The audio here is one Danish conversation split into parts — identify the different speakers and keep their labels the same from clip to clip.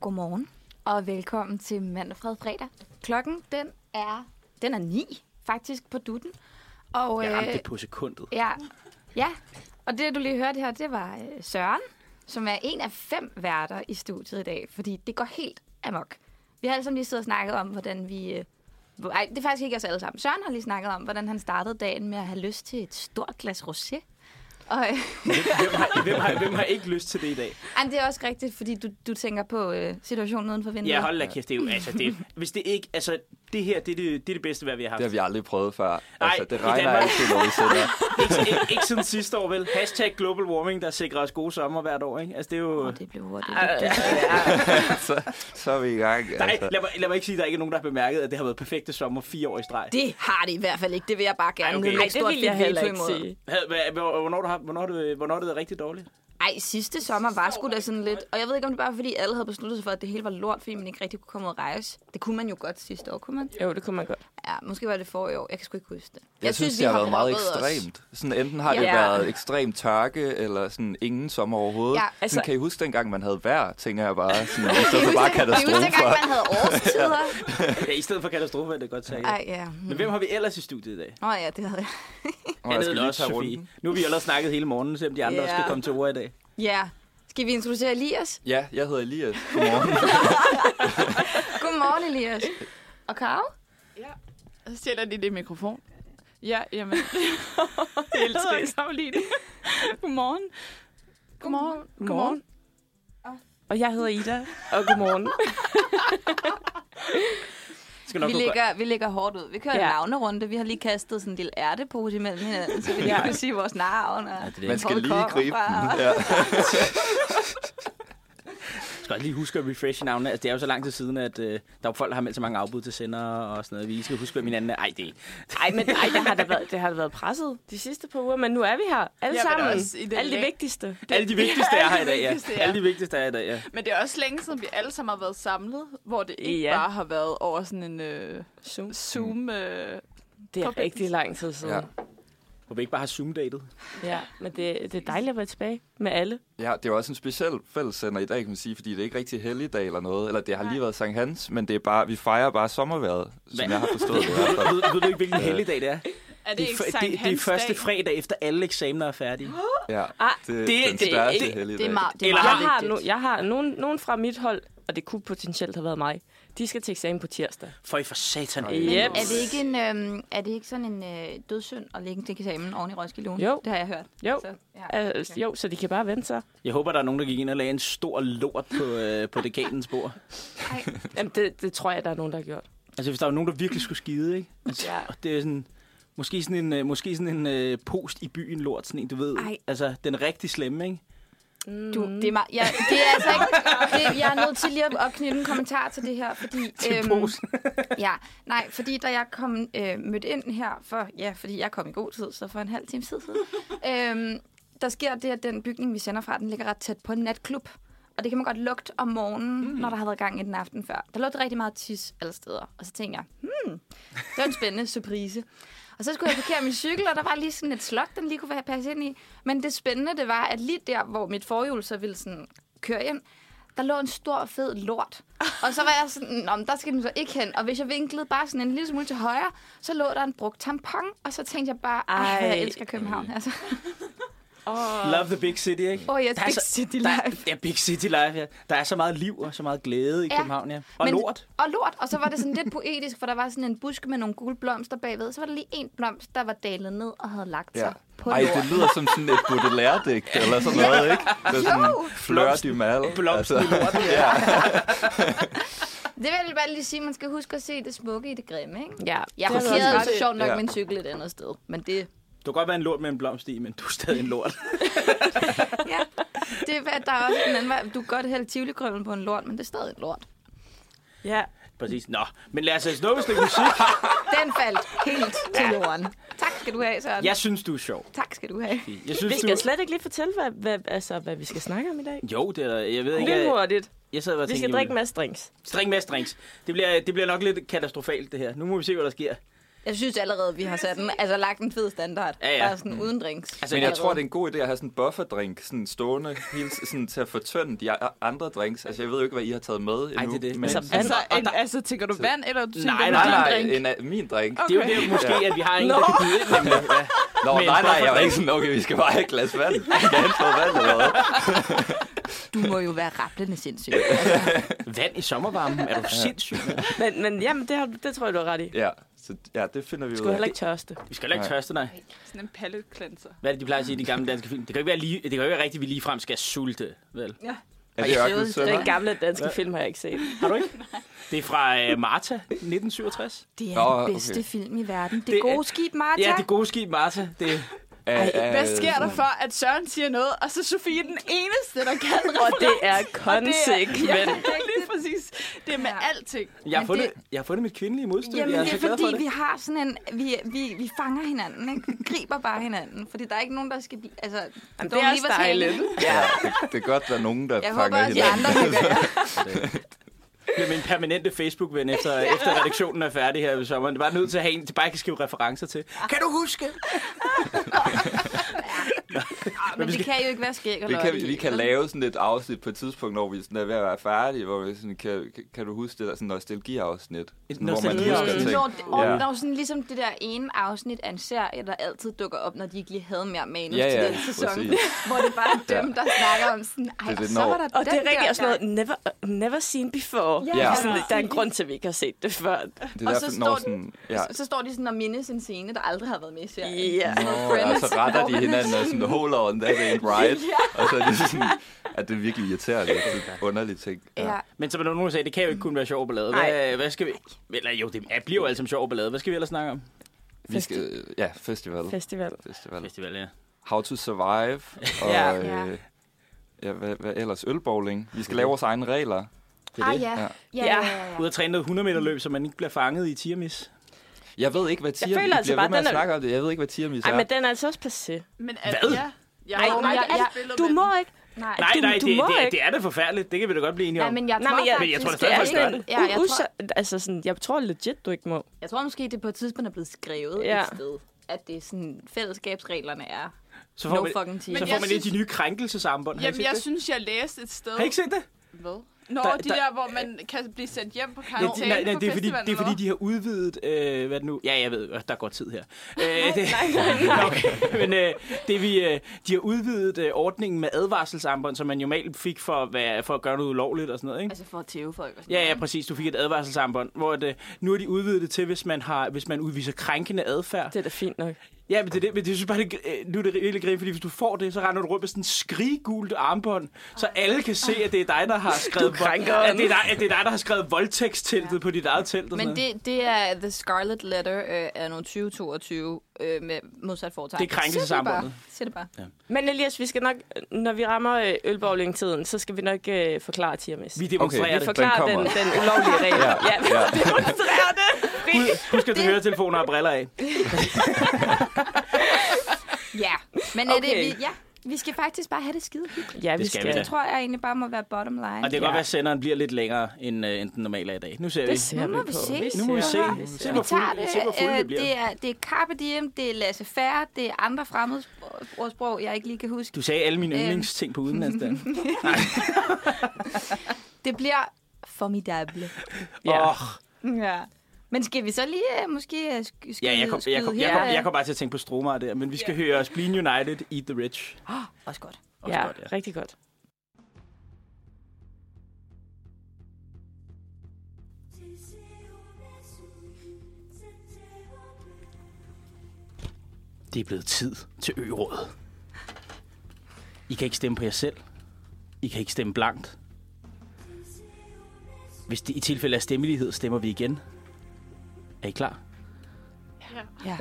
Speaker 1: Godmorgen.
Speaker 2: Og velkommen til Manfred Fredag. Klokken, den er, den er ni, faktisk, på dutten. Og, øh,
Speaker 3: Jeg ramte det
Speaker 1: øh,
Speaker 3: på sekundet.
Speaker 2: ja, ja, og det, du lige hørte her, det var øh, Søren, som er en af fem værter i studiet i dag, fordi det går helt amok. Vi har alle sammen lige siddet og snakket om, hvordan vi... Øh, hvor- ej, det er faktisk ikke os alle sammen. Søren har lige snakket om, hvordan han startede dagen med at have lyst til et stort glas rosé. Og, øh,
Speaker 3: Hvem har, hvem, har, hvem har ikke lyst til det i dag?
Speaker 2: ej, men det er også rigtigt, fordi du, du tænker på øh, situationen uden for vinduet.
Speaker 3: Ja, hold da kæft, det er jo, altså, det, hvis det ikke, altså, det her, det er det, det, er det bedste vejr, vi har haft.
Speaker 4: Det har vi aldrig prøvet før. Nej,
Speaker 3: Nej,
Speaker 4: altså, det
Speaker 3: i
Speaker 4: regner
Speaker 3: Danmark.
Speaker 4: altid, når vi sidder.
Speaker 3: ikke, ikke, ikke siden sidste år, vel? Hashtag global warming, der sikrer os gode sommer hvert år, ikke? Altså, det er jo...
Speaker 2: Åh, det blev hurtigt.
Speaker 4: så, så er vi i gang.
Speaker 3: Nej,
Speaker 4: Altså.
Speaker 3: lad mig, lad mig ikke sige, at der ikke er nogen, der har bemærket, at det har været perfekte sommer fire år i streg.
Speaker 1: Det har det i hvert fald ikke. Det vil jeg bare gerne
Speaker 3: Ej, okay.
Speaker 1: nedlægge
Speaker 3: Ej,
Speaker 1: stort veto imod.
Speaker 3: Hvad- hvad- hvor- Hvornår, du har, hvornår, det, hvornår det er rigtig dårligt?
Speaker 1: Ej, sidste sommer var sgu da sådan lidt... Og jeg ved ikke, om det bare var, fordi alle havde besluttet sig for, at det hele var lort, fordi man ikke rigtig kunne komme ud og rejse. Det kunne man jo godt sidste år, kunne man?
Speaker 5: Jo, det kunne man godt.
Speaker 1: Ja, måske var det for i år. Jeg kan sgu ikke huske det.
Speaker 4: Jeg, jeg synes, det har været meget
Speaker 1: proppet os.
Speaker 4: ekstremt. Sådan, enten har det
Speaker 1: Ja.
Speaker 4: været ekstrem tørke, eller sådan ingen sommer overhovedet.
Speaker 1: Ja,
Speaker 4: Ja,
Speaker 5: altså-
Speaker 4: altså... sådan, kan I huske dengang, man havde vejr, tænker jeg bare. Sådan,
Speaker 1: Kan
Speaker 4: i
Speaker 1: I
Speaker 4: stedet for bare
Speaker 1: huske- Kan I huske dengang,
Speaker 4: katastrofer.
Speaker 1: man havde årstider?
Speaker 3: Ja, i stedet for katastrofe er det godt sagt.
Speaker 1: Ej, ja.
Speaker 3: Men hvem har vi ellers i studiet i dag?
Speaker 1: Nå ja, det havde jeg.
Speaker 4: Og jeg
Speaker 3: Andet
Speaker 4: skal
Speaker 3: end
Speaker 4: lige
Speaker 3: os,
Speaker 4: tage
Speaker 3: Sofie.
Speaker 4: runden.
Speaker 3: Nu har vi ellers snakket hele morgenen, selvom de andre
Speaker 1: Ja.
Speaker 3: også skal komme til ord i dag.
Speaker 1: Ja. Skal vi introducere Elias?
Speaker 4: Ja, jeg hedder Elias. Godmorgen.
Speaker 1: Godmorgen, Elias. Og Karo?
Speaker 5: Så stjæler de det mikrofon. Ja, jamen. Helt trist. Karoline. Godmorgen. Godmorgen. Godmorgen. Og jeg hedder Ida, og godmorgen.
Speaker 3: Skal nok
Speaker 1: Vi
Speaker 3: gå godt.
Speaker 1: ligger, vi ligger hårdt ud. Vi kører ja.
Speaker 5: Ja.
Speaker 1: en navnerunde. Vi har lige kastet sådan en lille ærtepose imellem hinanden, så vi lige
Speaker 5: Ja.
Speaker 1: kan sige vores navn. Og...
Speaker 4: Man skal
Speaker 1: Hvor
Speaker 4: lige
Speaker 1: kommer
Speaker 4: gribe
Speaker 1: fra?
Speaker 4: den. Ja.
Speaker 3: Jeg skal også lige huske at refreshe navnene. Altså, det er jo så lang tid siden, at øh, der er jo folk, der har meldt så mange afbud til sender og sådan noget. Vi skal huske, hvem hinanden er. Ej, det er
Speaker 6: Ej, men ej, det har da været, det har da været presset de sidste par uger, men nu er vi her. Alle
Speaker 5: Ja, men
Speaker 6: sammen.
Speaker 5: også i den
Speaker 6: Alle de
Speaker 5: læ-
Speaker 6: vigtigste.
Speaker 3: alle de vigtigste er her i
Speaker 5: alle de
Speaker 3: dag, ja.
Speaker 5: vigtigste, ja.
Speaker 3: Alle de vigtigste er i dag, ja.
Speaker 5: Men det er også længe siden, vi alle sammen har været samlet, hvor det ikke
Speaker 6: Ja.
Speaker 5: ja. bare har været over sådan en øh,
Speaker 6: Zoom.
Speaker 5: Zoom... Øh,
Speaker 6: Det er
Speaker 5: Forpligtelse.
Speaker 6: rigtig lang tid siden.
Speaker 4: Ja.
Speaker 6: Ja,
Speaker 3: Hvor vi ikke bare har Zoom-datet.
Speaker 6: ja men det, det er dejligt at være tilbage med alle.
Speaker 4: Ja, det er jo også en speciel fællessender i dag, kan man sige, fordi det er ikke rigtig helligdag eller noget, eller det har lige været Sankt Hans, men det er bare, vi fejrer bare sommerværet,
Speaker 3: Hvad?
Speaker 4: som jeg har forstået det i hvert
Speaker 3: Ved,
Speaker 4: fald.
Speaker 3: ved du ikke, hvilken helligdag det er?
Speaker 5: er det,
Speaker 3: Det er,
Speaker 5: ikke
Speaker 3: f- det, det er første fredag, efter alle eksamener er færdige.
Speaker 4: Ja,
Speaker 6: Ah,
Speaker 4: det er
Speaker 3: det-
Speaker 4: den
Speaker 3: det-
Speaker 4: største
Speaker 3: det-
Speaker 4: helligdag.
Speaker 1: Det er meget, det er
Speaker 3: Eller-
Speaker 1: meget
Speaker 6: Jeg har,
Speaker 1: vigtigt.
Speaker 6: no, jeg har nogen, nogen fra mit hold, og det kunne potentielt have været mig. De skal til eksamen på tirsdag.
Speaker 3: For I for satan.
Speaker 4: Ej.
Speaker 1: Men
Speaker 6: Yep.
Speaker 1: er det ikke en, øhm, er det ikke sådan en øh, dødssynd at lægge en eksamen oven i Roskilde ugen?
Speaker 6: Jo.
Speaker 1: Det har jeg hørt.
Speaker 6: Jo.
Speaker 1: Så, ja.
Speaker 6: Okay. jo, så de kan bare vente sig.
Speaker 3: Jeg håber, der er nogen, der gik ind og lagde en stor lort på, øh, på dekanens bord.
Speaker 6: Jamen, det, det tror jeg, der er nogen, der har gjort.
Speaker 3: Altså, hvis der var nogen, der virkelig skulle skide, ikke? Altså,
Speaker 6: Ja.
Speaker 3: og Det er sådan... Måske sådan en, øh, måske sådan en øh, post i byen lort, sådan en, du ved.
Speaker 1: Ej.
Speaker 3: Altså, den rigtig slemme, ikke?
Speaker 5: Øhm.
Speaker 1: Du, det er, meget, ja, det er altså ikke... Det, jeg er nødt til lige at, at knytte en kommentar til det her, fordi... øhm,
Speaker 3: Til posen.
Speaker 1: ja, nej, fordi da jeg kom øh, mødt ind her for... Ja, fordi jeg kom i god tid, så for en halv time tid siden. øhm, der sker det, at den bygning, vi sender fra, den ligger ret tæt på en natklub. Og det kan man godt lugte om morgenen, mm. når der har været gang i den aften før. Der lugtede rigtig meget tis alle steder. Og så tænkte jeg, hmm, det var en spændende surprise. Og så skulle jeg parkere min cykel, og der var lige sådan et slot, den lige kunne være passe ind i. Men det spændende, det var, at lige der, hvor mit forhjul så ville sådan køre ind, der lå en stor, fed lort. Og så var jeg sådan, Nå, men der skal den så ikke hen. Og hvis jeg vinklede bare sådan en lille smule til højre, så lå der en brugt tampon. Og så tænkte jeg bare, ej, hvor jeg
Speaker 6: Ej.
Speaker 1: elsker København. Altså,
Speaker 3: Love the big city, ikke?
Speaker 1: oh, yes,
Speaker 3: Der er
Speaker 1: big
Speaker 3: så-
Speaker 1: city
Speaker 3: Der,
Speaker 1: life.
Speaker 3: ja, Big City Life, ja. Der er så meget liv og så meget glæde i
Speaker 1: Ja,
Speaker 3: ja. København, ja. Og
Speaker 1: Men-
Speaker 3: Men... lort.
Speaker 1: Og lort. Og så var det sådan lidt poetisk, for der var sådan en busk med nogle gule blomster bagved. Så var der lige en blomst, der var dalet ned og havde lagt sig
Speaker 4: Ja.
Speaker 1: ja. på
Speaker 4: Ej,
Speaker 1: lort.
Speaker 4: det lyder som sådan et baudelaire-digt, eller sådan noget, ikke? Det er sådan flør du mal.
Speaker 3: Blomsten
Speaker 4: Altså-
Speaker 3: i lorten, ja.
Speaker 1: Det vil jeg bare lige sige, man skal huske at se det smukke i det grimme, ikke?
Speaker 6: Ja,
Speaker 1: Jeg
Speaker 6: det har
Speaker 1: parkerede
Speaker 6: været
Speaker 1: jo så sjovt nok
Speaker 4: Ja.
Speaker 1: min cykel et andet sted, men det,
Speaker 3: Du kan godt være en lort med en blomst i, men du er stadig en lort.
Speaker 1: ja, det er, hvad- der er også en anden vej. Du kan godt hælde tivolikrøllen på en lort, men det er stadig en lort.
Speaker 6: Ja,
Speaker 3: Præcis. Nå, men lad os altså nå et stykke musik.
Speaker 1: Den faldt helt til jorden. Tak skal du have, Søren.
Speaker 3: Jeg synes, du er sjov.
Speaker 1: Tak skal du have.
Speaker 3: Jeg synes,
Speaker 6: vi
Speaker 3: du...
Speaker 6: skal slet ikke lige fortælle, hvad, hvad, altså, hvad vi skal snakke om i dag.
Speaker 3: Jo, det er, jeg ved ikke...
Speaker 6: Lidt
Speaker 3: Jeg,
Speaker 6: hurtigt.
Speaker 3: jeg sad og
Speaker 6: Vi
Speaker 3: tænkte,
Speaker 6: skal
Speaker 3: Julie,
Speaker 6: drikke masser drinks.
Speaker 3: Drik masse drinks. Det bliver, det bliver nok lidt katastrofalt, det her. Nu må vi se, hvad der sker.
Speaker 1: Jeg synes allerede, vi har sat den, altså lagt en fed standard.
Speaker 3: Ja, ja.
Speaker 1: Bare sådan uden drinks.
Speaker 3: Altså,
Speaker 4: Men jeg
Speaker 1: Allerede.
Speaker 4: tror, det er en god idé at have sådan en bufferdrink, sådan stående, hele, sådan til at fortynde de a- andre drinks. Altså, jeg ved jo ikke, hvad I har taget med endnu.
Speaker 3: Ej, det er det.
Speaker 4: Men,
Speaker 3: Altså,
Speaker 4: nej,
Speaker 5: Altså,
Speaker 6: Og
Speaker 5: en, altså, tænker du vand, eller tænker
Speaker 3: Nej,
Speaker 5: du
Speaker 3: nej,
Speaker 5: din
Speaker 4: nej,
Speaker 5: drink?
Speaker 4: en, af- min drink.
Speaker 3: Det er jo det, måske, at vi har en, der kan byde ind. nemlig.
Speaker 4: Nå,
Speaker 3: Men
Speaker 4: nej, nej, jeg var
Speaker 3: bufferdrink.
Speaker 4: ikke sådan, okay, vi skal bare have et glas vand. Skal jeg hente noget vand eller hvad?
Speaker 1: Du må jo være rapplende sindssyg.
Speaker 3: Vand i sommervarmen? Er du sindssyg?
Speaker 6: Men, men jamen, det, har, det tror jeg, du har ret i.
Speaker 4: Ja, så, ja, det finder vi
Speaker 6: Du
Speaker 4: ud
Speaker 6: skulle
Speaker 4: af.
Speaker 6: heller ikke tørste.
Speaker 3: Vi skal heller ikke
Speaker 4: Nej.
Speaker 3: tørste, nej.
Speaker 5: Sådan en pallet cleanser.
Speaker 3: Hvad er det, de plejer at sige i de gamle danske film? Det kan jo ikke være, lige, det kan jo ikke være rigtigt, at vi ligefrem skal sulte, vel?
Speaker 4: Er det Ørken
Speaker 6: Det er
Speaker 4: Sønder?
Speaker 6: en gamle danske film, har jeg ikke set.
Speaker 3: Har du ikke? Det er fra øh, Marta, 1967.
Speaker 1: Det er
Speaker 4: Nå,
Speaker 1: den
Speaker 4: okay.
Speaker 1: bedste film i verden. Det,
Speaker 3: Det er-
Speaker 1: det gode skib, Martha.
Speaker 3: Ja, det gode skib, Marta. Det,
Speaker 5: Hvad
Speaker 3: Øh,
Speaker 5: sker der for, at Søren siger noget, og så er Sofie den eneste, der kan
Speaker 6: Og det er
Speaker 5: Ja,
Speaker 6: konsekvent.
Speaker 5: det er lige præcis. Det er med
Speaker 1: Ja.
Speaker 5: alting.
Speaker 3: jeg, har
Speaker 1: Men
Speaker 3: fundet,
Speaker 1: det-
Speaker 3: jeg har fundet mit kvindelige modstykke.
Speaker 1: Jamen,
Speaker 3: jeg er
Speaker 1: det
Speaker 3: så
Speaker 1: er
Speaker 3: glad for
Speaker 1: fordi,
Speaker 3: det.
Speaker 1: vi har sådan en... Vi, vi, vi fanger hinanden, ikke? Vi griber bare hinanden. Fordi der er ikke nogen, der skal blive... Altså, Jamen,
Speaker 6: det er også dejligt.
Speaker 4: Ja, det, det er godt, at der er nogen, der
Speaker 1: Jeg håber
Speaker 4: fanger
Speaker 1: også, de
Speaker 4: hinanden.
Speaker 1: andre kan gøre det.
Speaker 3: bliver min permanente Facebook-ven, efter, efter redaktionen er færdig her ved sommeren. Det er bare nødt til at have en, det bare kan skrive referencer til.
Speaker 1: Ah.
Speaker 3: Kan du huske?
Speaker 1: Ah, Men det kan jo ikke være skæg og
Speaker 4: Vi kan,
Speaker 1: løg i.
Speaker 4: vi kan lave sådan et afsnit på et tidspunkt, når vi sådan er ved at være færdige, hvor vi sådan, kan, kan- kan du huske det der sådan nostalgiafsnit? Sådan, hvor man
Speaker 3: nostalgiafsnit.
Speaker 4: husker ting.
Speaker 1: Når, og
Speaker 4: Ja.
Speaker 1: når sådan ligesom det der ene afsnit af en serie, der altid dukker op, når de ikke lige havde mere manus
Speaker 4: Ja,
Speaker 1: til
Speaker 4: ja,
Speaker 1: den sæson.
Speaker 4: præcis.
Speaker 1: Hvor det bare er dem, der snakker om sådan, ej,
Speaker 4: Det er det,
Speaker 1: og så
Speaker 4: når-
Speaker 1: var der
Speaker 6: Og det er
Speaker 1: den
Speaker 6: rigtigt
Speaker 1: der
Speaker 6: også noget, never, never seen before.
Speaker 1: Ja.
Speaker 4: Ja.
Speaker 6: Sådan, der er en grund til, at vi ikke har set det før.
Speaker 4: Det er
Speaker 1: Og så
Speaker 4: derfor,
Speaker 1: står
Speaker 4: når
Speaker 1: den-
Speaker 4: sådan... Ja,
Speaker 1: Ja. Så, så står de sådan og mindes en scene, der aldrig har været med i serien.
Speaker 6: Ja.
Speaker 4: Nå, altså, og så retter de hinanden og sådan, hold on, that ain't right. Og så er det sådan, at det er virkelig irriterende. Det er en underlig ting.
Speaker 1: Ja.
Speaker 3: Men som nogen sagde, det kan jo ikke kun være sjov ballade. Hvad, hvad skal vi... Eller jo, det er- bliver jo altid sjov ballade. Hvad skal vi ellers snakke om?
Speaker 4: Vi skal, ja, festival.
Speaker 6: Festival.
Speaker 4: festival.
Speaker 3: Festival, ja.
Speaker 4: How to survive. Og,
Speaker 3: Ja.
Speaker 4: øh, ja, hvad, hvad ellers? Ølbowling. Vi skal lave vores egne regler.
Speaker 3: Det er
Speaker 1: Ah,
Speaker 3: det.
Speaker 1: ja.
Speaker 4: Ja.
Speaker 1: Ja, ja, ja. ja.
Speaker 3: Ud at træne noget 100 meter løb, så man ikke bliver fanget i tiramis.
Speaker 4: Jeg ved ikke, hvad Tia...
Speaker 6: føler
Speaker 4: vi
Speaker 6: altså
Speaker 4: bliver
Speaker 6: bare,
Speaker 4: ved med at
Speaker 6: den er-
Speaker 4: snakke om det. Jeg ved ikke, hvad Tiramis
Speaker 6: Ej,
Speaker 4: er.
Speaker 6: men den er altså også passé.
Speaker 5: Men at,
Speaker 3: Hvad?
Speaker 5: Ja, jeg
Speaker 6: Ej,
Speaker 5: har
Speaker 1: nej,
Speaker 5: ikke
Speaker 1: jeg-
Speaker 5: spillet
Speaker 6: Du
Speaker 5: med
Speaker 6: må
Speaker 5: den.
Speaker 6: ikke.
Speaker 1: Nej.
Speaker 3: Nej,
Speaker 6: du-
Speaker 3: nej,
Speaker 6: du
Speaker 3: det,
Speaker 6: må
Speaker 3: det,
Speaker 6: ikke.
Speaker 3: det, er da forfærdeligt. Det kan vi da godt blive enige
Speaker 1: Nej,
Speaker 3: om.
Speaker 1: men jeg tror,
Speaker 6: Nej, men jeg,
Speaker 3: Men jeg tror,
Speaker 1: faktisk,
Speaker 3: det
Speaker 6: det er
Speaker 3: faktisk
Speaker 1: ikke-
Speaker 6: sådan en
Speaker 1: Ja, jeg, tror,
Speaker 6: u- altså sådan, jeg tror legit, du ikke må.
Speaker 1: jeg tror måske, det på et tidspunkt er blevet skrevet
Speaker 6: Ja.
Speaker 1: ja. et sted, at det er sådan, fællesskabsreglerne er
Speaker 3: så får
Speaker 1: no
Speaker 3: man,
Speaker 1: fucking tea.
Speaker 3: så
Speaker 5: Men
Speaker 3: får
Speaker 5: jeg
Speaker 3: man lidt de
Speaker 5: synes-
Speaker 3: nye krænkelsesarmbånd. Har I
Speaker 5: Jamen,
Speaker 3: set
Speaker 5: jeg
Speaker 3: det?
Speaker 5: synes, jeg læste et sted.
Speaker 3: Har I ikke set det?
Speaker 5: Hvad? Nå,
Speaker 3: Der-
Speaker 5: de
Speaker 3: der-
Speaker 5: der, hvor man kan blive sendt hjem på
Speaker 3: Ja,
Speaker 5: karantæne
Speaker 3: de, nej, nej,
Speaker 5: på
Speaker 3: det er fordi,
Speaker 5: festivalen,
Speaker 3: det er fordi
Speaker 5: eller
Speaker 3: de har udvidet, øh, hvad er det nu? Ja, jeg ved, øh, der går tid her. Øh, det,
Speaker 6: nej,
Speaker 3: okay, men øh, det vi, øh, de har udvidet øh, ordningen med advarselsarmbånd, som man normalt fik for, hvad, for at gøre noget ulovligt og sådan noget, ikke?
Speaker 1: Altså for at tæve folk og sådan
Speaker 3: Ja, ja,
Speaker 1: noget.
Speaker 3: præcis. Du fik et advarselsarmbånd, hvor det, nu har de udvidet det til, hvis man, har, hvis man udviser krænkende adfærd.
Speaker 6: Det er da fint nok.
Speaker 3: Ja, men det, er det, men det synes jeg bare, det, øh, nu er det virkelig grimt, fordi hvis du får det, så render du rundt med sådan en skriggult armbånd, så alle kan se, at det er dig, der har skrevet,
Speaker 6: krænker
Speaker 3: at
Speaker 6: den.
Speaker 3: det er dig, at det er dig, der har skrevet voldtægtsteltet ja. på dit eget telt. Og sådan
Speaker 1: Men
Speaker 3: noget.
Speaker 1: det, det er The Scarlet Letter øh, af nogle 2022 øh, med modsat foretegn.
Speaker 3: Det er krænkelsesarmbåndet.
Speaker 1: Sig det bare.
Speaker 6: Men Elias, vi skal nok, når vi rammer øh, ølbowling-tiden, så skal vi nok øh, forklare Tiramis.
Speaker 3: Vi
Speaker 6: Vi
Speaker 3: demonstrerer okay.
Speaker 4: Okay. Vi
Speaker 3: det.
Speaker 6: forklarer
Speaker 4: Den
Speaker 6: den, den,
Speaker 4: kommer.
Speaker 6: den ulovlige regel.
Speaker 4: Ja,
Speaker 6: ja.
Speaker 4: ja.
Speaker 6: demonstrerer det.
Speaker 3: Husk- Husk at du hører telefoner og briller af.
Speaker 1: Ja, men okay.
Speaker 6: Okay.
Speaker 1: det, vi, ja, vi skal faktisk bare have det skide hyggeligt.
Speaker 6: Ja, vi
Speaker 3: Det
Speaker 6: skal.
Speaker 3: skal vi da.
Speaker 1: Jeg tror, jeg egentlig bare må være bottom line.
Speaker 3: Og det kan
Speaker 6: Ja.
Speaker 3: godt være, at senderen bliver lidt længere end, øh, end den normale er i dag. Nu ser vi.
Speaker 6: Det ser
Speaker 1: Nu må vi
Speaker 6: på.
Speaker 1: se.
Speaker 3: Nu må vi se.
Speaker 1: Ja,
Speaker 3: Se,
Speaker 1: Vi
Speaker 3: hvor
Speaker 1: tager
Speaker 3: fuld,
Speaker 1: det.
Speaker 3: se, hvor fuld det
Speaker 1: øh,
Speaker 3: bliver.
Speaker 1: det, er, det er Carpe Diem, det er Lasse Færre, det er andre fremmedsprog, jeg ikke lige kan huske.
Speaker 3: Du sagde alle mine
Speaker 1: Øhm.
Speaker 3: yndlingsting på udenlandsdagen.
Speaker 1: Det bliver formidable.
Speaker 6: Ja.
Speaker 3: Åh,
Speaker 1: Ja. Men skal vi så lige øh, måske øh, sk- skyde,
Speaker 3: Ja, jeg kom, jeg, kom,
Speaker 1: skyde
Speaker 3: jeg,
Speaker 1: her,
Speaker 3: kom, jeg
Speaker 1: øh,
Speaker 3: kom bare til at tænke på Stromae der, men vi skal høre Spleen United, Eat the Rich.
Speaker 1: Også godt.
Speaker 3: Også
Speaker 6: Ja,
Speaker 3: godt, ja.
Speaker 6: rigtig godt.
Speaker 3: Det er blevet tid til ørådet. I kan ikke stemme på jer selv. I kan ikke stemme blankt. Hvis det i tilfælde af stemmelighed, stemmer vi igen. Er I klar?
Speaker 1: Ja.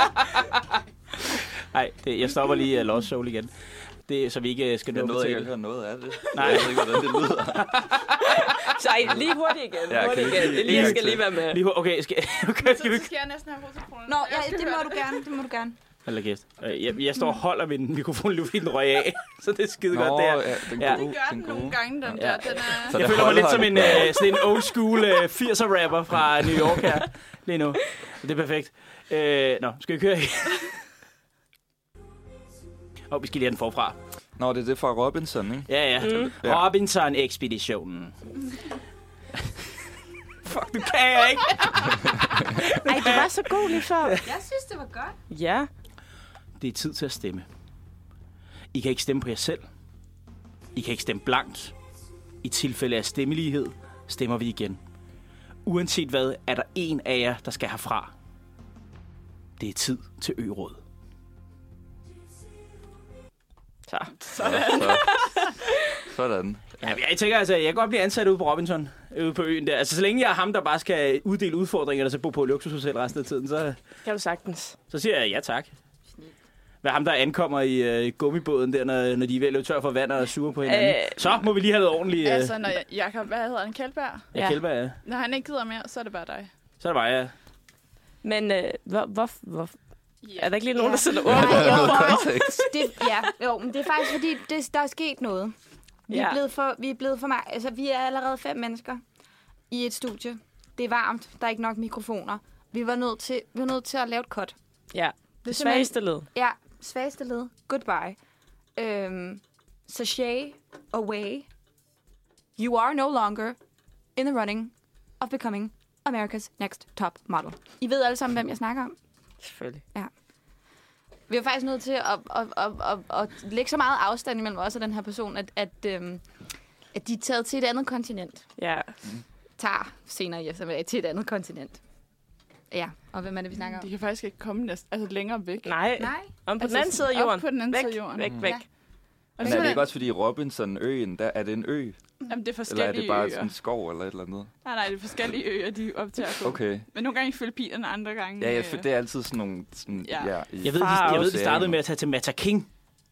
Speaker 3: Nej, det- jeg stopper lige uh, Lost Soul igen. Det, så vi ikke øh, skal nå
Speaker 4: Jeg nåede ikke at
Speaker 3: til.
Speaker 4: høre noget af det.
Speaker 3: Nej.
Speaker 4: Jeg ved ikke, hvordan det lyder.
Speaker 6: Så ej, lige hurtigt igen.
Speaker 4: Ja,
Speaker 6: hurtigt
Speaker 4: kan vi ikke
Speaker 6: igen.
Speaker 4: lige-
Speaker 6: Elias
Speaker 4: en
Speaker 6: skal
Speaker 4: gang
Speaker 6: lige være med.
Speaker 3: Lige, hu- okay, skal, okay, skal vi
Speaker 5: Så skal jeg næsten have hovedtelefonerne.
Speaker 1: Nå, ja,
Speaker 5: Jeg skal
Speaker 1: det må
Speaker 5: høre
Speaker 1: du gerne. Det må du gerne.
Speaker 3: Hold da kæft. Øh, Jeg, jeg står og holder min mikrofon, lige fordi den røg af. Så det er skide godt, det her.
Speaker 4: ja, den
Speaker 3: Ja.
Speaker 4: gode,
Speaker 5: Det gør den
Speaker 4: gode.
Speaker 5: nogle gange, den
Speaker 3: Ja.
Speaker 5: der. Den er...
Speaker 4: Så
Speaker 3: Jeg
Speaker 4: det
Speaker 3: føler mig lidt
Speaker 4: holder
Speaker 3: som en,
Speaker 4: den.
Speaker 3: øh, sådan en old school øh, 80'er rapper fra New York her lige nu. Så det er perfekt. Øh, nå, skal vi køre i? Åh, oh, vi skal lige have den forfra.
Speaker 4: Nå, det er det fra Robinson, ikke?
Speaker 3: Ja, ja. Mm.
Speaker 4: Ja.
Speaker 3: Robinson-ekspeditionen. Fuck, du kan jeg ikke.
Speaker 6: Ej, det var så god lige før.
Speaker 2: Jeg synes, det var godt.
Speaker 6: Ja.
Speaker 3: Det er tid til at stemme. I kan ikke stemme på jer selv. I kan ikke stemme blankt. I tilfælde af stemmelighed stemmer vi igen. Uanset hvad, er der en af jer, der skal herfra. Det er tid til øråd.
Speaker 6: Så.
Speaker 4: Så, sådan.
Speaker 3: Ja, men jeg tænker altså, jeg kan godt blive ansat ude på Robinson, ude på øen der. Altså, så længe jeg er ham, der bare skal uddele udfordringer, og så bo på et luksushotel resten af tiden, så,
Speaker 6: Kan du sagtens.
Speaker 3: så siger jeg ja tak. Hvad ham, der ankommer i øh, gummibåden der, når, når de er ved at løbe tør for vand og er sure på hinanden.
Speaker 6: Øh.
Speaker 3: Så må vi lige have noget ordentligt. Øh, altså,
Speaker 5: Altså, når jeg- Jakob, hvad hedder han? Kjeldberg?
Speaker 3: ja. Kjellberg, ja.
Speaker 5: Når han ikke gider mere, så er det bare dig.
Speaker 3: Så er det bare, ja.
Speaker 6: Men øh, hvor, hvor, hvor,
Speaker 5: Ja.
Speaker 6: er der ikke lige nogen, der sætter
Speaker 1: Nej,
Speaker 6: ord?
Speaker 1: jo,
Speaker 4: Noget kontekst.
Speaker 1: det, ja, jo, men det er faktisk, fordi det, der er sket noget. Vi, ja.
Speaker 6: Ja.
Speaker 1: er blevet for, vi er blevet for mange. Altså, vi er allerede fem mennesker i et studie. Det er varmt. Der er ikke nok mikrofoner. Vi var nødt til, vi var nødt til at lave et cut.
Speaker 6: Ja. Det
Speaker 1: simpelthen-
Speaker 6: svageste led.
Speaker 1: Ja, svageste led. Goodbye. Øhm, sachet away. You are no longer in the running of becoming America's next top model. I ved alle sammen, hvem jeg snakker om.
Speaker 6: Selvfølgelig.
Speaker 1: Vi er faktisk nødt til at, at, at, at, at lægge så meget afstand imellem os og den her person, at, at, øhm, at de er taget til et andet kontinent.
Speaker 6: Ja.
Speaker 1: Tager senere i eftermiddag til et andet kontinent. Ja, og hvem er det, vi snakker om?
Speaker 5: De kan faktisk ikke komme næsten, altså længere væk.
Speaker 6: Nej.
Speaker 1: Nej.
Speaker 6: Om på den
Speaker 5: Altså,
Speaker 6: anden side af
Speaker 5: sådan op
Speaker 6: jorden.
Speaker 5: på den anden
Speaker 6: væk,
Speaker 5: side af jorden.
Speaker 6: Væk, væk.
Speaker 5: Og
Speaker 4: Men er det ikke også, fordi Robinson-øen, der er det en ø?
Speaker 5: Jamen, det er
Speaker 4: Eller
Speaker 5: forskellige
Speaker 4: er det bare
Speaker 5: øer.
Speaker 4: sådan en skov eller et eller andet?
Speaker 5: Nej, nej, det er forskellige øer, de optager på.
Speaker 4: Okay.
Speaker 5: Men nogle gange i Filippinerne, andre gange...
Speaker 4: Ja, jeg,
Speaker 5: øh,
Speaker 4: for det er altid sådan nogle... Sådan,
Speaker 5: Ja.
Speaker 4: ja. ja i-
Speaker 3: Jeg ved,
Speaker 6: Far
Speaker 3: de, jeg ved, de
Speaker 4: også.
Speaker 3: startede med at tage til Mata King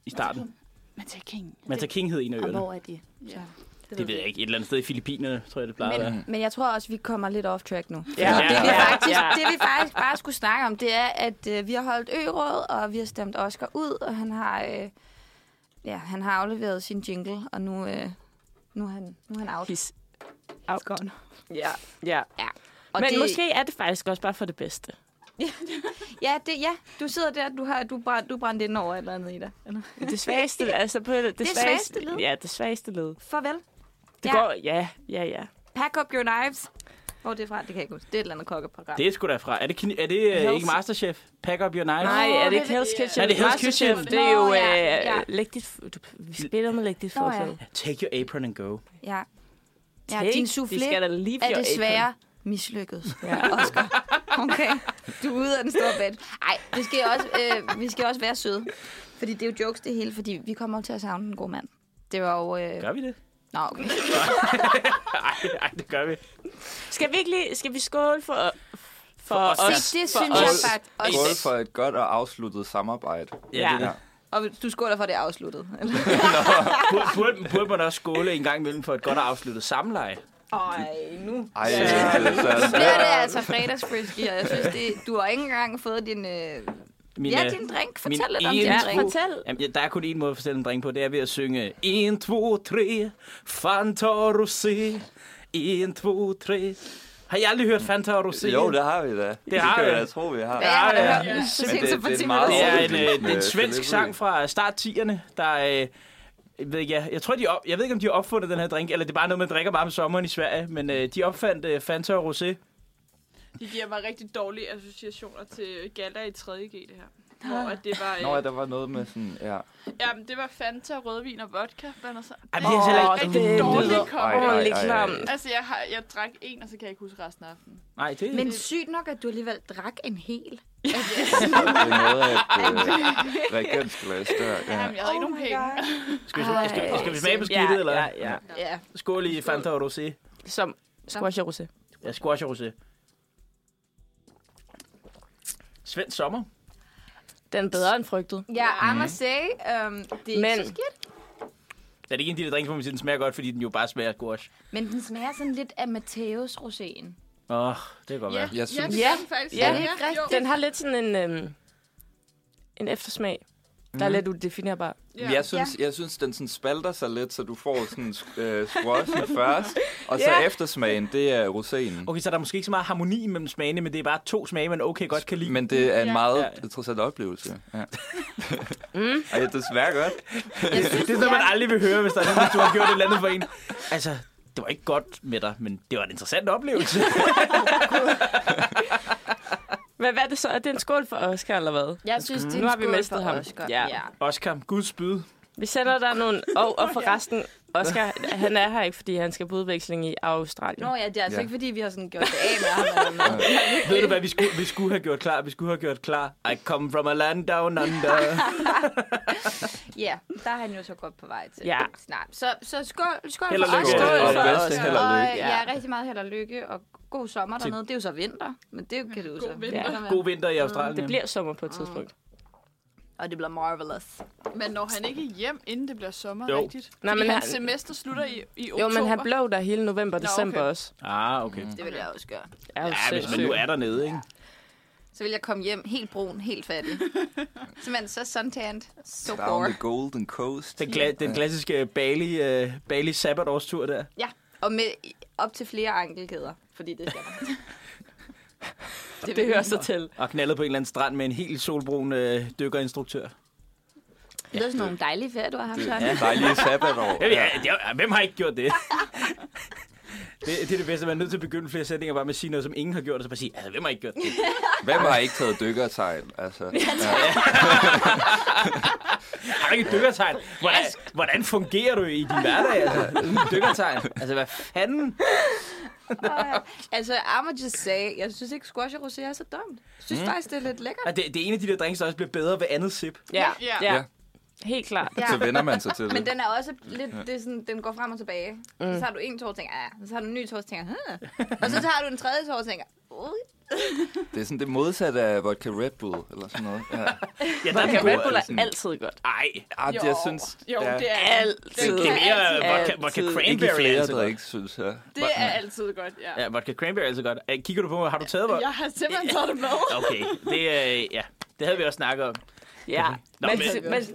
Speaker 3: i starten.
Speaker 5: Men til King.
Speaker 3: Mata King hed en af
Speaker 1: Og
Speaker 3: øerne.
Speaker 1: hvor er de?
Speaker 5: Ja.
Speaker 3: Det ved jeg ikke. Et eller andet sted i Filippinerne, tror jeg, det plejer at være.
Speaker 1: Men, men jeg tror også, vi kommer lidt off track nu.
Speaker 6: Ja.
Speaker 1: Det, vi
Speaker 3: Ja.
Speaker 1: faktisk, det vi faktisk bare skulle snakke om, det er, at øh, vi har holdt øråd, og vi har stemt Oscar ud, og han har, øh, ja, han har afleveret sin jingle, og nu, øh, nu, er, han, nu er han out.
Speaker 6: He's out. Gone. Ja. Ja.
Speaker 1: Og
Speaker 6: Men
Speaker 1: det,
Speaker 6: måske er det faktisk også bare for det bedste.
Speaker 1: Ja, det, ja, du sidder der, du har du brænd, du brændt ind over et eller andet i dig. Eller?
Speaker 6: Det svageste, altså på det, det,
Speaker 1: svageste led.
Speaker 6: Ja, det svageste led.
Speaker 1: Farvel.
Speaker 6: Det
Speaker 1: Ja.
Speaker 6: ja. går, ja, ja, ja.
Speaker 1: Pack up your knives. Hvor er det fra? Det kan jeg ikke huske. Det er et eller andet kokkeprogram.
Speaker 3: Det er sgu da fra. Er det, kine- er det uh,
Speaker 6: Hells-
Speaker 3: ikke Masterchef? Pack up your knife?
Speaker 6: Nej, er det
Speaker 5: det
Speaker 6: ikke
Speaker 5: er-
Speaker 6: Hell's Kitchen?
Speaker 3: Er det Hell's Kitchen?
Speaker 6: Masterchef, Det er jo,
Speaker 1: Nå, ja,
Speaker 6: øh,
Speaker 1: ja.
Speaker 6: læg dit, f- du, vi spiller med læg dit
Speaker 1: Nå, ja.
Speaker 6: forklæde.
Speaker 3: Take your apron and go.
Speaker 1: Ja. Ja,
Speaker 6: Take,
Speaker 1: din
Speaker 6: Vi skal
Speaker 1: soufflé
Speaker 6: da lige
Speaker 1: er desværre mislykket.
Speaker 6: Ja.
Speaker 1: Okay, du er ude af den store band. Nej, vi skal også, øh, vi skal også være søde. Fordi det er jo jokes det hele, fordi vi kommer jo til at savne den gode mand. Det var jo... Øh...
Speaker 3: Gør vi det?
Speaker 1: Nå, okay.
Speaker 3: Nej, nej, det gør vi.
Speaker 6: Skal vi ikke lige, skal vi skåle for, for, for
Speaker 3: os.
Speaker 6: os?
Speaker 1: Det, det synes jeg
Speaker 4: os.
Speaker 1: faktisk
Speaker 4: Skål
Speaker 1: også.
Speaker 4: for et godt og afsluttet samarbejde.
Speaker 6: Ja.
Speaker 3: det er det.
Speaker 1: Og du skåler for, at det er afsluttet. Eller?
Speaker 3: Burde, burde, burde man også skåle en gang imellem for et godt og afsluttet samleje?
Speaker 1: Ej, nu
Speaker 4: Ej, det er så...
Speaker 1: bliver det altså fredagsfrisky, og jeg synes, det, du har ikke engang fået din... Øh...
Speaker 3: Min,
Speaker 1: Ja,
Speaker 3: øh,
Speaker 1: din drink.
Speaker 3: min
Speaker 1: Fortæl lidt om din
Speaker 3: ene
Speaker 1: drink.
Speaker 3: tro-
Speaker 6: Fortæl.
Speaker 3: Jamen, ja, der er kun én måde at fortælle en drink på, det er ved at synge 1, 2, 3, Fanta og Rosé. 1, 2, 3. Har I aldrig hørt Fanta og Rosé?
Speaker 4: Jo, det har vi da. Det,
Speaker 3: har
Speaker 4: kan
Speaker 3: vi.
Speaker 4: Jeg da tro, vi har.
Speaker 1: Ja, jeg har da
Speaker 3: Ja,
Speaker 1: hørt den så
Speaker 4: Men
Speaker 1: sent
Speaker 4: det-
Speaker 1: som for
Speaker 4: det er
Speaker 1: 10
Speaker 4: meget
Speaker 1: minutter
Speaker 3: Det er
Speaker 1: siden.
Speaker 3: en, øh, det er en
Speaker 4: Overbevisende
Speaker 3: svensk
Speaker 4: delivery.
Speaker 3: sang fra start-tierne, der... Øh, jeg ved ikke, jeg, jeg, tror, de op, jeg ved ikke, om de har opfundet den her drink, eller det er bare noget, man drikker bare om sommeren i Sverige, men øh, de opfandt øh, Fanta og Rosé.
Speaker 5: Det giver mig rigtig dårlige associationer til Galla i 3.G, det her. Hvor at det var, øh,
Speaker 4: Nå, ja, der var noget med sådan... Ja.
Speaker 5: jamen, det var Fanta, rødvin og vodka. Hvad der så?
Speaker 3: Ej, men det er altså heller ikke-
Speaker 5: rigtig
Speaker 6: det
Speaker 5: dårlig
Speaker 6: lyder
Speaker 5: kombo.
Speaker 4: Ej, ej,
Speaker 6: Ordentligt
Speaker 4: ej, ej.
Speaker 6: klam.
Speaker 5: Altså, jeg, har, jeg drak en, og så kan jeg ikke huske resten af aftenen.
Speaker 3: Nej, det
Speaker 1: Men sygt nok, at du alligevel drak en hel.
Speaker 4: Det er noget af et øh, reagensglas der. Ja.
Speaker 5: Jamen,
Speaker 1: Oh
Speaker 5: jeg havde ikke nogen penge.
Speaker 3: Skal vi, skal, vi- skal vi smage på skidtet,
Speaker 6: ja,
Speaker 3: eller?
Speaker 6: Ja, ja.
Speaker 1: Ja.
Speaker 3: Skål i Fanta og Rosé.
Speaker 6: Som squash og rosé.
Speaker 3: Ja, squash og Rosé. Svensk sommer.
Speaker 6: Den er bedre end frygtet.
Speaker 1: Ja, Anders sagde, øhm, det er
Speaker 6: Men-
Speaker 1: ikke så skidt.
Speaker 3: Det er ikke en af de der drinks, hvor man siger, den smager godt, fordi den jo bare smager af squash.
Speaker 1: Men den smager sådan lidt af Matteus-roséen.
Speaker 3: Åh, oh, det kan godt være.
Speaker 4: Jeg synes,
Speaker 5: det
Speaker 6: Ja.
Speaker 5: er faktisk.
Speaker 6: Ja.
Speaker 5: jo.
Speaker 6: Den har lidt sådan en... Øhm, en eftersmag, der er lidt udefinerbar.
Speaker 4: Ja. Jeg, synes, jeg synes, den sådan spalter sig lidt, så du får sådan øh, squashen først, og så
Speaker 6: Ja.
Speaker 4: eftersmagen, det er roséen.
Speaker 3: Mm. Okay, så der er måske ikke så meget harmoni mellem smagene, men det er bare to smage, man okay godt kan lide. Men...
Speaker 4: Men det er en
Speaker 5: Ja.
Speaker 4: meget
Speaker 3: Ja.
Speaker 4: interessant oplevelse. Ja. Ej, desværre godt.
Speaker 3: Det er noget, man aldrig vil høre, hvis, der er nogen, hvis du har gjort et eller andet for en. Altså, det var ikke godt med dig, men det var en interessant oplevelse.
Speaker 6: Hvad, hvad er det så? Er det en skål for Oscar, eller hvad?
Speaker 1: Jeg synes, det er
Speaker 6: Nu
Speaker 1: en
Speaker 6: har vi
Speaker 1: skål
Speaker 6: mistet
Speaker 1: for
Speaker 6: ham.
Speaker 1: Oscar.
Speaker 6: Ja.
Speaker 1: ja.
Speaker 3: Oscar, guds spyd.
Speaker 6: Vi sender dig nogle... Og, og forresten, Oscar, han er her ikke, fordi han skal på udveksling i Australien.
Speaker 1: Nå ja, det er altså
Speaker 4: Ja.
Speaker 1: ja. ikke, fordi vi har sådan gjort det af med ham. Eller noget.
Speaker 3: Ved du, hvad vi skulle, vi skulle have gjort klar? Vi skulle have gjort klar. I come from a land down under.
Speaker 1: Ja, der er han jo så godt på vej til
Speaker 6: Ja.
Speaker 1: snart. Så, så skål, skål
Speaker 3: Held og
Speaker 1: for os.
Speaker 3: lykke.
Speaker 4: Skål. Og
Speaker 1: for
Speaker 4: bedste
Speaker 1: os.
Speaker 4: held og
Speaker 1: øh,
Speaker 4: lykke.
Speaker 1: Ja, rigtig meget held og lykke, og god sommer dernede. Det er jo så vinter, men det kan det jo så.
Speaker 4: altså-
Speaker 5: vinter.
Speaker 1: Ja.
Speaker 3: God vinter i Australien.
Speaker 6: Det bliver sommer på et
Speaker 5: Ah.
Speaker 6: tidspunkt.
Speaker 1: Og det bliver marvelous.
Speaker 5: Men når han ikke hjem, inden det bliver sommer,
Speaker 3: Jo.
Speaker 5: rigtigt?
Speaker 6: Nej,
Speaker 5: Nej,
Speaker 6: men
Speaker 5: men hans
Speaker 6: han-
Speaker 5: semester slutter i, i oktober.
Speaker 6: Jo, men han blev der hele november og
Speaker 5: Nå,
Speaker 6: december
Speaker 5: okay.
Speaker 6: også.
Speaker 3: Ah, okay.
Speaker 6: Mm.
Speaker 1: Det vil jeg også gøre.
Speaker 6: Er jo
Speaker 3: Ja, hvis man nu er dernede, ikke?
Speaker 1: Så vil jeg komme hjem helt brun, helt fattig. Simpelthen så suntan, så
Speaker 4: Down
Speaker 1: gore.
Speaker 4: the golden coast.
Speaker 3: Den, kla- den klassiske Bali, uh, Bali sabbatårstur der.
Speaker 1: Ja, og med op til flere ankelkæder, fordi det skal man.
Speaker 6: det hører sig til.
Speaker 3: Og knaldet på en eller anden strand med en helt solbrun uh, dykkerinstruktør.
Speaker 1: Det er sådan nogle dejlige ferier, du har haft, Søren.
Speaker 4: Dejlige sabbatår.
Speaker 3: Ja, ja, ja, hvem har ikke gjort det? det? Det er det bedste. Man er nødt til at begynde flere sætninger bare med at sige noget, som ingen har gjort, og så bare sige, altså, hvem har ikke gjort det?
Speaker 4: Hvem har ikke taget dykkertegn? Altså, ja.
Speaker 3: Har du ikke et dykkertegn? Hvordan, hvordan fungerer du i din hverdag, altså? Uden et dykkertegn? Altså, hvad fanden?
Speaker 1: Altså, I'm just say, jeg synes ikke, squash og rosé er så dumt. Jeg synes mm. faktisk, det er lidt lækkert.
Speaker 3: Og Altså, Det, det er en af de der drinks, der også bliver bedre ved andet sip.
Speaker 6: Ja,
Speaker 5: Ja.
Speaker 6: ja.
Speaker 4: Ja.
Speaker 6: Helt klart.
Speaker 4: så vender man sig til
Speaker 1: Men
Speaker 4: det.
Speaker 1: den er også lidt, det er sådan, den går frem og tilbage. Mm. Så har du en tår og tænker, ah, så har du en ny tår og tænker, huh. Og så tager du en tredje tår og tænker, uh.
Speaker 4: Det er sådan det modsatte af vodka Red Bull, eller sådan noget. Ja.
Speaker 3: Ja, der
Speaker 6: Vodka
Speaker 3: er
Speaker 6: Red Bull
Speaker 3: god.
Speaker 6: er altid godt.
Speaker 3: Ej,
Speaker 4: Ah,
Speaker 5: Jo,
Speaker 4: jeg synes,
Speaker 5: jo
Speaker 4: ja,
Speaker 5: det, er,
Speaker 6: Altid.
Speaker 3: det er mere vodka, vodka
Speaker 6: Altid.
Speaker 4: ikke
Speaker 3: cranberry.
Speaker 4: i flere
Speaker 3: altså godt.
Speaker 4: drik, synes jeg.
Speaker 5: det er altid godt, ja.
Speaker 3: Ja, vodka cranberry er altså godt. Øh, Kigger du på mig? Har du taget vodka?
Speaker 5: Jeg har simpelthen taget det med.
Speaker 3: Okay, det, øh, ja. det havde vi også snakket om.
Speaker 6: Ja.
Speaker 3: Nå,
Speaker 6: Men,
Speaker 3: men-
Speaker 6: men, men,
Speaker 4: Jeg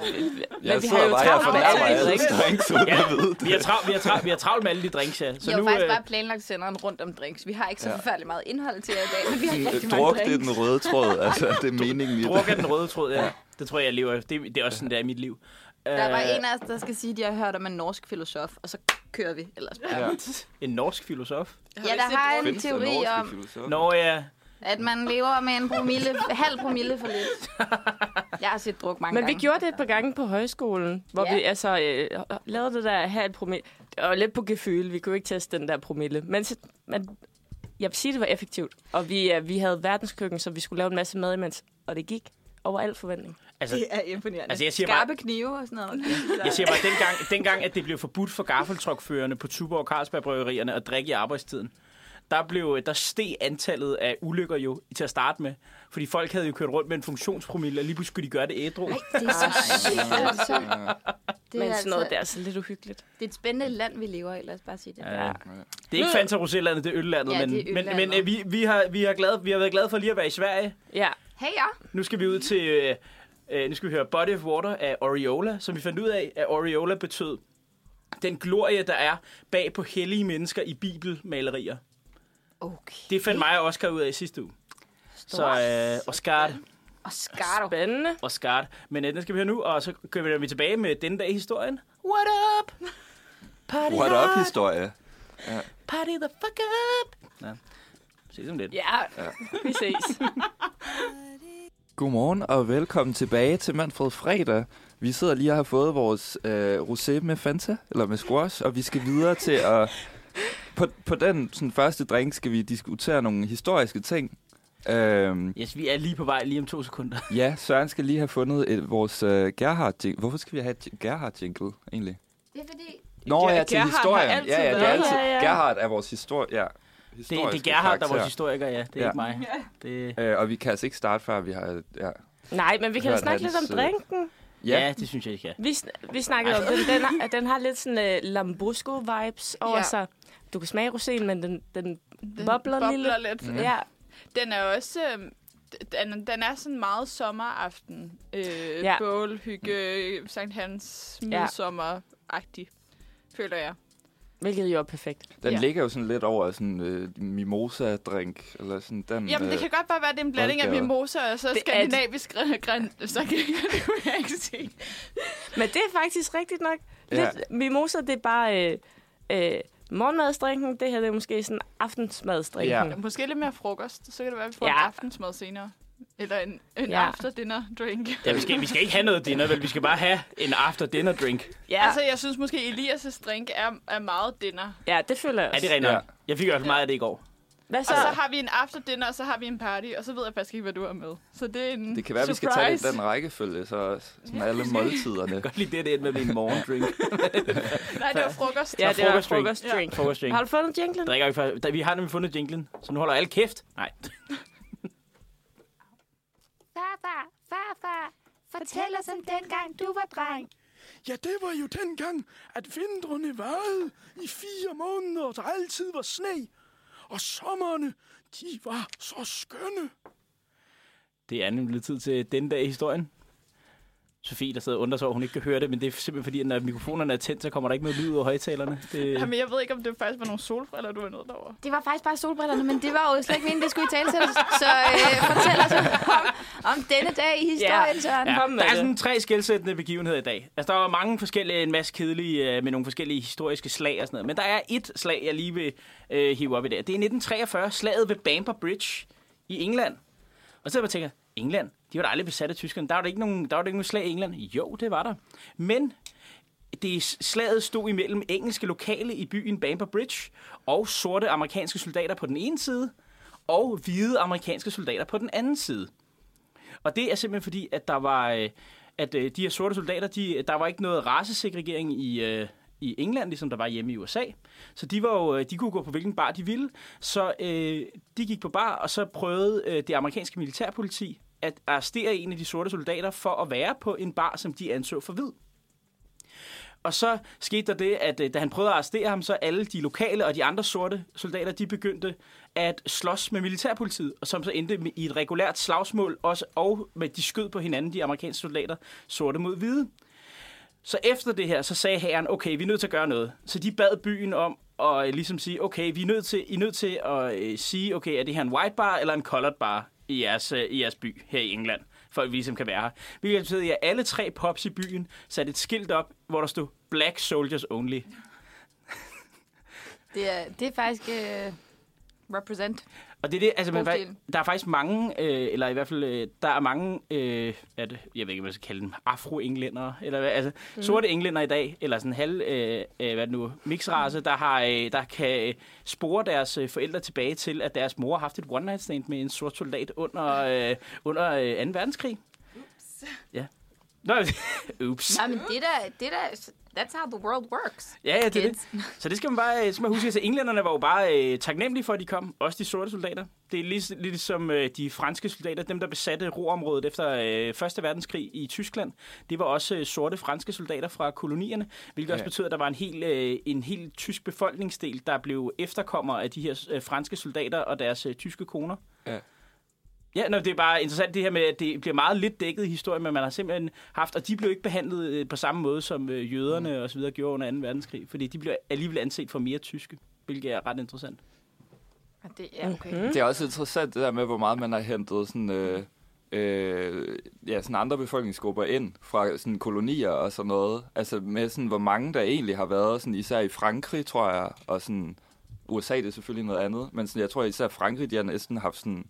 Speaker 6: vi har
Speaker 4: sidder
Speaker 6: jo
Speaker 4: bare her og
Speaker 6: travlt med
Speaker 4: fornærmer
Speaker 6: alle
Speaker 4: alle
Speaker 6: de drinks.
Speaker 4: drinks, uden at vide
Speaker 3: Vi har travlt, vi har travlt, vi har travlt med alle de drinks, ja. Så
Speaker 1: Jeg har
Speaker 3: nu,
Speaker 1: faktisk
Speaker 3: øh,
Speaker 1: bare planlagt senderen rundt om drinks. Vi har ikke så
Speaker 4: Ja.
Speaker 1: forfærdeligt meget indhold til jer i dag, men vi har rigtig
Speaker 4: det.
Speaker 1: mange
Speaker 4: Druk, det er
Speaker 1: drinks.
Speaker 4: den røde tråd. Altså, det er meningen i
Speaker 3: druk
Speaker 4: det.
Speaker 3: er den røde tråd, ja. Det tror jeg, jeg lever efter. Det, det er også sådan, det er i mit liv. Øh,
Speaker 1: Der var en af os, der skal sige, at de har hørt om en norsk filosof, og så kører vi ellers bare.
Speaker 4: Ja.
Speaker 3: En norsk filosof.
Speaker 1: Ja, der har en
Speaker 4: Findes der
Speaker 1: teori
Speaker 4: norske
Speaker 1: om,
Speaker 4: filosofer?
Speaker 3: Nå ja,
Speaker 1: at man lever med en promille, halv promille for lidt. Jeg har set druk mange
Speaker 6: men vi
Speaker 1: gange.
Speaker 6: gjorde det et par gange på højskolen, hvor
Speaker 1: Ja.
Speaker 6: vi altså øh, lavede det der her et promille. Det var lidt på gefyl. Vi kunne ikke teste den der promille. Men, så- men jeg vil sige, det var effektivt. Og vi, øh, vi havde verdenskøkken, så vi skulle lave en masse mad imens. Og det gik over al forventning.
Speaker 3: altså,
Speaker 1: Det er imponerende.
Speaker 3: Altså, jeg siger bare-
Speaker 1: Skarpe knive og sådan noget.
Speaker 3: jeg siger bare, dengang, dengang at det blev forbudt for gaffeltrukførerne på Tuborg og Carlsberg Bryggerierne at drikke i arbejdstiden, der, blev, der steg antallet af ulykker jo til at starte med. Fordi folk havde jo kørt rundt med en funktionspromille, og lige pludselig skulle de gøre det ædru.
Speaker 1: Det er så sygt, altså. Det
Speaker 6: Men
Speaker 1: er,
Speaker 6: sådan noget
Speaker 1: altså,
Speaker 6: der er så lidt uhyggeligt.
Speaker 1: det er et spændende land, vi lever i, lad os bare sige det.
Speaker 3: Ja. Øh, Det er ikke Fanta Rosellandet, det er øllandet,
Speaker 1: Mm. Ja,
Speaker 3: men,
Speaker 1: det er
Speaker 3: men,
Speaker 1: øllandet.
Speaker 3: men øh, vi, vi, har, vi, har glade, vi har været glade for lige at være i Sverige.
Speaker 6: Ja.
Speaker 1: Hey ja,
Speaker 3: Nu skal vi ud til, øh, øh, nu skal vi høre Body of Water af Oriola, som vi fandt ud af, at Oriola betød den glorie, der er bag på hellige mennesker i bibelmalerier.
Speaker 1: okay.
Speaker 3: Det fandt mig og Oscar ud af i sidste uge. Så øh, Oscar,
Speaker 1: Og skardo.
Speaker 6: Spændende.
Speaker 3: Oscar. Men øh, den skal vi høre nu, og så kører vi tilbage med denne dag i historien. What up? Party
Speaker 4: What up, historie?
Speaker 3: Party the fuck up. Ja. Ses om lidt.
Speaker 6: Ja, vi ses.
Speaker 4: Godmorgen og velkommen tilbage til Manfred Fredag. Vi sidder lige og har fået vores øh, rosé med Fanta, eller med squash, og vi skal videre til at... På, på den sådan, første drink skal vi diskutere nogle historiske ting. Øhm,
Speaker 3: Yes, vi er lige på vej lige om to sekunder.
Speaker 4: ja, Søren skal lige have fundet et, vores øh, gerhard jingle. Hvorfor skal vi have et j- gerhard jingle egentlig?
Speaker 1: Det er fordi,
Speaker 4: Nå,
Speaker 6: Ger-
Speaker 4: ja, til
Speaker 6: Gerhard har
Speaker 4: historien.
Speaker 6: altid
Speaker 4: ja, ja, det er
Speaker 6: været-
Speaker 4: altid.
Speaker 6: Ja, ja.
Speaker 4: Gerhard er vores historie. Ja,
Speaker 3: Det, det er
Speaker 4: historiske
Speaker 3: Gerhard, der er vores
Speaker 4: karakter.
Speaker 3: historiker, ja. Det er
Speaker 4: Ja.
Speaker 3: ja. ikke mig. Det...
Speaker 4: Øh, og vi kan altså ikke starte, før vi har... Ja,
Speaker 6: Nej, men vi kan jo
Speaker 4: Hørt
Speaker 6: snakke lidt
Speaker 4: hans,
Speaker 6: om
Speaker 4: øh,
Speaker 6: drinken.
Speaker 3: Ja. ja, det synes jeg, I skal.
Speaker 6: Vi, sn- vi snakkede om den. Den har, den har lidt sådan uh, Lambrusco-vibes over
Speaker 5: Ja.
Speaker 6: sig. Du kan smage roséen, men den, den, den
Speaker 5: Den
Speaker 6: bobler, bobler
Speaker 5: bobler
Speaker 6: lidt.
Speaker 5: lidt.
Speaker 6: Ja.
Speaker 5: Den er også... Øh, den, den er sådan meget sommeraften. Øh,
Speaker 6: Ja.
Speaker 5: ja. Bålhygge, Sankt Hans, midsommer-agtig, føler jeg.
Speaker 6: Hvilket jo er perfekt.
Speaker 4: Den ja.
Speaker 5: Ja.
Speaker 4: ligger jo sådan lidt over sådan øh, mimosa-drink, eller sådan den... øh,
Speaker 5: Jamen, det kan godt bare være, at det er en blanding af
Speaker 4: boldgade.
Speaker 5: mimosa og så
Speaker 6: Det er det.
Speaker 5: skandinavisk græn. Så kan jeg, det kunne jeg ikke se.
Speaker 6: Men det er faktisk rigtigt nok.
Speaker 4: Ja.
Speaker 6: Lidt, Mimosa, det er bare øh, øh, morgenmadsdrinken. Det her det er måske sådan aftensmadsdrinken.
Speaker 4: Ja.
Speaker 6: Ja.
Speaker 5: Måske lidt mere frokost. Så kan det være, at vi får
Speaker 6: Ja.
Speaker 5: ja. en aftensmad senere. Eller en, en
Speaker 6: Ja.
Speaker 5: ja. after-dinner-drink.
Speaker 3: Ja, vi skal, vi skal ikke have noget dinner, vel? Vi skal bare have en after dinner drink.
Speaker 6: Ja,
Speaker 5: Ja. Altså, jeg synes måske, Elias' drink er, er meget dinner.
Speaker 6: ja, det føler jeg
Speaker 3: Er
Speaker 6: også.
Speaker 3: det Altså, rent nok?
Speaker 4: Ja.
Speaker 3: Jeg fik i hvert fald meget af det i går.
Speaker 6: Hvad så?
Speaker 5: Og så har vi en after-dinner, og så har vi en party, og så ved jeg faktisk ikke, hvad du er med. Så det er en
Speaker 4: det kan være, at vi skal tage det i den rækkefølge, så også. sådan alle måltiderne.
Speaker 3: Godt lige det, det endte med at blive en morgendrink.
Speaker 5: Nej, det var frokost.
Speaker 6: ja,
Speaker 5: Ja.
Speaker 6: det var
Speaker 3: Altså, frokostdrink.
Speaker 6: frokostdrink. Ja.
Speaker 3: Frokostdrink.
Speaker 6: Har du fundet jinglen?
Speaker 3: Drikker vi, for, da, vi har nemlig fundet jinglen, så nu holder alle kæft. Nej.
Speaker 2: Farfar, farfar, fortæl os om dengang, du var dreng.
Speaker 7: Ja, det var jo dengang, at vintrene varede i fire måneder, og der altid var sne. Og sommerne, de var så skønne.
Speaker 3: Det er nemlig tid til den dag i historien. Sofie, der sidder og undrer sig over, at hun ikke kan høre det, men det er simpelthen fordi, at når mikrofonerne er tændt, så kommer der ikke noget lyd ud af højtalerne. Det...
Speaker 5: Jamen, jeg ved ikke, om det faktisk var nogle solbriller, du var nået over.
Speaker 2: Det var faktisk bare solbrillerne, men det var jo slet ikke meningen, det skulle i tale til. Så øh, fortæl os om, om denne dag i historien,
Speaker 6: Ja.
Speaker 2: ja. Søren.
Speaker 3: Ja,
Speaker 6: Kom med
Speaker 3: der er
Speaker 6: det.
Speaker 3: sådan tre skældsættende begivenheder i dag. Altså, der var mange forskellige, en masse kedelige, øh, med nogle forskellige historiske slag og sådan noget. Men der er et slag, jeg lige vil øh, hive op i dag. Det er 1943, slaget ved Bamber Bridge i England. Og så jeg bare tænker, England, de var da aldrig besat af tyskerne. Der var der ikke nogen, der var der ikke nogen slag i England. Jo, det var der. Men det slaget stod imellem engelske lokale i byen Bamber Bridge og sorte amerikanske soldater på den ene side, og hvide amerikanske soldater på den anden side. Og det er simpelthen fordi, at der var, øh, at øh, de her sorte soldater, de, øh, der var ikke noget racesegregering i, øh, i England, ligesom der var hjemme i USA. Så de, var jo, øh, de kunne gå på hvilken bar de ville. Så øh, de gik på bar, og så prøvede øh, det amerikanske militærpoliti at arrestere en af de sorte soldater for at være på en bar, som de anså for hvid. Og så skete der det, at øh, da han prøvede at arrestere ham, så alle de lokale og de andre sorte soldater, de begyndte at slås med militærpolitiet, og som så endte med- i et regulært slagsmål, også, og med de skød på hinanden, de amerikanske soldater, sorte mod hvide. Så efter det her, så sagde herren, okay, vi er nødt til at gøre noget. Så de bad byen om at øh, ligesom sige, okay, vi er nødt til, I er nødt til at øh, sige, okay, er det her en white bar eller en colored bar i jeres, øh, i jeres by her i England? For at vi ligesom kan være her. Hvilket betyder, at alle tre pops i byen satte et skilt op, hvor der stod Black Soldiers Only.
Speaker 2: Det er, det er faktisk øh, represent.
Speaker 3: Og det er det, altså, man,
Speaker 2: God
Speaker 3: fa-
Speaker 2: stil.
Speaker 3: der er faktisk mange, øh, eller i hvert fald, øh, der er mange, øh, at, jeg ved ikke, hvad jeg skal kalde dem, afro-englændere, eller hvad, altså, mm. sorte englænder i dag, eller sådan halv, øh, øh, hvad er det nu, mixrace, der, har, øh, der kan øh, spore deres øh, forældre tilbage til, at deres mor har haft et one-night stand med en sort soldat under, øh, under øh, 2. verdenskrig. Ups. Ja. Nå, ups.
Speaker 2: Jamen, det der, det der, that's how the world works.
Speaker 3: Ja, ja, det er det.
Speaker 2: Kids.
Speaker 3: Så det skal man bare øh, skal man huske. Altså, englænderne var jo bare øh, taknemmelige for, at de kom. Også de sorte soldater. Det er lige, lidt som øh, de franske soldater, dem der besatte roområdet efter øh, Første verdenskrig i Tyskland. Det var også øh, sorte franske soldater fra kolonierne, hvilket ja. også
Speaker 4: Ja.
Speaker 3: betød, at der var en hel, øh, en hel tysk befolkningsdel, der blev efterkommer af de her øh, franske soldater og deres øh, tyske koner.
Speaker 4: Ja.
Speaker 3: Ja, nå, det er bare interessant det her med, at det bliver meget lidt dækket i historien, men man har simpelthen haft, og de blev ikke behandlet øh, på samme måde, som øh, jøderne mm. og så videre gjorde under 2. verdenskrig, fordi de blev alligevel anset for mere tyske, hvilket er ret interessant.
Speaker 2: Og det er okay.
Speaker 6: Mhm.
Speaker 2: Mm-hmm.
Speaker 4: Det er også interessant det der med, hvor meget man har hentet sådan, øh, øh, ja, sådan andre befolkningsgrupper ind fra sådan kolonier og sådan noget. Altså med sådan, hvor mange der egentlig har været, sådan, især i Frankrig, tror jeg, og sådan, USA det er selvfølgelig noget andet, men sådan, jeg tror især Frankrig, de har næsten haft sådan,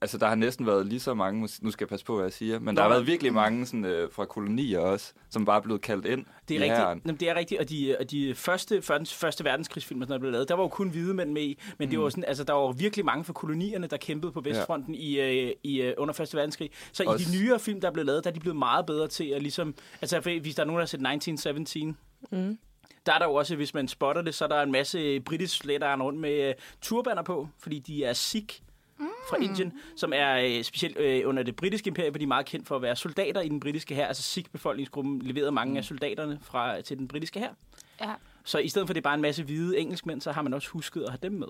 Speaker 4: altså der har næsten været lige så mange, mås- nu skal jeg passe på, hvad jeg siger, men der har været virkelig mange sådan, øh, fra kolonier også, som bare er blevet kaldt ind
Speaker 3: Det er,
Speaker 4: i
Speaker 3: rigtigt,
Speaker 4: hæren.
Speaker 3: jamen, det er rigtigt, og de, og de første, første, første verdenskrigsfilm, der blev lavet, der var jo kun hvide mænd med i, men mm. det var jo sådan, altså, der var jo virkelig mange fra kolonierne, der kæmpede på Vestfronten ja. i, øh, i, øh, under første verdenskrig. Så Også. i
Speaker 4: Også-
Speaker 3: de nyere film, der er blevet lavet, der er de blevet meget bedre til at ligesom, altså for- hvis der er nogen, der har set 1917,
Speaker 6: Mm.
Speaker 3: der er der jo også, hvis man spotter det, så er der en masse britiske soldater, der render rundt med øh, turbaner på, fordi de er sikh fra Indien, som er øh, specielt øh, under det britiske imperium, hvor de er meget kendt for at være soldater i den britiske hær. Altså Sikh-befolkningsgruppen leverede mange af soldaterne fra, til den britiske hær.
Speaker 2: Ja.
Speaker 3: Så i stedet for, at det er bare en masse hvide engelskmænd, så har man også husket at have dem med.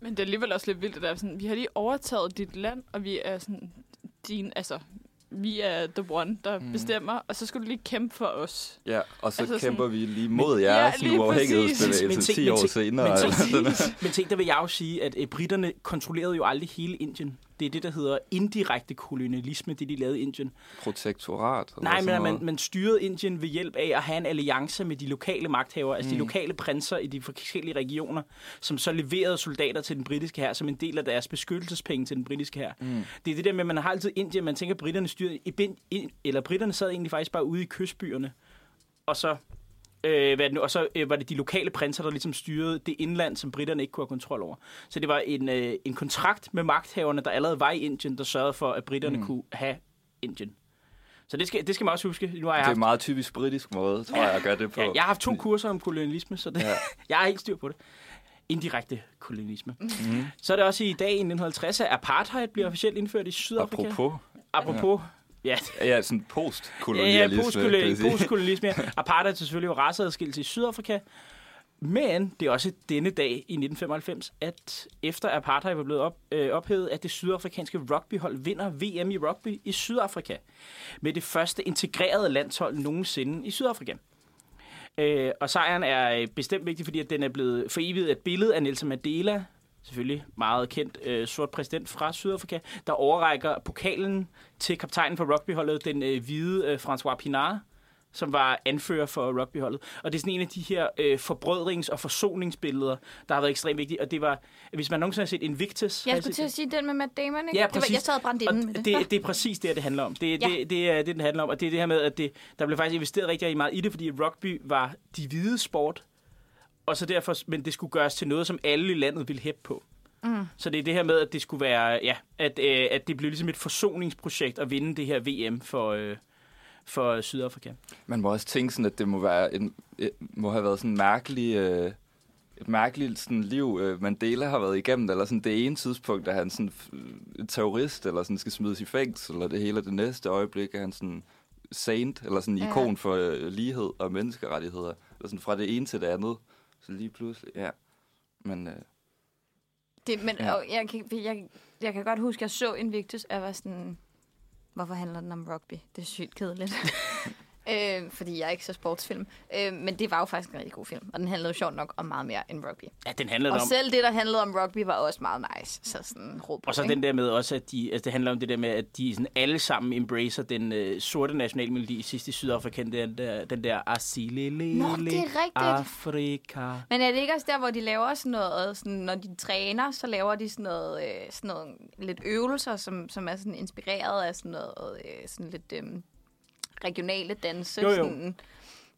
Speaker 5: Men det er alligevel også lidt vildt, at der er sådan, vi har lige overtaget dit land, og vi er sådan din, altså, vi er the one, der
Speaker 4: Mm.
Speaker 5: mm. bestemmer, og så skulle du lige kæmpe for os.
Speaker 4: Ja, og så altså
Speaker 5: Altså sådan-
Speaker 4: kæmper sådan, vi lige mod jeres ja,
Speaker 5: Ja, lige
Speaker 3: præcis. Men
Speaker 4: uafhængighedsbevægelse
Speaker 3: ting-
Speaker 4: 10
Speaker 3: men
Speaker 4: år
Speaker 3: ting-
Speaker 4: senere. altså.
Speaker 3: Men,
Speaker 4: eller sådan noget.
Speaker 3: ting, men ting, der vil jeg jo sige, at øh, britterne kontrollerede jo aldrig hele Indien. Det er det, der hedder indirekte kolonialisme, det de lavede i Indien.
Speaker 4: Protektorat. Eller
Speaker 3: Nej, men
Speaker 4: sådan
Speaker 3: at man,
Speaker 4: noget.
Speaker 3: man styrede Indien ved hjælp af at have en alliance med de lokale magthavere, altså de
Speaker 4: Mm.
Speaker 3: lokale prinser i de forskellige regioner, som så leverede soldater til den britiske her som en del af deres beskyttelsespenge til den britiske her.
Speaker 4: Mm.
Speaker 3: Det er det der med, at man har altid Indien, man tænker, at britterne styrer, i bin- ind- eller britterne sad egentlig faktisk bare ude i kystbyerne, og så, øh, hvad er det nu, og så øh, var det de lokale prinser, der ligesom styrede det indland, som britterne ikke kunne have kontrol over. Så det var en, øh, en kontrakt med magthaverne, der allerede var i Indien, der sørgede for, at britterne
Speaker 4: Mm.
Speaker 3: mm. kunne have Indien. Så det skal, det skal man også huske. Nu har jeg
Speaker 4: Det er en
Speaker 3: haft,
Speaker 4: meget typisk britisk måde, tror jeg, at gøre det på.
Speaker 3: ja, jeg har haft to kurser om kolonialisme, så det,
Speaker 4: Ja.
Speaker 3: ja. jeg er helt styr på det. Indirekte kolonialisme.
Speaker 4: Mm.
Speaker 3: Så er det også i dag i 1950, at apartheid bliver officielt indført i Sydafrika.
Speaker 4: Apropos.
Speaker 3: Apropos ja,
Speaker 4: Ja, sådan postkolonialisme.
Speaker 3: Ja,
Speaker 4: kan jeg
Speaker 3: postkolonialisme.
Speaker 4: sige.
Speaker 3: postkolonialisme. ja. Apartheid er selvfølgelig jo raceadskillelse i Sydafrika. Men det er også denne dag i 1995, at efter apartheid var blevet op, øh, ophævet, at det sydafrikanske rugbyhold vinder VM i rugby i Sydafrika. Med det første integrerede landshold nogensinde i Sydafrika. Øh, og sejren er øh, bestemt vigtig, fordi at den er blevet foreviget af et billede af Nelson Mandela, selvfølgelig meget kendt øh, sort præsident fra Sydafrika, der overrækker pokalen til kaptajnen for rugbyholdet, den øh, hvide øh, François Pinard, som var anfører for rugbyholdet. Og det er sådan en af de her øh, forbrødrings- og forsoningsbilleder, der har været ekstremt vigtige. Og det var, hvis man nogensinde har set Invictus... har I
Speaker 1: Jeg skulle
Speaker 3: set
Speaker 1: til at
Speaker 3: det?
Speaker 1: sige den med Matt Damon, ikke?
Speaker 3: Ja,
Speaker 1: det var, jeg
Speaker 3: præcis.
Speaker 1: sad og brændte
Speaker 3: og
Speaker 1: inden med
Speaker 3: det,
Speaker 1: det.
Speaker 3: det, det er præcis det, her, det handler om. Det, ja. det, det, er det, den handler om. Og det er det her med, at det, der blev faktisk investeret rigtig meget i det, fordi rugby var de hvide sport, og så derfor, men det skulle gøres til noget, som alle i landet ville hæppe på. Mm. Så det er det her med, at det skulle være, ja, at, øh, at det blev ligesom et forsoningsprojekt at vinde det her VM for, øh, for Sydafrika.
Speaker 4: Man må også tænke sådan, at det må, være en, øh, må have været sådan en mærkelig... Øh, et mærkeligt sådan, liv, øh, Mandela har været igennem, eller sådan det ene tidspunkt, er han sådan f- terrorist, eller sådan skal smides i fængsel, eller det hele det næste øjeblik, er han sådan saint, eller sådan
Speaker 1: Ja.
Speaker 4: ikon for øh, lighed og menneskerettigheder, eller sådan fra det ene til det andet, så lige pludselig, ja. Men øh,
Speaker 1: Det, men
Speaker 4: Ja.
Speaker 1: ja. jeg, kan, jeg, jeg kan godt huske, at jeg så Invictus, og jeg var sådan, hvorfor handler den om rugby? Det er sygt kedeligt. øh, fordi jeg er ikke så sportsfilm. Øh, men det var jo faktisk en rigtig god film, og den handlede jo sjovt nok om meget mere end rugby.
Speaker 3: Ja, den handler
Speaker 1: Og
Speaker 3: om...
Speaker 1: selv det, der handlede om rugby, var også meget nice. Så sådan råb.
Speaker 3: Og så den der med også, at de, altså det handler om det der med, at de sådan alle sammen embracer den øh, sorte nationalmelodi sidst i Sydafrika, den der, den der Asilele,
Speaker 1: Nå, det er rigtigt.
Speaker 3: Afrika.
Speaker 1: Men er det ikke også der, hvor de laver sådan noget, sådan, når de træner, så laver de sådan noget, øh, sådan noget lidt øvelser, som, som er sådan inspireret af sådan noget, øh, sådan lidt øh, regionale danse.
Speaker 3: Jo, jo.
Speaker 1: Sådan,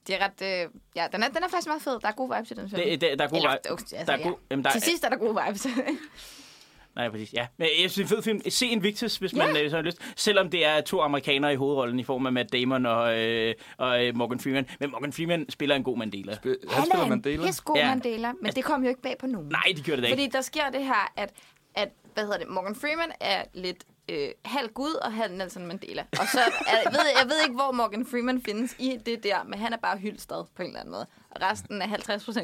Speaker 1: det er ret, øh, ja, den er, den er faktisk meget fed. Der er gode vibes i den film.
Speaker 3: Det, der, der er gode
Speaker 1: Eller,
Speaker 3: vej-
Speaker 1: okay, altså,
Speaker 3: der er gode,
Speaker 1: ja.
Speaker 3: jamen, der,
Speaker 1: Til sidst er der gode vibes.
Speaker 3: Nej, præcis, ja. Men øh, jeg synes, det er en fed film. Se Invictus, hvis man øh, så har lyst. Selvom det er to amerikanere i hovedrollen i form af Matt Damon og, øh, og øh, Morgan Freeman. Men Morgan Freeman spiller en god Mandela.
Speaker 4: han spiller Mandela.
Speaker 1: Pissegod
Speaker 3: Ja. Altså-
Speaker 1: Mandela, men det kom jo ikke bag på nogen.
Speaker 3: Nej, de gjorde det da ikke.
Speaker 1: Fordi der sker det her, at, at hvad hedder det, Morgan Freeman er lidt øh, halv Gud og halv Nelson Mandela. Og så er, ved, jeg ved ikke, hvor Morgan Freeman findes i det der, men han er bare hyldstad på en eller anden måde. Og resten er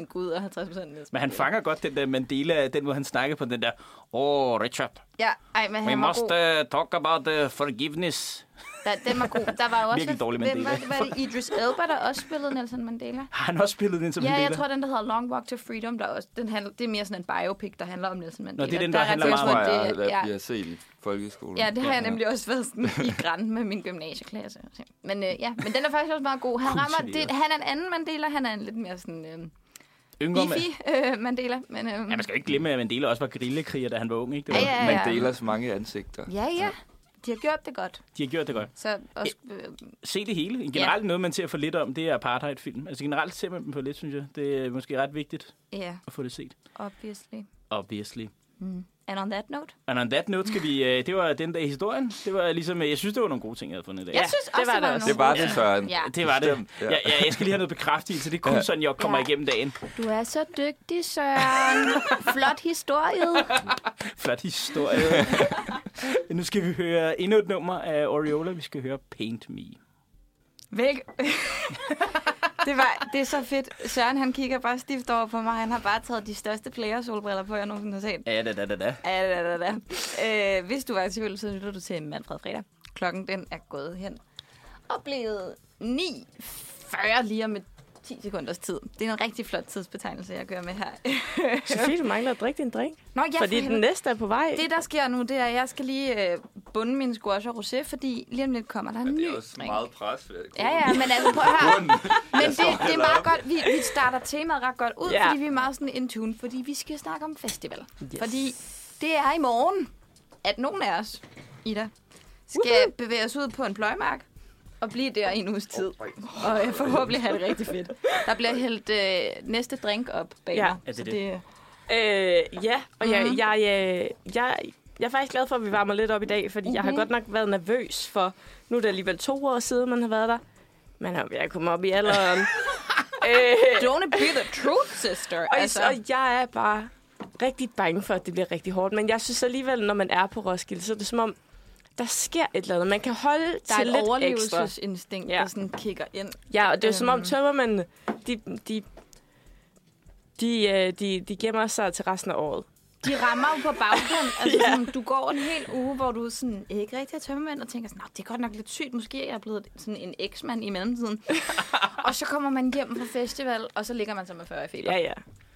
Speaker 1: 50% Gud og 50% Nelson
Speaker 3: Men han fanger godt den der Mandela, den hvor han snakker på den der, oh Richard,
Speaker 1: Ja, ej, men
Speaker 3: we
Speaker 1: han var
Speaker 3: must
Speaker 1: god.
Speaker 3: uh, talk about uh, forgiveness.
Speaker 1: Der, den var god. Der var jo også...
Speaker 3: Virkelig dårlig
Speaker 1: Hvem var,
Speaker 3: Mandela.
Speaker 1: var det Idris Elba, der også spillede Nelson Mandela?
Speaker 3: Har han også spillet den som
Speaker 1: Ja,
Speaker 3: Mandela?
Speaker 1: jeg tror, den der hedder Long Walk to Freedom, der også, den handler, det er mere sådan en biopic, der handler om Nelson Mandela.
Speaker 3: det er den, der handler
Speaker 1: ret
Speaker 4: Det
Speaker 3: meget
Speaker 1: sikkert, hvor
Speaker 4: tror jeg,
Speaker 1: det-
Speaker 4: at
Speaker 1: ja.
Speaker 4: vi har set i folkeskolen.
Speaker 1: Ja, det har jeg nemlig også været sådan i græn med min gymnasieklasse. Men øh, ja, men den er faktisk også meget god. Han, rammer, det, han er en anden Mandela, han er en lidt mere sådan øh,
Speaker 3: Yngre Ma-
Speaker 1: beefy øh, Mandela. Men, øh,
Speaker 3: Ja, man skal jo ikke glemme, at Mandela også var grillekriger, da han var ung. Ikke? Det var,
Speaker 1: Ja, ja, ja.
Speaker 4: Mandelas mange ansigter.
Speaker 1: ja, ja. De har gjort det godt.
Speaker 3: De har gjort det godt.
Speaker 1: Så også, øh,
Speaker 3: Se det hele. Generelt noget, man ser for lidt om, det er apartheid-film. Altså generelt ser man dem for lidt, synes jeg. Det er måske ret vigtigt
Speaker 1: ja,
Speaker 3: at få det set.
Speaker 1: obviously. Mm.
Speaker 3: Obviously.
Speaker 1: And on that note.
Speaker 3: And on that note skal vi... øh, det var den dag i historien. Det var ligesom... øh, jeg synes, det var nogle gode ting, jeg havde fundet i dag.
Speaker 1: Jeg synes også, det var, det var,
Speaker 6: også.
Speaker 4: Det
Speaker 1: nogle
Speaker 4: var
Speaker 1: gode
Speaker 4: det,
Speaker 1: ting.
Speaker 4: Søren.
Speaker 1: Ja,
Speaker 3: Det var det.
Speaker 4: Bestemt,
Speaker 3: Ja.
Speaker 4: ja.
Speaker 3: Ja, jeg skal lige have noget bekræftelse. Det er kun
Speaker 4: Ja.
Speaker 3: sådan, jeg kommer
Speaker 1: Ja.
Speaker 3: igennem dagen.
Speaker 1: du er så dygtig, Søren. Flot historie.
Speaker 3: Flot historie. nu skal vi høre endnu et nummer af Oriola. Vi skal høre Paint Me.
Speaker 1: Væk. Det, var, det er så fedt. Søren, han kigger bare stift over på mig. Han har bare taget de største player-solbriller på, jeg nogensinde har set.
Speaker 3: Ja, da, da, da, da.
Speaker 1: Ja, da, da, da. Øh, hvis du var i tvivl, så lytter du til Manfred Fredag. Klokken den er gået hen. Og blevet 9.40 lige om et 10 sekunders tid. Det er en rigtig flot tidsbetegnelse, jeg kører med her.
Speaker 6: Sofie, du mangler at drikke din drink.
Speaker 1: Nå, ja, for
Speaker 6: fordi den
Speaker 1: helvede.
Speaker 6: næste er på vej.
Speaker 1: det, der sker nu, det er, at jeg skal lige øh, bunde min squash og rosé, fordi lige om lidt kommer der en ny
Speaker 4: Det er også
Speaker 1: drink.
Speaker 4: meget pres. ved jeg.
Speaker 1: Mm. Ja, ja, men altså prøv at høre. Men det, det er
Speaker 4: heller
Speaker 1: meget
Speaker 4: op.
Speaker 1: godt. Vi, vi starter temaet ret godt ud,
Speaker 6: Ja.
Speaker 1: ja. fordi vi er meget sådan in tune, fordi vi skal snakke om festival. Yes. Fordi det er i morgen, at nogen af os, Ida, skal Woohoo! bevæge os ud på en pløjmark og blive der i en uges tid. Og øh, forhåbentlig have det rigtig fedt. Der bliver hældt øh, næste drink op bag
Speaker 6: Ja.
Speaker 1: mig.
Speaker 3: Er det
Speaker 1: så
Speaker 3: det?
Speaker 6: Øh, ja, og jeg,
Speaker 1: Mhm.
Speaker 6: jeg, jeg, jeg, jeg er faktisk glad for, at vi varmer lidt op i dag, fordi mm-hmm.
Speaker 1: Mhm.
Speaker 6: jeg har godt nok været nervøs for... Nu er det alligevel to år siden, man har været der. Man er jo ved at komme op i alderen. øh,
Speaker 1: Don't be the truth, sister.
Speaker 6: og,
Speaker 1: altså,
Speaker 6: altså. og jeg er bare rigtig bange for, at det bliver rigtig hårdt. Men jeg synes alligevel, når man er på Roskilde, så er det som om, der sker et eller andet. Man kan holde
Speaker 1: der er
Speaker 6: til
Speaker 1: et
Speaker 6: lidt ekstra.
Speaker 1: overlevelsesinstinkt,
Speaker 6: Ja.
Speaker 1: der sådan kigger ind.
Speaker 6: Ja, og det er jo som om
Speaker 1: Øhm.
Speaker 6: tømmermændene, de, de, de, øh, de, de gemmer sig til resten af året.
Speaker 1: De rammer jo på baggrund. Altså, ja. sådan, du går en hel uge, hvor du sådan, ikke rigtig er tømmermænd, og tænker sådan, "Nå, det er godt nok lidt sygt, måske er jeg blevet sådan en eksmand i mellemtiden. og så kommer man hjem fra festival, og så ligger man så med 40 i feber.
Speaker 6: Ja, ja.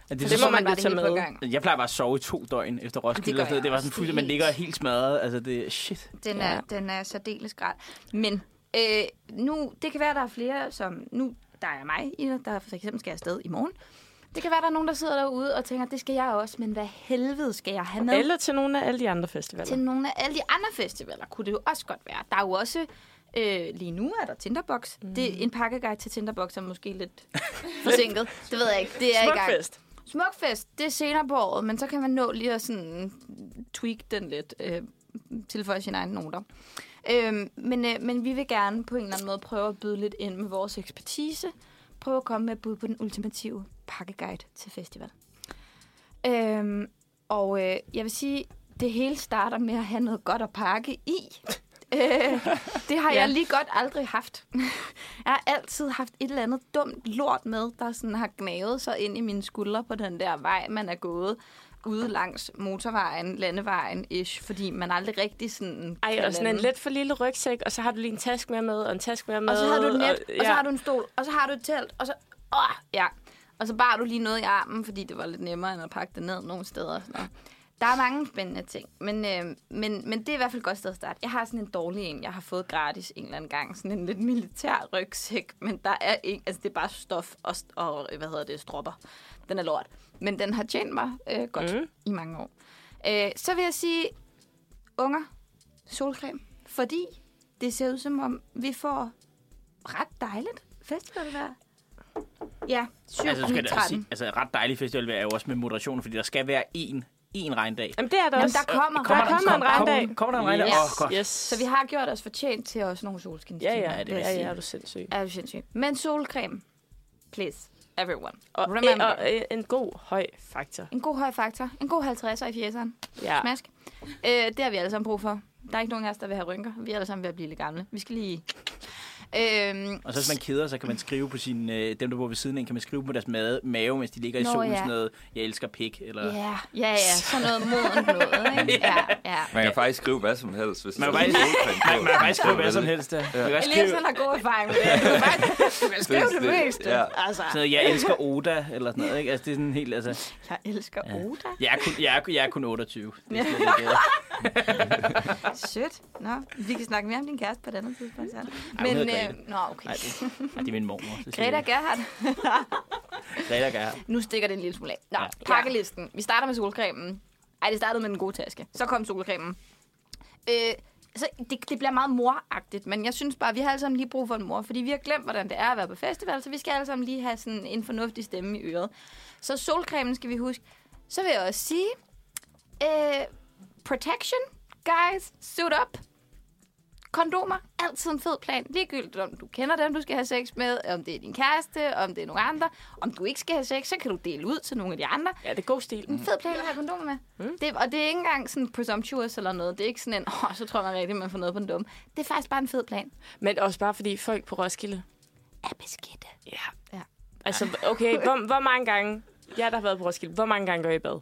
Speaker 3: Men
Speaker 6: Det
Speaker 3: det, det
Speaker 6: må
Speaker 3: må
Speaker 6: man jo tage med.
Speaker 3: man... Jeg plejer bare at sove i to døgn efter Roskilde.
Speaker 1: gør
Speaker 3: Det, det,
Speaker 1: jeg
Speaker 3: det var
Speaker 1: også.
Speaker 3: sådan fuldstændig, man
Speaker 1: Helt.
Speaker 3: ligger helt smadret. Altså, det er shit.
Speaker 1: Den
Speaker 6: Ja.
Speaker 1: er, den er særdeles grad. Men øh, nu, det kan være, der er flere, som nu, der er mig, Ida, der for eksempel skal afsted i morgen. Det kan være, der er nogen, der sidder derude og tænker, det skal jeg også, men hvad helvede skal jeg have med?
Speaker 6: Eller til nogle af alle de andre festivaler.
Speaker 1: til nogle af alle de andre festivaler, kunne det jo også godt være. Der er jo også, øh, lige nu er der Tinderbox. Mm. Det er en pakkeguide til Tinderbox, som måske er lidt forsinket. Det ved jeg ikke. Det er i gang.
Speaker 6: Smukfest.
Speaker 1: Smukfest, det er senere på året, men så kan man nå lige at sådan tweak den lidt, øh, tilføje sine egne noter. Øhm, men, øh, men vi vil gerne på en eller anden måde prøve at byde lidt ind med vores ekspertise. Prøve at komme med et bud på den ultimative pakkeguide til festival. Øhm, og øh, jeg vil sige, det hele starter med at have noget godt at pakke i. øh, det har ja. jeg lige godt aldrig haft. jeg har altid haft et eller andet dumt lort med, der sådan har gnavet sig ind i mine skuldre på den der vej, man er gået ude langs motorvejen, landevejen ish, fordi man aldrig rigtig sådan
Speaker 6: Ej,
Speaker 1: kan
Speaker 6: og sådan en
Speaker 1: lande.
Speaker 6: lidt for lille rygsæk, og så har du lige en taske med med, og en taske med med.
Speaker 1: Og så har du et net, og,
Speaker 6: ja.
Speaker 1: og så har du en stol, og så har du et telt, og så... Åh, ja. Og så bar du lige noget i armen, fordi det var lidt nemmere end at pakke det ned nogle steder. og Sådan noget. Der er mange spændende ting, men, øh, men, men det er i hvert fald et godt sted at starte. Jeg har sådan en dårlig en, jeg har fået gratis en eller anden gang. Sådan en lidt militær rygsæk, men der er ikke... Altså, det er bare stof og, st- og øh, hvad hedder det, stropper. Den er lort. Men den har tjent mig øh, godt mm. i mange år. Øh, så vil jeg sige, unger, solcreme. Fordi det ser ud som om, vi får ret dejligt festivalvejr. Ja, 7
Speaker 3: Altså, skal jeg da også
Speaker 1: 13.
Speaker 3: sige, altså, ret dejlig festival er jo også med moderation, fordi der skal være én, én regndag.
Speaker 6: Jamen, det er der
Speaker 1: Jamen,
Speaker 6: også.
Speaker 1: der kommer,
Speaker 6: Øh, kommer
Speaker 1: ret-
Speaker 6: der en regndag.
Speaker 3: Kommer, kommer der en regndag? Åh,
Speaker 1: Yes.
Speaker 3: yes. oh, godt.
Speaker 6: Yes.
Speaker 1: Så vi har gjort os fortjent til også nogle solskinstimer.
Speaker 6: Ja, ja,
Speaker 3: Ja,
Speaker 6: ja,
Speaker 3: det vil jeg
Speaker 6: ja,
Speaker 3: sige.
Speaker 6: ja, er du sindssyg.
Speaker 1: Er du sindssyg? Men solcreme, please, everyone.
Speaker 6: Og,
Speaker 1: Remember.
Speaker 6: og, og en god, høj faktor.
Speaker 1: En god høj faktor. En god 50'er i 80'eren.
Speaker 6: Ja.
Speaker 1: Smask. Øh, det har vi alle sammen brug for. Der er ikke nogen af os, der vil have rynker. Vi er alle sammen ved at blive lidt gamle. Vi skal lige... Øhm,
Speaker 3: Og så hvis man keder sig, kan man skrive på sin, øh, dem, der bor ved siden af en, kan man skrive på deres made, mave, mens de ligger i
Speaker 1: Nå,
Speaker 3: solen.
Speaker 1: ja.
Speaker 3: Sådan noget, jeg elsker pik, eller...
Speaker 1: Ja, ja, ja. Sådan noget modent noget, ikke? Ja, ja.
Speaker 4: Man kan faktisk skrive hvad som helst, hvis
Speaker 3: Man
Speaker 4: der
Speaker 3: kan
Speaker 4: er
Speaker 3: faktisk-
Speaker 4: solcreme på.
Speaker 3: Man kan faktisk skrive hvad som helst. der. Man kan også skrive
Speaker 1: Elias, han har god erfaring med det. Du kan bare skrive det meste.
Speaker 4: Ja.
Speaker 1: Altså,
Speaker 3: sådan noget, jeg elsker Oda, eller sådan noget. Ikke? Altså, det er sådan helt, altså...
Speaker 1: jeg elsker Oda.
Speaker 3: Jeg er kun, jeg er, kun- jeg er kun 28. Det er
Speaker 1: Ja.
Speaker 3: slet ikke, øh,
Speaker 1: Sødt. Nå, vi kan snakke mere om din kæreste på et andet tidspunkt. Sand.
Speaker 3: hun
Speaker 1: Men,
Speaker 3: hedder
Speaker 1: øh,
Speaker 3: Grete.
Speaker 1: nå, okay.
Speaker 3: Nej, det, ej, det er min mormor. Det siger
Speaker 1: Greta
Speaker 3: jeg.
Speaker 1: Gerhardt.
Speaker 3: Greta Gerhard.
Speaker 1: Nu stikker det en lille smule af. Nå,
Speaker 3: Ja.
Speaker 1: pakkelisten. Vi starter med solcremen. Ej, det startede med den gode taske. Så kom solcremen. Øh, så det, det bliver meget moragtigt, men jeg synes bare, at vi har alle sammen lige brug for en mor, fordi vi har glemt, hvordan det er at være på festival, så vi skal alle sammen lige have sådan en fornuftig stemme i øret. Så solcremen skal vi huske. Så vil jeg også sige, øh, protection, guys, suit up. Kondomer, altid en fed plan. Ligegyldigt om du kender dem, du skal have sex med, om det er din kæreste, om det er nogle andre. Om du ikke skal have sex, så kan du dele ud til nogle af de andre.
Speaker 6: Ja, det er god stil.
Speaker 1: En fed plan at have kondomer med. Mm. Det, og det er ikke engang sådan presumptuous eller noget. Det er ikke sådan en, åh, oh, så tror man rigtigt, man får noget på en dum. Det er faktisk bare en fed plan.
Speaker 6: Men også bare fordi folk på Roskilde,
Speaker 1: er beskidte.
Speaker 6: Ja. Altså, okay, hvor, hvor mange gange... Jeg der har været på Roskilde. Hvor mange gange går I i bad?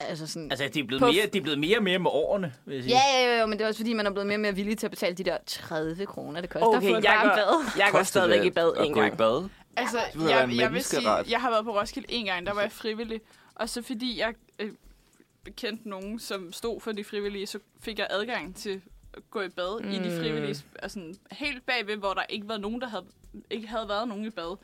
Speaker 1: Altså sådan...
Speaker 3: Altså, det er blevet,
Speaker 1: På-
Speaker 3: mere, det er blevet mere og mere med årene, vil jeg sige.
Speaker 1: Ja, ja, ja, jo, men det er også fordi, man er blevet mere og mere villig til at betale de der 30 kroner, det koster at få
Speaker 6: Okay,
Speaker 1: et
Speaker 6: jeg
Speaker 1: varmt bad.
Speaker 6: går, jeg går
Speaker 4: Koster det
Speaker 6: stadigvæk i bad
Speaker 4: at
Speaker 6: en
Speaker 4: gå
Speaker 6: gang.
Speaker 4: i bad?
Speaker 5: Altså,
Speaker 4: ved at være
Speaker 5: jeg,
Speaker 4: en
Speaker 5: jeg vil sige,
Speaker 4: menneskeret.
Speaker 5: jeg har været på Roskilde en gang, der var jeg frivillig. Og så fordi jeg øh, kendte nogen, som stod for de frivillige, så fik jeg adgang til at gå i bad mm. i de frivillige. Og sådan helt bagved, hvor der ikke var nogen, der havde, ikke havde været nogen i bad.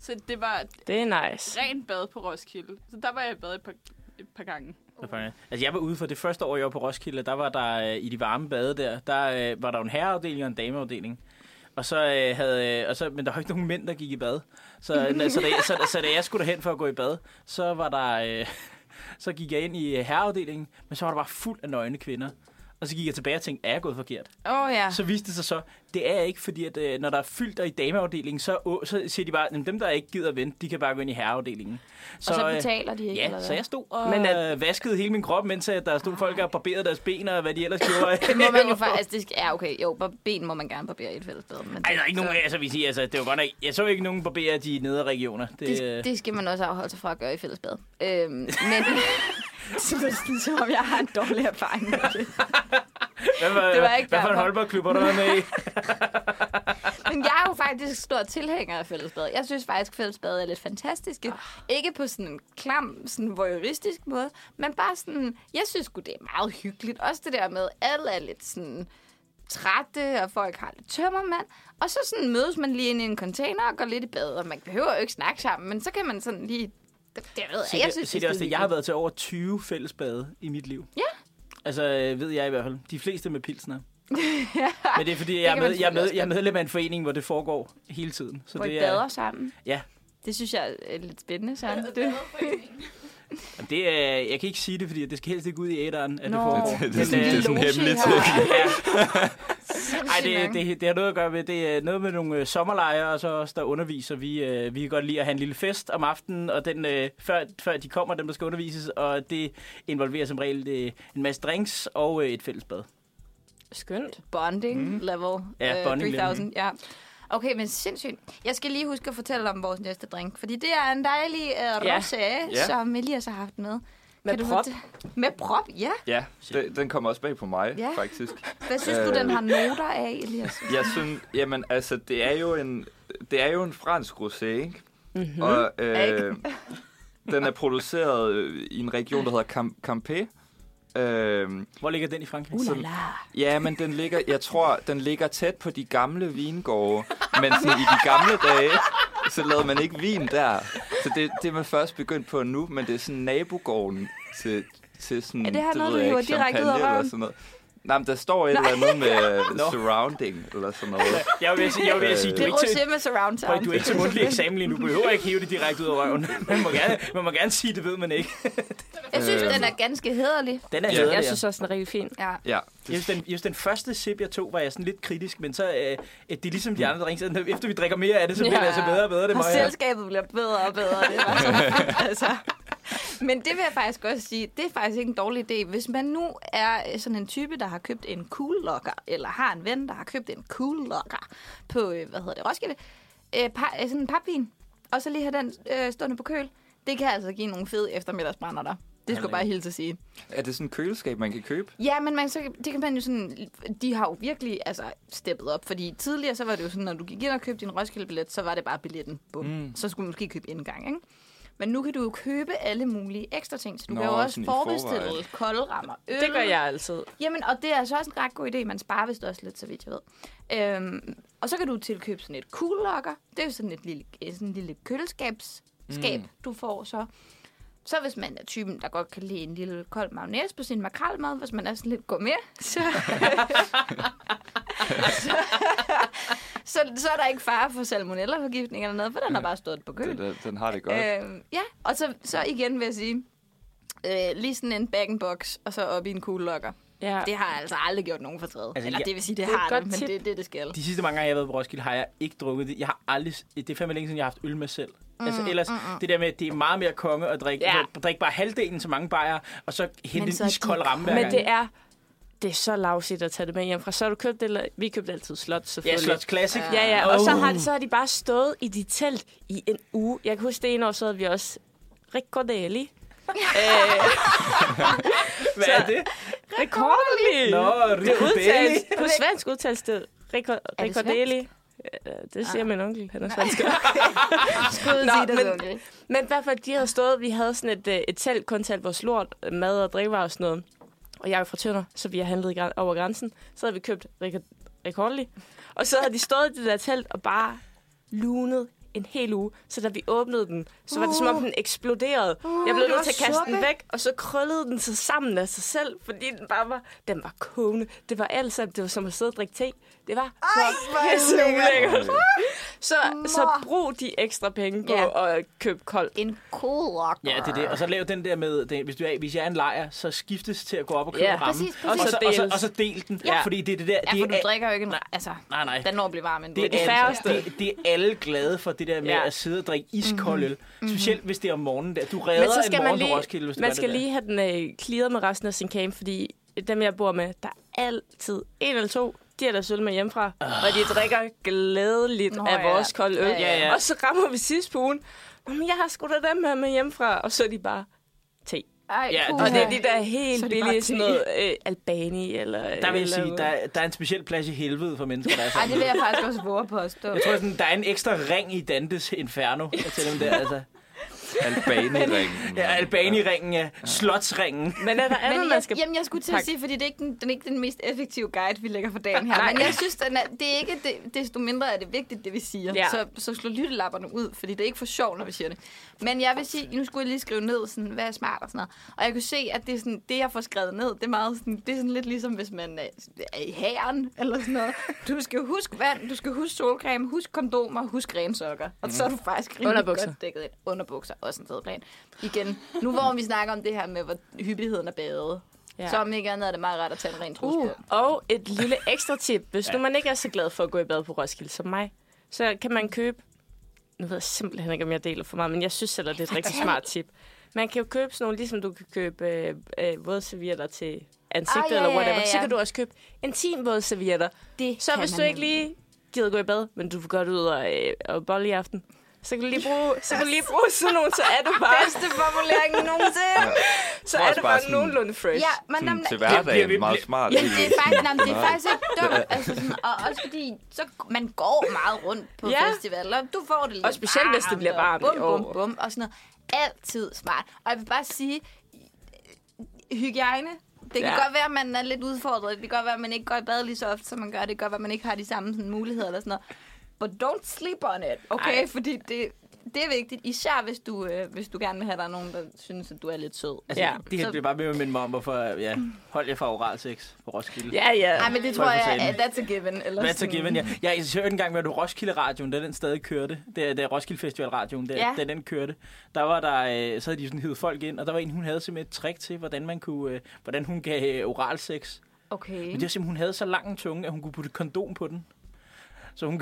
Speaker 5: Så det var et
Speaker 6: Det er nice.
Speaker 5: rent bad på Roskilde. Så der var jeg i bad et par, et par gange.
Speaker 3: Hvad fanden er det? Altså, jeg var ude for det første år, jeg var på Roskilde, der var der øh, i de varme bade der, der øh, var der jo en herreafdeling og en dameafdeling. Og så øh, havde, øh, og så, men der var ikke nogen mænd, der gik i bad. Så, øh, så, da, så, så da jeg skulle derhen for at gå i bad, så var der, øh, så gik jeg ind i øh, herreafdelingen, men så var der bare fuld af nøgne kvinder. Og så gik jeg tilbage og tænkte, er jeg gået forkert?
Speaker 1: Åh oh, ja.
Speaker 3: Så viste det sig så, det er ikke, fordi at, øh, når der er fyldt der i dameafdelingen, så, å, så siger de bare, at dem, der ikke gider at vente, de kan bare gå ind i herreafdelingen.
Speaker 1: Og så
Speaker 3: øh,
Speaker 1: betaler de ikke, eller
Speaker 3: Ja,
Speaker 1: hvad? Ah.
Speaker 3: så jeg stod og
Speaker 6: Men
Speaker 3: Men
Speaker 6: at-
Speaker 3: øh, vaskede hele min krop, mens øh, der stod folk og barberede deres ben og hvad de ellers gjorde.
Speaker 1: Det må man jo faktisk... Altså, det skal, ja, okay, jo, bare ben må man gerne barbere i et fællesbad. Men
Speaker 3: Ej, der er ikke nogen, altså, vi siger, altså, det var godt nok, jeg så ikke nogen barbere i de nedre regioner. Det, øh,
Speaker 1: det, det skal man også afholde sig fra at gøre i fællesbad. Øhm, men... Så er det sådan, som om jeg har en dårlig erfaring med det.
Speaker 3: hvad, var,
Speaker 1: det var ikke
Speaker 3: hvad for en
Speaker 1: derfor.
Speaker 3: håndboldklub var der med i?
Speaker 1: Men jeg er jo faktisk stor tilhænger af fællesbad. Jeg synes faktisk, at fællesbad er lidt
Speaker 3: Ah.
Speaker 1: fantastiske. Ikke på sådan en klam, sådan voyeuristisk måde, men bare sådan, jeg synes sgu, det er meget hyggeligt. Også det der med, at alle er lidt sådan trætte, og folk har lidt tømmermand. Og så sådan mødes man lige ind i en container og går lidt i bad, og man behøver jo ikke snakke sammen, men så kan man sådan lige... Det, det ved jeg, jeg synes,
Speaker 3: det, det, også, det, jeg har
Speaker 1: hyggeligt.
Speaker 3: været til over 20 fællesbade i mit liv.
Speaker 1: Ja.
Speaker 3: Altså, øh, ved jeg i hvert fald. De fleste med pilsner. Men det er fordi, jeg,
Speaker 1: kan
Speaker 3: er,
Speaker 1: man
Speaker 3: med, jeg, er med,
Speaker 1: selvfølgelig
Speaker 3: jeg er medlem af en forening, hvor det foregår hele tiden. Så
Speaker 1: Hvor I
Speaker 3: det
Speaker 1: bader
Speaker 3: er,
Speaker 1: sammen.
Speaker 3: Ja.
Speaker 1: Det synes jeg er lidt spændende, Søren. Det.
Speaker 3: Jamen, det er, jeg kan ikke sige det, fordi det skal helst ikke ud i æderen, at
Speaker 1: Nå.
Speaker 3: det foregår.
Speaker 4: Det, det, er sådan-
Speaker 3: Men, øh,
Speaker 4: det er sådan en
Speaker 1: loge,
Speaker 4: hemmelig
Speaker 1: I
Speaker 4: ting.
Speaker 3: ja. Ej,
Speaker 1: Sindssygt
Speaker 3: det,
Speaker 1: nok.
Speaker 3: det, det har noget at gøre med, det er noget med nogle øh, sommerlejre, og så os, der underviser. Vi, øh, vi kan godt lide at have en lille fest om aftenen, og den, øh, før, før de kommer, dem der skal undervises, og det involverer som regel øh, en masse drinks og øh, et fællesbad.
Speaker 6: Skønt.
Speaker 1: bonding mm. level.
Speaker 3: Ja,
Speaker 1: øh,
Speaker 3: bonding level.
Speaker 1: 3000, ja. Okay, men sindssygt. Jeg skal lige huske at fortælle om vores næste drink, fordi det er en dejlig uh,
Speaker 6: Ja.
Speaker 1: rosé, ja.
Speaker 4: Ja.
Speaker 1: som Elias har haft med.
Speaker 6: Med
Speaker 1: Kan du
Speaker 6: prop.
Speaker 1: fortæ- Med prop, ja.
Speaker 4: Ja, det, den kommer også bag på mig,
Speaker 1: Ja.
Speaker 4: ja. faktisk.
Speaker 1: Hvad synes øh. du,
Speaker 4: Øh.
Speaker 1: den har noter af, Elias?
Speaker 3: Øh.
Speaker 4: Jeg synes, jamen altså, det er jo en, det er jo en fransk rosé, ikke?
Speaker 1: Mhm.
Speaker 4: Mm-hmm. Og øh, den er produceret øh, i en region, der hedder Cam- Campé. Øh,
Speaker 3: Hvor ligger den i Frankrig?
Speaker 4: Ulala. ja, men den ligger, jeg tror, den ligger tæt på de gamle vingårde. Men sådan, i de gamle dage, så lavede man ikke vin der. Så det, det er man først begyndt på nu, men det er sådan nabogården til, til sådan...
Speaker 1: Er det her noget, du
Speaker 4: ved jeg
Speaker 1: hiver
Speaker 4: ikke,
Speaker 1: direkte ud af
Speaker 4: champagne eller
Speaker 1: røven?
Speaker 4: sådan noget. Nej, men der står et eller andet med surrounding eller sådan noget.
Speaker 3: Jeg vil sige, jeg vil sige du
Speaker 1: Det
Speaker 3: er
Speaker 1: er
Speaker 3: ikke til...
Speaker 1: rosé med surround
Speaker 3: Prøv,
Speaker 1: sound.
Speaker 3: du er ikke til mundtlig eksamen lige nu. Du behøver ikke hive det direkte ud af røven. Man må gerne, man må gerne sige, det ved man ikke.
Speaker 1: Jeg synes,
Speaker 4: Øh.
Speaker 1: den er ganske hederlig.
Speaker 3: Den er
Speaker 4: Ja.
Speaker 3: hedder,
Speaker 6: Jeg
Speaker 3: ja.
Speaker 6: synes også, den er rigtig fin.
Speaker 1: Ja.
Speaker 4: Ja,
Speaker 3: Jeg synes, den, jeg synes, den første sip, jeg tog, var jeg sådan lidt kritisk, men så øh, det er ligesom de andre drinks. at Efter vi drikker mere af det, så bliver
Speaker 1: Ja.
Speaker 3: det altså bedre og bedre. Det
Speaker 1: Og
Speaker 3: må jeg.
Speaker 1: selskabet bliver bedre og bedre. Det var så fedt, altså. Men det vil jeg faktisk også sige, det er faktisk ikke en dårlig idé. Hvis man nu er sådan en type, der har købt en cool locker, eller har en ven, der har købt en cool locker på, øh, hvad hedder det, Roskilde, øh, pa- øh, sådan en papvin, og så lige have den øh, stående på køl, det kan altså give nogle fede eftermiddagsbrænder der. Det skulle jeg bare hilse at sige.
Speaker 4: Er det sådan et køleskab, man kan købe?
Speaker 1: Ja, men man, så, det kan man jo sådan... De har jo virkelig altså, steppet op, fordi tidligere så var det jo sådan, når du gik ind og købte din Roskilde-billet, så var det bare billetten. Bum. Mm. Så skulle du måske købe indgang, ikke? Men nu kan du jo købe alle mulige ekstra ting, så du Nå,
Speaker 4: Nå,
Speaker 1: kan jo også
Speaker 4: sådan i
Speaker 1: forbestille
Speaker 4: forvejen.
Speaker 1: kolde rammer, øl.
Speaker 6: Det gør jeg altid.
Speaker 1: Jamen, og det er altså også en ret god idé. Man sparer vist også lidt, så vidt jeg ved. Øhm, og så kan du tilkøbe sådan et cool locker. Det er jo sådan et lille, eh, sådan et lille køleskabsskab, mm. du får så. Så hvis man er typen, der godt kan lide en lille kold mayonnaise på sin makrelmad, hvis man er sådan lidt gourmet, så... så, så, så er der ikke fare for salmonella-forgiftning eller noget, for den har bare stået på køl.
Speaker 4: Den, den, den har det godt.
Speaker 1: Hm. Øh, ja, og så, så igen vil jeg sige, øh, lige sådan en bag-in-box, og så op i en cool locker.
Speaker 6: Ja.
Speaker 1: Det har jeg altså aldrig gjort nogen fortræd. Altså,
Speaker 3: Altså,
Speaker 1: Eller
Speaker 3: jeg-
Speaker 1: det vil sige, det,
Speaker 6: Det er et
Speaker 1: har
Speaker 6: godt
Speaker 1: det, men
Speaker 6: tip.
Speaker 1: det er det, det skal.
Speaker 3: De sidste mange gange, jeg har været på Roskilde, har jeg ikke drukket det. Jeg har aldrig... Det er fandme længe siden, jeg har haft øl med selv. Altså ellers, det der med, at det er meget mere konge at drikke,
Speaker 6: Ja.
Speaker 3: ja. drikke bare halvdelen så mange bajer, og så hente
Speaker 1: Men så
Speaker 3: en iskold
Speaker 1: de-
Speaker 3: ramme hver
Speaker 6: Men
Speaker 3: gang.
Speaker 6: det er det er så lavsigt at tage det med hjem fra. Så har du købt det, eller, vi købte altid slot,
Speaker 3: Ja, Oh.
Speaker 6: selvfølgelig.
Speaker 3: Slots Classic. Ja.
Speaker 6: Ja, ja, og så har, så har de bare stået i de telt i en uge. Jeg kan huske, det ene år, så havde vi også Riccordeli.
Speaker 3: Hvad er det?
Speaker 6: Riccordeli!
Speaker 3: Nå, Ricobelli.
Speaker 6: Udtales, på svensk udtales det Ricco- Riccordeli. Ja, Øh, Det
Speaker 3: Ah.
Speaker 6: siger min onkel, han er svensker.
Speaker 1: Skud
Speaker 6: Nå,
Speaker 1: til dig,
Speaker 6: men-
Speaker 1: onkel.
Speaker 6: Men i hvert fald, de havde stået, vi havde sådan et, øh, et telt, kun talt vores lort, øh, mad og drikkevarer og sådan noget. Og jeg er jo fra Tønder, så vi har handlet græn- over grænsen. Så havde vi købt rekordlig. Og så havde de stået i det der telt og bare lunet en hel uge. Så da vi åbnede den, så var det som om den eksploderede. jeg blev nødt til at kaste den væk, og så krøllede den sig sammen af sig selv, fordi den bare var, den var kogende. Det var alt sammen, det var som at sidde og drikke te. Det var så ulækkert. Så, så brug de ekstra penge på
Speaker 1: Ja.
Speaker 6: at købe koldt.
Speaker 1: En cool rock.
Speaker 3: Ja, det er det. Og så lav den der med, det, hvis, du er, hvis jeg er en lejer, så skiftes til at gå op og købe
Speaker 6: Ja.
Speaker 3: rammen.
Speaker 1: Præcis, præcis.
Speaker 3: Og, så, og, så,
Speaker 6: deles.
Speaker 3: og så del den.
Speaker 6: Ja.
Speaker 3: Fordi det er det der...
Speaker 1: Ja,
Speaker 3: det
Speaker 1: for du
Speaker 3: er,
Speaker 1: drikker jo ikke en... Altså,
Speaker 3: nej, nej.
Speaker 1: den når at blive varm endnu.
Speaker 3: Det er,
Speaker 6: Det er de færreste.
Speaker 3: alle, det, det er alle glade for det der med
Speaker 6: Ja.
Speaker 3: ja. at sidde og drikke iskold øl. Specielt hvis det er om morgenen. Der. Du redder
Speaker 6: Men så skal
Speaker 3: en
Speaker 6: man
Speaker 3: morgen på
Speaker 6: lige,
Speaker 3: Roskilde, hvis du
Speaker 6: man
Speaker 3: gør
Speaker 6: skal
Speaker 3: det der.
Speaker 6: lige have den øh, clearet med resten af sin camp, fordi dem, jeg bor med, der er altid en eller to, de er der sølv med hjemmefra, og de drikker glædeligt Nå, af
Speaker 1: ja.
Speaker 6: vores kolde øl.
Speaker 1: Ja,
Speaker 3: Ah. ja, ja.
Speaker 6: Og så rammer vi sidste på ugen, men jeg har sgu da dem her med hjemmefra, og så er de bare te.
Speaker 1: Ej,
Speaker 3: Ja,
Speaker 1: puha.
Speaker 6: Og det er de der helt
Speaker 1: Så er de bare
Speaker 6: billige, sådan
Speaker 1: te.
Speaker 6: noget øh, Albani eller...
Speaker 3: Der vil jeg
Speaker 6: eller
Speaker 3: sige, der, er- der er en speciel plads i helvede for mennesker, der er
Speaker 1: Ej,
Speaker 3: sådan.
Speaker 1: det vil jeg faktisk også våge på at stå.
Speaker 3: Jeg tror, sådan, der er en ekstra ring i Dantes Inferno til dem der. Altså.
Speaker 4: Albani-ringen.
Speaker 3: Ja, Albani-ringen, ja. Slotsringen.
Speaker 6: Men er der andet,
Speaker 1: Men
Speaker 6: man
Speaker 1: jeg,
Speaker 6: skal...
Speaker 1: jamen, jeg skulle til at
Speaker 6: Tak.
Speaker 1: sige, fordi det er ikke den, den er ikke den mest effektive guide, vi lægger for dagen her. Men jeg synes, den er, det er ikke det, desto mindre er det vigtigt, det vi siger.
Speaker 6: Ja.
Speaker 1: Så, så slå lyttelapperne ud, fordi det er ikke for sjovt, når vi siger det. Men jeg vil sige, nu skulle jeg lige skrive ned, sådan, hvad er smart og sådan noget. Og jeg kunne se, at det, er sådan, det jeg får skrevet ned, det er, meget sådan, det er sådan lidt ligesom, hvis man er, er i hæren eller sådan noget. Du skal huske vand, du skal huske solcreme, husk kondomer, husk rensokker. Og så er du faktisk rimelig
Speaker 6: Underbukser.
Speaker 1: godt dækket ind. Underbukser, også en fed plan. Igen, nu hvor vi snakker om det her med, hvor hyppigheden er bade,
Speaker 6: Ja.
Speaker 1: ja. så om ikke andet er det meget rart at tage en ren trus
Speaker 6: Uh,
Speaker 1: på.
Speaker 6: og et lille ekstra tip. Hvis nu man ikke er så glad for at gå i bad på Roskilde som mig, så kan man købe... Nu ved jeg simpelthen ikke, om jeg deler for meget, men jeg synes selv, at det er et rigtig smart tip. Man kan jo købe sådan nogle, ligesom du kan købe øh, øh, vådservietter til ansigtet
Speaker 1: Ah,
Speaker 6: ah,
Speaker 1: ja,
Speaker 6: ja, eller whatever.
Speaker 1: ja, ja,
Speaker 6: Så
Speaker 1: ja.
Speaker 6: kan du også købe intim vådservietter.
Speaker 1: Det
Speaker 6: Så
Speaker 1: kan
Speaker 6: hvis
Speaker 1: man
Speaker 6: du ikke
Speaker 1: nemlig.
Speaker 6: lige gider gå i bad, men du vil godt ud og, øh, og bolle i aften, så kan du lige bruge, så kan du lige bruge sådan nogle, så er du bare,
Speaker 1: Bedste formulering nogensinde.
Speaker 6: så
Speaker 4: Tror
Speaker 6: er
Speaker 4: også
Speaker 6: du
Speaker 4: bare
Speaker 6: bare
Speaker 4: sådan-
Speaker 6: nogenlunde fresh.
Speaker 1: ja, men
Speaker 4: Sådan,
Speaker 1: jamen,
Speaker 4: til
Speaker 3: bliver vi-
Speaker 4: hverdagen, meget
Speaker 3: bliver-
Speaker 4: smart.
Speaker 1: jamen, det, er faktisk, jamen, det er faktisk ikke dumt. Altså sådan, og også fordi, så man går meget rundt på
Speaker 6: Ja.
Speaker 1: ja. festivaler. Du får det lidt
Speaker 6: Og specielt, hvis det bliver varmt i
Speaker 1: og Bum,
Speaker 6: år.
Speaker 1: bum, bum. Og sådan noget. Altid smart. Og jeg vil bare sige, hygiejne. Det kan
Speaker 6: Ja.
Speaker 1: ja. godt være, at man er lidt udfordret. Det kan godt være, at man ikke går i bad lige så ofte, som man gør. Det kan godt være, at man ikke har de samme sådan, muligheder eller sådan noget. But don't sleep on it, okay?
Speaker 6: Ej.
Speaker 1: Ej. Fordi det, det er vigtigt. Især hvis du, øh, hvis du gerne vil have, at der er nogen, der synes, at du er lidt sød.
Speaker 3: Altså,
Speaker 6: Ja.
Speaker 3: ja. Det her
Speaker 1: Så-
Speaker 3: bliver bare med at minde mig om, hvorfor ja, hold jer fra oral sex på Roskilde.
Speaker 6: Ja, ja.
Speaker 1: Nej, men det
Speaker 3: Tøj
Speaker 1: tror
Speaker 3: for
Speaker 1: jeg,
Speaker 3: salen.
Speaker 1: at that's a given. Eller
Speaker 3: Hvad så
Speaker 1: sådan.
Speaker 3: given, ja. Jeg hørte engang, hvor du Roskilde Radioen, da den stadig kørte, da, da Roskilde Festival Radioen, da,
Speaker 1: Ja.
Speaker 3: ja. da den kørte, der var der, øh, så havde de sådan hivet folk ind, og der var en, hun havde simpelthen et trick til, hvordan man kunne, øh, hvordan hun gav øh, oral sex.
Speaker 1: Okay.
Speaker 3: Men det var simpelthen, hun havde så lang en tunge, at hun kunne putte kondom på den. Så hun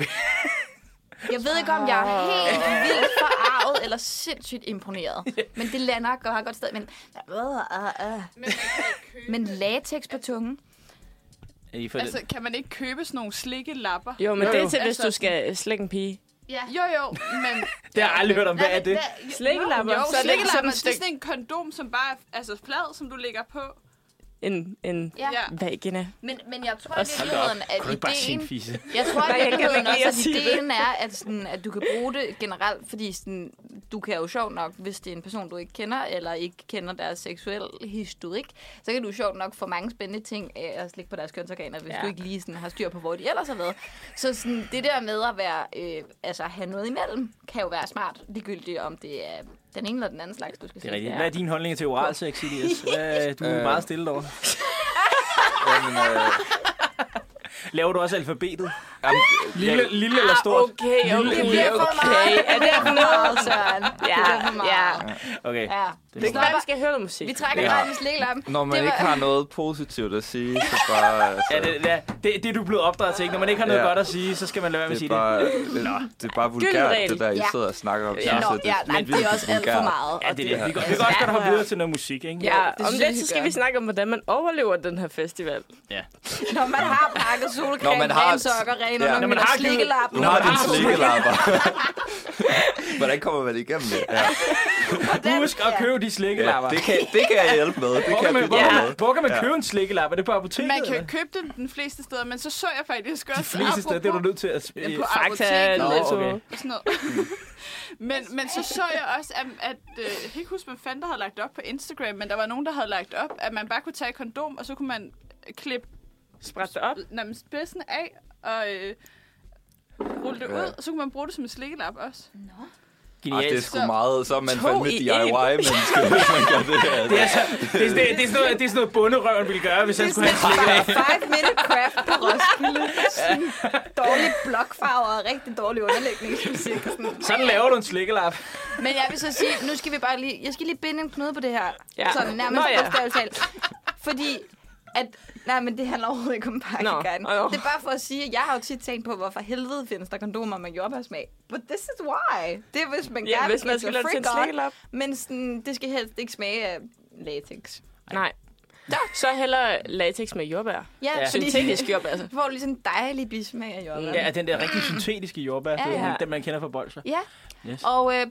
Speaker 1: Jeg ved ikke, om jeg er helt vildt forarvet eller sindssygt imponeret. Men det lander og har godt sted. Men, øh, øh, øh. men latex på tungen?
Speaker 3: I for
Speaker 5: Altså, kan man ikke købe sådan nogle slikke lapper?
Speaker 6: Jo, men
Speaker 3: Jo,
Speaker 6: det er
Speaker 3: jo.
Speaker 6: til, hvis
Speaker 5: Altså-
Speaker 6: du skal slække en pige.
Speaker 1: Ja.
Speaker 5: Jo, jo, men...
Speaker 3: det har jeg aldrig hørt om. Hvad er det?
Speaker 6: Slikkelapper.
Speaker 5: Jo,
Speaker 6: så er det ikke
Speaker 5: slikkelapper,
Speaker 6: sådan
Speaker 5: det
Speaker 6: et
Speaker 5: er
Speaker 6: stykke...
Speaker 5: sådan en kondom, som bare er altså, flad, som du lægger på.
Speaker 6: En, en
Speaker 1: ja.
Speaker 5: Ja.
Speaker 6: vagina.
Speaker 1: Men, men jeg tror i
Speaker 3: Altså,
Speaker 6: Også-
Speaker 1: virkeligheden, at
Speaker 3: Kan du ikke bare sige en
Speaker 1: ideen...
Speaker 3: fisse?
Speaker 1: Jeg tror
Speaker 6: Nej,
Speaker 1: i
Speaker 6: jeg kan
Speaker 1: virkeligheden
Speaker 6: ikke
Speaker 1: også,
Speaker 6: lide at
Speaker 1: at
Speaker 6: sige det.
Speaker 1: ideen er, at, sådan, at du kan bruge det generelt, fordi sådan, du kan jo sjovt nok, hvis det er en person, du ikke kender, eller ikke kender deres seksuelle historik, så kan du sjovt nok få mange spændende ting af at slikke på deres kønsorganer, hvis
Speaker 6: Ja.
Speaker 1: ja. du ikke lige sådan, har styr på, hvor de ellers har været. Så sådan, det der med at være, øh, altså, have noget imellem, kan jo være smart, ligegyldigt om det er den ene eller den anden slags, du skal
Speaker 3: Det
Speaker 1: se.
Speaker 3: er rigtigt. Hvad er din holdning til oral sex, Elias? Hvad, du er
Speaker 4: Øh.
Speaker 3: meget stille over.
Speaker 4: Jamen, øh,
Speaker 3: Laver du også alfabetet?
Speaker 4: Jamen,
Speaker 3: Lille,
Speaker 4: jeg,
Speaker 3: lille eller stort?
Speaker 6: Okay, okay,
Speaker 1: Det bliver for
Speaker 6: okay. Er det for meget?
Speaker 1: Søren.
Speaker 6: Ja, ja.
Speaker 3: Okay.
Speaker 1: ja.
Speaker 3: Det
Speaker 6: Det kan være, vi skal høre noget musik.
Speaker 1: Vi trækker
Speaker 4: Ja.
Speaker 1: ja. gratis lægelappen.
Speaker 4: når man
Speaker 1: Det var-
Speaker 4: ikke har noget positivt at sige, så bare... Altså,
Speaker 3: Ja, det, ja, det, det er du blevet opdraget til, ikke? Når man ikke har noget
Speaker 4: Ja.
Speaker 3: ja. godt at sige, så skal man lade være med at sige
Speaker 4: det, er
Speaker 3: bare...
Speaker 4: bare, det, det er bare vulgært,
Speaker 6: Gyldenregel.
Speaker 4: det der, I
Speaker 1: Ja.
Speaker 4: sidder og snakker om.
Speaker 6: Ja.
Speaker 4: synes jeg,
Speaker 1: Nå,
Speaker 4: Altså, det er
Speaker 1: ja, nej, det
Speaker 4: virkelig
Speaker 1: er også alt for
Speaker 4: vulgært.
Speaker 1: meget.
Speaker 3: det. Ja, det, er det. Vi, kan- vi kan
Speaker 1: Ja.
Speaker 3: også godt hoppe
Speaker 6: Ja.
Speaker 3: videre til noget musik, ikke?
Speaker 6: Ja, om
Speaker 1: synes jeg,
Speaker 6: lidt,
Speaker 1: vi
Speaker 6: så skal
Speaker 1: gør.
Speaker 6: vi snakke om, hvordan man overlever den her festival.
Speaker 1: Når man har pakket
Speaker 4: Når
Speaker 1: solcreme,
Speaker 4: man
Speaker 1: rene
Speaker 4: har-
Speaker 1: sokker, rene
Speaker 4: Ja.
Speaker 1: ja. når
Speaker 4: Når
Speaker 3: man
Speaker 1: man
Speaker 3: har
Speaker 1: har
Speaker 3: givet-
Speaker 1: slikkelappen.
Speaker 4: Nu har din slikkelapper. Hvordan kommer man igennem det? Ja,
Speaker 3: Husk at købe de slikkelapper.
Speaker 4: ja, det, kan, det kan jeg hjælpe med. Det
Speaker 3: Hvor
Speaker 4: kan
Speaker 3: kan
Speaker 4: jeg
Speaker 3: man, hvor,
Speaker 4: bidrage
Speaker 3: ja.
Speaker 4: med.
Speaker 3: hvor kan man købe en slikkelap? Er det på apoteket?
Speaker 5: Man kan jo
Speaker 3: eller?
Speaker 5: købe dem den fleste steder, men så så jeg faktisk også...
Speaker 3: De fleste steder, det er du nødt til at...
Speaker 5: Ja, på
Speaker 6: Fakta,
Speaker 5: apoteket
Speaker 3: Nå,
Speaker 6: Netto.
Speaker 3: okay.
Speaker 5: og sådan noget. men, men så så jeg også, at, at øh, jeg kan ikke huske, hvem fanden der havde lagt op på Instagram, men der var nogen, der havde lagt op, at man bare kunne tage et kondom, og så kunne man klippe
Speaker 6: Spræt det op.
Speaker 5: nej, men spidsen af og øh, rulle det
Speaker 4: Ja.
Speaker 5: ud, og så kunne man bruge det som en slikkelap også.
Speaker 4: Ej, det er
Speaker 3: Genialt.
Speaker 4: sgu meget. Så er man fandme
Speaker 6: i
Speaker 4: DIY-menneske, hvis man gør det her.
Speaker 3: Det er, så, Altså, det, er, det, er, det, er sådan noget, det er sådan noget bunderøven ville gøre, hvis han skulle have en slikkelap.
Speaker 1: Five minute craft på Roskilde. Sådan dårlig blokfarver og rigtig dårlig underlægningsmusik. og sådan.
Speaker 3: Sådan laver du en slikkelap.
Speaker 1: Men jeg vil så sige, nu skal vi bare lige... Jeg skal lige binde en knude på det her.
Speaker 6: Ja.
Speaker 1: Ja. Sådan nærmest
Speaker 6: Nå,
Speaker 1: Nå,
Speaker 6: ja.
Speaker 1: ja. talt. Fordi at, nej, men det handler overhovedet ikke om pakkeguiden.
Speaker 6: Nå, jo.
Speaker 1: Det er bare for at sige, at jeg har jo tit tænkt på, hvorfor helvede findes der kondomer med jordbærsmag. But this is why. Det er, hvis man
Speaker 6: Ja,
Speaker 1: gerne
Speaker 6: hvis man
Speaker 1: vil
Speaker 6: skal
Speaker 1: gå
Speaker 6: lade det til en
Speaker 1: freak on,
Speaker 6: slikkelap.
Speaker 1: Men sådan, det skal helst ikke smage af latex.
Speaker 6: Nej. Så heller latex med jordbær.
Speaker 1: Ja,
Speaker 3: Ja.
Speaker 1: ja. fordi
Speaker 6: Syntetisk jordbær, altså.
Speaker 1: så får du ligesom en dejlig bismag af jordbær.
Speaker 3: Ja, den der rigtig syntetiske jordbær,
Speaker 1: Ja,
Speaker 3: ja, ja.
Speaker 1: ja.
Speaker 3: den man kender fra bolser.
Speaker 1: Ja.
Speaker 3: Yes.
Speaker 1: Og øh,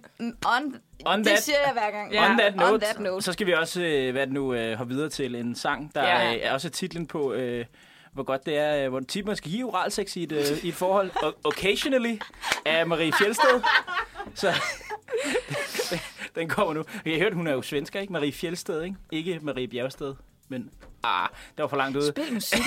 Speaker 1: on,
Speaker 3: On
Speaker 1: det
Speaker 3: that-
Speaker 1: siger jeg hver gang.
Speaker 3: On that note,
Speaker 1: On that note.
Speaker 3: så skal vi også, øh, hvad er det nu, øh, hoppe videre til en sang, der
Speaker 6: Ja.
Speaker 3: ja. øh, er også titlen på, øh, hvor godt det er, øh, hvor tit man skal give oralsex i et, øh, i et forhold. O- occasionally af Marie Fjeldsted. Så den kommer nu. Jeg hørte, hun er jo svensker, ikke? Marie Fjeldsted, ikke? Ikke Marie Bjergsted, men ah, det var for langt ude.
Speaker 1: Spil musik.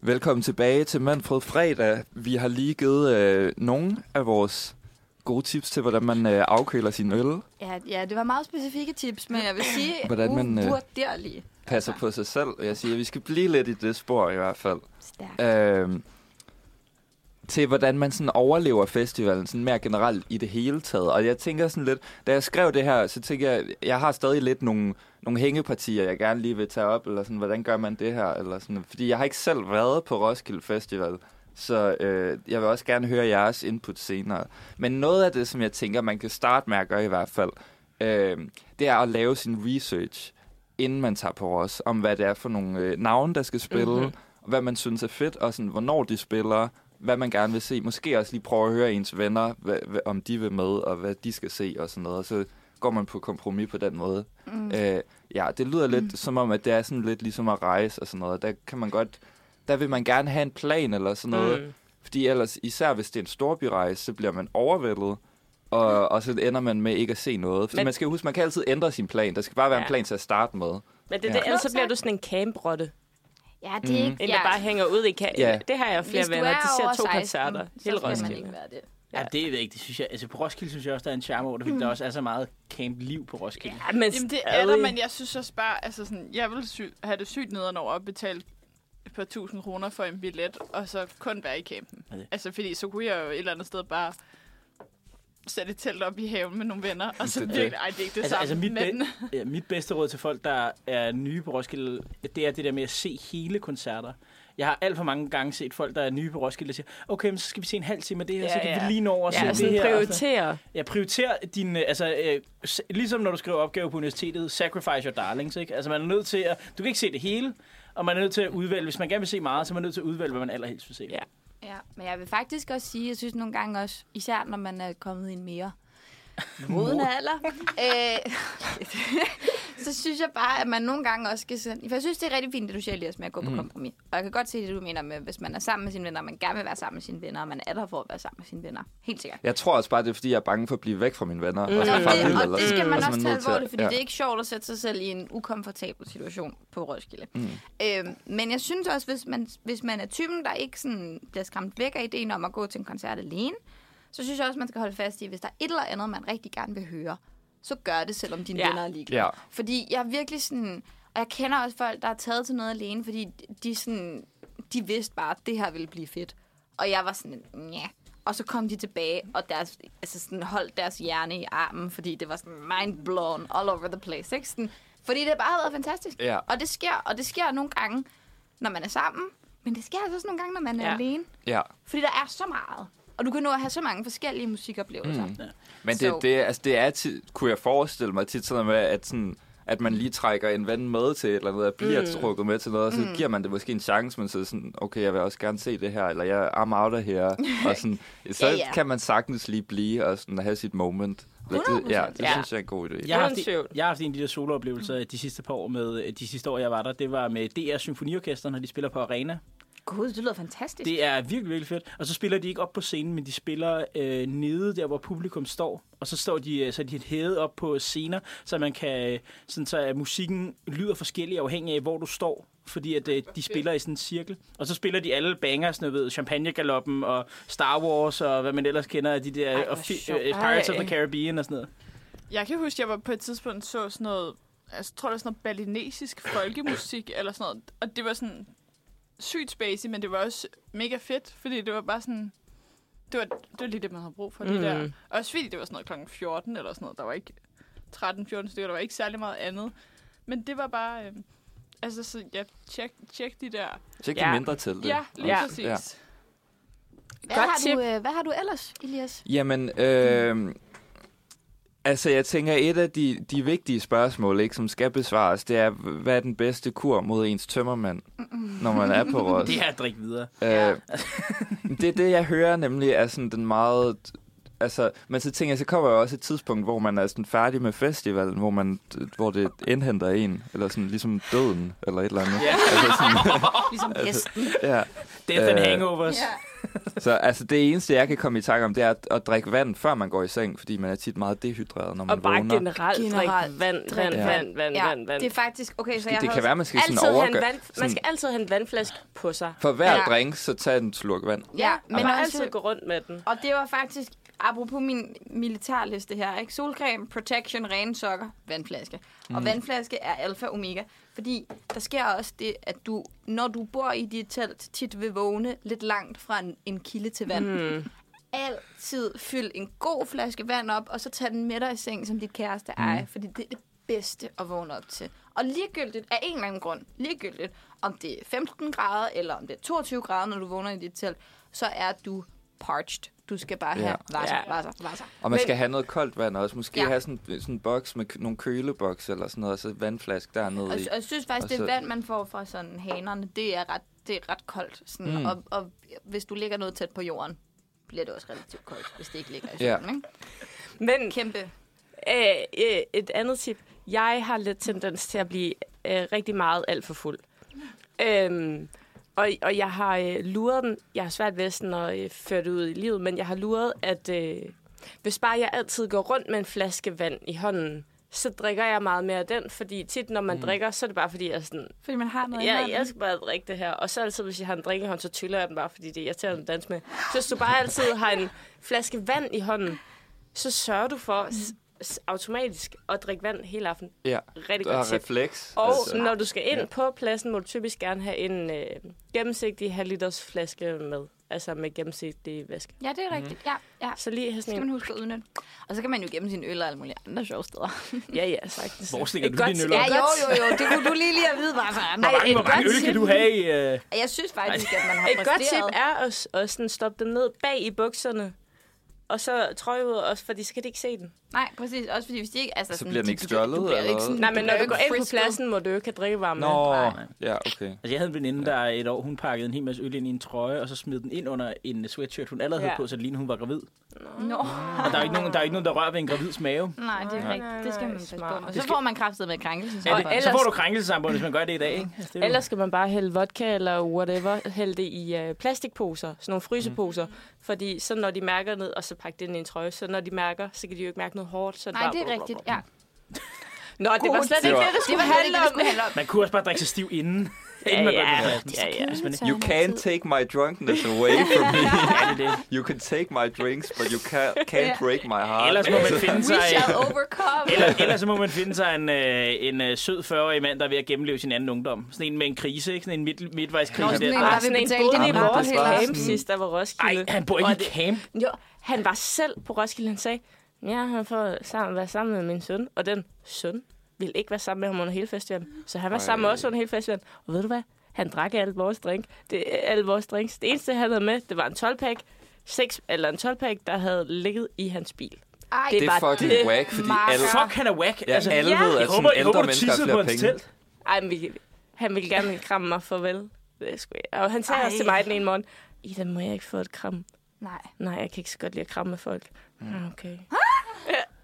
Speaker 4: Velkommen tilbage til Manfred Fredag. Vi har lige givet øh, nogle af vores gode tips til, hvordan man øh, afkøler sin øl,
Speaker 1: Ja, ja, det var meget specifikke tips, men jeg vil sige, uh,
Speaker 4: Hvordan man, øh,
Speaker 1: uvurderlige.
Speaker 4: passer på sig selv. Jeg siger, at vi skal blive lidt i det spor i hvert fald.
Speaker 1: Stærkt.
Speaker 4: Øh, til hvordan man sådan overlever festivalen sådan mere generelt i det hele taget. Og jeg tænker sådan lidt, da jeg skrev det her, så tænker jeg, jeg har stadig lidt nogle, nogle hængepartier, jeg gerne lige vil tage op, eller sådan, hvordan gør man det her? Eller sådan, fordi jeg har ikke selv været på Roskilde Festival, så øh, jeg vil også gerne høre jeres input senere. Men noget af det, som jeg tænker, man kan starte med at gøre i hvert fald, øh, det er at lave sin research, inden man tager på Ros, om hvad det er for nogle øh, navne, der skal spille, mm-hmm. hvad man synes er fedt, og sådan, hvornår de spiller, hvad man gerne vil se. Måske også lige prøve at høre ens venner, hvad, hvad, om de vil med, og hvad de skal se, og sådan noget. Og så går man på kompromis på den måde. Mm. Øh, ja, det lyder lidt mm. som om, at det er sådan lidt ligesom at rejse og sådan noget. Der kan man godt, der vil man gerne have en plan eller sådan noget. Mm. Fordi ellers, især hvis det er en storbyrejse, så bliver man overvældet. Og, og så ender man med ikke at se noget. Fordi
Speaker 6: Men-
Speaker 4: Men, man skal huske, man kan altid ændre sin plan. Der skal bare være ja.
Speaker 6: Ja.
Speaker 4: en plan til at starte med.
Speaker 6: Men det, er
Speaker 4: Ja.
Speaker 6: det, ellers så bliver du sådan en camprotte,
Speaker 1: Ja, det
Speaker 4: Mm.
Speaker 1: er ikke...
Speaker 6: en der bare hænger ud i ka-
Speaker 4: Ja.
Speaker 6: Det har jeg flere
Speaker 1: Hvis du
Speaker 6: venner,
Speaker 1: er
Speaker 6: de ser
Speaker 1: over
Speaker 6: to
Speaker 1: 16,
Speaker 6: koncerter.
Speaker 1: så
Speaker 6: Hele
Speaker 1: skal man ikke
Speaker 6: Roskilde.
Speaker 1: være det.
Speaker 3: Ja, det ved jeg ikke. Det synes jeg, altså på Roskilde synes jeg også, der er en charme over det, fordi mm. der også er så meget camp-liv på Roskilde.
Speaker 6: Ja, men
Speaker 5: Jamen, det er der,
Speaker 6: stadig.
Speaker 5: men jeg synes også bare, altså sådan, jeg ville sy- have det sygt nedenover at betale et par tusind kroner for en billet, og så kun være i campen.
Speaker 3: Ja, det-
Speaker 5: Altså, fordi så kunne jeg jo et eller andet sted bare sætte et telt op i haven med nogle venner, og så
Speaker 4: Det er det.
Speaker 5: virkelig, ej, det er ikke det
Speaker 3: Altså,
Speaker 5: samme.
Speaker 3: altså mit,
Speaker 5: men,
Speaker 3: be- ja, mit bedste råd til folk, der er nye på Roskilde, det er det der med at se hele koncerter. Jeg har alt for mange gange set folk, der er nye på Roskilde, der siger, okay, men så skal vi se en halv time af det her,
Speaker 6: Ja,
Speaker 3: så kan
Speaker 6: ja.
Speaker 3: vi lige nå over og
Speaker 6: Ja, og
Speaker 3: se det
Speaker 6: sådan
Speaker 3: her. Prioriter.
Speaker 6: prioritere.
Speaker 3: Jeg prioriterer din, øh, altså, øh, s- ligesom når du skriver opgave på universitetet, sacrifice your darlings, ikke? Altså man er nødt til at, du kan ikke se det hele, og man er nødt til at udvælge, hvis man gerne vil se meget, så er man nødt til at udvælge, hvad man allerhelst vil se.
Speaker 6: Ja.
Speaker 1: Ja, men jeg vil faktisk også sige, jeg synes nogle gange også, især når man er kommet i en mere moden alder, øh, så synes jeg bare, at man nogle gange også skal sådan... For jeg synes, det er rigtig fint, det du siger, Elias, med at gå på
Speaker 4: Mm.
Speaker 1: kompromis. Og jeg kan godt se det, du mener med, hvis man er sammen med sine venner, og man gerne vil være sammen med sine venner, og man er der for at være sammen med sine venner. Helt sikkert.
Speaker 4: Jeg tror også bare, det er, fordi jeg er bange for at blive væk fra mine venner. Mm. Og,
Speaker 1: Nå,
Speaker 4: sådan fare ud,
Speaker 1: det,
Speaker 4: eller
Speaker 1: og det skal
Speaker 4: sådan.
Speaker 1: man
Speaker 4: Altså,
Speaker 1: også tage
Speaker 4: er nødt til at-
Speaker 1: alvorligt, fordi
Speaker 4: ja.
Speaker 1: ja. det er ikke sjovt at sætte sig selv i en ukomfortabel situation på Roskilde. Mm. Øhm, men jeg synes også, hvis man, hvis man er typen, der ikke sådan bliver skræmt væk af ideen om at gå til en koncert alene, så synes jeg også, man skal holde fast i, hvis der er et eller andet, man rigtig gerne vil høre, så gør det, selvom dine
Speaker 6: Ja.
Speaker 1: ja. venner er ligeglade.
Speaker 4: Ja.
Speaker 1: Fordi jeg er virkelig sådan... Og jeg kender også folk, der er taget til noget alene, fordi de, sådan, de vidste bare, at det her ville blive fedt. Og jeg var sådan, ja. Og så kom de tilbage, og deres, altså sådan, holdt deres hjerne i armen, fordi det var sådan mind blown all over the place. Ikke? Sådan, fordi det bare har været fantastisk.
Speaker 4: Ja.
Speaker 1: Og det sker, og det sker nogle gange, når man er sammen. Men det sker altså også nogle gange, når man er
Speaker 6: Ja.
Speaker 1: ja. alene.
Speaker 4: Ja.
Speaker 1: Fordi der er så meget. Og du kan nå at have så mange forskellige musikoplevelser. Mm.
Speaker 4: Men
Speaker 1: Så-
Speaker 4: det, det, er- altså, det er tit, kunne jeg forestille mig tit sådan noget med, at, sådan, at man lige trækker en ven med til et eller andet, og bliver mm. trukket med til noget, og så mm. giver man det måske en chance, men så er det sådan, okay, jeg vil også gerne se det her, eller jeg er out of here, og sådan, så ja,
Speaker 1: Ja,
Speaker 4: ja.
Speaker 1: ja.
Speaker 4: kan man sagtens lige blive og sådan, have sit moment. Eller Det, ja, det
Speaker 6: Ja.
Speaker 4: synes jeg er en god idé.
Speaker 3: Jeg har,
Speaker 6: Uden
Speaker 3: haft,
Speaker 6: tvivl.
Speaker 3: jeg har haft en af de der solooplevelser øh, de sidste par år med øh, de sidste år, jeg var der. Det var med DR Symfoniorkester, når de spiller på arena.
Speaker 1: Gud, det lyder fantastisk.
Speaker 3: Det er virkelig, virkelig fedt. Og så spiller de ikke op på scenen, men de spiller øh, nede, der hvor publikum står. Og så står de, øh, så er de hævet op på scener, så man kan, øh, sådan så at musikken lyder forskellig afhængig af, hvor du står. Fordi at øh, de spiller i sådan en cirkel. Og så spiller de alle banger, sådan noget, ved, Champagne-galoppen og Star Wars og hvad man ellers kender af de der Ej, og fi- øh, Pirates of the Caribbean og sådan noget.
Speaker 5: Jeg kan huske, at jeg var på et tidspunkt så sådan noget, altså, jeg tror det var sådan noget balinesisk folkemusik eller sådan noget, og det var sådan sygt spacey, men det var også mega fedt, fordi det var bare sådan, det var, det var lige det, man havde brug for, mm. det
Speaker 6: Mm.
Speaker 5: der. Også fordi det var sådan noget klokken 14 eller sådan noget, der var ikke 13-14 stykker, der var ikke særlig meget andet, men det var bare, øh, altså så, ja, tjek, tjek de der,
Speaker 4: Tjek ja.
Speaker 6: Ja.
Speaker 4: det mindre til det.
Speaker 5: ja, lige
Speaker 6: Ja.
Speaker 5: ja. præcis.
Speaker 4: Ja.
Speaker 5: Ja.
Speaker 1: Hvad,
Speaker 6: Godt
Speaker 1: har
Speaker 6: tip.
Speaker 1: du, øh, hvad har du ellers, Elias?
Speaker 4: Jamen, øh, altså jeg tænker, et af de, de vigtige spørgsmål, ikke, som skal besvares, det er, hvad er den bedste kur mod ens tømmermand, når man er på Ros?
Speaker 3: Det her drik videre.
Speaker 4: Øh, det er det, jeg hører nemlig, er sådan den meget... Altså, men så tænker jeg, så kommer der også et tidspunkt, hvor man er sådan færdig med festivalen, hvor, man, hvor det indhenter en, eller sådan ligesom døden, eller et eller andet.
Speaker 3: Ja.
Speaker 4: Altså, sådan,
Speaker 1: Ligesom gæsten.
Speaker 4: ja.
Speaker 3: Death and
Speaker 4: Øh,
Speaker 3: Hangovers.
Speaker 1: Ja.
Speaker 4: Så altså, det eneste, jeg kan komme i tanke om, det er at, at drikke vand, før man går i seng, fordi man er tit meget dehydreret, når man
Speaker 6: Og bare
Speaker 4: vågner.
Speaker 6: generelt,
Speaker 1: Generelt
Speaker 6: generelt drik vand,
Speaker 1: drik
Speaker 6: vand,
Speaker 4: vand.
Speaker 6: vand, vand,
Speaker 1: Ja,
Speaker 6: vand, vand.
Speaker 1: det er faktisk... Okay, så jeg
Speaker 4: det
Speaker 1: har
Speaker 4: kan være, man skal
Speaker 6: altid
Speaker 4: sådan
Speaker 6: have en
Speaker 4: overgøre...
Speaker 6: vand, man skal altid have en vandflaske på sig.
Speaker 4: For hver
Speaker 1: Ja.
Speaker 4: ja. drink, så tag en slurk vand.
Speaker 1: Ja,
Speaker 6: Men
Speaker 1: men
Speaker 6: man
Speaker 1: også,
Speaker 6: altid gå rundt med den.
Speaker 1: og det var faktisk, apropos min militærliste her, ikke? solcreme, protection, rene sokker, vandflaske. Mm. Og vandflaske er alfa og omega, fordi der sker også det, at du, når du bor i dit telt, tit vil vågne lidt langt fra en, en kilde til vand. Mm. Altid fyld en god flaske vand op, og så tag den med dig i seng, som dit kæreste ejer, fordi det er det bedste at vågne op til. Og ligegyldigt, af en eller anden grund, ligegyldigt, om det er 15 grader, eller om det er 22 grader, når du vågner i dit telt, så er du parched. Du skal bare have
Speaker 4: Ja.
Speaker 1: ja. vasser,
Speaker 6: Ja.
Speaker 1: ja. vasser, vasser.
Speaker 4: Og man Men... skal have noget koldt vand også. Måske ja.
Speaker 1: Ja.
Speaker 4: have sådan, sådan en boks med k- nogle køleboks eller sådan noget, og så vandflaske dernede
Speaker 1: Og,
Speaker 4: i.
Speaker 1: Altså, og jeg synes faktisk,
Speaker 4: Og
Speaker 1: det
Speaker 4: så-
Speaker 1: vand, man får fra sådan hanerne, det er ret, det er ret koldt. Sådan, mm. og, og hvis du ligger noget tæt på jorden, bliver det også relativt koldt, hvis det ikke ligger i
Speaker 4: Ja.
Speaker 1: solen. Ikke?
Speaker 6: Men
Speaker 1: Kæmpe.
Speaker 6: øh, øh, et andet tip. Jeg har lidt tendens til at blive øh, rigtig meget alt for fuld. Øhm, og, og jeg har øh, luret den. Jeg har svært ved sådan at øh, føre det ud i livet, men jeg har luret, at øh, hvis bare jeg altid går rundt med en flaske vand i hånden, så drikker jeg meget mere af den, fordi tit, når man mm. drikker, så er det bare, fordi jeg er sådan,
Speaker 1: Fordi man har noget
Speaker 6: Ja, jeg skal bare drikke det her. Og så altid, hvis jeg har en drikkehånd, så tyller jeg den bare, fordi det er irriterende at danse med. Så hvis du bare altid har en flaske vand i hånden, så sørger du for s- s- automatisk at drikke vand hele aften.
Speaker 4: Ja.
Speaker 6: Rigtig
Speaker 4: Der
Speaker 6: godt
Speaker 4: er
Speaker 6: tip.
Speaker 4: refleks. Altså.
Speaker 6: Og når du skal ind
Speaker 4: ja.
Speaker 6: på pladsen, må du typisk gerne have en øh, gennemsigtig halv liters flaske med. Altså med gennemsigtig væske.
Speaker 1: ja, det er rigtigt. Ja, ja.
Speaker 6: Så lige have
Speaker 1: Det skal
Speaker 6: sådan
Speaker 1: man
Speaker 6: en...
Speaker 1: huske at udnytte. Og så kan man jo gemme sine øl og alle mulige andre sjove steder.
Speaker 6: Ja, ja, sagtens.
Speaker 3: Hvor stikker
Speaker 6: Et
Speaker 3: du
Speaker 6: godt
Speaker 3: din
Speaker 6: tip.
Speaker 3: øl op?
Speaker 6: Ja, jo, jo.
Speaker 1: jo. Det kunne du lige lige at vide, bare for andre.
Speaker 6: Ej, et
Speaker 3: Hvor mange
Speaker 6: godt
Speaker 3: øl kan
Speaker 6: tip.
Speaker 3: du have i... Øh...
Speaker 1: Jeg synes faktisk, at man har
Speaker 6: Et godt
Speaker 1: præsteret.
Speaker 6: tip er at, at sådan stoppe dem ned bag i bukserne, og så trøje ud, også, fordi så kan de ikke se den.
Speaker 1: Nej, præcis. Også fordi hvis de ikke... Altså,
Speaker 4: Så
Speaker 1: sådan,
Speaker 4: bliver den
Speaker 1: de-
Speaker 4: ikke
Speaker 1: du bliver-
Speaker 4: stjålet,
Speaker 1: du bliver
Speaker 4: eller
Speaker 1: ikke sådan-
Speaker 4: hvad?
Speaker 6: Nej, men når
Speaker 1: bliver
Speaker 6: du går
Speaker 1: ikke
Speaker 6: ind på
Speaker 1: frisket.
Speaker 6: pladsen, må du jo ikke have drikkevarme med.
Speaker 4: Nå,
Speaker 3: Nej.
Speaker 4: ja, okay.
Speaker 3: Altså, jeg havde en veninde, der et år, hun pakkede en hel masse øl ind i en trøje, og så smed den ind under en sweatshirt, hun allerede ja.
Speaker 6: Ja.
Speaker 3: havde på, så det lignede, hun var gravid.
Speaker 1: Nå,
Speaker 3: Og der er, ikke nogen, der er ikke nogen, der rører ved en gravids mave.
Speaker 1: nej, det er rigtigt. Det skal man passe på.
Speaker 6: smart.
Speaker 1: med.
Speaker 6: Det
Speaker 1: Så får man kraftet med krænkelsen.
Speaker 3: Ja, det, så
Speaker 6: ellers-
Speaker 3: får du krænkelsesamfund, hvis man gør det i dag, ikke? Altså, det er jo-
Speaker 6: Ellers skal man bare hælde vodka eller whatever, hælde det i øh, plastikposer, sådan nogle fryseposer,
Speaker 3: Mhm.
Speaker 6: fordi så når de mærker ned, og så pakke det ind i en trøje, så når de mærker, så kan de jo ikke mærke noget hårdt. Så
Speaker 1: Nej,
Speaker 6: bare
Speaker 1: det er rigtigt, ja.
Speaker 6: Nå, det var slet
Speaker 4: Det
Speaker 6: ikke
Speaker 4: var-
Speaker 6: det, det skulle handle om.
Speaker 1: handle om.
Speaker 3: Man kunne også bare drikke sig stiv inden. Inden man går ind på
Speaker 6: ja,
Speaker 3: pladsen.
Speaker 6: ja, ja.
Speaker 3: Hvis man ikke-
Speaker 4: You can't take my drunkenness away from me.
Speaker 3: Ja, det er det.
Speaker 4: You can take my drinks, but you can't, can't break my heart.
Speaker 3: Ellers må
Speaker 4: altså-
Speaker 3: man finde sig...
Speaker 2: overcome.
Speaker 3: Eller, ellers så må man finde sig en, øh, en øh, sød 40-årig mand, der er ved at gennemleve sin anden ungdom. Sådan en med en krise, ikke? Sådan en midt, midtvejskrise.
Speaker 1: Nå, sådan
Speaker 3: der.
Speaker 1: en,
Speaker 3: Ej,
Speaker 1: der vil betale
Speaker 6: både
Speaker 1: din
Speaker 6: i
Speaker 4: ret
Speaker 6: vores
Speaker 4: og sådan-
Speaker 6: camp sidst, der var Roskilde.
Speaker 3: Ej, han bor ikke
Speaker 6: Og
Speaker 3: i camp.
Speaker 6: Jo, han var selv på Roskilde, han sagde, ja, han får sammen, være sammen med min søn, og den søn ville ikke være sammen med ham under hele festivalen. Så han var
Speaker 4: Ej.
Speaker 6: sammen med os under hele festivalen. Og ved du hvad? Han drak alt vores drink. Det, alle vores drinks. Det eneste, han havde med, det var en 12-pack. Seks, eller en 12-pack, der havde ligget i hans bil.
Speaker 2: Ej,
Speaker 4: Altså, Det er
Speaker 6: bare
Speaker 4: fucking
Speaker 6: det.
Speaker 4: whack, fordi
Speaker 2: Marker.
Speaker 6: Altså-
Speaker 4: alle,
Speaker 3: Fuck, han er whack.
Speaker 4: ja, alle
Speaker 6: ja.
Speaker 4: ved,
Speaker 3: jeg
Speaker 4: at
Speaker 3: håber,
Speaker 4: sådan
Speaker 3: jeg
Speaker 4: ældre
Speaker 3: håber, du
Speaker 4: mennesker har
Speaker 3: tissede på
Speaker 4: flere
Speaker 3: hans
Speaker 4: penge.
Speaker 3: telt.
Speaker 6: Ej, men vi, han ville gerne kramme mig farvel. Det er sgu, og han sagde også til mig den ene morgen, Ida, må jeg ikke få et kram?
Speaker 2: Nej.
Speaker 6: Nej, jeg kan ikke så godt lide at kramme folk. Mm. Okay.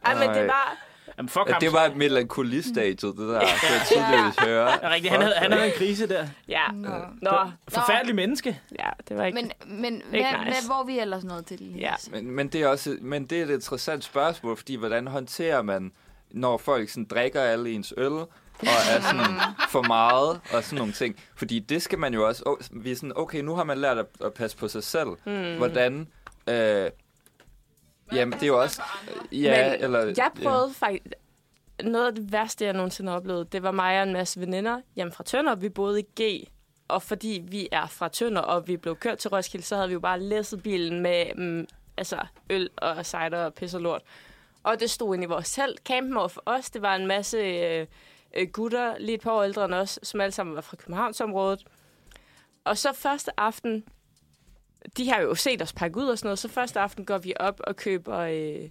Speaker 6: Ej, men det
Speaker 4: Ej.
Speaker 6: var...
Speaker 3: Jamen, fuck
Speaker 4: Ja,
Speaker 3: ham.
Speaker 4: det var melankolistadiet, det der, kan jeg tydeligvis høre.
Speaker 3: Ja, rigtigt. Han havde, han havde en krise der.
Speaker 6: Ja.
Speaker 1: Mm.
Speaker 2: Nå.
Speaker 6: Nå,
Speaker 3: Forfærdelig menneske.
Speaker 6: ja, det var ikke...
Speaker 2: Men,
Speaker 6: Men,
Speaker 2: men hvad,
Speaker 6: nice.
Speaker 2: hvad, hvor er vi ellers nået til? Louise?
Speaker 6: Ja.
Speaker 4: Men, men, det er også, men det er et interessant spørgsmål, fordi hvordan håndterer man, når folk sådan drikker alle ens øl, og er sådan for meget, og sådan nogle ting. Fordi det skal man jo også... Oh, vi er sådan, okay, nu har man lært at, at passe på sig selv. Mm.
Speaker 6: Hmm.
Speaker 4: Hvordan... Øh, jamen, det er jo også... Ja,
Speaker 6: Men
Speaker 4: eller,
Speaker 6: jeg prøvede ja. faktisk... Noget af det værste, jeg nogensinde har oplevet, det var mig og en masse veninder hjemme fra Tønder. Vi boede i G, og fordi vi er fra Tønder, og vi blev kørt til Roskilde, så havde vi jo bare læsset bilen med mm, altså, øl og cider og pis og lort. Og det stod inde i vores telt. Campen over for os, det var en masse øh, øh, gutter, lige et par år ældre end os, som alle sammen var fra Københavnsområdet. Og så første aften, de har jo set os pakke ud og sådan noget, så første aften går vi op og køber... Øh,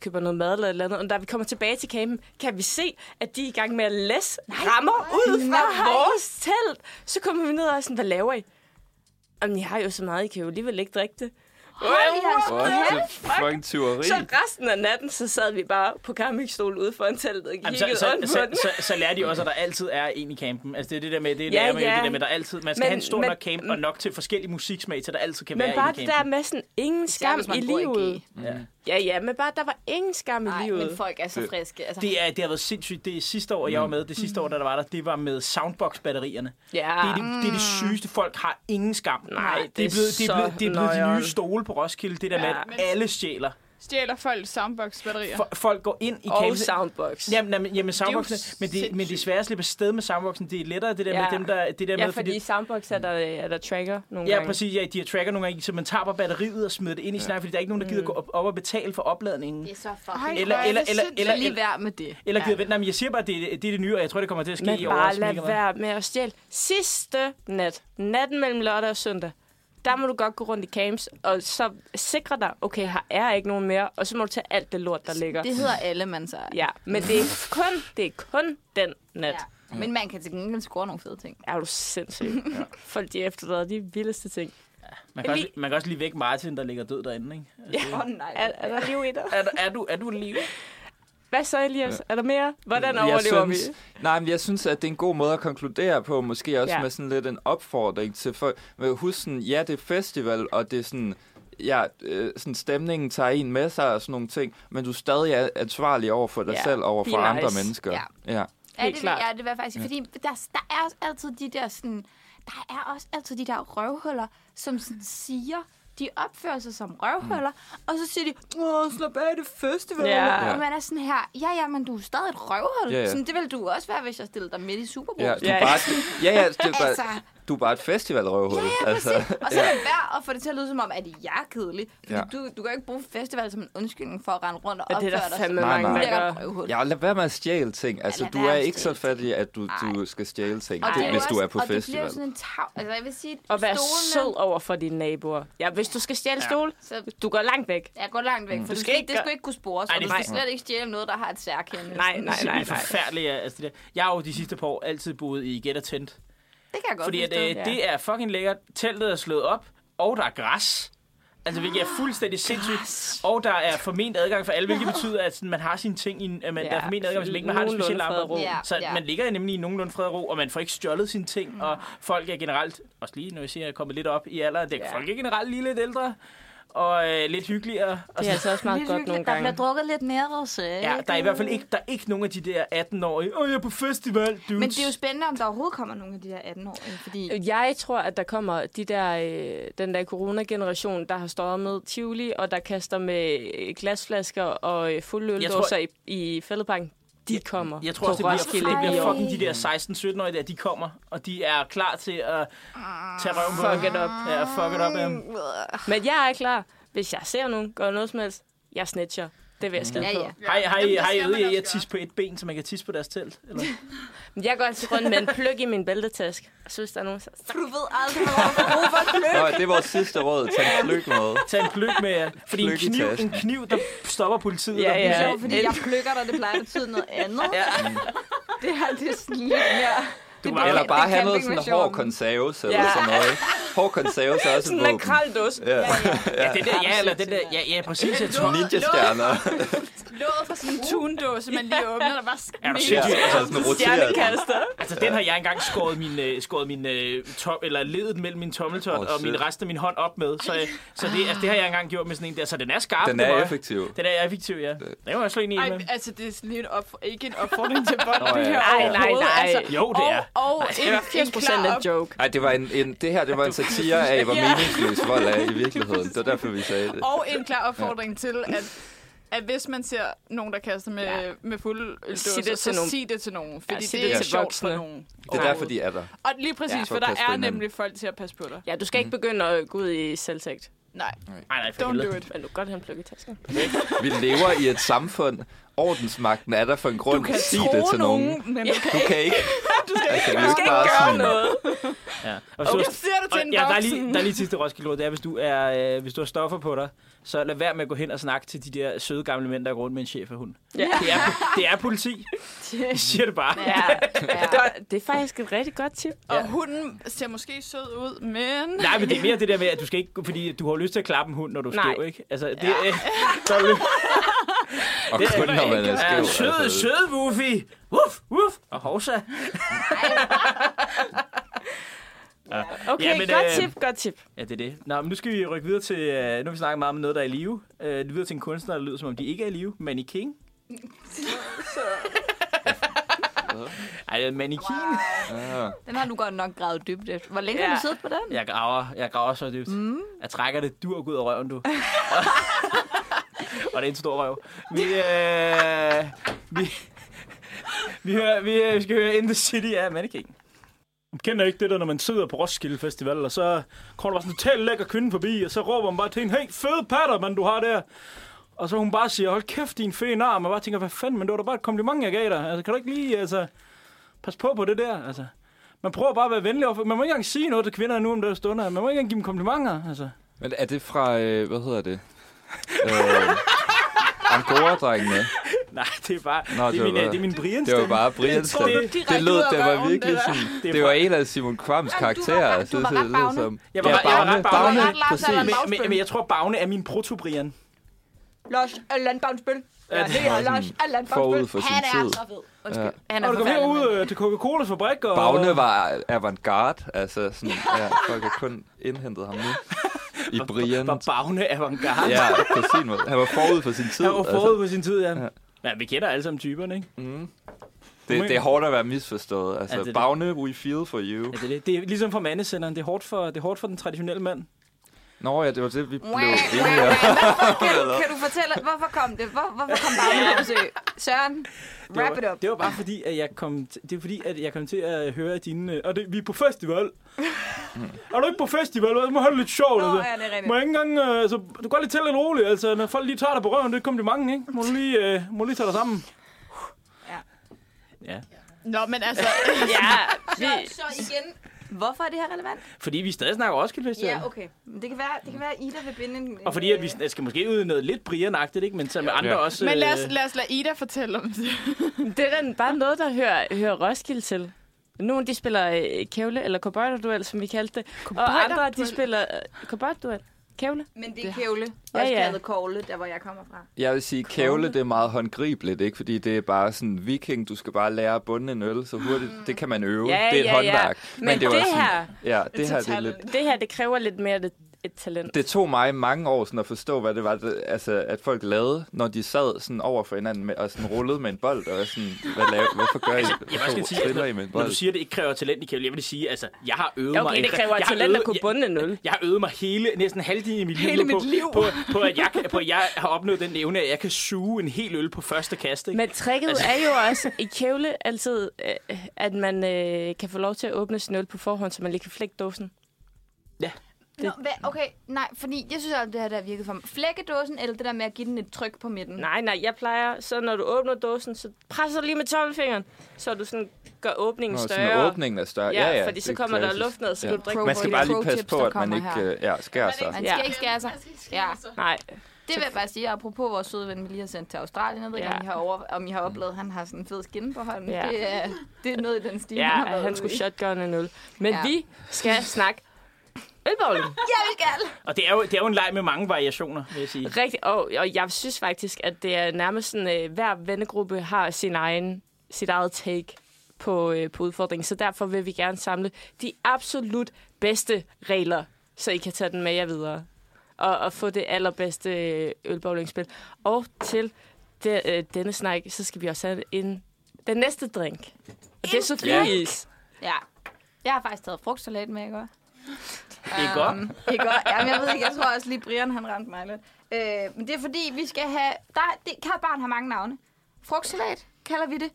Speaker 6: køber noget mad eller et eller andet, og da vi kommer tilbage til campen, kan vi se, at de er i gang med at læse rammer ud fra vores telt. Så kommer vi ned og er sådan, hvad laver I? Jamen, I har jo så meget, I kan jo alligevel ikke drikke det.
Speaker 2: altså-
Speaker 4: What the fucking tyveri?
Speaker 6: Så resten af natten, så sad vi bare på campingstol ude foran teltet og kiggede
Speaker 3: Jamen, så, så,
Speaker 6: ondt på
Speaker 3: så,
Speaker 6: den.
Speaker 3: så, så, lærer de også, at der altid er en i campen. Altså, det er det der med, det er
Speaker 6: Ja,
Speaker 3: ja, med,
Speaker 6: ja.
Speaker 3: det der med, der altid, man skal
Speaker 6: Men-
Speaker 3: have en stor
Speaker 6: men- mm.
Speaker 3: nok camp, og nok til forskellige musiksmag, så der altid kan
Speaker 6: Men
Speaker 3: være
Speaker 6: bare
Speaker 3: en i
Speaker 6: det
Speaker 3: campen.
Speaker 6: der med sådan ingen skam
Speaker 2: hvis man
Speaker 6: i
Speaker 2: bor i
Speaker 6: livet.
Speaker 3: Ja.
Speaker 6: Ja, ja, men bare der var ingen skam i
Speaker 2: Nej, men
Speaker 6: livet.
Speaker 2: folk er så
Speaker 4: Det-
Speaker 2: friske. Altså,
Speaker 3: Det, er, det har været sindssygt. Det er sidste år, jeg var med. Det sidste år, der var der, det var med soundbox-batterierne.
Speaker 6: Ja,
Speaker 3: Det er det, det er det sygeste. Folk har ingen skam.
Speaker 6: Ah. Nej, det er
Speaker 3: det er blevet, det
Speaker 6: så
Speaker 3: er blevet, det er blevet de
Speaker 6: nøjeren.
Speaker 3: nye stole på Roskilde. Det der
Speaker 6: Ja.
Speaker 3: med, at alle stjæler.
Speaker 5: Stjæler folk soundbox-batterier?
Speaker 3: Fo- Folk går ind i
Speaker 6: og
Speaker 3: campen.
Speaker 6: soundbox.
Speaker 3: Jamen, jamen, jamen soundboxen, men det, men det er
Speaker 5: sindssygt.
Speaker 3: svært at slippe afsted med soundboxen. Det er lettere, det der
Speaker 6: Ja.
Speaker 3: med dem, der... Det der
Speaker 6: Ja,
Speaker 3: med,
Speaker 6: fordi i soundbox er der, er der tracker nogle
Speaker 3: Ja,
Speaker 6: gange.
Speaker 3: præcis. Ja, de har tracker nogle gange, i, så man tager bare batteriet og smider det ind i snakken, fordi der er ikke nogen,
Speaker 6: Mm.
Speaker 3: der gider gå op, op og betale for opladningen.
Speaker 2: det er så fucking...
Speaker 5: Ej,
Speaker 3: Eller,
Speaker 5: hvor er
Speaker 3: eller,
Speaker 5: det
Speaker 3: eller,
Speaker 5: sindssygt.
Speaker 3: eller,
Speaker 2: Lige
Speaker 3: eller,
Speaker 2: værd med det.
Speaker 3: eller gider vente. Nej, men jeg siger bare, at det, er- det er det nye, og jeg tror, det kommer til at ske
Speaker 6: Men
Speaker 3: i år.
Speaker 6: bare
Speaker 3: også,
Speaker 6: lad
Speaker 3: mega meget.
Speaker 6: være med at stjæle. Sidste nat, natten mellem lørdag og søndag, der må du godt gå rundt i camps, og så sikre dig, okay, her er ikke nogen mere, og så må du tage alt det lort, der ligger.
Speaker 2: Det hedder alle, man så.
Speaker 6: Ja, men det er kun, det er kun den nat.
Speaker 2: Ja. Men man kan til gengæld score nogle fede ting.
Speaker 6: Er du sindssyg? Ja. Folk, de efterlader de vildeste ting.
Speaker 3: Man kan, også,
Speaker 6: Emil-
Speaker 3: man kan også lige vække Martin, der ligger død derinde, ikke?
Speaker 2: Åh oh, nej.
Speaker 6: Er, er der liv i dig?
Speaker 3: Er, du- er, du, er du liv?
Speaker 6: Hvad så, Elias? Er der mere? Hvordan overlever vi?
Speaker 4: synes, Nej, men jeg synes, at det er en god måde at konkludere på, måske også
Speaker 6: Ja.
Speaker 4: ja. med sådan lidt en opfordring til folk. Men Husk sådan, ja, det er festival, og det er sådan, ja, øh, sådan stemningen tager en med sig og sådan nogle ting, men du er stadig a- ansvarlig over for dig
Speaker 6: Ja.
Speaker 4: ja. selv, over
Speaker 6: Be
Speaker 4: for andre
Speaker 6: nice.
Speaker 4: mennesker.
Speaker 2: Ja.
Speaker 4: ja.
Speaker 2: Ja,
Speaker 6: Helt
Speaker 2: det,
Speaker 6: klart.
Speaker 2: klart. ja, det var faktisk, fordi der, der er også altid de der sådan, der er også altid de der røvhuller, som sådan siger, de opfører sig som røvhuller, mm. og så siger de, åh, slap af det festival.
Speaker 6: Ja.
Speaker 2: Ja.
Speaker 4: Ja.
Speaker 2: Og man er sådan her, ja, ja, men du er stadig et røvhul. Ja,
Speaker 4: Ja, ja.
Speaker 2: ja. Sådan, det ville du også være, hvis jeg stillede dig midt i Super Bowl.
Speaker 4: Ja,
Speaker 2: Ja.
Speaker 4: du
Speaker 6: Ja.
Speaker 4: er bare, ja, ja, det er bare,
Speaker 2: Altså.
Speaker 4: du er bare et festivalrøvhul.
Speaker 2: Ja, altså, og så er det værd at få det til at lyde som om, at jeg er kedelig. Fordi
Speaker 4: Ja.
Speaker 2: ja. du, du kan jo ikke bruge festival som en undskyldning for at rende rundt og
Speaker 6: Ja, det
Speaker 2: opføre
Speaker 6: er der
Speaker 2: dig som
Speaker 6: fandme
Speaker 4: Nej,
Speaker 6: mange,
Speaker 4: nej.
Speaker 6: der gør.
Speaker 2: et røvhul.
Speaker 4: Ja, lad være med at stjæle ting. Altså,
Speaker 2: lad
Speaker 4: du
Speaker 2: være
Speaker 4: er
Speaker 2: med at
Speaker 4: ikke så
Speaker 2: stjæle
Speaker 4: fattig, at du, du skal stjæle ting,
Speaker 2: Og det er
Speaker 4: hvis
Speaker 2: jo
Speaker 4: du
Speaker 2: også-
Speaker 4: er på
Speaker 2: Og det bliver jo
Speaker 4: festival.
Speaker 2: sådan en tav... Altså, jeg vil sige,
Speaker 6: Og være
Speaker 2: stolene-
Speaker 6: sød over for dine naboer. Ja, hvis du skal stjæle stol,
Speaker 2: Så
Speaker 6: du går langt væk.
Speaker 2: Jeg går langt væk, for du
Speaker 6: skal
Speaker 2: skal
Speaker 6: ikke
Speaker 2: ikke, det
Speaker 6: gøre-
Speaker 2: skal ikke kunne spores,
Speaker 3: Ej,
Speaker 2: og
Speaker 3: det
Speaker 2: du
Speaker 3: er
Speaker 2: skal
Speaker 3: faktisk-
Speaker 2: slet ikke stjæle noget, der har et særkende.
Speaker 6: Nej, nej,
Speaker 3: Nej,
Speaker 6: nej, nej.
Speaker 3: forfærdeligt, ja, altså det der. Jeg har jo de sidste par år altid boet i Get Tent.
Speaker 2: Det kan jeg godt
Speaker 3: Fordi at,
Speaker 2: forstå.
Speaker 3: øh,
Speaker 6: ja.
Speaker 3: det er fucking lækkert. Teltet er slået op, og der er græs. Altså, hvilket er fuldstændig sindssygt. Og der er forment adgang for alle, hvilket betyder, at sådan, man har sine ting i en... at Man,
Speaker 6: Ja,
Speaker 3: der er forment adgang, hvis man ikke man har det
Speaker 6: nogenlunde
Speaker 3: specielle
Speaker 6: fred og ro.
Speaker 3: arbejde.
Speaker 2: Ja,
Speaker 3: Så
Speaker 2: ja.
Speaker 3: man ligger nemlig i nogenlunde fred og ro, og man får ikke stjålet sine ting. Og folk er generelt... Også lige, når jeg siger, at jeg er kommet lidt op i alderen, det er folk er generelt lige lidt ældre. og øh, lidt hyggeligere. Og
Speaker 6: Det er altså også meget godt nogle
Speaker 2: Der bliver
Speaker 6: gange.
Speaker 2: drukket lidt mere rosé.
Speaker 3: Ja, der er i hvert fald ikke, der er ikke nogen af de der 18-årige, åh, jeg er på festival, dudes.
Speaker 1: Men det er jo spændende, om der overhovedet kommer nogle af de der
Speaker 2: øh,
Speaker 1: 18-årige, fordi...
Speaker 6: Jeg tror, at der kommer de der, øh, den der coronageneration, der har stormet Tivoli, og der kaster med øh, glasflasker og øh, fulde øldåser i, i fældebanken. De kommer
Speaker 3: jeg tror
Speaker 6: på
Speaker 3: også, det bliver,
Speaker 6: Roskilde
Speaker 3: det
Speaker 6: i
Speaker 3: bliver
Speaker 6: år.
Speaker 3: fucking de der 16-17-årige der, de kommer, og de er klar til at tage røven på
Speaker 6: Fuck
Speaker 3: dem.
Speaker 6: it up.
Speaker 3: Ja, fuck it up af dem.
Speaker 6: Men jeg er klar. Hvis jeg ser nogen gøre noget som helst, jeg snitcher. Det
Speaker 3: Mm.
Speaker 6: vil jeg skide
Speaker 2: Ja,
Speaker 6: på.
Speaker 2: ja.
Speaker 3: Har I, har I,
Speaker 5: Jamen, det
Speaker 3: har I
Speaker 5: skal
Speaker 3: øget
Speaker 5: man
Speaker 3: jer i
Speaker 5: også
Speaker 3: at tisse på et ben, så man kan tisse på deres telt? Eller?
Speaker 6: Men Jeg går altid rundt med en pløk i min bæltetask. Jeg synes, der er nogen, der
Speaker 2: Du ved aldrig, hvor du får brug for klø.
Speaker 4: Nå, det er vores sidste råd. Tag en lykke med.
Speaker 3: Tag en pløk med jer. Fordi en
Speaker 4: Pløk i
Speaker 3: kniv, en
Speaker 4: tasken.
Speaker 3: kniv, der stopper politiet.
Speaker 6: Ja,
Speaker 3: der-
Speaker 6: ja.
Speaker 2: Det er sjovt, fordi jeg plukker dig, det plejer at betyde noget andet. Ja. Det her, det er sådan lidt mere...
Speaker 3: Du
Speaker 4: Ja,
Speaker 3: mangler,
Speaker 4: Eller bare
Speaker 2: det
Speaker 4: have
Speaker 2: kan
Speaker 4: noget
Speaker 2: vi med
Speaker 4: sådan hård
Speaker 2: sjov.
Speaker 4: konserves eller
Speaker 6: Ja.
Speaker 4: ja. sådan noget. ikke? Hård konserves er også en
Speaker 6: Sådan en
Speaker 4: våben.
Speaker 6: kraldås.
Speaker 4: Ja.
Speaker 3: ja, den der, ja, eller den der, ja, ja, præcis. Jeg tror,
Speaker 4: Ninja-stjerner.
Speaker 5: Låget fra sådan en tundåse, man lige åbner, der var
Speaker 3: er du
Speaker 4: Ja,
Speaker 3: sindssyg?
Speaker 4: altså sådan roteret.
Speaker 6: Stjernekaster.
Speaker 3: Altså, den har jeg engang skåret min, øh, skåret min øh, top, eller ledet mellem min tommeltot
Speaker 4: Åh,
Speaker 3: oh, og min
Speaker 4: shit.
Speaker 3: rest af min hånd op med. Så, øh, så det, altså, det har jeg engang gjort med sådan en der. Så den er skarp.
Speaker 4: Den
Speaker 3: det må
Speaker 4: er
Speaker 3: jeg-
Speaker 4: effektiv. Øh.
Speaker 3: Den er effektiv, ja. Den var jeg slet ikke enig
Speaker 5: Ej,
Speaker 3: med.
Speaker 5: altså, det er sådan lidt en opf- ikke en opfordring til vold,
Speaker 4: Nå,
Speaker 5: det
Speaker 4: ja.
Speaker 5: her
Speaker 6: Nej, nej,
Speaker 5: overhovedet,
Speaker 6: nej.
Speaker 3: Jo, det er.
Speaker 5: Og, og
Speaker 6: Det var
Speaker 5: en, en
Speaker 6: 80 procent
Speaker 5: klar
Speaker 6: af
Speaker 5: op-
Speaker 6: joke.
Speaker 4: Nej, det var en, en, det her det var en satire af, hvor
Speaker 5: Ja.
Speaker 4: meningsløs vold er i virkeligheden. Det var derfor, vi sagde det.
Speaker 5: og en klar opfordring til, at at hvis man ser nogen, der kaster med,
Speaker 6: Ja.
Speaker 5: ja. med fulde øldåser,
Speaker 6: det til
Speaker 5: så
Speaker 6: nogen.
Speaker 5: sig det til nogen. Fordi ja,
Speaker 6: sig
Speaker 5: det,
Speaker 6: det
Speaker 5: er ikke
Speaker 6: til
Speaker 5: sjovt for
Speaker 6: voksne.
Speaker 5: nogen.
Speaker 4: Det er derfor, de er der.
Speaker 5: Og lige præcis,
Speaker 6: Ja.
Speaker 5: ja,
Speaker 4: For
Speaker 5: for
Speaker 4: at
Speaker 5: der
Speaker 4: passe på
Speaker 5: er
Speaker 4: hinanden.
Speaker 5: nemlig folk til at passe på dig.
Speaker 6: Ja, du skal ikke begynde at gå ud i selvtægt.
Speaker 5: Nej,
Speaker 3: Nej, nej, for
Speaker 5: don't do
Speaker 3: helvede.
Speaker 5: it.
Speaker 6: Men du kan godt have en pløk i tasken.
Speaker 4: Vi lever i et samfund. Ordensmagten er der for en grund. Sig det til nogen.
Speaker 5: men
Speaker 6: Ja.
Speaker 5: du kan
Speaker 4: Du kan ikke. Du skal ikke, altså, vi er jo ikke bare sådan,
Speaker 6: noget.
Speaker 3: Ja. Og hvis du
Speaker 5: Jeg
Speaker 3: har-
Speaker 5: siger det
Speaker 3: og,
Speaker 5: til en
Speaker 3: ja, der er
Speaker 5: voksen.
Speaker 3: lige, der er lige sidste Roskilde råd. Det er, hvis du, er, øh, hvis du har stoffer på dig, så lad være med at gå hen og snakke til de der søde gamle mænd, der går rundt med en chef og hund.
Speaker 6: Ja.
Speaker 3: Det, er, det er politi. Jeg siger det bare.
Speaker 6: Ja. ja. Det er faktisk et rigtig godt tip.
Speaker 5: Og hunden ser måske sød ud, men...
Speaker 3: Nej, men det er mere det der med, at du skal ikke, fordi du har jo lyst til at klappe en hund, når du er
Speaker 6: Nej.
Speaker 3: skæv, ikke? Altså, det, ja. øh, der er jo lyst-
Speaker 4: og kun når man er skæv.
Speaker 3: Ja, søde,
Speaker 4: altså.
Speaker 3: søde Wuffy. Wuff, wuff. Og hovsa.
Speaker 6: Okay,
Speaker 3: Ja, men,
Speaker 6: godt
Speaker 3: øh,
Speaker 6: tip, godt tip.
Speaker 3: Ja, det er det. Nå, men nu skal vi rykke videre til, øh, nu har vi snakket meget om noget, der er i live. Øh, videre til en kunstner, der lyder, som om de ikke er i live. Manny King. Ej, Manny King.
Speaker 4: Ja.
Speaker 2: Den har du godt nok gravet dybt efter. Hvor længe ja. har
Speaker 6: Ja.
Speaker 2: du siddet på den?
Speaker 3: Jeg graver, jeg graver så dybt. Mm. Jeg trækker det durk ud af røven, du. og det er en stor røv. Vi, øh, vi, vi, hører, vi, øh, vi skal høre In the City af Manny King. Kender ikke det der, når man sidder på Roskilde Festival, og så kommer der bare sådan en total lækker kvinde forbi, og så råber man bare til hende, hey, fede patter, man, du har der. Og så hun bare siger, hold kæft, din fede arm, og bare tænker, hvad fanden, men det var da bare et kompliment, jeg gav dig. Altså, kan du ikke lige, altså, pas på på det der, altså. Man prøver bare at være venlig overfor. Man må ikke engang sige noget til kvinder nu om deres stunder. Man må ikke engang give dem komplimenter. Altså.
Speaker 4: Men er det fra, øh, hvad hedder det? Øh, Angora-drengene.
Speaker 3: Nej, det er bare...
Speaker 4: Nå,
Speaker 3: det,
Speaker 4: det
Speaker 3: er
Speaker 4: var
Speaker 3: min,
Speaker 4: bare-
Speaker 3: det er min Brian
Speaker 4: Det var bare
Speaker 3: Det-
Speaker 4: Brians stemme.
Speaker 3: det-
Speaker 4: Det lød, det var virkelig
Speaker 5: der.
Speaker 4: sådan,
Speaker 3: Det er
Speaker 4: det var
Speaker 3: fra-
Speaker 4: en af Simon Kvams karakterer. altså,
Speaker 2: ret- du var ret bagnet.
Speaker 3: Jeg var ret- jeg var ret bagnet.
Speaker 4: Bagne,
Speaker 3: Du var
Speaker 2: ret Lars
Speaker 4: præcis.
Speaker 2: Allan
Speaker 3: men, men, men, jeg tror, Bagne er min proto-Brian.
Speaker 2: Lars Landbavnsbøl.
Speaker 3: Ja, det
Speaker 4: er Lars Forud for sin
Speaker 2: Han er
Speaker 4: tid.
Speaker 2: så fed. Undskyld. Han
Speaker 3: Og
Speaker 2: er
Speaker 3: du kom
Speaker 2: forfærdelig.
Speaker 3: herud
Speaker 2: mand.
Speaker 3: øh, til Coca-Colas fabrik, og...
Speaker 4: Bagne var avantgarde, altså sådan, ja, folk har kun indhentet ham nu. I Brian.
Speaker 3: Var Bagne avantgarde.
Speaker 4: Ja, på sin måde. Han var forud for sin tid.
Speaker 3: Han var
Speaker 4: altså.
Speaker 3: forud på sin tid, ja.
Speaker 4: Ja.
Speaker 3: Ja, vi kender alle sammen typerne, ikke?
Speaker 4: det, det er hårdt at være misforstået. Altså,
Speaker 3: Ja,
Speaker 4: ja,
Speaker 3: det er det.
Speaker 4: Bagne, we feel for you.
Speaker 3: Ja, det, er det. det er ligesom for mandesenderen. Det er hårdt for, det er hårdt for den traditionelle mand.
Speaker 4: Nå ja, det var det, vi blev
Speaker 2: Wow,
Speaker 4: enige om.
Speaker 2: Kan du, kan du fortælle, hvorfor kom det? Hvor, hvorfor kom Bagne på besøg? Søren,
Speaker 3: Det
Speaker 2: wrap
Speaker 3: var,
Speaker 2: it up.
Speaker 3: Det var bare fordi, at jeg kom, t- det er fordi, at jeg kom til at høre dine... øh, Og det, vi er på festival. er du ikke på festival? Hvad? Du må have det lidt sjovt.
Speaker 2: Nå,
Speaker 3: altså.
Speaker 2: ja, det er
Speaker 3: Må
Speaker 2: rigtigt.
Speaker 3: jeg ikke engang, øh, altså, du går lidt til lidt roligt, altså, når folk lige tager dig på røven, det er et kompliment, ikke? Må du lige, øh, må du lige tage dig sammen. Ja.
Speaker 5: Nå, men altså...
Speaker 6: Ja, vi,
Speaker 2: Så igen, hvorfor er det her relevant?
Speaker 3: Fordi vi stadig snakker Roskilde Festival.
Speaker 2: Ja, okay. Men Det kan være, det kan være Ida vil binde en...
Speaker 3: Og fordi at vi jeg skal måske ud i noget lidt brianagtigt, ikke? Men så med andre
Speaker 4: Ja.
Speaker 3: også...
Speaker 5: Men lad os,
Speaker 3: øh,
Speaker 5: lad os lade Ida fortælle om det.
Speaker 6: det er den bare noget, der hører, hører Roskilde til. Nogle de spiller øh, kævle, eller cowboyderduel, som vi kaldte det. Og andre de spiller øh, cowboyderduel. Kævle.
Speaker 2: Men det er kævle.
Speaker 6: Ja,
Speaker 2: Også
Speaker 6: ja.
Speaker 2: kaldet kogle, der hvor jeg kommer fra.
Speaker 4: Jeg vil sige, kævle, det er meget håndgribeligt, ikke? Fordi det er bare sådan, viking, du skal bare lære at bunde en øl, så hurtigt, det kan man øve.
Speaker 6: Mm. Ja,
Speaker 4: det er et
Speaker 6: ja, ja.
Speaker 4: håndværk.
Speaker 6: Men det
Speaker 4: var
Speaker 6: her-
Speaker 4: Ja, det her, det er lidt...
Speaker 6: Det her, det kræver lidt mere det et talent.
Speaker 4: Det tog mig mange år sådan at forstå, hvad det var, det, altså, at folk lavede, når de sad sådan over for hinanden med, og sådan rullede med en bold, og sådan, hvad lave, hvorfor gør I,
Speaker 3: Jeg vil også
Speaker 4: hvorfor
Speaker 3: lige sige, altså,
Speaker 4: spiller I med en
Speaker 3: når du
Speaker 4: bold?
Speaker 3: siger, at det ikke kræver talent, Michael, jeg vil sige, altså, jeg har øvet
Speaker 6: Ja,
Speaker 3: mig...
Speaker 6: okay, det
Speaker 3: en-
Speaker 6: kræver
Speaker 3: jeg har
Speaker 6: talent at
Speaker 3: øvet-
Speaker 6: kunne bunde en nul.
Speaker 3: Jeg har øvet mig hele, næsten halvdelen af mit liv,
Speaker 1: Hele
Speaker 3: på,
Speaker 1: mit liv.
Speaker 3: På, på, at jeg, kan- på, at jeg har opnået den evne, at jeg kan suge en hel øl på første kast. Ikke?
Speaker 6: Men tricket
Speaker 3: Altså-
Speaker 6: altså... er jo også i kævle altid, øh, at man øh, kan få lov til at åbne sin øl på forhånd, så man lige kan flække dåsen.
Speaker 1: Nå, hvad, okay, nej, fordi jeg synes, at det her der virkede for mig. Flækkedåsen, eller det der med at give den et tryk på midten?
Speaker 6: Nej, nej, jeg plejer, så når du åbner dåsen, så presser du lige med tommelfingeren, så du sådan gør åbningen
Speaker 4: Nå,
Speaker 6: større.
Speaker 4: sådan åbningen er større.
Speaker 6: Ja,
Speaker 4: Ja, ja,
Speaker 6: fordi
Speaker 4: det
Speaker 6: så
Speaker 4: er
Speaker 6: kommer der
Speaker 4: klassisk.
Speaker 6: luft ned, så
Speaker 4: Ja.
Speaker 6: kan du drikke.
Speaker 4: Man skal bare lige
Speaker 1: Pro-tips,
Speaker 4: passe på,
Speaker 1: der
Speaker 4: at man
Speaker 1: kommer
Speaker 4: ikke
Speaker 1: her.
Speaker 4: øh, ja, skærer sig.
Speaker 1: Man
Speaker 6: Ja.
Speaker 1: skal ikke skære sig. Ja.
Speaker 6: Nej,
Speaker 1: Det vil jeg bare sige, apropos vores søde ven, vi lige har sendt til Australien. Jeg ved ikke,
Speaker 6: Ja.
Speaker 1: om I har, over, om I har oplevet, at han har sådan en fed skinne på hånden.
Speaker 6: Ja.
Speaker 1: Det, er, det er noget i den stil,
Speaker 6: ja,
Speaker 1: han har været
Speaker 6: han
Speaker 1: ude
Speaker 6: skulle
Speaker 1: i.
Speaker 6: shotgun en øl. Men
Speaker 1: Ja.
Speaker 6: ja. vi skal snakke ølbowling.
Speaker 1: Jeg vil gerne!
Speaker 3: Og det er, jo, det er jo en leg med mange variationer, vil jeg sige.
Speaker 6: Rigtigt, og, og jeg synes faktisk, at det er nærmest sådan, øh, hver vennegruppe har sin egen, sit eget take på, øh, på udfordringen, så derfor vil vi gerne samle de absolut bedste regler, så I kan tage den med jer videre og, og få det allerbedste øh, ølbowlingspil. Og til de, øh, denne snak, så skal vi også have en, den næste drink. Og det er Sofie Is.
Speaker 1: Ja. Jeg har faktisk taget frugtsalat med, ikke også?
Speaker 3: Det er godt.
Speaker 1: Ikke godt. Jamen, jeg ved ikke, jeg tror også lige Brian, han ramte mig lidt. Øh, men det er fordi, vi skal have... Der, det, kært barn har mange navne. Frugtsalat kalder vi det.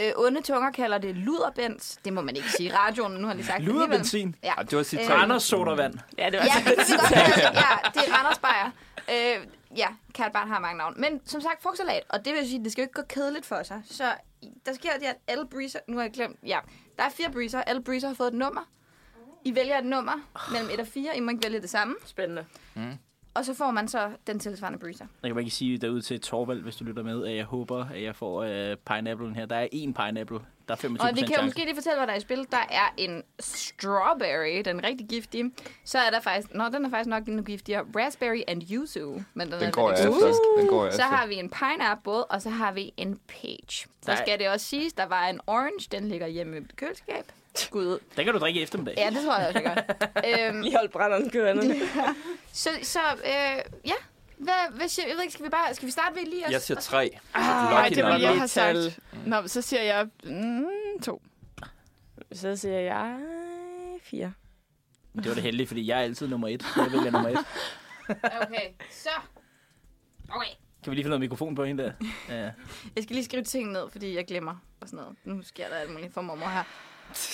Speaker 1: Øh, onde tunger kalder det luderbens. Det må man ikke sige i radioen, men nu har de sagt det alligevel.
Speaker 3: Luderbenzin.
Speaker 1: Ja.
Speaker 4: Ej, det var sit
Speaker 1: Øh,
Speaker 4: tag.
Speaker 3: Anders sodavand.
Speaker 6: Ja, det
Speaker 1: Ja,
Speaker 6: var
Speaker 1: det kan vi godt kalde det. Ja, det er Randers Bayer. Øh, ja, kært barn har mange navne. Men som sagt, frugtsalat. Og det vil sige, at det skal jo ikke gå kedeligt for sig. Så der sker det, at alle breezer... Nu har jeg glemt... Ja, der er fire breezer. Alle breezer har fået et nummer. I vælger et nummer mellem 1 og 4. I må ikke vælge det samme.
Speaker 6: spændende.
Speaker 1: Og så får man så den tilsvarende breezer.
Speaker 3: Jeg kan bare ikke sige derude til Torvald, hvis du lytter med, at jeg håber, at jeg får øh, pineapplen her. Der er én pineapple. Der er 25%
Speaker 1: Og vi kan jo
Speaker 3: chance.
Speaker 1: måske lige fortælle, hvad der er i spil. Der er en strawberry, den er rigtig giftige. Så er der faktisk... Nå, den er faktisk nok endnu giftigere. Raspberry and yuzu. Men den, er
Speaker 4: Den går jeg
Speaker 6: Uh,
Speaker 1: lidt-
Speaker 4: efter. Den går jeg
Speaker 1: Så
Speaker 4: efter.
Speaker 1: har vi en pineapple, og så har vi en peach.
Speaker 3: Der
Speaker 1: Så
Speaker 3: er-
Speaker 1: skal det også siges, der var en orange, den ligger hjemme i mit køleskab. Gud.
Speaker 3: Den kan du drikke i eftermiddag.
Speaker 1: Ja, det tror jeg også, jeg gør. øhm,
Speaker 6: Lige holdt brænderen kørende.
Speaker 1: så, så øh, ja. Hvad, hvad siger, jeg ved ikke, skal vi bare skal vi starte ved lige
Speaker 4: Jeg
Speaker 1: os?
Speaker 4: siger tre.
Speaker 1: Ah,
Speaker 4: Altså,
Speaker 5: Nej, det ville jeg
Speaker 6: number.
Speaker 5: have
Speaker 6: Metal.
Speaker 5: sagt. Nå, så siger jeg mm, to.
Speaker 6: Så siger jeg fire.
Speaker 3: Det var det heldige, fordi jeg er altid nummer et. Jeg vil være nummer et.
Speaker 1: Okay, så. Okay.
Speaker 3: Kan vi lige finde noget mikrofon på hende der? Ja.
Speaker 1: Jeg skal lige skrive ting ned, fordi jeg glemmer og sådan noget. Nu sker der alt muligt for mormor her.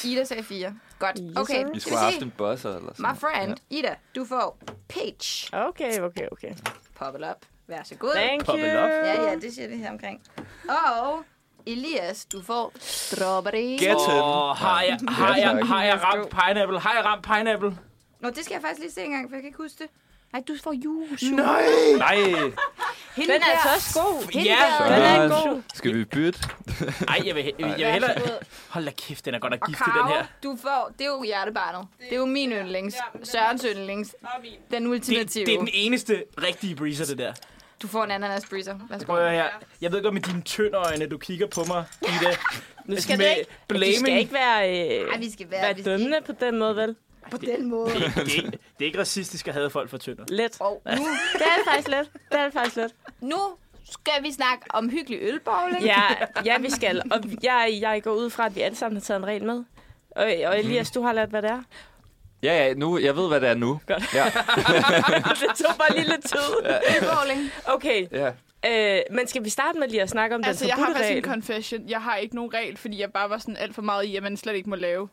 Speaker 1: Ida sagde 4. Godt.
Speaker 6: Yes,
Speaker 1: Okay,
Speaker 6: sir.
Speaker 4: Vi
Speaker 1: skal vi
Speaker 4: skulle have haft
Speaker 1: se?
Speaker 4: en buzzer eller sådan
Speaker 1: My friend, Ida, du får peach.
Speaker 6: Okay, okay, okay.
Speaker 1: Pop it up. Vær så god.
Speaker 6: Thank you.
Speaker 3: Pop it up.
Speaker 1: Ja, ja, det siger vi her omkring. Og Elias, du får strawberry.
Speaker 4: Get him.
Speaker 3: Åh, har jeg, har,
Speaker 4: Ja,
Speaker 3: jeg,
Speaker 4: tak.
Speaker 3: har jeg ramt pineapple? Har jeg ramt pineapple?
Speaker 1: Nå, det skal jeg faktisk lige se engang, for jeg kan ikke huske det. Nej, du får juice.
Speaker 3: Nej! Nej!
Speaker 1: Hende
Speaker 6: Den er altså
Speaker 1: der-
Speaker 6: også god.
Speaker 1: Hende
Speaker 3: Ja.
Speaker 1: der-
Speaker 6: Den er
Speaker 4: Sådan.
Speaker 6: god.
Speaker 4: Skal vi bytte?
Speaker 3: Ej, jeg vil, he- jeg vil
Speaker 1: Vær så
Speaker 3: hellere...
Speaker 1: god.
Speaker 3: Hold da kæft, den er godt nok
Speaker 1: Og
Speaker 3: giftig, den her.
Speaker 1: Karo, du får, det er jo hjertebarnet. Det er jo min yndlings. Sørens yndlings. Den
Speaker 3: Det,
Speaker 1: ultimative.
Speaker 3: det er den eneste rigtige breezer, det der.
Speaker 1: Du får en ananas breezer. Værsgo.
Speaker 3: Prøv at høre her. Jeg ved godt med dine tynde øjne, du kigger på mig, Ida.
Speaker 6: Nu skal
Speaker 3: Med
Speaker 6: det ikke,
Speaker 3: blaming.
Speaker 6: du skal ikke være, øh,
Speaker 1: Ej, vi skal være,
Speaker 6: være
Speaker 1: vi skal
Speaker 6: dømmende på den måde, vel?
Speaker 1: på den måde.
Speaker 3: Det, er ikke- det er ikke racistisk at have folk for tynde.
Speaker 6: Let.
Speaker 1: Og nu,
Speaker 6: Det er det faktisk let. Det er det faktisk let.
Speaker 1: nu skal vi snakke om hyggelig ølbowling.
Speaker 6: Ja, ja vi skal. Og jeg, jeg går ud fra, at vi alle sammen har taget en regel med. Og, og Elias, du har lært, hvad det er.
Speaker 4: Ja, ja, nu, jeg ved, hvad det er nu.
Speaker 6: Godt.
Speaker 4: Ja,
Speaker 6: Det tog bare lige lidt tid.
Speaker 1: Ølbowling.
Speaker 6: Okay,
Speaker 4: ja.
Speaker 6: øh, men skal vi starte med lige at snakke om
Speaker 5: Altså,
Speaker 6: den
Speaker 5: jeg har
Speaker 6: forbudte
Speaker 5: faktisk en
Speaker 6: regel?
Speaker 5: confession. Jeg har ikke nogen regel, fordi jeg bare var sådan alt for meget i, at man slet ikke må lave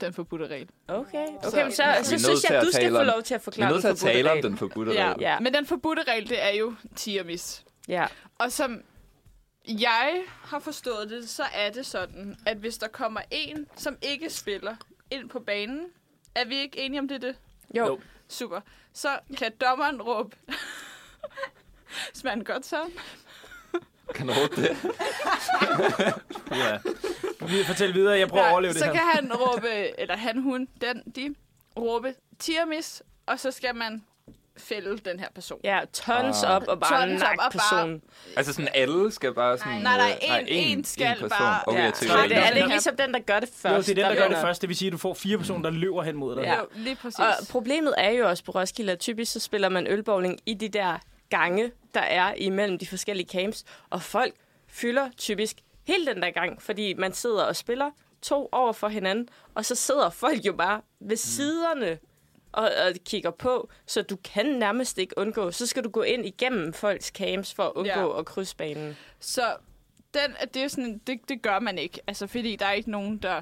Speaker 5: den forbudte regel.
Speaker 6: okay, okay men så,
Speaker 5: Vi er
Speaker 6: så
Speaker 4: nødt
Speaker 6: synes
Speaker 4: til
Speaker 6: jeg,
Speaker 4: at
Speaker 6: du skal
Speaker 4: tale
Speaker 6: få
Speaker 4: om-
Speaker 6: lov til at
Speaker 4: Vi er
Speaker 6: forklare
Speaker 4: nødt til at
Speaker 6: forbudte
Speaker 4: tale om
Speaker 6: regel.
Speaker 4: den forbudte
Speaker 5: Ja.
Speaker 4: regel.
Speaker 6: Ja,
Speaker 5: Men den forbudte regel, det er jo tiermis.
Speaker 6: ja.
Speaker 5: Og som jeg har forstået det, så er det sådan, at hvis der kommer en, som ikke spiller, ind på banen, er vi ikke enige om det er det?
Speaker 6: Jo.
Speaker 3: Jo.
Speaker 5: Super. Så kan dommeren råbe... Smand godt så.
Speaker 4: Kan du råbe det?
Speaker 3: Ja. Vi fortæl videre, jeg prøver at overleve det
Speaker 5: så
Speaker 3: her.
Speaker 5: kan han råbe, eller han, hun, den, de, råbe tiramis, og så skal man fælde den her person.
Speaker 6: Ja, tons
Speaker 4: Ah.
Speaker 6: op og bare
Speaker 5: Tons
Speaker 6: en
Speaker 5: op og bare-
Speaker 6: person.
Speaker 4: Altså sådan alle skal bare sådan...
Speaker 5: Nej, nej,
Speaker 4: øh,
Speaker 5: en- en skal
Speaker 4: person.
Speaker 5: bare-
Speaker 4: Okay,
Speaker 6: Ja.
Speaker 4: jeg tænker,
Speaker 5: Nej,
Speaker 6: er,
Speaker 4: det
Speaker 6: det, er det
Speaker 5: den
Speaker 6: ikke
Speaker 5: her-
Speaker 6: ligesom den, der gør det
Speaker 3: Jo,
Speaker 6: først?
Speaker 3: det er den, der gør det
Speaker 6: vinder?
Speaker 3: først. Det vil sige, at du får fire personer, der løber hen mod dig.
Speaker 6: Ja.
Speaker 5: Jo, lige præcis.
Speaker 6: Og problemet er jo også på Roskilde, at typisk så spiller man ølbowling i de der gange, der er imellem de forskellige camps, og folk fylder typisk hele den der gang, fordi man sidder og spiller to over for hinanden, og så sidder folk jo bare
Speaker 3: Mm.
Speaker 6: ved siderne og, og kigger på, så du kan nærmest ikke undgå. Så skal du gå ind igennem folks camps for at undgå
Speaker 5: Ja.
Speaker 6: at krydse banen.
Speaker 5: Så den, det, er sådan, det, det gør man ikke, altså, fordi der er ikke nogen, der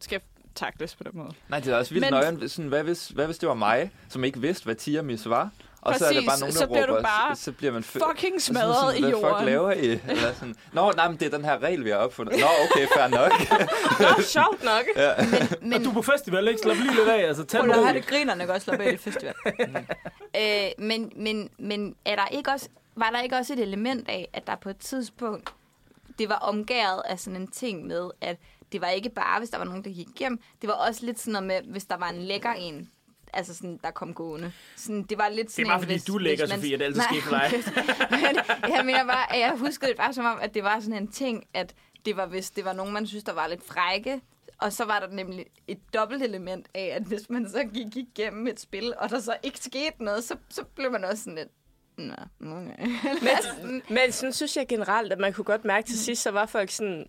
Speaker 5: skal takles på den måde.
Speaker 4: Nej, det er også vildt
Speaker 5: Men-
Speaker 4: nøjeren. Sådan, hvad, hvis, hvad hvis det var mig, som ikke vidste, hvad tiramis var? Og så er der
Speaker 5: Præcis,
Speaker 4: bare nogen, der
Speaker 5: så bliver du
Speaker 4: råber,
Speaker 5: bare
Speaker 4: så bliver man fø-
Speaker 5: Fucking
Speaker 4: så altså, sådan,
Speaker 5: smadret
Speaker 4: sådan,
Speaker 5: i
Speaker 4: Hvad fuck
Speaker 5: jorden.
Speaker 4: laver I? Eller sådan, Nå, nej, men det er den her regel, vi har opfundet. Nå, okay, fair nok.
Speaker 6: Nå, sjovt nok.
Speaker 3: Men... Og du er på festival, ikke? Slap lige lidt af, altså. Tag
Speaker 2: Prøv
Speaker 3: den
Speaker 2: lige at have
Speaker 3: roligt.
Speaker 2: det grinerne godt slappe af i festival.
Speaker 1: Øh, men, men, men er der ikke også, var der ikke også et element af, at der på et tidspunkt, det var omgæret af sådan en ting med, at det var ikke bare, hvis der var nogen, der gik igennem, det var også lidt sådan noget med, hvis der var en lækker en, altså sådan, der kom gående. Sådan, det var lidt
Speaker 3: Det
Speaker 1: sådan
Speaker 3: er bare
Speaker 1: en,
Speaker 3: fordi,
Speaker 1: hvis,
Speaker 3: du lægger,
Speaker 1: hvis man-
Speaker 3: Sofie, at det altid
Speaker 1: Nej,
Speaker 3: sker for dig.
Speaker 1: men jeg mener bare, at jeg huskede det bare som om, at det var sådan en ting, at det var, hvis det var nogen, man synes, der var lidt frække, og så var der nemlig et dobbelt element af, at hvis man så gik igennem et spil, og der så ikke skete noget, så, så blev man også sådan lidt... Nå, okay.
Speaker 6: Men, men sådan synes jeg generelt, at man kunne godt mærke til sidst, så var folk sådan...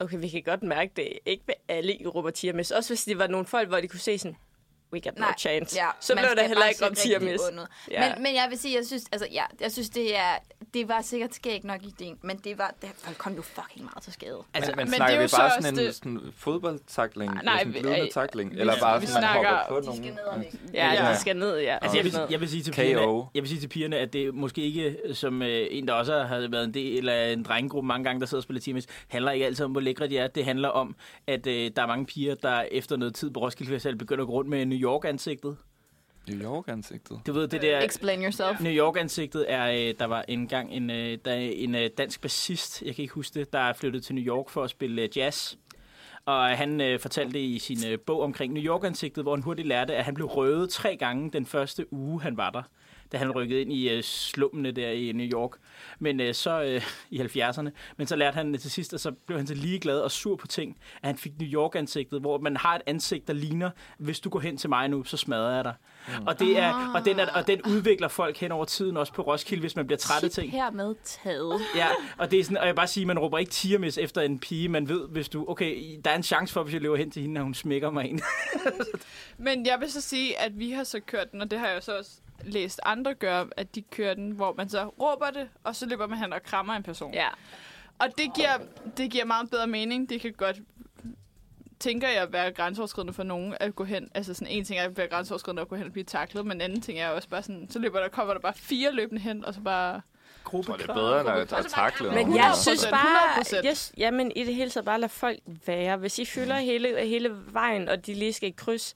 Speaker 6: Okay, vi kan godt mærke det. Ikke ved alle i Europa Tiramis. Også hvis det var nogle folk, hvor de kunne se sådan... We got no chance.
Speaker 1: ja,
Speaker 6: så
Speaker 1: man
Speaker 6: blev
Speaker 1: skal
Speaker 6: det heller
Speaker 1: bare
Speaker 6: ikke
Speaker 1: se
Speaker 6: om
Speaker 1: rigtig
Speaker 6: Tiramis.
Speaker 1: ond ud.
Speaker 6: Ja.
Speaker 1: Men, men jeg vil sige, jeg synes, altså, ja, jeg synes det, er, det var sikkert skægt nok ideen, men det var, det, folk kom jo fucking meget til skade.
Speaker 4: Altså, men, men
Speaker 5: det
Speaker 4: snakker
Speaker 5: er
Speaker 4: vi
Speaker 5: jo så
Speaker 4: bare
Speaker 5: også
Speaker 4: sådan en
Speaker 5: det-
Speaker 4: sådan fodboldtakling?
Speaker 5: Nej,
Speaker 4: Nej, sådan en
Speaker 5: vi-
Speaker 4: glidende
Speaker 5: øh,
Speaker 4: takling? Eller bare
Speaker 5: vi
Speaker 4: sådan, man
Speaker 5: snakker-
Speaker 4: hopper
Speaker 6: Altså,
Speaker 1: De
Speaker 4: på
Speaker 1: skal
Speaker 4: nogen?
Speaker 1: ned og væk.
Speaker 6: Ja,
Speaker 5: Ja.
Speaker 6: ja, de skal ned, ja.
Speaker 3: Altså, jeg, vil,
Speaker 6: Ned.
Speaker 3: jeg vil sige til
Speaker 4: KO.
Speaker 3: pigerne, jeg vil sige til pigerne, at det er måske ikke, som øh, en, der også har været en del af en drengegruppe mange gange, der sidder og spiller timis, handler ikke altid om, hvor lækre de er. Det handler om, at øh, der er mange piger, der efter noget tid på Roskilde Festival begynder at gå rundt med New York-ansigtet.
Speaker 4: New York-ansigtet.
Speaker 3: Du ved, det der...
Speaker 1: Explain yourself.
Speaker 3: New York-ansigtet er, øh, der var engang en, øh, der er en øh, dansk bassist, jeg kan ikke huske det, der er flyttet til New York for at spille øh, jazz. Og han øh, fortalte i sin øh, bog omkring New York-ansigtet, hvor han hurtigt lærte, at han blev røvet tre gange den første uge, han var der. Da han rykkede ind i øh, slummene der i New York. Men øh, så øh, i 70'erne. Men så lærte han øh, til sidst, og så blev han så ligeglad og sur på ting, at han fik New York-ansigtet, hvor man har et ansigt, der ligner, hvis du går hen til mig nu, så smadrer jeg dig. Mm. Og, det er,
Speaker 1: Ah.
Speaker 3: og, den er, og den udvikler folk hen over tiden, også på Roskilde, hvis man bliver træt af ting.
Speaker 1: Hermed taget.
Speaker 3: Ja, og det er sådan, og jeg vil bare sige, man råber ikke tiramis efter en pige. Man ved, hvis du, okay, der er en chance for, hvis jeg løber hen til hende, at hun smækker mig ind.
Speaker 5: Men jeg vil så sige, at vi har så kørt den, og det har jeg så også læst andre gøre, at de kører den, hvor man så råber det, og så løber man hen og krammer en person.
Speaker 6: Ja.
Speaker 5: Og det giver, det giver meget bedre mening. Det kan godt, tænker jeg, være grænseoverskridende for nogen at gå hen. Altså sådan en ting er at være grænseoverskridende at gå hen og blive taklet, men en anden ting er også bare sådan, så løber der, kommer der bare fire løbende hen, og så bare...
Speaker 4: Jeg tror, det er bedre, end at, at takle
Speaker 6: Men
Speaker 4: nogen.
Speaker 6: jeg
Speaker 5: 100%,
Speaker 6: synes bare,
Speaker 5: 100%.
Speaker 6: jeg, s- jamen i det hele taget bare lad folk være. Hvis I fylder hele, hele vejen, og de lige skal krydse,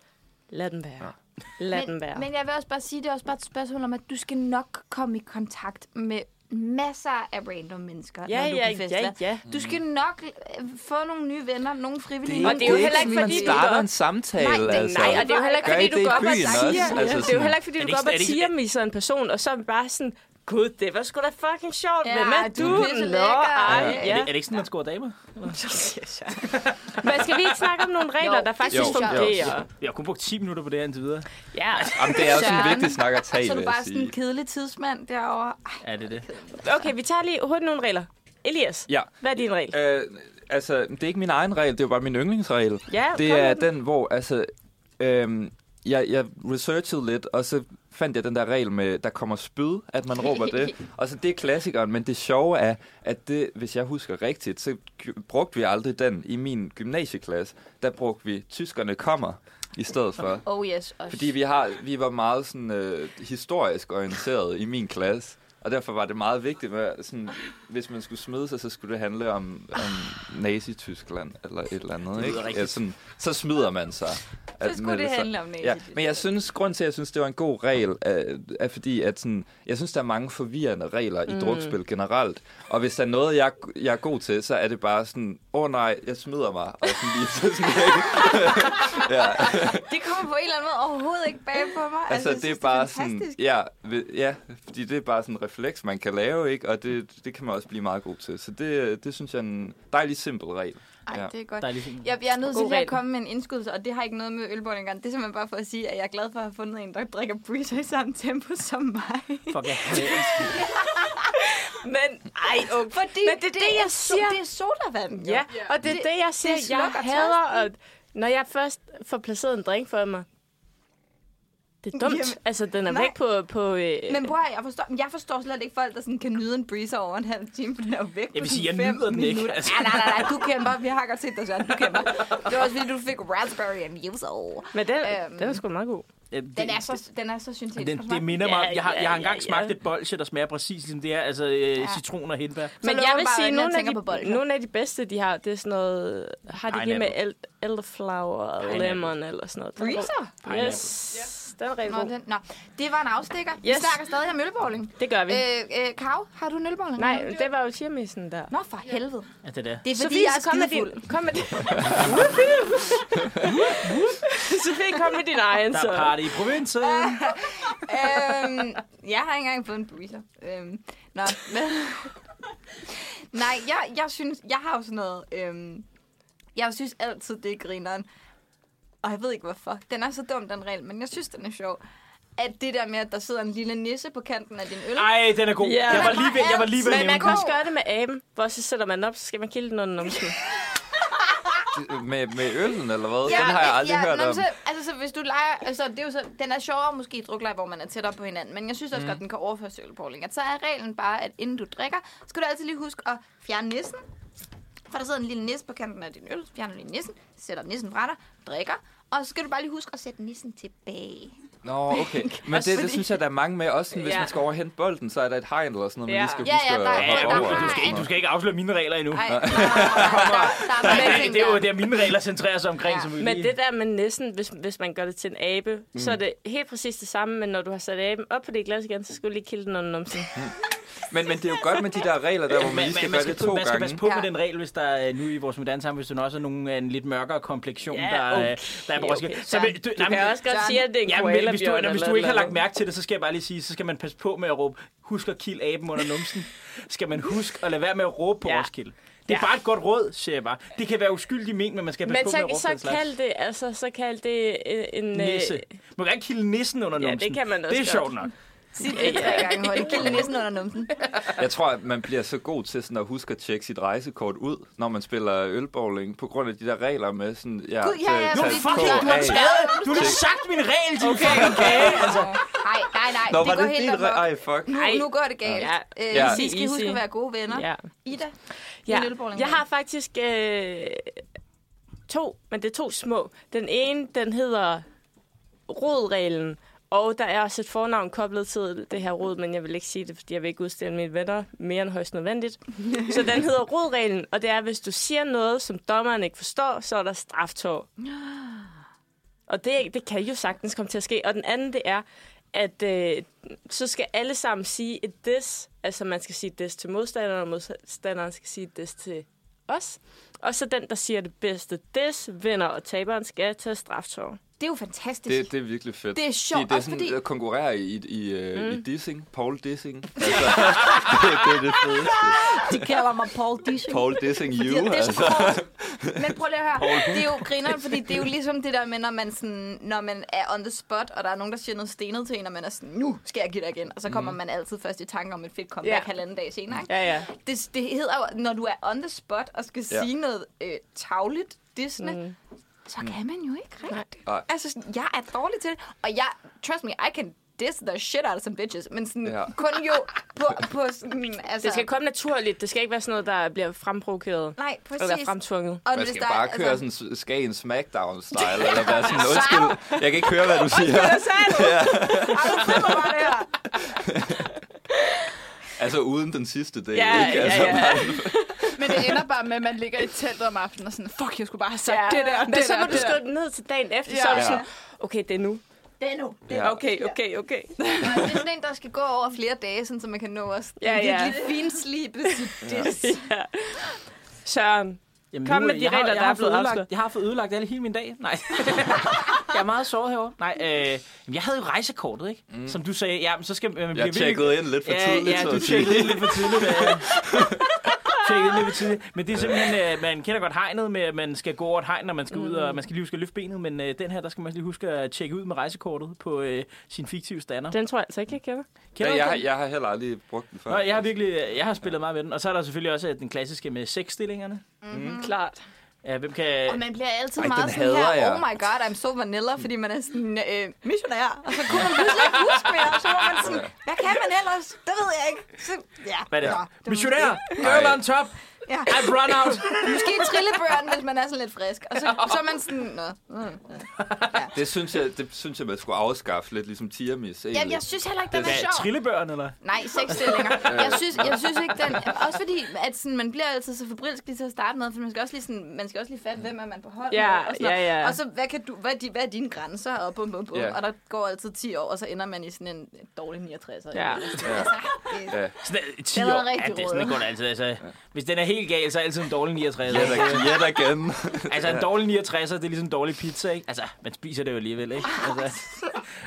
Speaker 6: lad dem være. Lad dem være.
Speaker 1: men, men jeg vil også bare sige, det er også bare et spørgsmål om, at du skal nok komme i kontakt med masser af random mennesker,
Speaker 6: Ja,
Speaker 1: når du
Speaker 6: ja,
Speaker 1: er på festival.
Speaker 6: ja, ja.
Speaker 1: Du skal nok øh, få nogle nye venner, nogle frivillige.
Speaker 6: Og det er jo heller ikke,
Speaker 4: man
Speaker 6: fordi du
Speaker 4: starter
Speaker 6: går-
Speaker 4: en samtale,
Speaker 1: Nej, det-
Speaker 4: altså.
Speaker 6: Nej, og det er jo heller ikke,
Speaker 4: Gør I
Speaker 6: fordi
Speaker 4: det
Speaker 6: du
Speaker 4: i
Speaker 6: går op og
Speaker 4: byen også?
Speaker 6: siger,
Speaker 4: Altså,
Speaker 6: altså, det er jo
Speaker 4: sådan-
Speaker 6: heller ikke, fordi
Speaker 3: Er
Speaker 6: du
Speaker 3: det
Speaker 6: går
Speaker 3: ikke-
Speaker 6: op og
Speaker 3: er det ikke-
Speaker 6: siger misser en person, og så er vi bare sådan, gud, det var sgu da fucking sjovt,
Speaker 1: Ja,
Speaker 6: ja, hvem er
Speaker 1: du
Speaker 6: du?
Speaker 1: er pisselækker.
Speaker 6: Nå, ej,
Speaker 4: Ja.
Speaker 3: Er, det,
Speaker 6: ja.
Speaker 3: er det ikke sådan, man scorer damer?
Speaker 6: Men skal vi ikke snakke om nogle regler,
Speaker 1: Jo.
Speaker 6: der faktisk
Speaker 4: Jo.
Speaker 6: fungerer?
Speaker 3: Jeg har kun brugt 10 minutter på det her indtil videre.
Speaker 6: Ja,
Speaker 4: Jamen, det er også en
Speaker 1: Søren.
Speaker 4: vigtig snak at tage,
Speaker 1: så er
Speaker 4: vil
Speaker 1: du
Speaker 4: jeg
Speaker 1: bare sådan en
Speaker 4: sige.
Speaker 1: kedelig tidsmand derovre. Ej,
Speaker 3: Ja, det er det.
Speaker 6: okay, vi tager lige hurtigt nogle regler. Elias,
Speaker 4: Ja.
Speaker 6: hvad er din regel?
Speaker 4: Øh, altså, det er ikke min egen regel, det er jo bare min yndlingsregel.
Speaker 6: Ja,
Speaker 4: det
Speaker 6: kom med
Speaker 4: er
Speaker 6: den.
Speaker 4: den, hvor altså, øhm, jeg, jeg researchede lidt, og så fandt jeg den der regel med, der kommer spyd, at man råber det. Og så det er klassikeren, men det sjove er, at det, hvis jeg husker rigtigt, så k- brugte vi aldrig den i min gymnasieklasse. Der brugte vi, tyskerne kommer, i stedet for.
Speaker 1: oh yes. Og
Speaker 4: Fordi vi, har, vi var meget sådan, øh, historisk orienteret i min klasse. Og derfor var det meget vigtigt, med, sådan, hvis man skulle smide sig, så skulle det handle om, om Nazi-Tyskland eller et eller andet.
Speaker 3: lyder
Speaker 4: Ikke?
Speaker 3: rigtigt.
Speaker 4: Ja, sådan, så smider man sig.
Speaker 2: Så skulle
Speaker 4: melde
Speaker 2: det
Speaker 4: sig.
Speaker 2: handle om
Speaker 4: Ja,
Speaker 2: næsen.
Speaker 4: men jeg synes, grund til, at jeg synes, det var en god regel, er, er fordi, at sådan, jeg synes, der er mange forvirrende regler i mm. drukspil generelt. Og hvis der er noget, jeg, jeg er god til, så er det bare sådan, åh oh, nej, jeg smider mig. Og sådan lige, så sådan,
Speaker 2: Det kommer på en eller anden måde overhovedet ikke bag på mig.
Speaker 4: altså,
Speaker 2: jeg
Speaker 4: det er
Speaker 2: synes,
Speaker 4: bare sådan,
Speaker 2: fantastisk.
Speaker 4: ja, ved- ja, fordi det er bare sådan en refleks, man kan lave, ikke? Og det, det kan man også blive meget god til. Så det, det synes jeg er en dejlig simpel regel.
Speaker 1: Ej,
Speaker 4: Ja.
Speaker 1: det er godt.
Speaker 3: Der er ligesom...
Speaker 1: Jeg, jeg er nødt
Speaker 2: God
Speaker 1: til lige at
Speaker 2: regel.
Speaker 1: komme med en indskydelse, og det har ikke noget med ølbånd engang. Det er simpelthen bare for at sige, at jeg er glad for at have fundet en, der drikker breezer i samme tempo som mig.
Speaker 3: Fuck, jeg hader
Speaker 6: Men, ej, okay.
Speaker 1: Fordi
Speaker 6: Men det er det, jeg
Speaker 1: so-
Speaker 6: siger.
Speaker 1: Det er sodavand, jo.
Speaker 6: Ja, og det er det, jeg siger,
Speaker 1: det
Speaker 6: jeg
Speaker 1: slukker
Speaker 6: hader. Og, når jeg først får placeret en drink for mig, det er dumt.
Speaker 1: Jamen,
Speaker 6: altså, den er
Speaker 1: nej.
Speaker 6: væk på... på øh,
Speaker 1: Men bror, jeg forstår, men jeg forstår slet ikke folk, der sådan kan nyde en breezer over en halv time, for den er jo væk
Speaker 3: Jeg vil
Speaker 1: på
Speaker 3: sige, jeg
Speaker 1: sådan fem
Speaker 3: nyder den ikke.
Speaker 1: minutter. Ah,
Speaker 3: Altså.
Speaker 1: Ja, nej, nej, nej, du kæmper. Vi har godt set dig, Søren. Du kæmper. Det var også fordi, du fik raspberry and yuzu.
Speaker 6: men den,
Speaker 1: øhm,
Speaker 6: den er sgu meget god.
Speaker 3: Ja, det,
Speaker 1: Den er så, den er så syntetisk.
Speaker 3: Den, det minder mig,
Speaker 6: Ja,
Speaker 3: jeg har, jeg har
Speaker 6: ja,
Speaker 3: engang
Speaker 6: ja,
Speaker 3: smagt
Speaker 6: ja.
Speaker 3: et bolsje, der smager præcis ligesom det her, altså øh, citron og hindbær.
Speaker 6: Men
Speaker 1: lukker
Speaker 6: jeg
Speaker 1: man
Speaker 6: vil
Speaker 1: bare
Speaker 6: sige,
Speaker 1: øjnene og
Speaker 6: nogle af,
Speaker 1: tænker på
Speaker 6: de,
Speaker 1: bolden.
Speaker 6: nogle af de bedste, de har, det er sådan noget... Har de det med
Speaker 3: Pineapple.
Speaker 6: el- elderflower og
Speaker 3: Pineapple.
Speaker 6: lemon eller sådan noget? Den er god.
Speaker 1: Breezer?
Speaker 6: Yes, den er rigtig
Speaker 1: Nå,
Speaker 6: god.
Speaker 1: den, nå, det var en afstikker. Yes. Vi
Speaker 6: Yes.
Speaker 1: snakker stadig om ølbowling.
Speaker 6: Det gør vi.
Speaker 1: Øh, øh, Kav, har du en ølbowling?
Speaker 6: Nej, det var jo tiramissen der.
Speaker 1: Nå, for helvede.
Speaker 3: Ja, det
Speaker 1: Det er
Speaker 3: der.
Speaker 1: fordi,
Speaker 6: Sofie,
Speaker 1: jeg er
Speaker 6: kom med
Speaker 1: skidefuld.
Speaker 6: din... Kom med din... Sofie, kom med din egen,
Speaker 3: Der er
Speaker 6: så.
Speaker 3: party i provinsen.
Speaker 1: øhm, jeg har ikke engang fået en breezer. Øhm, nå, men... Nej, jeg, jeg synes, jeg har jo sådan noget... Øhm, jeg synes altid, det er grineren. Og jeg ved ikke, hvorfor. Den er så dum, den regel, men jeg synes, den er sjov. At det der med, at der sidder en lille nisse på kanten af din øl.
Speaker 3: Ej, den er god.
Speaker 6: Ja.
Speaker 3: Jeg var lige ved, jeg var lige ved at
Speaker 6: Men man
Speaker 3: nævne
Speaker 6: kan
Speaker 3: den.
Speaker 6: også gøre det med aben, hvor så sætter man den op, så skal man kilde den under numsen.
Speaker 4: Det- Med, med øllen, eller hvad? Ja, den har jeg aldrig ja, hørt
Speaker 1: nå, men
Speaker 4: om.
Speaker 1: Så, altså, så hvis du leger, altså, det er jo så, den er sjovere måske i drukleje, hvor man er tættere på hinanden, men jeg synes også mm. godt, den kan overføres til ølbowling. At så er reglen bare, at inden du drikker, skal du altid lige huske at fjerne nissen. For der sidder en lille nisse på kanten af din øl, så fjerner du lige nissen, sætter nissen fra dig, drikker, og så skal du bare lige huske at sætte nissen tilbage.
Speaker 4: Nå, okay. Men det, det synes jeg, der er mange med. Også sådan, hvis
Speaker 6: Ja.
Speaker 4: man skal overhente bolden, så er der et hegn eller sådan noget, man
Speaker 6: Ja.
Speaker 4: lige skal
Speaker 1: Ja,
Speaker 4: huske
Speaker 1: ja,
Speaker 4: at
Speaker 1: der er-
Speaker 4: hoppe
Speaker 1: der
Speaker 4: over.
Speaker 1: er-
Speaker 4: og
Speaker 3: Du
Speaker 4: sådan
Speaker 3: skal,
Speaker 4: noget.
Speaker 3: du skal ikke afsløre mine regler endnu.
Speaker 1: Ej, der, der, der, der er mange
Speaker 3: Det,
Speaker 1: ting
Speaker 3: det, er jo
Speaker 1: der.
Speaker 3: det, er mine regler centrerer sig omkring.
Speaker 1: Ja.
Speaker 3: Som vi
Speaker 6: Men
Speaker 3: lige-
Speaker 6: det der med næsten, hvis, hvis man gør det til en abe, mm. så er det helt præcis det samme, men når du har sat aben op på det glas igen, så skal du lige kilde den under numsen.
Speaker 4: Men, men det er jo godt med de der regler, der hvor man lige skal gøre det to
Speaker 3: man skal passe
Speaker 4: gange.
Speaker 3: på med
Speaker 1: Ja.
Speaker 3: den regel, hvis der er nu i vores moderne samfund, hvis der også er nogen af en lidt mørkere kompleksion,
Speaker 6: Ja,
Speaker 3: der, okay,
Speaker 6: okay,
Speaker 3: der er på Roskilde.
Speaker 6: okay.
Speaker 3: Så, vil- du,
Speaker 6: Du kan også godt
Speaker 1: Søren.
Speaker 6: sige, at det er en
Speaker 3: Ja, men
Speaker 6: koala
Speaker 3: hvis du, når, hvis du ikke har lagt mærke til det, så skal jeg bare lige sige, så skal man passe på med at råbe, husk at kill aben under numsen. skal man huske at lade være med at råbe på ja.
Speaker 6: Ja.
Speaker 3: Roskilde. Det er
Speaker 6: Ja.
Speaker 3: bare et godt råd, siger jeg bare. Det kan være uskyldig men, men man skal passe
Speaker 6: Men
Speaker 3: på med at
Speaker 6: så,
Speaker 3: råbe på den
Speaker 6: så
Speaker 3: slags.
Speaker 6: kald det, altså, så kald det en... en øh,
Speaker 3: Nisse. Må gerne kilde nissen under
Speaker 6: Ja, det
Speaker 3: numsen.
Speaker 6: kan man også
Speaker 3: Det er
Speaker 6: godt.
Speaker 3: sjovt nok.
Speaker 1: Sig det tre gange højt. Giv nissen under numsen.
Speaker 4: Jeg tror, at man bliver så god til sådan at huske at tjekke sit rejsekort ud, når man spiller ølbowling, på grund af de der regler med sådan... Ja,
Speaker 1: Gud, ja,
Speaker 4: tag-
Speaker 1: ja,
Speaker 3: Nu
Speaker 4: tag
Speaker 1: fordi
Speaker 4: på
Speaker 3: fucking, du har
Speaker 4: af.
Speaker 3: taget, du har sagt min regel, din okay, okay. Altså,
Speaker 1: Nej, nej, nej.
Speaker 4: Nå,
Speaker 1: det
Speaker 4: var
Speaker 1: går
Speaker 4: det
Speaker 1: helt
Speaker 4: din
Speaker 1: amok.
Speaker 4: re- Ej, fuck.
Speaker 1: Nu,
Speaker 6: Ej.
Speaker 1: nu går det galt.
Speaker 6: Ja.
Speaker 1: Øh,
Speaker 4: Ja.
Speaker 1: I skal
Speaker 6: Easy,
Speaker 1: huske at
Speaker 6: easy.
Speaker 1: være gode venner.
Speaker 6: Ja.
Speaker 1: Ida,
Speaker 6: Ja.
Speaker 1: Din ølbowling.
Speaker 6: Jeg har faktisk øh, to, men det er to små. Den ene, den hedder rodreglen, og der er også et fornavn koblet til det her rod, men jeg vil ikke sige det, fordi jeg vil ikke udstille mine venner mere end højst nødvendigt. Så den hedder rodreglen, og det er, hvis du siger noget, som dommeren ikke forstår, så er der straftår. Og det, det kan jo sagtens komme til at ske. Og den anden, det er, at øh, så skal alle sammen sige et des. Altså, man skal sige des til modstanderen, og modstanderen skal sige des til os. Og så den, der siger det bedste des, vinder, og taberen skal tage straftår.
Speaker 1: det er jo fantastisk.
Speaker 4: Det, det er virkelig fedt.
Speaker 1: Det er sjovt,
Speaker 4: Det, det er
Speaker 1: også
Speaker 4: sådan,
Speaker 1: fordi-
Speaker 4: at konkurrere i, i, i, mm. i dissing. Paul dissing. Altså, det, det er det fedeste.
Speaker 1: De kalder mig Paul Dishing.
Speaker 4: Paul dissing you.
Speaker 1: Det er så
Speaker 4: altså.
Speaker 1: sjovt. Men prøv lige at høre. Det er jo grineren, fordi det er jo ligesom det der med, når man, sådan, når man er on the spot, og der er nogen, der siger noget stenet til en, og man er sådan, nu skal jeg give dig igen. Og så
Speaker 4: Mm.
Speaker 1: kommer man altid først i tanke om et fedt comeback
Speaker 6: Ja.
Speaker 1: halvanden dag senere. Ikke?
Speaker 6: Ja, ja.
Speaker 1: Det, det hedder jo, når du er on the spot og skal
Speaker 4: Ja.
Speaker 1: sige noget øh, tavligt, Disney, mm. så kan man jo ikke rigtigt.
Speaker 4: Nej.
Speaker 1: Altså, sådan, jeg er dårlig til det, og jeg, trust me, I can diss the shit out of some bitches, men sådan,
Speaker 4: Ja.
Speaker 1: ja. kun jo på, på sådan, altså...
Speaker 6: Det skal komme naturligt. Det skal ikke være sådan noget, der bliver fremprovokeret.
Speaker 1: Nej,
Speaker 6: Eller
Speaker 1: præcis.
Speaker 6: fremtvunget.
Speaker 1: Og
Speaker 4: Man
Speaker 1: hvis
Speaker 4: skal
Speaker 1: der er- altså,
Speaker 4: bare køre sådan en Skagen Smackdown-style, eller være sådan, undskyld, jeg kan ikke høre, hvad du siger.
Speaker 1: Ej, nu finder mig det her.
Speaker 4: Altså uden den sidste del,
Speaker 6: Ja,
Speaker 4: ikke?
Speaker 6: ja,
Speaker 4: Altså,
Speaker 6: ja.
Speaker 4: bare-
Speaker 5: Men Men det ender bare med, at man ligger i teltet om aftenen og sådan, fuck, jeg skulle bare have sagt
Speaker 6: Ja.
Speaker 5: det der, og
Speaker 6: Men
Speaker 5: det
Speaker 6: så
Speaker 5: der,
Speaker 6: må
Speaker 5: og
Speaker 6: du
Speaker 5: det der.
Speaker 6: skrive den ned til dagen efter,
Speaker 5: Ja.
Speaker 6: så er du
Speaker 4: Ja.
Speaker 6: sådan, okay, det er nu.
Speaker 8: Det er nu.
Speaker 4: Ja.
Speaker 6: Okay, okay, okay.
Speaker 1: Nej, det er sådan en, der skal gå over flere dage, sådan, så man kan nå os.
Speaker 6: Ja, ja.
Speaker 1: Virkelig finslibe sit dis.
Speaker 6: ja. Søren,
Speaker 3: Jamen,
Speaker 6: Kom med de
Speaker 3: jeg har-
Speaker 6: regler,
Speaker 3: jeg
Speaker 6: der
Speaker 3: har
Speaker 6: er blevet
Speaker 3: fået ødelagt-
Speaker 6: afsløret.
Speaker 3: Jeg har fået ødelagt alle hele min dag. Nej. jeg er meget såret herovre. Nej, øh, jamen, jeg havde jo rejsekortet, ikke? Mm. Som du sagde, ja, men så skal man... bliver
Speaker 4: Jeg
Speaker 3: virkelig-
Speaker 4: tjekkede ind lidt for
Speaker 3: Ja,
Speaker 4: tidligt.
Speaker 3: ja,
Speaker 4: så
Speaker 3: du
Speaker 4: at sige.
Speaker 3: tjekkede lidt for tidligt. Ja. tjekkede lidt for tidligt. Men det er simpelthen, øh, man kender godt hegnet med, at man skal gå over et hegn, når man skal ud, og man skal lige huske at løfte benet. Men øh, den her, der skal man lige huske at tjekke ud med rejsekortet på øh, sin fiktive stander.
Speaker 6: den tror jeg altså ikke, jeg kender.
Speaker 3: Kender
Speaker 4: Ja,
Speaker 3: du
Speaker 4: jeg,
Speaker 3: den?
Speaker 4: har- jeg har heller aldrig brugt den før.
Speaker 3: Nå, jeg har virkelig øh, jeg har spillet meget med den. Og så er der selvfølgelig også øh, den klassiske med seksstillingerne.
Speaker 6: Mm. Klart.
Speaker 3: Ja, hvem kan...
Speaker 1: Og man bliver altid Ej,
Speaker 4: Ej, den
Speaker 1: meget sådan
Speaker 4: hader
Speaker 1: her,
Speaker 4: jeg.
Speaker 1: oh my god, I'm so vanilla, fordi man er sådan øh, missionær. Og så kunne man pludselig ikke huske mere, og så var man sådan, hvad kan man ellers? Det ved jeg ikke. Så, ja.
Speaker 3: Hvad er det?
Speaker 1: Nå,
Speaker 3: Ja, Missionær! Girl
Speaker 4: Ej.
Speaker 3: on top!
Speaker 1: Ja.
Speaker 3: I run out!
Speaker 1: Måske trillebørn, hvis man er sådan lidt frisk. Og så, så er man sådan, nå. Mm, mm.
Speaker 4: Det synes jeg, det synes jeg, man skulle afskaffe lidt, ligesom Tiamis. egentlig.
Speaker 1: Jamen, jeg synes heller ikke, den er
Speaker 3: Hvad,
Speaker 1: sjov.
Speaker 3: trillebørn, eller?
Speaker 1: Nej, seks stillinger. Jeg synes, jeg synes ikke den. Også fordi, at sådan, man bliver altid så febrilsk lige til at starte med, for man skal også lige, sådan, man skal også lige fatte, hvem er man på hold
Speaker 6: Ja,
Speaker 1: med, og sådan noget.
Speaker 6: ja, ja.
Speaker 1: Og så, hvad, kan du, hvad, er, di, hvad er dine grænser? Og bum, bum, bum.
Speaker 4: Ja.
Speaker 1: Og der går altid 10 år, og så ender man i sådan en dårlig 69.
Speaker 6: Ja.
Speaker 1: altså.
Speaker 3: Sådan, øh, 10 år.
Speaker 1: været
Speaker 3: Ja,
Speaker 1: rigtig
Speaker 3: det er sådan,
Speaker 1: røde.
Speaker 3: det går det altid. Altså, hvis den er helt gal, så er det altid en dårlig 69.
Speaker 4: Ja, der, ja, der igen.
Speaker 3: Altså, en dårlig 69, det er ligesom en dårlig pizza, ikke? Altså, man spiser det jo alligevel, ikke? Altså,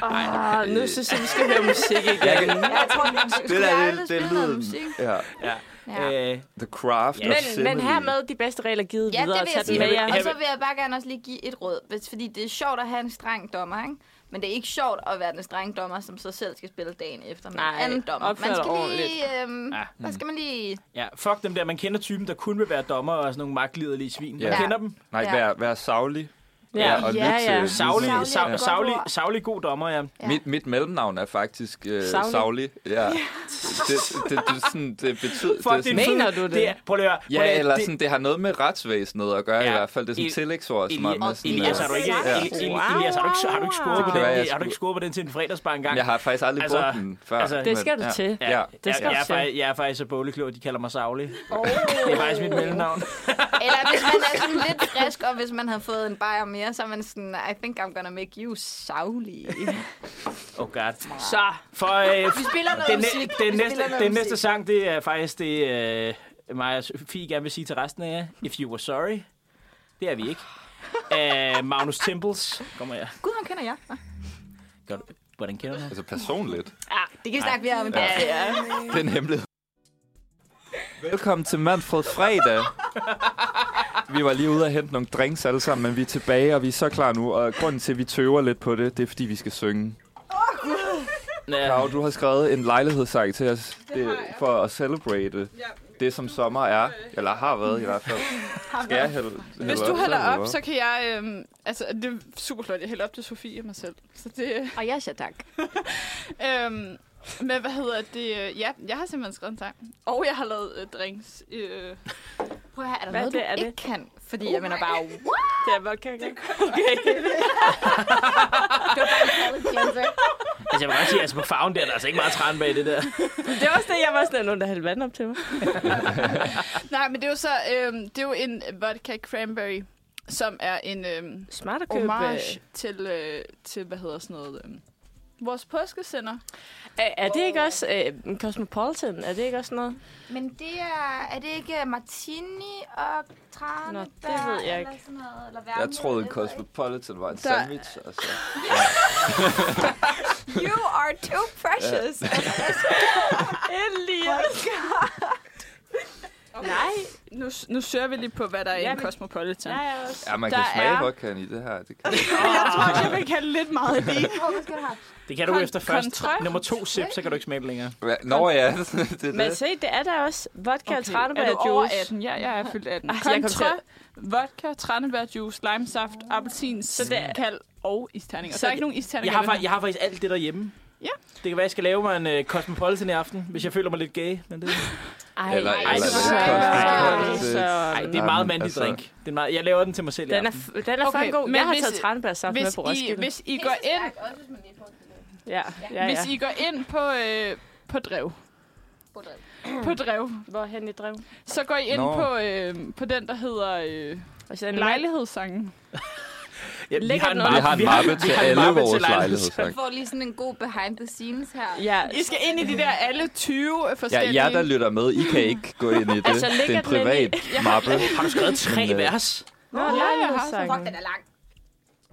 Speaker 6: Ah, nu synes jeg, vi skal høre musik igen.
Speaker 4: Jeg kan,
Speaker 1: Jeg tror, det,
Speaker 4: det der, det, det er lyden. Ja.
Speaker 3: ja.
Speaker 1: Ja.
Speaker 3: Øh,
Speaker 4: The Craft
Speaker 3: Ja.
Speaker 4: of
Speaker 6: Men, men
Speaker 4: Simile.
Speaker 6: hermed de bedste regler givet
Speaker 1: Ja,
Speaker 6: videre
Speaker 1: det
Speaker 6: og
Speaker 1: vil
Speaker 6: tage
Speaker 1: jeg
Speaker 6: den
Speaker 1: sige.
Speaker 6: med jer.
Speaker 1: Og så vil jeg bare gerne også lige give et råd, hvis- fordi det er sjovt at have en streng dommer, ikke? Men det er ikke sjovt at være den strenge dommer, som så selv skal spille dagen efter med
Speaker 6: Nej,
Speaker 1: en anden dommer.
Speaker 6: opfør
Speaker 1: Man
Speaker 6: dig
Speaker 1: skal lige... Øhm,
Speaker 3: Ja.
Speaker 1: ja. Der skal man lige...
Speaker 3: ja, fuck dem der. Man kender typen, der kun vil være dommer og sådan nogle magtliderlige svin. Man
Speaker 4: Ja.
Speaker 3: kender dem.
Speaker 4: Nej,
Speaker 1: Ja.
Speaker 4: vær, vær savlig.
Speaker 6: Ja.
Speaker 4: og
Speaker 6: Ja,
Speaker 4: lyt til-
Speaker 6: ja.
Speaker 4: lyt til-
Speaker 3: Savlig,
Speaker 1: Saglig er
Speaker 3: savlig,
Speaker 1: et godt
Speaker 3: savlig,
Speaker 1: ord.
Speaker 3: savlig god dommer, ja.
Speaker 1: Ja.
Speaker 4: Mit, mit mellemnavn er faktisk øh,
Speaker 6: Savlig.
Speaker 4: savlig. Ja. Det, det, det, det, sådan, det betyder...
Speaker 3: Fuck,
Speaker 4: det er
Speaker 3: en
Speaker 4: sådan,
Speaker 6: Mener
Speaker 3: fed-
Speaker 6: du det?
Speaker 3: er- Prøv lige at høre. prøv lige at
Speaker 4: ja,
Speaker 3: høre,
Speaker 4: eller
Speaker 3: det-
Speaker 4: sådan, det har noget med retsvæsenet at gøre
Speaker 3: Ja.
Speaker 4: i hvert fald. Det er sådan
Speaker 3: Eli-
Speaker 4: et tillægsord, som er med
Speaker 3: Elias,
Speaker 4: sådan...
Speaker 3: Elias, har du
Speaker 4: øh,
Speaker 3: ikke,
Speaker 4: Ja.
Speaker 3: Eli- Eli- Elias, har du ikke, har du ikke scoret på
Speaker 4: Det kan være,
Speaker 3: den?
Speaker 4: jeg
Speaker 3: Har du ikke
Speaker 4: skulle-
Speaker 3: scoret på den til en fredagsbar engang?
Speaker 4: Jeg har faktisk aldrig
Speaker 3: Altså,
Speaker 4: brugt den før.
Speaker 3: altså,
Speaker 6: Det skal du
Speaker 4: ja.
Speaker 6: til.
Speaker 4: Ja. ja.
Speaker 3: Det
Speaker 6: skal
Speaker 3: jeg,
Speaker 6: du
Speaker 3: jeg, er
Speaker 6: selv.
Speaker 3: faktisk, jeg er faktisk så boligklog, de kalder mig Savli. Oh. Det er faktisk mit mellemnavn.
Speaker 1: Eller hvis man er sådan lidt frisk, og hvis man har fået en bajer mere, så er man sådan, I think I'm gonna make you savlig.
Speaker 3: Oh god.
Speaker 6: Så,
Speaker 3: For øh,
Speaker 1: Vi spiller noget
Speaker 3: den,
Speaker 1: musik.
Speaker 3: næ- den,
Speaker 1: Vi
Speaker 3: næste,
Speaker 1: spiller noget
Speaker 3: den
Speaker 1: musik.
Speaker 3: næste sang, det er faktisk det, øh, mig og Sofie gerne vil sige til resten af jer. If you were sorry. Det er vi ikke. Af Magnus Temples. Kommer jeg.
Speaker 1: Gud, han kender jeg.
Speaker 3: Gør du- Hvordan kender du ham?
Speaker 4: Altså personligt.
Speaker 1: Ja, det kan vi snakke mere om en dag. Ja, ja.
Speaker 4: Det er en hemmelighed. Velkommen til Manfred Fredag. Vi var lige ude og hente nogle drinks alle sammen, men vi er tilbage, og vi er så klar nu. Og grunden til, at vi tøver lidt på det, det er, fordi vi skal synge.
Speaker 3: Ja,
Speaker 4: Karo, du har skrevet en lejlighedssang til os det, for at celebrate det, som sommer er. Eller har været i hvert fald. Skal jeg hælde,
Speaker 5: Hvis
Speaker 4: hælde
Speaker 5: du
Speaker 4: op,
Speaker 5: hælder
Speaker 4: så hælder
Speaker 5: op,
Speaker 4: jeg
Speaker 5: så kan jeg... Øhm, altså, det er super flot. Jeg hælder op til Sofie og mig selv. Så det... øh,
Speaker 1: Og jeg siger tak.
Speaker 5: Øhm, men hvad hedder det? øh, Ja, jeg har simpelthen skrevet en sang. Og jeg har lavet øh, drinks. Øh,
Speaker 1: Prøv at høre, er der
Speaker 6: Hvad
Speaker 1: noget, du
Speaker 6: det er det?
Speaker 1: ikke kan? Fordi jeg mener bare, what?
Speaker 6: det er vodka. ikke? Okay.
Speaker 3: altså, jeg vil godt sige, altså på farven der, der er altså ikke meget træn bag det der.
Speaker 6: Det var også det, jeg var sådan, at nogen, der hældte vand op til mig.
Speaker 5: nej, men det er jo så... Øhm, det er jo en vodka cranberry, som er en øhm,
Speaker 6: Smart at købe.
Speaker 5: homage til, øh, til, hvad hedder sådan noget... Øhm, vores påskesender.
Speaker 6: Er, er det ikke også øh, Cosmopolitan? Er det ikke også noget?
Speaker 1: Men det er, er det ikke Martini og Tranebær?
Speaker 6: Nå, det ved jeg
Speaker 1: Eller
Speaker 6: ikke.
Speaker 1: sådan noget, eller
Speaker 4: Jeg
Speaker 1: vermouth,
Speaker 4: troede, en
Speaker 1: jeg ved ikke.
Speaker 4: Cosmopolitan var en
Speaker 5: Der-
Speaker 4: sandwich. altså. Og så.
Speaker 1: You are too precious.
Speaker 6: Endelig. Nej.
Speaker 5: Nu, nu søger vi lige på, hvad der er
Speaker 6: Ja,
Speaker 5: i en
Speaker 6: men-
Speaker 5: Cosmopolitan.
Speaker 6: Jeg er også.
Speaker 4: Ja, man
Speaker 5: Der
Speaker 4: kan smage
Speaker 5: er-
Speaker 4: vodkaen i det her. Det kan.
Speaker 5: Jeg tror, jeg vil kalde lidt meget af det.
Speaker 1: Hvorfor skal du have?
Speaker 3: Det kan du
Speaker 5: Kon-
Speaker 3: efter først.
Speaker 5: kontra-
Speaker 3: Nummer to sip, så kan du ikke smage det længere.
Speaker 4: Nå ja, det er
Speaker 6: Men
Speaker 4: det.
Speaker 6: se, det er der også. Vodka og tranebær
Speaker 5: er du over
Speaker 6: juice.
Speaker 5: 18? Ja, jeg er fyldt 18.
Speaker 6: Ej, jeg kom til
Speaker 5: Kontra, vodka, tranebærjuice, limesaft, appelsin,
Speaker 6: det-
Speaker 5: kald og isterninger. Så
Speaker 6: Så
Speaker 5: der er ikke nogen isterninger.
Speaker 3: Jeg har,
Speaker 5: ved
Speaker 3: fa- jeg har faktisk alt det derhjemme.
Speaker 5: Ja.
Speaker 3: Det kan være, jeg skal lave mig en øh, Cosmopolitan i aften, hvis jeg føler mig lidt gay. Men det...
Speaker 6: Ej,
Speaker 4: Eller-
Speaker 6: ej,
Speaker 3: eller-
Speaker 6: så-
Speaker 3: Ej,
Speaker 4: så-
Speaker 6: så-
Speaker 3: Ej, det er
Speaker 4: Jamen,
Speaker 3: meget mandig
Speaker 4: altså-
Speaker 3: drink. Det er meget, jeg laver den til mig selv i
Speaker 6: Den er,
Speaker 3: aften.
Speaker 6: f- den er okay,
Speaker 5: Okay,
Speaker 6: fucking god.
Speaker 5: men
Speaker 6: Jeg har
Speaker 5: hvis
Speaker 6: taget
Speaker 5: I-
Speaker 6: tranebærsaft med
Speaker 5: hvis
Speaker 6: på
Speaker 5: I,
Speaker 6: Roskilde.
Speaker 5: hvis I går ind,
Speaker 6: Ja, ja, ja.
Speaker 5: hvis I går ind på, øh, på drev, på drev.
Speaker 6: Hvorhen i drev?
Speaker 5: Så går I ind
Speaker 4: Nå.
Speaker 5: på, øh, på den, der hedder øh,
Speaker 6: Og så en
Speaker 5: lejlighedssangen.
Speaker 3: Ja, vi
Speaker 6: Lækkert
Speaker 3: har en
Speaker 6: noget.
Speaker 3: mappe,
Speaker 4: Vi har en mappe
Speaker 3: vi
Speaker 4: til
Speaker 3: har en
Speaker 4: alle
Speaker 3: mappe til
Speaker 4: vores
Speaker 3: lejlighed.
Speaker 4: lejligheder.
Speaker 2: får lige sådan en god behind the scenes her.
Speaker 6: Ja,
Speaker 5: I skal ind i de der alle 20
Speaker 4: Ja,
Speaker 5: forskellige...
Speaker 4: jer, der lytter med, I kan ikke gå ind i det.
Speaker 6: Altså,
Speaker 4: det er
Speaker 6: ligger
Speaker 4: en
Speaker 6: den inde
Speaker 4: privat mappe.
Speaker 3: Har du skrevet tre
Speaker 4: Men, øh,
Speaker 3: vers?
Speaker 6: Nå,
Speaker 5: ja,
Speaker 6: lejlighedssangen.
Speaker 2: er lang.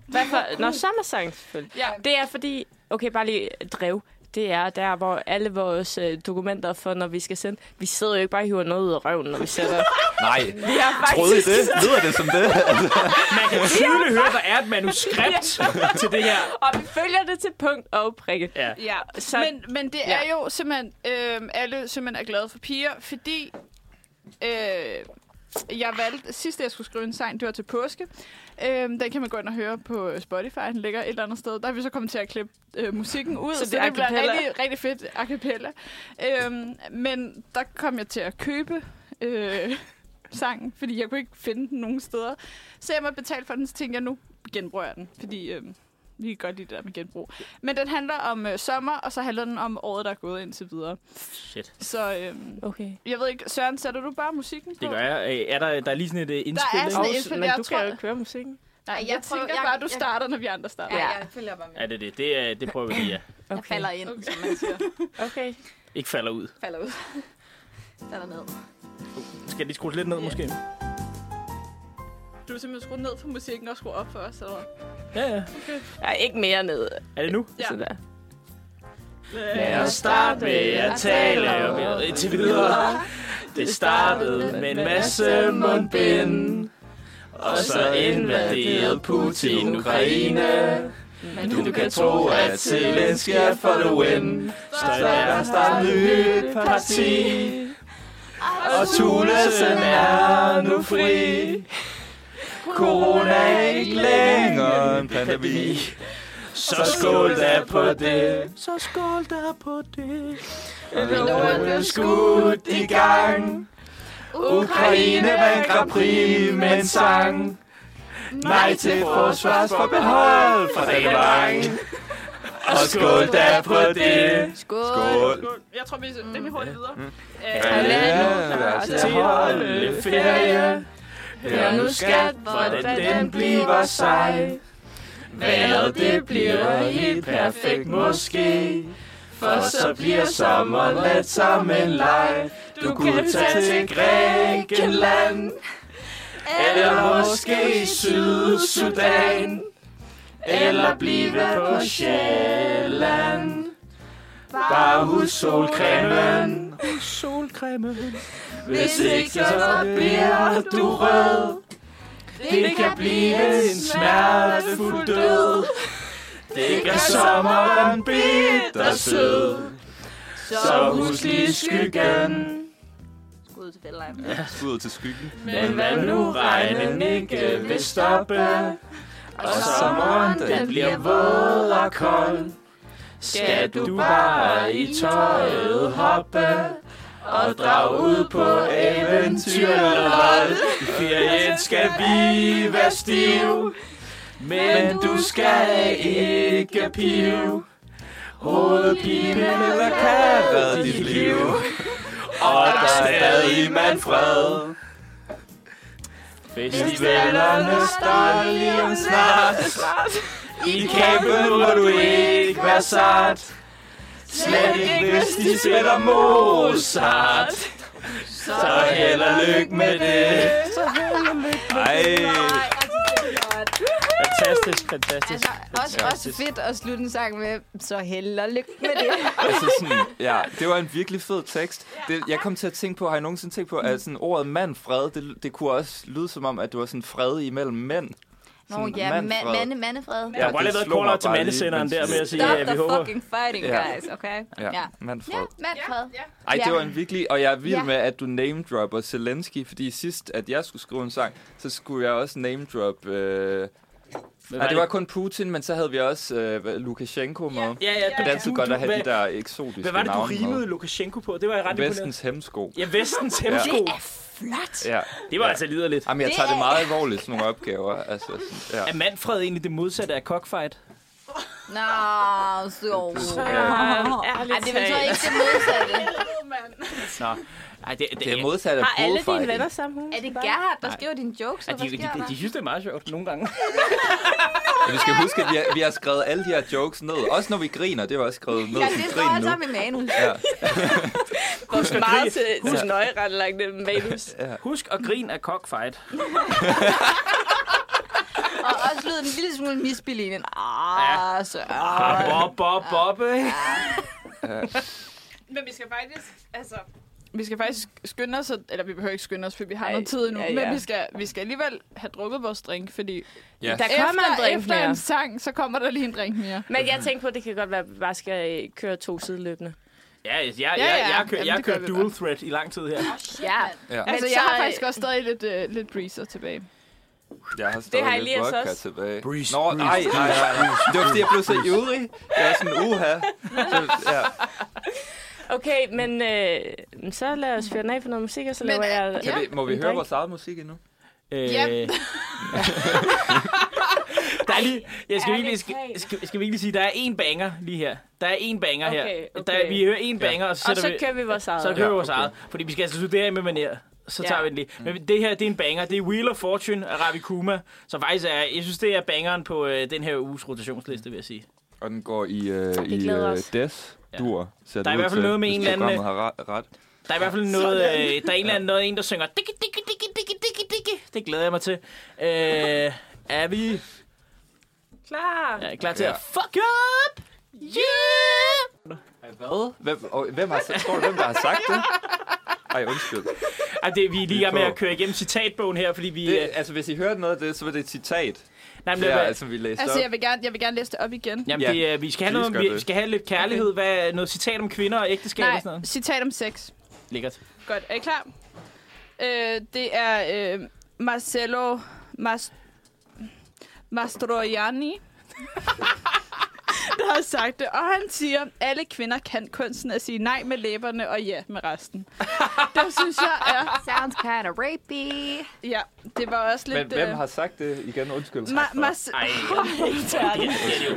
Speaker 6: Hvad for? Nå, sommersang selvfølgelig.
Speaker 5: Ja.
Speaker 6: Det er fordi, okay, bare lige drev. Det er der, hvor alle vores øh, dokumenter for, når vi skal sende. Vi sidder jo ikke bare og hiver noget ud af røven, når vi sætter.
Speaker 4: Nej,
Speaker 6: Vi har
Speaker 4: troede I
Speaker 6: faktisk...
Speaker 4: det? Lyder det som det?
Speaker 3: Man kan tydeligt høre, der er et manuskript til det her.
Speaker 6: Og vi følger det til punkt og prikke.
Speaker 3: Ja.
Speaker 5: Ja,
Speaker 6: Så-
Speaker 5: så, men, men det
Speaker 6: ja.
Speaker 5: ja. er jo simpelthen, øh, alle simpelthen er glade for piger, fordi øh, jeg valgte, sidst jeg skulle skrive en sang, det var til påske. Øh, den kan man gå ind og høre på øh, Spotify, den ligger et eller andet sted. Der er vi så kommet til at klippe øh, musikken ud,
Speaker 6: Så
Speaker 5: så
Speaker 6: det
Speaker 5: det,
Speaker 6: er
Speaker 5: så det bliver
Speaker 6: acapella.
Speaker 5: rigtig, rigtig fedt a cappella. Øh, men der kom jeg til at købe øh, sangen, fordi jeg kunne ikke finde den nogen steder. Så jeg måtte betale for den, så tænkte jeg, nu genbruger jeg den, fordi... Øh, vi kan godt lide det der med genbrug. Men den handler om øh, sommer, og så handler den om året, der er gået indtil videre.
Speaker 3: Shit.
Speaker 5: Så øhm,
Speaker 6: Okay.
Speaker 5: jeg ved ikke, Søren, sætter du bare musikken på?
Speaker 3: Det gør jeg. Øh, Er der, der er lige sådan et øh, indspil?
Speaker 5: Der er
Speaker 3: ikke?
Speaker 5: sådan et-
Speaker 6: Også,
Speaker 5: indspil,
Speaker 6: men
Speaker 5: jeg
Speaker 6: du
Speaker 5: tror-
Speaker 6: kan jo ikke høre musikken.
Speaker 5: Nej, jeg,
Speaker 2: jeg
Speaker 5: jeg
Speaker 2: prøver-
Speaker 5: tænker
Speaker 2: jeg-
Speaker 5: bare, at du
Speaker 2: jeg-
Speaker 5: starter, når vi andre starter.
Speaker 2: Ja,
Speaker 6: Ja.
Speaker 2: jeg følger bare med.
Speaker 3: Ja, det er det. Det, er- det prøver vi lige, ja.
Speaker 2: Jeg falder ind, okay. som man siger.
Speaker 6: Okay.
Speaker 3: Ikke falder ud.
Speaker 2: Falder ud. falder ned.
Speaker 3: Skal jeg lige skrue lidt ned, måske?
Speaker 5: Du er simpelthen skruet ned for musikken og skruet op for os. Eller?
Speaker 3: Ja, ja.
Speaker 6: Ja, ikke mere ned.
Speaker 3: Er det nu?
Speaker 5: Ja.
Speaker 6: Ja. der.
Speaker 3: Lad os starte med at tale om indtil videre. Det startede med en masse mundbind. Og
Speaker 4: Altså,
Speaker 3: så invaderede Putin Ukraine.
Speaker 6: Men
Speaker 4: Du kan tro, at Zelensky er for the win.
Speaker 3: Så er der nyt parti. Og Thulesen er nu fri.
Speaker 4: Corona er ikke længere en pandemi.
Speaker 3: Så skål da på det. Så skål da på det.
Speaker 4: Nu er skudt i gang. Ukraine vandt Grand Prix med en sang. Nej til forsvarsforbehold fra Danmark. Og skål da på det. Skål.
Speaker 5: Jeg tror, vi er rimelig hurtigt
Speaker 3: Mm.
Speaker 5: videre. Øh,
Speaker 3: Til holde ferie.
Speaker 4: Ja, nu skal
Speaker 3: Hvordan den bliver sej. Vejret det bliver helt perfekt måske. For så bliver sommeren let som en leg. Du kunne tage til Grækenland. Eller måske i Sydsudan. Eller blive på Sjælland. Bare husk solcremen. Solcremen. Hvis ikke så bliver du rød. Det kan blive en smertefuld død. Det kan sommeren bitter sød. Så husk lige skyggen.
Speaker 2: Skud til fældelejm.
Speaker 4: Skud til skyggen.
Speaker 3: Men hvad nu regnen ikke vil stoppe. Og sommeren den bliver våd og kold. Skal du bare i tøjet hoppe og drage ud på eventyrlol. I ferien skal vi være stiv, men du skal ikke pive. Hovedpine eller kan redde dit liv, og der er stadig Manfred. Festivalerne starter lige om snart. I kampen må du ikke være sart. Slet ikke, hvis de spiller Mozart. Så held og lykke med det.
Speaker 4: Ej.
Speaker 3: Fantastisk, fantastisk.
Speaker 2: Altså, også, også fedt at slutte en sang med, så held og lykke med det.
Speaker 4: Altså sådan, ja, det var en virkelig fed tekst. Det, jeg kom til at tænke på, har I nogensinde tænkt på, at sådan ordet mandfred, det, det kunne også lyde som om, at det var sådan fred imellem mænd.
Speaker 2: Nå
Speaker 4: Sådan
Speaker 2: ja,
Speaker 4: mandfred.
Speaker 2: ma- mande, mandefred.
Speaker 4: Ja,
Speaker 3: Jeg har bare lige
Speaker 4: det
Speaker 3: været
Speaker 4: slog
Speaker 3: call
Speaker 4: mig
Speaker 3: til
Speaker 4: bare lige,
Speaker 3: mandesenderen
Speaker 4: mens
Speaker 3: der
Speaker 4: vi-
Speaker 3: med at sige,
Speaker 2: Stop
Speaker 3: at
Speaker 2: the
Speaker 3: vi håber...
Speaker 2: fucking fighting,
Speaker 4: Ja.
Speaker 2: guys, okay?
Speaker 4: Ja,
Speaker 2: Ja.
Speaker 4: mandfred.
Speaker 2: Ja, mandfred.
Speaker 5: Ja.
Speaker 4: Ej,
Speaker 2: Ja.
Speaker 4: det var en virkelig... Og jeg er vild
Speaker 2: Ja.
Speaker 4: med, at du name-dropper Zelensky, fordi sidst, at jeg skulle skrive en sang, så skulle jeg også name-drop... Øh... Nej, det var kun Putin, men så havde vi også øh, hvad, Lukashenko med.
Speaker 3: Ja, ja,
Speaker 4: Det er altid godt at have de
Speaker 3: hvad,
Speaker 4: der eksotiske
Speaker 3: hvad var det, du
Speaker 4: navne med.
Speaker 3: rimede Lukashenko på? Det var jeg ret imponeret.
Speaker 4: Vestens hemsko.
Speaker 3: Ja, Vestens hemsko.
Speaker 4: Ja.
Speaker 3: Det var altså liderligt.
Speaker 4: Jamen, jeg tager det meget alvorligt, sådan nogle opgaver. Altså, sådan,
Speaker 3: Er
Speaker 4: ja.
Speaker 3: Manfred egentlig det modsatte af cockfight?
Speaker 2: Nå, så...
Speaker 4: Ja.
Speaker 2: Ej, det er vel så ikke det modsatte.
Speaker 5: mand.
Speaker 3: Nå, ej, det, det,
Speaker 4: Det er modsat af
Speaker 6: Har alle dine
Speaker 4: bullfighting.
Speaker 6: venner samme hus?
Speaker 2: Er det Gerhard, der skriver dine jokes?
Speaker 3: Ja,
Speaker 2: eller
Speaker 3: de, de,
Speaker 2: hvad sker
Speaker 3: de,
Speaker 2: der?
Speaker 3: de synes, det er meget sjovt nogle gange.
Speaker 4: Ja, vi skal huske, at vi har, vi har skrevet alle de her jokes ned. Også når vi griner, det var også skrevet ned.
Speaker 2: Ja,
Speaker 4: Vi
Speaker 2: det står
Speaker 4: griner
Speaker 2: altså
Speaker 4: nu.
Speaker 2: med manus.
Speaker 4: Ja,
Speaker 6: Hvor meget til, til nøje ret langt det manus.
Speaker 3: Husk at grine af cockfight.
Speaker 2: Og også lyder den en lille smule misbilligende.
Speaker 3: Ja.
Speaker 2: Ah, så.
Speaker 3: Bob, bob, bob, ikke?
Speaker 5: Men vi skal faktisk, altså... Vi skal faktisk skynde os, at- eller vi behøver ikke skynde os, for vi har
Speaker 6: Ej,
Speaker 5: noget tid endnu,
Speaker 6: ja,
Speaker 5: ja,
Speaker 6: ja.
Speaker 5: ja. men vi skal, vi skal alligevel have drukket vores drink, fordi
Speaker 4: ja.
Speaker 6: Der kommer
Speaker 5: efter,
Speaker 6: en drink
Speaker 5: efter
Speaker 6: mere.
Speaker 5: en sang, så kommer der lige en drink mere.
Speaker 6: Men jeg tænkte på, at det kan godt være, at vi bare skal øh, køre to sideløbende.
Speaker 3: Ja, jeg, jeg,
Speaker 5: Ja,
Speaker 3: jeg,
Speaker 5: ja.
Speaker 3: jeg, kører,
Speaker 5: Jamen,
Speaker 3: jeg
Speaker 5: det
Speaker 3: kører
Speaker 5: gør vi
Speaker 3: dual threat i lang tid her.
Speaker 6: Ja,
Speaker 5: Men altså,
Speaker 6: så-
Speaker 5: jeg har faktisk også stadig lidt, øh, lidt breezer tilbage.
Speaker 4: Jeg har stadig
Speaker 6: har jeg
Speaker 4: lidt
Speaker 6: lige altså
Speaker 4: vodka
Speaker 6: også.
Speaker 4: tilbage.
Speaker 3: Breeze,
Speaker 4: Nå,
Speaker 3: breeze,
Speaker 4: nej, nej, nej. Det var fordi, jeg blev så ivrig. Jeg var sådan, uha. Så, ja.
Speaker 6: okay, men øh, så lad os føre den af for noget musik, og så laver jeg...
Speaker 4: Kan vi, må vi
Speaker 6: En
Speaker 4: høre
Speaker 6: drink.
Speaker 4: vores eget musik endnu?
Speaker 3: Øh,
Speaker 5: Ja.
Speaker 3: der er lige, jeg skal, virkelig,
Speaker 6: Ærligt
Speaker 3: skal,
Speaker 6: talt.
Speaker 3: skal, skal virkelig sige, der er en banger lige her. Der er en banger
Speaker 6: Okay,
Speaker 3: her.
Speaker 6: okay.
Speaker 3: Der, vi hører en banger, og så
Speaker 6: Og
Speaker 3: sætter
Speaker 6: så
Speaker 3: vi...
Speaker 6: kører vi vores eget.
Speaker 3: Så kører vi vores
Speaker 4: Ja, okay.
Speaker 3: eget. Fordi vi skal altså studere med manier. Så
Speaker 6: Ja.
Speaker 3: tager vi den lige. Men det her, det er en banger. Det er Wheel of Fortune af Ravi Kuma. Som faktisk er, jeg synes, det er bangeren på øh, den her uges rotationsliste, vil jeg sige.
Speaker 4: Og den går i, øh, i
Speaker 6: glæder
Speaker 4: øh,
Speaker 6: os.
Speaker 4: des dur. ser
Speaker 3: Der er i
Speaker 4: det ud
Speaker 3: hvert fald
Speaker 4: til,
Speaker 3: noget med
Speaker 4: hvis
Speaker 3: en eller anden-
Speaker 4: programmet har re- ret.
Speaker 3: Der er i hvert fald noget, øh, der er en eller anden, noget, en, der synger digge, digge, digge, digge, digge, digge. Det glæder jeg mig til. Øh, er vi
Speaker 6: Klar.
Speaker 3: er I klar til
Speaker 4: Ja.
Speaker 3: at fuck up? Yeah!
Speaker 4: Hvad? Hvem, og, hvem har, tror du, hvem der har sagt det? Ej, undskyld.
Speaker 3: Ej, det, vi er lige i gang med
Speaker 4: på.
Speaker 3: at køre igennem citatbogen her, fordi vi...
Speaker 4: Det,
Speaker 3: øh,
Speaker 4: altså, hvis I hørte noget af det, så var det et citat,
Speaker 3: nej, men,
Speaker 4: der,
Speaker 3: ja,
Speaker 4: altså, vi læste
Speaker 5: Altså,
Speaker 4: op.
Speaker 5: jeg vil gerne, jeg vil gerne læse det op igen.
Speaker 3: jamen,
Speaker 4: ja.
Speaker 3: det, øh, vi skal have,
Speaker 4: Please
Speaker 3: noget, om-
Speaker 4: gør
Speaker 3: vi,
Speaker 4: det.
Speaker 3: vi skal have lidt kærlighed, hvad, noget citat om kvinder og ægteskab og sådan
Speaker 5: Nej,
Speaker 3: noget.
Speaker 5: citat om sex.
Speaker 3: Lækkert.
Speaker 5: Godt, er I klar? Øh, det er øh, Marcelo Mas Mastroianni, der har sagt det. Og han siger, alle kvinder kan kunsten at sige nej med læberne og ja med resten. det synes jeg er...
Speaker 2: Sounds kind of rapey.
Speaker 5: Ja, det var også
Speaker 4: Men
Speaker 5: lidt...
Speaker 4: hvem
Speaker 5: øh,
Speaker 4: har sagt det? Igen, undskyld.
Speaker 5: Ma- Mas
Speaker 3: Ej,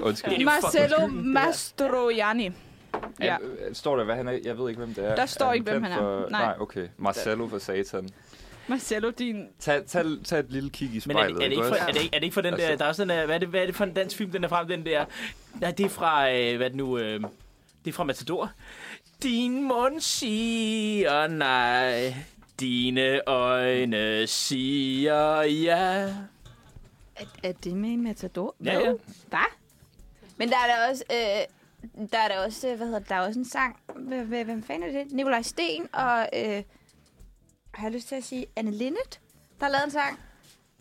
Speaker 4: undskyld.
Speaker 3: det er jo
Speaker 5: Marcelo Mastroianni.
Speaker 4: Ja. øh,
Speaker 5: Ja.
Speaker 4: Står der, hvad han er? Jeg ved ikke, hvem det er.
Speaker 5: Der står
Speaker 4: han
Speaker 5: ikke, hvem
Speaker 4: kendt
Speaker 5: han er.
Speaker 4: For... Nej.
Speaker 5: Nej.
Speaker 4: Nej, okay. Marcelo for satan.
Speaker 5: Marcelo, din...
Speaker 4: Tag, tag, tag et lille kig i
Speaker 3: men er,
Speaker 4: spejlet.
Speaker 3: det- er, det ikke for,
Speaker 4: også?
Speaker 3: er, det, ikke- er det ikke for den
Speaker 4: Altså.
Speaker 3: der, der er også den der, hvad er det, hvad er det for en dansk film, den er frem, den der, nej, det er fra, øh, hvad er det nu, øh, det er fra Matador. Din mund siger nej, dine øjne siger ja.
Speaker 2: Er, er det med en matador?
Speaker 3: Ja, ja.
Speaker 2: Hvad? Men der er da også... Øh, der er da også, øh, hvad hedder det, der er også en sang. Hvem, hvem hvem fanden er det? Nikolaj Sten og, øh, har jeg lyst til at sige, Anne Linnet, der har lavet en sang.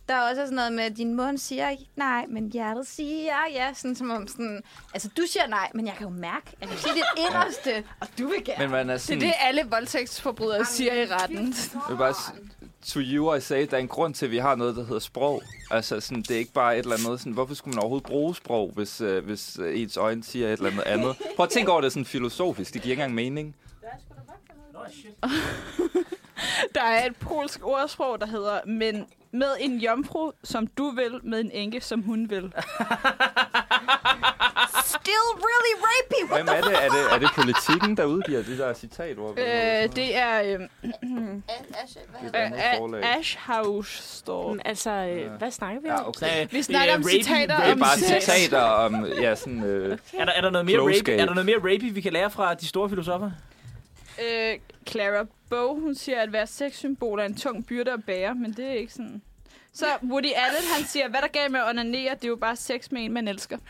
Speaker 2: Der er også sådan noget med, din mund siger ikke nej, men hjertet siger ja. Sådan som om sådan, altså du siger nej, men jeg kan jo mærke, at du siger det inderste, og du vil gerne.
Speaker 4: Men man er
Speaker 5: Det er
Speaker 4: sådan...
Speaker 5: det, alle voldtægtsforbrydere siger i retten.
Speaker 4: Jeg vil bare s- to you, I say, der er en grund til, at vi har noget, der hedder sprog. Altså, sådan, det er ikke bare et eller andet. Sådan, hvorfor skulle man overhovedet bruge sprog, hvis, øh, hvis øh, ens øjne siger et eller andet andet? Prøv at tænke over det sådan filosofisk. Det giver ikke engang mening.
Speaker 5: Der er et polsk ordsprog, der hedder, men med en jomfru, som du vil, med en enke, som hun vil.
Speaker 2: Still really rapey,
Speaker 4: Hvem er det? Er det, er det politikken, der udgiver det der citatord?
Speaker 5: øh, det er øh,
Speaker 4: det
Speaker 5: øh, Ashhouse står.
Speaker 6: Altså, øh, hvad snakker vi om?
Speaker 4: Ja, okay.
Speaker 3: Nej,
Speaker 5: Vi snakker om
Speaker 3: rapey,
Speaker 5: citater
Speaker 4: Det er
Speaker 5: om
Speaker 4: bare
Speaker 5: sex.
Speaker 4: citater om, ja, sådan... Øh,
Speaker 3: Er der, er, der noget mere
Speaker 4: Klogskab.
Speaker 3: rape, er der noget mere rapey, vi kan lære fra de store filosofer?
Speaker 5: Øh, Clara Bow, hun siger, at hver sexsymbol er en tung byrde at bære, men det er ikke sådan. Så Woody Allen, han siger, hvad der gav med at onanere, det er jo bare sex med en, man elsker.
Speaker 3: Okay,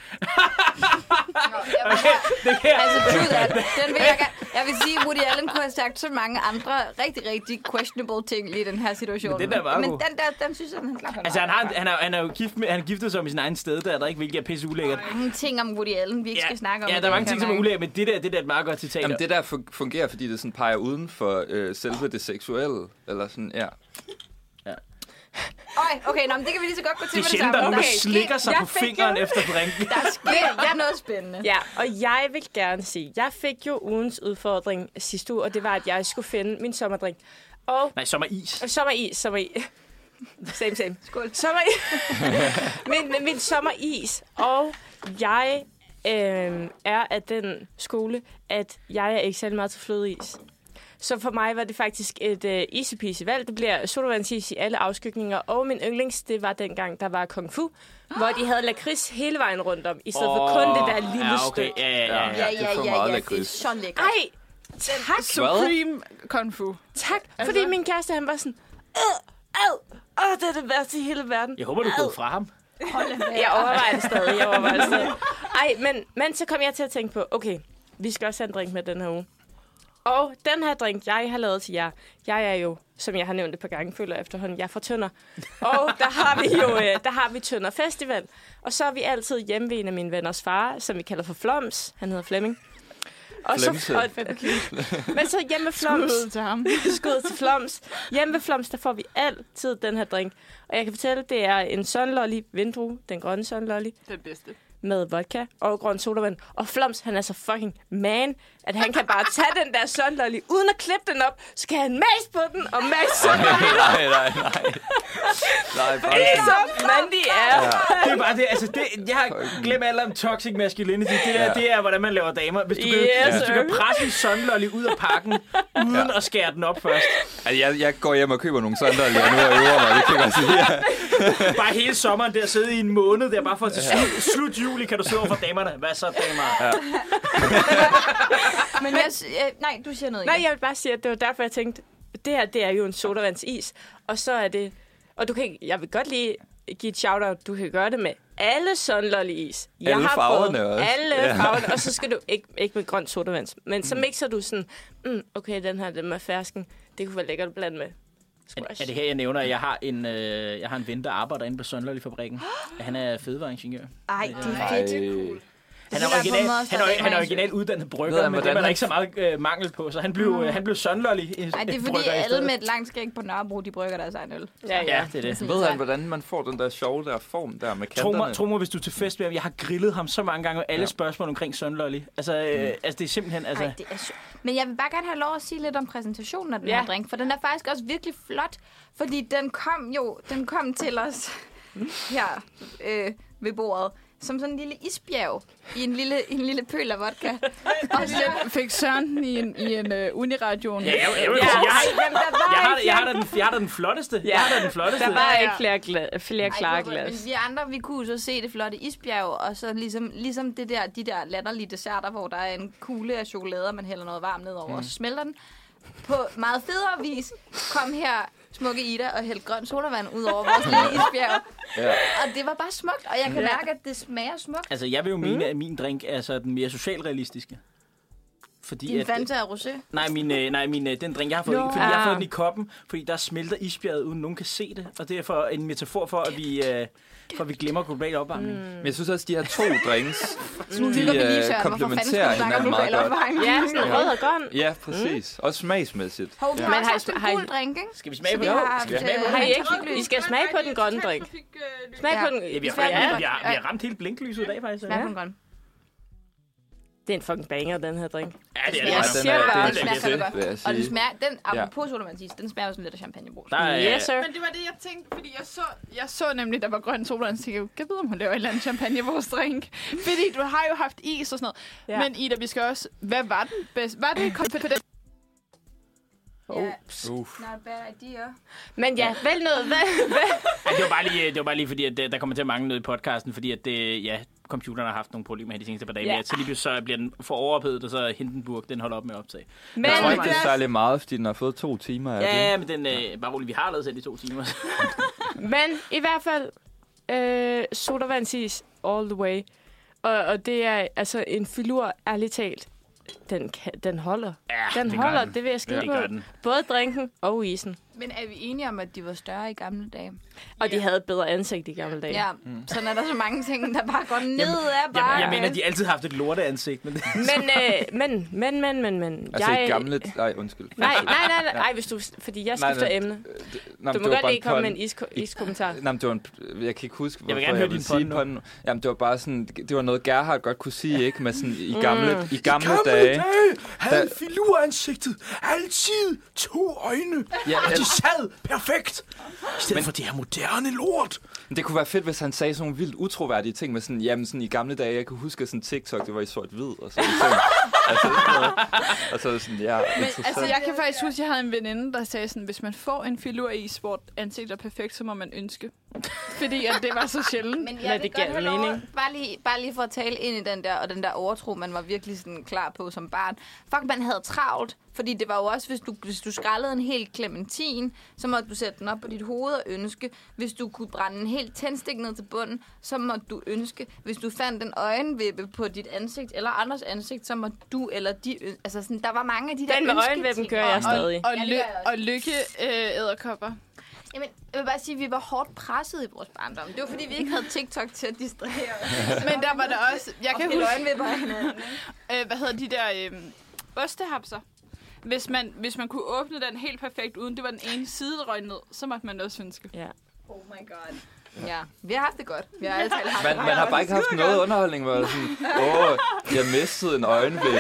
Speaker 3: det her.
Speaker 2: Altså, truth er, den vil jeg gerne. Jeg vil sige, Woody Allen kunne have sagt så mange andre rigtig, rigtig questionable ting lige i den her situation.
Speaker 3: Men den der var
Speaker 2: Men
Speaker 3: god.
Speaker 2: den der, den synes jeg, han klapper
Speaker 3: Altså, han, har, han, er, han er jo gift med, han er giftet sig med sin egen sted, der er der ikke, hvilket er pisse ulækkert.
Speaker 2: mange ting om Woody Allen, vi ikke skal snakke om.
Speaker 3: ja,
Speaker 2: i
Speaker 3: der
Speaker 2: den
Speaker 3: er mange
Speaker 2: her
Speaker 3: ting, som er
Speaker 2: gang.
Speaker 3: ulækkert, men det der, det der er et meget godt citat.
Speaker 4: Jamen, det der fun- fungerer, fordi det sådan peger uden for øh, selve det seksuelle, eller sådan, ja.
Speaker 2: Øj, okay, nå, men det kan vi lige så godt gå til
Speaker 3: det er
Speaker 2: med det
Speaker 3: sjældent,
Speaker 2: samme.
Speaker 3: at nogen
Speaker 2: Okay,
Speaker 3: slikker sig
Speaker 6: jeg
Speaker 3: på
Speaker 6: fik
Speaker 3: fingeren
Speaker 6: jo-
Speaker 3: efter drinken.
Speaker 2: Der sker ja, noget spændende.
Speaker 6: Ja, og jeg vil gerne sige, jeg fik jo ugens udfordring sidste uge, og det var, at jeg skulle finde min sommerdrink. Og
Speaker 3: Nej, som er is.
Speaker 6: sommeris, sommeris. Same, same.
Speaker 2: Skål.
Speaker 6: Sommeris. min, min sommeris. Og jeg øh, er af den skole, at jeg er ikke særlig meget til flødeis. Så for mig var det faktisk et øh, easy peasy valg. Det bliver sodavandsis i alle afskygninger. Og min yndlings, det var dengang, der var Kung Fu, hvor de havde lakrids hele vejen rundt om, i stedet oh, for kun det der lille
Speaker 3: ja, okay.
Speaker 6: stykke.
Speaker 3: Ja, ja, ja. ja.
Speaker 4: Ja, det er for meget lakrids.
Speaker 2: så lækkert.
Speaker 6: Ej, tak,
Speaker 5: Supreme Kung Fu.
Speaker 6: tak. Fordi min kæreste, han var sådan, ad, ad, åh, det er det værste i hele verden.
Speaker 3: Jeg håber, du er gået fra ham.
Speaker 6: Jeg overvejer det stadig, jeg overvejer det stadig. Ej, men, men så kom jeg til at tænke på, okay, vi skal også have en drink med den her uge. Og den her drink, jeg har lavet til jer, jeg er jo, som jeg har nævnt et par gange, føler jeg efterhånden, jeg er fra Tønder. Og der har vi jo, øh, der har vi Tønder Festival. Og så er vi altid hjemme ved en af mine venners far, som vi kalder for Floms. Han hedder Flemming. Og
Speaker 4: Flemse.
Speaker 6: og, men så hjemme ved Floms,
Speaker 5: Skud til ham.
Speaker 6: skud til Floms. Hjemme ved Floms, der får vi altid den her drink. Og jeg kan fortælle, det er en sunlolly, vindrue, den grønne sunlolly,
Speaker 5: Den bedste.
Speaker 6: med vodka og grøn sodavand. Og Floms, han er så fucking man, at han kan bare tage den der sunlolly, uden at klippe den op, så kan han mas på den, og mas så
Speaker 4: nej, nej, nej. Nej, faktisk.
Speaker 6: som mandig er.
Speaker 4: Ja.
Speaker 3: Det er bare det. Altså, det jeg har glemt alt om toxic masculinity. Det, der,
Speaker 4: Ja.
Speaker 3: det er, hvordan man laver damer. Hvis du,
Speaker 6: Yes,
Speaker 3: kan, hvis du kan
Speaker 6: sir.
Speaker 3: presse en sunlolly ud af pakken, uden at skære den op først.
Speaker 4: Altså, jeg, jeg går hjem og køber nogle sandal, jeg nu og øver mig, det kan jeg godt sige. Ja.
Speaker 3: Bare hele sommeren der sidde i en måned der, bare for til slut, slut juli, kan du sidde over for damerne. Hvad så, damer? Ja.
Speaker 1: Men jeg, s- øh, nej, du siger noget
Speaker 6: Nej,
Speaker 1: igen.
Speaker 6: jeg vil bare sige, at det var derfor, jeg tænkte, det her, det er jo en sodavandsis. Og så er det... Og du kan, ikke- jeg vil godt lige give et shout-out. Du kan gøre det med alle sunlolly is. Jeg
Speaker 4: Alle
Speaker 6: har
Speaker 4: farverne
Speaker 6: prøvet
Speaker 4: også.
Speaker 6: Alle
Speaker 4: Ja.
Speaker 6: farverne. Og så skal du ikke, ikke med grønt sodavand. Men så mixer du sådan, mm, okay, den her, den med fersken, det kunne være lækkert at blande med.
Speaker 3: Er det her, jeg nævner, at jeg har en, øh, jeg har en ven, der arbejder inde på Sunlolly-fabrikken. Han er fødevareingeniør.
Speaker 2: Ej, det er
Speaker 4: Ej,
Speaker 2: fedt.
Speaker 3: Han
Speaker 2: Det
Speaker 3: er,
Speaker 2: er på en
Speaker 3: original,
Speaker 2: måde også
Speaker 3: han,
Speaker 2: noget
Speaker 3: er, han er
Speaker 2: damerne.
Speaker 3: original uddannet brygger,
Speaker 4: Ved han,
Speaker 3: men det
Speaker 4: hvordan
Speaker 3: var der
Speaker 4: han-
Speaker 3: ikke så meget øh, mangel på, så han blev, øh, han blev sunlolly
Speaker 1: Nej, det er fordi alle med et langt skæg på Nørrebro, de brygger deres egen øl.
Speaker 6: Ja, ja.
Speaker 3: Ja, det er det.
Speaker 4: Ved han, hvordan man får den der sjove der form der med
Speaker 3: Tro
Speaker 4: kanterne?
Speaker 3: mig, tro mig, hvis du er til fest med ham. Jeg har grillet ham så mange gange med alle
Speaker 4: Ja.
Speaker 3: ja. spørgsmål omkring Sunlolly. Altså, øh, altså, det er simpelthen... Altså,
Speaker 2: Ej, det er sjovt. Men jeg vil bare gerne have lov at sige lidt om præsentationen af den
Speaker 6: Ja.
Speaker 2: ja. her drink, for den er faktisk også virkelig flot, fordi den kom jo, den kom til os her øh, ved bordet, som sådan en lille isbjerg i en lille, en lille pøl af vodka.
Speaker 5: Og så fik Søren i en, i en uh, uniradion.
Speaker 3: ja, jeg, jeg, jeg,
Speaker 6: Ja.
Speaker 3: jeg, jeg, har-
Speaker 2: Jamen, der var
Speaker 3: jeg, har,
Speaker 2: ikke
Speaker 3: jeg, har da den, jeg har da den flotteste. Jeg har da den flotteste.
Speaker 6: Der var ikke flere, gla- flere
Speaker 2: Ej,
Speaker 6: klare
Speaker 2: hvorfor-
Speaker 6: glas.
Speaker 2: Men vi andre, vi kunne jo så se det flotte isbjerg, og så ligesom, ligesom det der, de der latterlige desserter, hvor der er en kugle af chokolader, man hælder noget varmt ned over, mm. og så smelter den. På meget federe vis kom her smukke Ida og hældte grøn sodavand ud over vores lille isbjerg.
Speaker 4: Ja.
Speaker 2: Og det var bare smukt, og jeg kan mærke, at det smager smukt.
Speaker 3: Altså, jeg vil jo mene, at min drink er så den mere socialrealistiske. Fordi
Speaker 2: Din
Speaker 3: at,
Speaker 2: Fanta og rosé.
Speaker 3: nej, min, øh, nej, min, øh, den drink, jeg har fået,
Speaker 6: Nå.
Speaker 3: no. fordi jeg har
Speaker 6: Ah.
Speaker 3: fået den i koppen, fordi der smelter isbjerget, uden nogen kan se det. Og det er for en metafor for, at vi, øh, for, at vi glemmer global opvarmning.
Speaker 6: Mm.
Speaker 4: Men jeg synes også, de her to drinks,
Speaker 2: Nu
Speaker 4: de
Speaker 2: lytter vi lige, Søren, hvorfor
Speaker 4: øh,
Speaker 2: fanden skulle
Speaker 4: komplementerer
Speaker 2: vi snakke om
Speaker 4: hinanden meget
Speaker 2: lokal
Speaker 4: godt.
Speaker 2: opvarmning?
Speaker 6: Ja, sådan rød og grøn.
Speaker 4: Ja, præcis. Også smagsmæssigt.
Speaker 2: Hov, vi
Speaker 6: Men
Speaker 2: har også
Speaker 6: har I
Speaker 2: haft en
Speaker 6: sm- har I-
Speaker 2: gul drink, ikke?
Speaker 3: Skal vi smage på
Speaker 2: Vi
Speaker 3: det?
Speaker 2: har haft,
Speaker 3: Skal vi smage på
Speaker 2: øh,
Speaker 3: det?
Speaker 6: Har I ikke? I skal smage på den grønne drink.
Speaker 2: Smag
Speaker 5: øh,
Speaker 6: Smag på den.
Speaker 3: Ja, vi, har,
Speaker 6: Ja.
Speaker 3: ja, vi, har, vi har ramt helt blinklyset i dag, faktisk.
Speaker 2: på den grønne.
Speaker 6: Det er en fucking banger, den her drink.
Speaker 3: Ja, det er
Speaker 2: Altså, Jeg
Speaker 3: det.
Speaker 4: Og
Speaker 3: godt nok.
Speaker 4: den er,
Speaker 6: siger bare,
Speaker 4: den
Speaker 2: det
Speaker 4: er
Speaker 2: smager så
Speaker 4: fedt,
Speaker 2: godt.
Speaker 4: vil jeg
Speaker 2: Og den
Speaker 4: sige.
Speaker 2: smager, den, apropos ja. man sige, den smager jo sådan lidt af champagnebrusen.
Speaker 3: Der er,
Speaker 6: Yes, sir.
Speaker 5: Men det var det, jeg tænkte, fordi jeg så, jeg så nemlig, der var grøn sodavand, så tænkte jeg, jeg ved, om hun laver en eller anden champagne i vores drink. Fordi du har jo haft is og sådan noget.
Speaker 6: Ja.
Speaker 5: Ja. Men Ida, vi skal også, hvad var den bedste? Var det kompetence?
Speaker 4: Uff.
Speaker 2: Not bad idea.
Speaker 6: Men ja, vælg noget. Vælg,
Speaker 3: Ej, det, var bare lige, det var bare lige fordi, at øh, der kommer til at mangle noget i podcasten, fordi at det, ja, computeren har haft nogle problemer her de seneste par dage.
Speaker 6: Ja.
Speaker 3: Ja. Men så lige pludselig så bliver den for overophedet, og så er Hindenburg, den holder op med at optage.
Speaker 6: men
Speaker 4: Jeg tror ikke, det er
Speaker 6: lad os-
Speaker 4: særlig meget, fordi den har fået to timer af
Speaker 3: Ja,
Speaker 4: det.
Speaker 3: ja men den, øh, bare rolig, vi har lavet selv i to timer.
Speaker 6: Men i hvert fald, øh, sodavandsis all the way. Og, og det er altså en filur, ærligt talt. Den, kan, den holder.
Speaker 3: Ja,
Speaker 6: Den
Speaker 3: det gør
Speaker 6: holder,
Speaker 3: den.
Speaker 6: det vil jeg skrive
Speaker 3: Det gør
Speaker 6: på.
Speaker 3: den.
Speaker 6: Både drinken og isen.
Speaker 2: Men er vi enige om, at de var større i gamle dage?
Speaker 6: Og de havde et bedre ansigt i gamle dage.
Speaker 2: Ja, mm. sådan er der så mange ting, der bare går ned af bare.
Speaker 3: Jeg, jeg mener, de altid har haft et lorteansigt, men det,
Speaker 6: Men, øh, men, men, men, men, men.
Speaker 4: Altså et gamle... Nej, undskyld.
Speaker 6: Nej, nej, nej, nej, nej, hvis du, fordi jeg
Speaker 4: Nej,
Speaker 6: skifter
Speaker 4: nej.
Speaker 6: emne.
Speaker 4: Nå, men
Speaker 6: Du må
Speaker 4: det var
Speaker 6: godt
Speaker 4: bare
Speaker 6: lige
Speaker 4: en
Speaker 6: komme med
Speaker 4: pun.
Speaker 6: en isko- iskommentar.
Speaker 4: Nej, men det var en, jeg kan ikke huske, hvorfor
Speaker 3: Jeg vil gerne
Speaker 4: jeg,
Speaker 3: høre
Speaker 4: ville
Speaker 3: din
Speaker 4: sige
Speaker 3: pun nu.
Speaker 4: pun. Jamen, det var bare sådan, det var noget, Gerhard godt kunne sige, ikke? Med sådan, i gamle,
Speaker 3: Mm.
Speaker 4: i gamle dage.
Speaker 7: havde
Speaker 4: Da-
Speaker 7: filuransigtet altid to øjne,
Speaker 4: Ja,
Speaker 7: og de
Speaker 4: altså,
Speaker 7: sad perfekt. I stedet for det her moderne lort.
Speaker 4: det kunne være fedt, hvis han sagde sådan nogle vildt utroværdige ting med sådan, jamen sådan i gamle dage, jeg kan huske at sådan TikTok, det var i sort-hvid og sådan nogle ting. Altså, og så er det sådan, ja, interessant.
Speaker 5: Altså, jeg kan faktisk huske, at jeg havde en veninde, der sagde sådan, hvis man får en filur i, hvor ansigtet er perfekt, så må man ønske. Fordi at det var så sjældent.
Speaker 1: Men
Speaker 6: Lad
Speaker 1: jeg vil
Speaker 6: det
Speaker 1: godt
Speaker 6: give
Speaker 1: have lov,
Speaker 6: mening.
Speaker 1: bare lige, bare lige for at tale ind i den der, og den der overtro, man var virkelig sådan klar på som barn. Fuck, man havde travlt, fordi det var jo også, hvis du, hvis du skrællede en hel clementin, så måtte du sætte den op på dit hoved og ønske. Hvis du kunne brænde en hel tændstik ned til bunden, så måtte du ønske. Hvis du fandt en øjenvippe på dit ansigt, eller andres ansigt, så måtte du eller de ønske. Altså sådan, der var mange af de der
Speaker 6: Den med
Speaker 1: ønsketing.
Speaker 6: øjenvippen kører jeg
Speaker 1: Og-
Speaker 6: stadig.
Speaker 5: Og,
Speaker 1: Ja, det gør jeg
Speaker 5: ly-
Speaker 1: også.
Speaker 5: og lykke øh, æderkopper.
Speaker 1: Jamen, jeg vil bare sige, at vi var hårdt presset i vores barndom. Det var, fordi vi ikke havde TikTok til at distrahere os.
Speaker 5: Men der var der også... Jeg
Speaker 1: Og
Speaker 5: kan huske...
Speaker 1: pille øjenvipper af hinanden.
Speaker 5: øh, hvad hedder de der øh, ostehapser. Hvis man, hvis man kunne åbne den helt perfekt, uden det var den ene side, der røg ned, så måtte man også ønske.
Speaker 6: Ja.
Speaker 1: Oh my god. Ja, vi har haft det godt. Vi har alle talt haft
Speaker 4: Man, man har bare ikke haft noget underholdning, hvor jeg sådan, åh, jeg mistede en øjenvippe.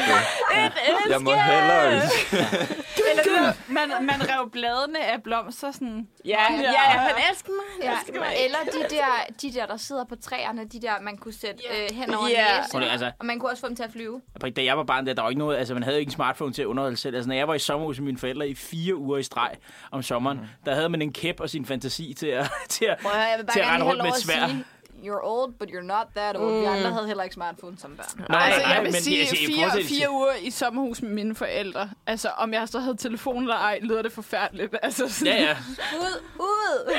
Speaker 4: Jeg må hellere ønske.
Speaker 5: Eller det der, man, man rev bladene af blomster sådan...
Speaker 6: Ja, ja, ja, men elsk mig.
Speaker 1: Ja,
Speaker 6: Elsk mig.
Speaker 1: eller de der, de der, der sidder på træerne, de der, man kunne sætte yeah. øh, hen over
Speaker 6: Ja.
Speaker 1: yeah.
Speaker 3: Prøv
Speaker 1: næsen,
Speaker 3: lige, altså-
Speaker 1: og man kunne også få dem til at flyve.
Speaker 3: Britt, Da jeg var barn, der, der var ikke noget, altså man havde jo ikke en smartphone til at underholde selv. Altså når jeg var i sommerhus med mine forældre i fire uger i streg om sommeren, mm. der havde man en kæp og sin fantasi til at, til at
Speaker 1: Prøv at høre, jeg vil bare
Speaker 3: Til at
Speaker 1: gerne
Speaker 3: rende
Speaker 1: lige have
Speaker 3: rundt
Speaker 1: lov
Speaker 3: med
Speaker 1: at
Speaker 3: et sværd.
Speaker 1: sige, you're old, but you're not that old. Mm. Vi andre havde heller ikke smartphone som børn.
Speaker 3: Nej,
Speaker 5: altså, jeg
Speaker 3: nej,
Speaker 5: vil
Speaker 3: men
Speaker 5: sige,
Speaker 3: jeg siger,
Speaker 5: fire,
Speaker 3: fortsæt.
Speaker 5: fire uger i sommerhus med mine forældre. Altså, om jeg så havde telefon eller ej, lyder det forfærdeligt. Altså, sådan,
Speaker 3: Ja, ja.
Speaker 1: Ud, ud!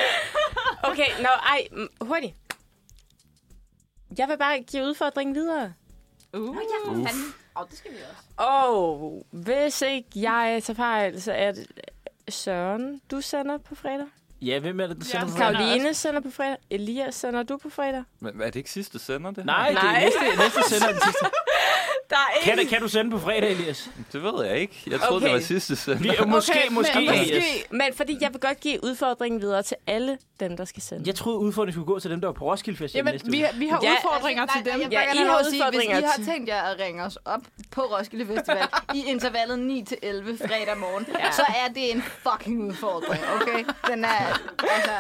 Speaker 6: Okay, nå, ej, mm, hurtigt. Jeg vil bare give udfordringen videre.
Speaker 5: Uh.
Speaker 1: Ja, fanden. Åh, det skal vi også.
Speaker 6: Og hvis ikke jeg tager fejl, så er det Søren, du sender på fredag.
Speaker 3: Ja, hvem er det, der sender
Speaker 5: Ja.
Speaker 3: ja.
Speaker 6: Karoline sender på fredag. Elias sender du på fredag.
Speaker 4: Men er det ikke sidste sender, det?
Speaker 3: Nej, det er
Speaker 6: Nej.
Speaker 3: næste, næste sender den sidste.
Speaker 6: Der er
Speaker 3: Kan, du- kan du sende på fredag, Elias?
Speaker 4: Det ved jeg ikke. Jeg troede, det
Speaker 6: Okay. altså,
Speaker 4: var sidste
Speaker 3: Vi,
Speaker 4: sender.
Speaker 3: okay, måske,
Speaker 5: Okay, men-
Speaker 3: måske,
Speaker 5: måske.
Speaker 3: Elias.
Speaker 6: Men fordi jeg vil godt give udfordringen videre til alle dem, der skal sende.
Speaker 3: Jeg troede, udfordringen skulle gå til dem, der var på Roskilde Festival
Speaker 5: Jamen,
Speaker 3: næste
Speaker 5: vi,
Speaker 3: uge.
Speaker 5: har- vi har
Speaker 6: Ja,
Speaker 5: ja, udfordringer
Speaker 1: altså,
Speaker 5: altså, til
Speaker 1: nej,
Speaker 5: dem.
Speaker 1: nej, Jeg
Speaker 6: Ja,
Speaker 1: vil
Speaker 6: I
Speaker 1: bare
Speaker 6: har
Speaker 1: gerne sige, hvis I
Speaker 6: udfordringer
Speaker 1: har
Speaker 6: til-
Speaker 1: tænkt jer at ringe os op på Roskilde Festival i intervallet 9-11 fredag morgen, ja. så er det en fucking udfordring, okay? Den, er, altså,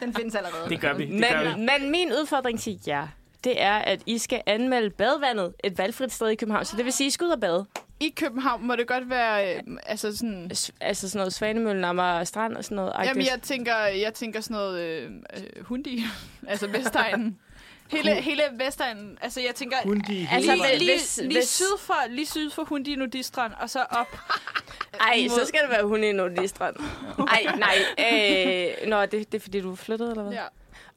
Speaker 1: den findes allerede.
Speaker 3: Det gør vi, det gør vi.
Speaker 6: Men, men min udfordring til jer, det er, at I skal anmelde badevandet et valgfrit sted i København. Så det vil sige, at I skal ud og bade.
Speaker 5: I København må det godt være... øh, Altså, sådan,
Speaker 6: S- altså sådan noget Svanemøllen, Amager Strand og sådan noget.
Speaker 5: Jamen, jeg tænker, jeg tænker sådan noget øh, øh, hundi, altså Vestegnen. Hele, hele Vestegnen, altså jeg tænker...
Speaker 3: Hundi.
Speaker 5: Altså, lige, lige,
Speaker 6: hvis-
Speaker 5: lige,
Speaker 6: hvis-
Speaker 5: Syd for, lige syd for Hundi Nudistrand, og så op.
Speaker 6: Ej, så skal det være hun i Nordstrand. Ej, nej. Øh, nå, det, det er fordi, du er flyttet, eller hvad?
Speaker 5: Ja.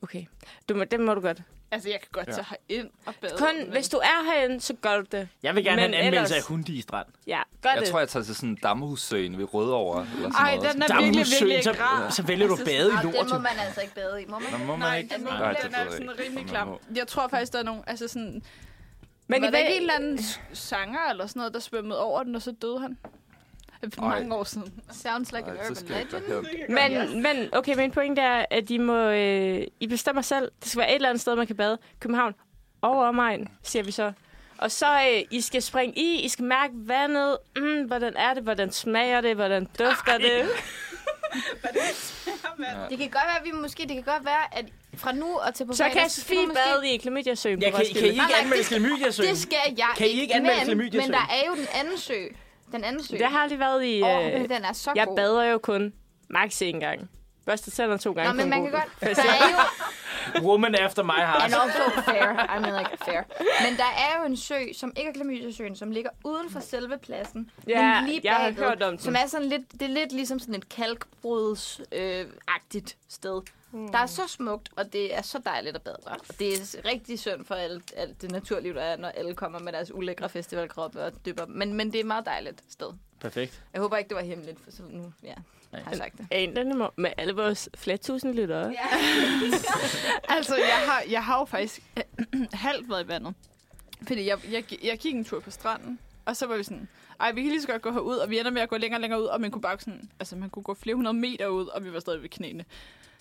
Speaker 6: Okay. Du må, det må du godt.
Speaker 5: Altså, jeg kan godt ja. tage ind og bade.
Speaker 6: Kun, hvis du er herinde, så gør du det.
Speaker 3: Jeg vil gerne have en
Speaker 6: Men
Speaker 3: anmeldelse af
Speaker 6: ellers-
Speaker 3: Hundi i strand.
Speaker 6: Ja, gør
Speaker 4: Jeg
Speaker 6: det.
Speaker 4: tror, jeg tager til sådan en damhussøen ved Rødovre. Eller sådan
Speaker 5: Ej,
Speaker 4: noget.
Speaker 5: den er
Speaker 3: Der er
Speaker 5: virkelig,
Speaker 3: Mussøen,
Speaker 5: virkelig
Speaker 3: så,
Speaker 5: ikke rar.
Speaker 3: så vælger du at bade i
Speaker 1: Ej,
Speaker 3: lort.
Speaker 1: den må man altså ikke bade i, må man?
Speaker 4: Nå, må man
Speaker 5: Nej,
Speaker 4: ikke?
Speaker 5: Altså, den,
Speaker 4: Nej,
Speaker 5: nej,
Speaker 4: det
Speaker 5: den
Speaker 4: ved
Speaker 5: er
Speaker 4: jeg
Speaker 5: sådan
Speaker 4: ikke.
Speaker 5: rimelig
Speaker 4: Nå.
Speaker 5: klam. Jeg tror faktisk, der er nogen, altså sådan...
Speaker 6: Men
Speaker 5: Men var
Speaker 6: I
Speaker 5: der ikke
Speaker 6: vil...
Speaker 5: en eller anden s- sanger eller sådan noget, der svømmede over den, og så døde han? For
Speaker 4: Ej.
Speaker 5: mange år siden.
Speaker 1: Sounds like an
Speaker 4: Ej, så
Speaker 1: urban
Speaker 4: skal jeg ikke
Speaker 1: legend.
Speaker 4: derhen.
Speaker 6: Men, men okay, min pointe er, at I må... Øh, I bestemmer selv. Det skal være et eller andet sted, man kan bade. København og omegn, siger vi så. Og så øh, I skal springe i, I skal mærke vandet. Mm, hvordan er det? Hvordan smager det? Hvordan dufter Ej. det?
Speaker 1: Det kan godt være, at vi måske, det kan godt være, at fra nu og til på
Speaker 6: Så kan
Speaker 1: fredag, vi
Speaker 6: Sofie bade i Klamydia-søen på
Speaker 3: Ja, kan, kan I
Speaker 6: Roskilde.
Speaker 3: ikke
Speaker 1: nej,
Speaker 3: anmelde
Speaker 1: det skal-
Speaker 3: Klamydia-søen?
Speaker 1: Det skal jeg
Speaker 3: Kan I ikke anmelde
Speaker 1: men,
Speaker 3: klamydia-søen?
Speaker 1: men der er jo den anden sø. Den anden sø.
Speaker 6: Jeg har aldrig været i...
Speaker 1: Åh,
Speaker 6: Øh,
Speaker 1: men den er så
Speaker 6: jeg
Speaker 1: god.
Speaker 6: bader jo kun max én gang. Børste tænder to gange.
Speaker 1: Nå,
Speaker 6: på
Speaker 1: men
Speaker 6: en
Speaker 1: man
Speaker 6: god
Speaker 1: kan godt...
Speaker 6: dag.
Speaker 1: Der er jo,
Speaker 3: Woman after my heart.
Speaker 1: And also fair. I mean like fair. Men der er jo en sø, som ikke er Klamydia-søen, som ligger uden for selve pladsen.
Speaker 6: Ja,
Speaker 1: men lige
Speaker 6: jeg har
Speaker 1: bagved,
Speaker 6: hørt om den.
Speaker 1: Som er sådan lidt, det er lidt ligesom sådan et kalkbrudsagtigt øh, sted. Der er så smukt, og det er så dejligt at bade der. Og det er s- rigtig synd for alt, alt det naturliv, der er, når alle kommer med deres ulækre festivalkroppe og dypper. Men, men det er et meget dejligt sted.
Speaker 3: Perfekt.
Speaker 1: Jeg håber ikke, det var hemmeligt, for så nu ja, har jeg sagt det.
Speaker 6: En den må- med alle vores flere tusind lyttere. Ja.
Speaker 5: Altså, jeg har, jeg har jo faktisk øh, halvt været i vandet. Fordi jeg, jeg, jeg gik en tur på stranden, og så var vi sådan, ej, vi kan lige så godt gå herud, og vi ender med at gå længere og længere ud, og man kunne bare sådan, altså man kunne gå flere hundrede meter ud, og vi var stadig ved knæene.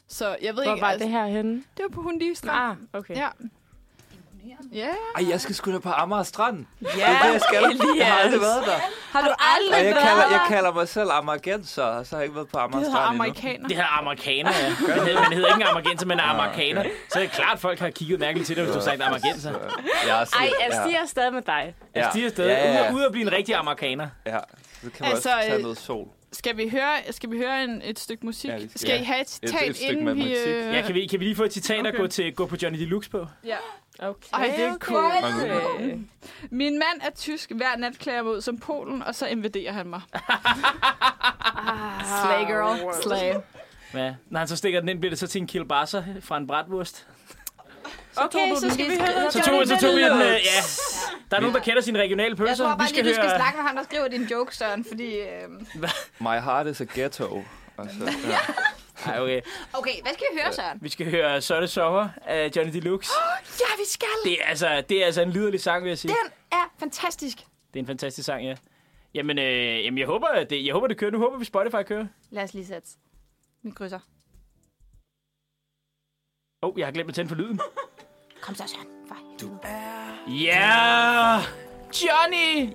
Speaker 5: Så jeg ved
Speaker 6: Hvor
Speaker 5: ikke,
Speaker 6: var
Speaker 5: altså,
Speaker 6: det her henne?
Speaker 5: det var på Hundi Strand.
Speaker 6: Ah, okay.
Speaker 5: Ja.
Speaker 1: imponerende.
Speaker 5: Ja,
Speaker 4: Ej, jeg skal sgu da på Amager Strand.
Speaker 6: Ja,
Speaker 4: Det er det, jeg skal. Jeg har aldrig
Speaker 6: Elias.
Speaker 4: været der.
Speaker 1: Har du aldrig
Speaker 4: Og jeg
Speaker 1: været
Speaker 4: kalder, jeg
Speaker 1: der?
Speaker 4: kalder mig selv amerikanser, og så har jeg ikke været på Amager
Speaker 5: det hedder
Speaker 4: Strand
Speaker 5: amerikaner.
Speaker 3: Det hedder amerikaner, ja. Man hedder, man hedder ikke en amerikanser,
Speaker 4: Ah,
Speaker 3: men en amerikaner. Så er det klart, folk har kigget mærkeligt til dig, hvis du har sagt amerikanser.
Speaker 4: endnu. Så Jeg er
Speaker 6: Ej,
Speaker 4: sådan-
Speaker 6: jeg stiger stadig med dig.
Speaker 3: Jeg stiger Altså, stadig
Speaker 4: Ja, ja, ja.
Speaker 3: ud at blive en rigtig amerikaner.
Speaker 4: ja. Så kan man
Speaker 5: Altså,
Speaker 4: også tage
Speaker 5: øh,
Speaker 4: noget sol.
Speaker 5: Skal vi høre, skal vi høre en, et stykke musik?
Speaker 4: Ja,
Speaker 5: Ja,
Speaker 4: vi skal.
Speaker 5: skal I
Speaker 4: Ja.
Speaker 5: have et citat,
Speaker 4: et stykke
Speaker 5: inden vi...
Speaker 4: matematik.
Speaker 5: Øh...
Speaker 3: Ja, kan vi, kan vi lige få et citat okay. og
Speaker 5: Okay.
Speaker 3: gå, til, gå på Johnny Deluxe på?
Speaker 5: ja.
Speaker 6: Okay.
Speaker 5: Ej, det er cool.
Speaker 4: Mange-
Speaker 6: Øh,
Speaker 5: Min mand er tysk. Hver nat klæder jeg mig ud som Polen, og så invaderer han mig.
Speaker 1: Slay girl. Slay.
Speaker 3: Ja. Når han så stikker den ind, bliver det så til en kielbasser fra en bratwurst.
Speaker 5: Okay, så skal vi høre noget.
Speaker 3: Så tog, så tog vi den, øh, ja. Der er nogen, der kender sine regionale
Speaker 1: Jeg
Speaker 3: pølser.
Speaker 1: tror bare
Speaker 3: Vi skal
Speaker 1: lige, du skal
Speaker 3: høre...
Speaker 1: snakke med ham, der skriver din joke, Søren, fordi... Øh...
Speaker 4: My heart is a ghetto. Og så, ja.
Speaker 3: Ej, okay.
Speaker 1: Okay, hvad skal vi høre, Søren?
Speaker 3: Vi skal høre Så er det sommer af Johnny Deluxe.
Speaker 1: Ja, vi skal!
Speaker 3: Det er, altså, det er altså en liderlig sang, vil jeg sige.
Speaker 1: Den er fantastisk.
Speaker 3: Det er en fantastisk sang, ja. Jamen, øh, jamen jeg, håber, at det, jeg håber, det kører. Nu håber vi, Spotify kører.
Speaker 1: Lad os lige sætte min krydser.
Speaker 3: Åh, oh, jeg har glemt at tænde for lyden.
Speaker 1: Kom så, Søren. For helvede.
Speaker 3: Ja, yeah! Johnny!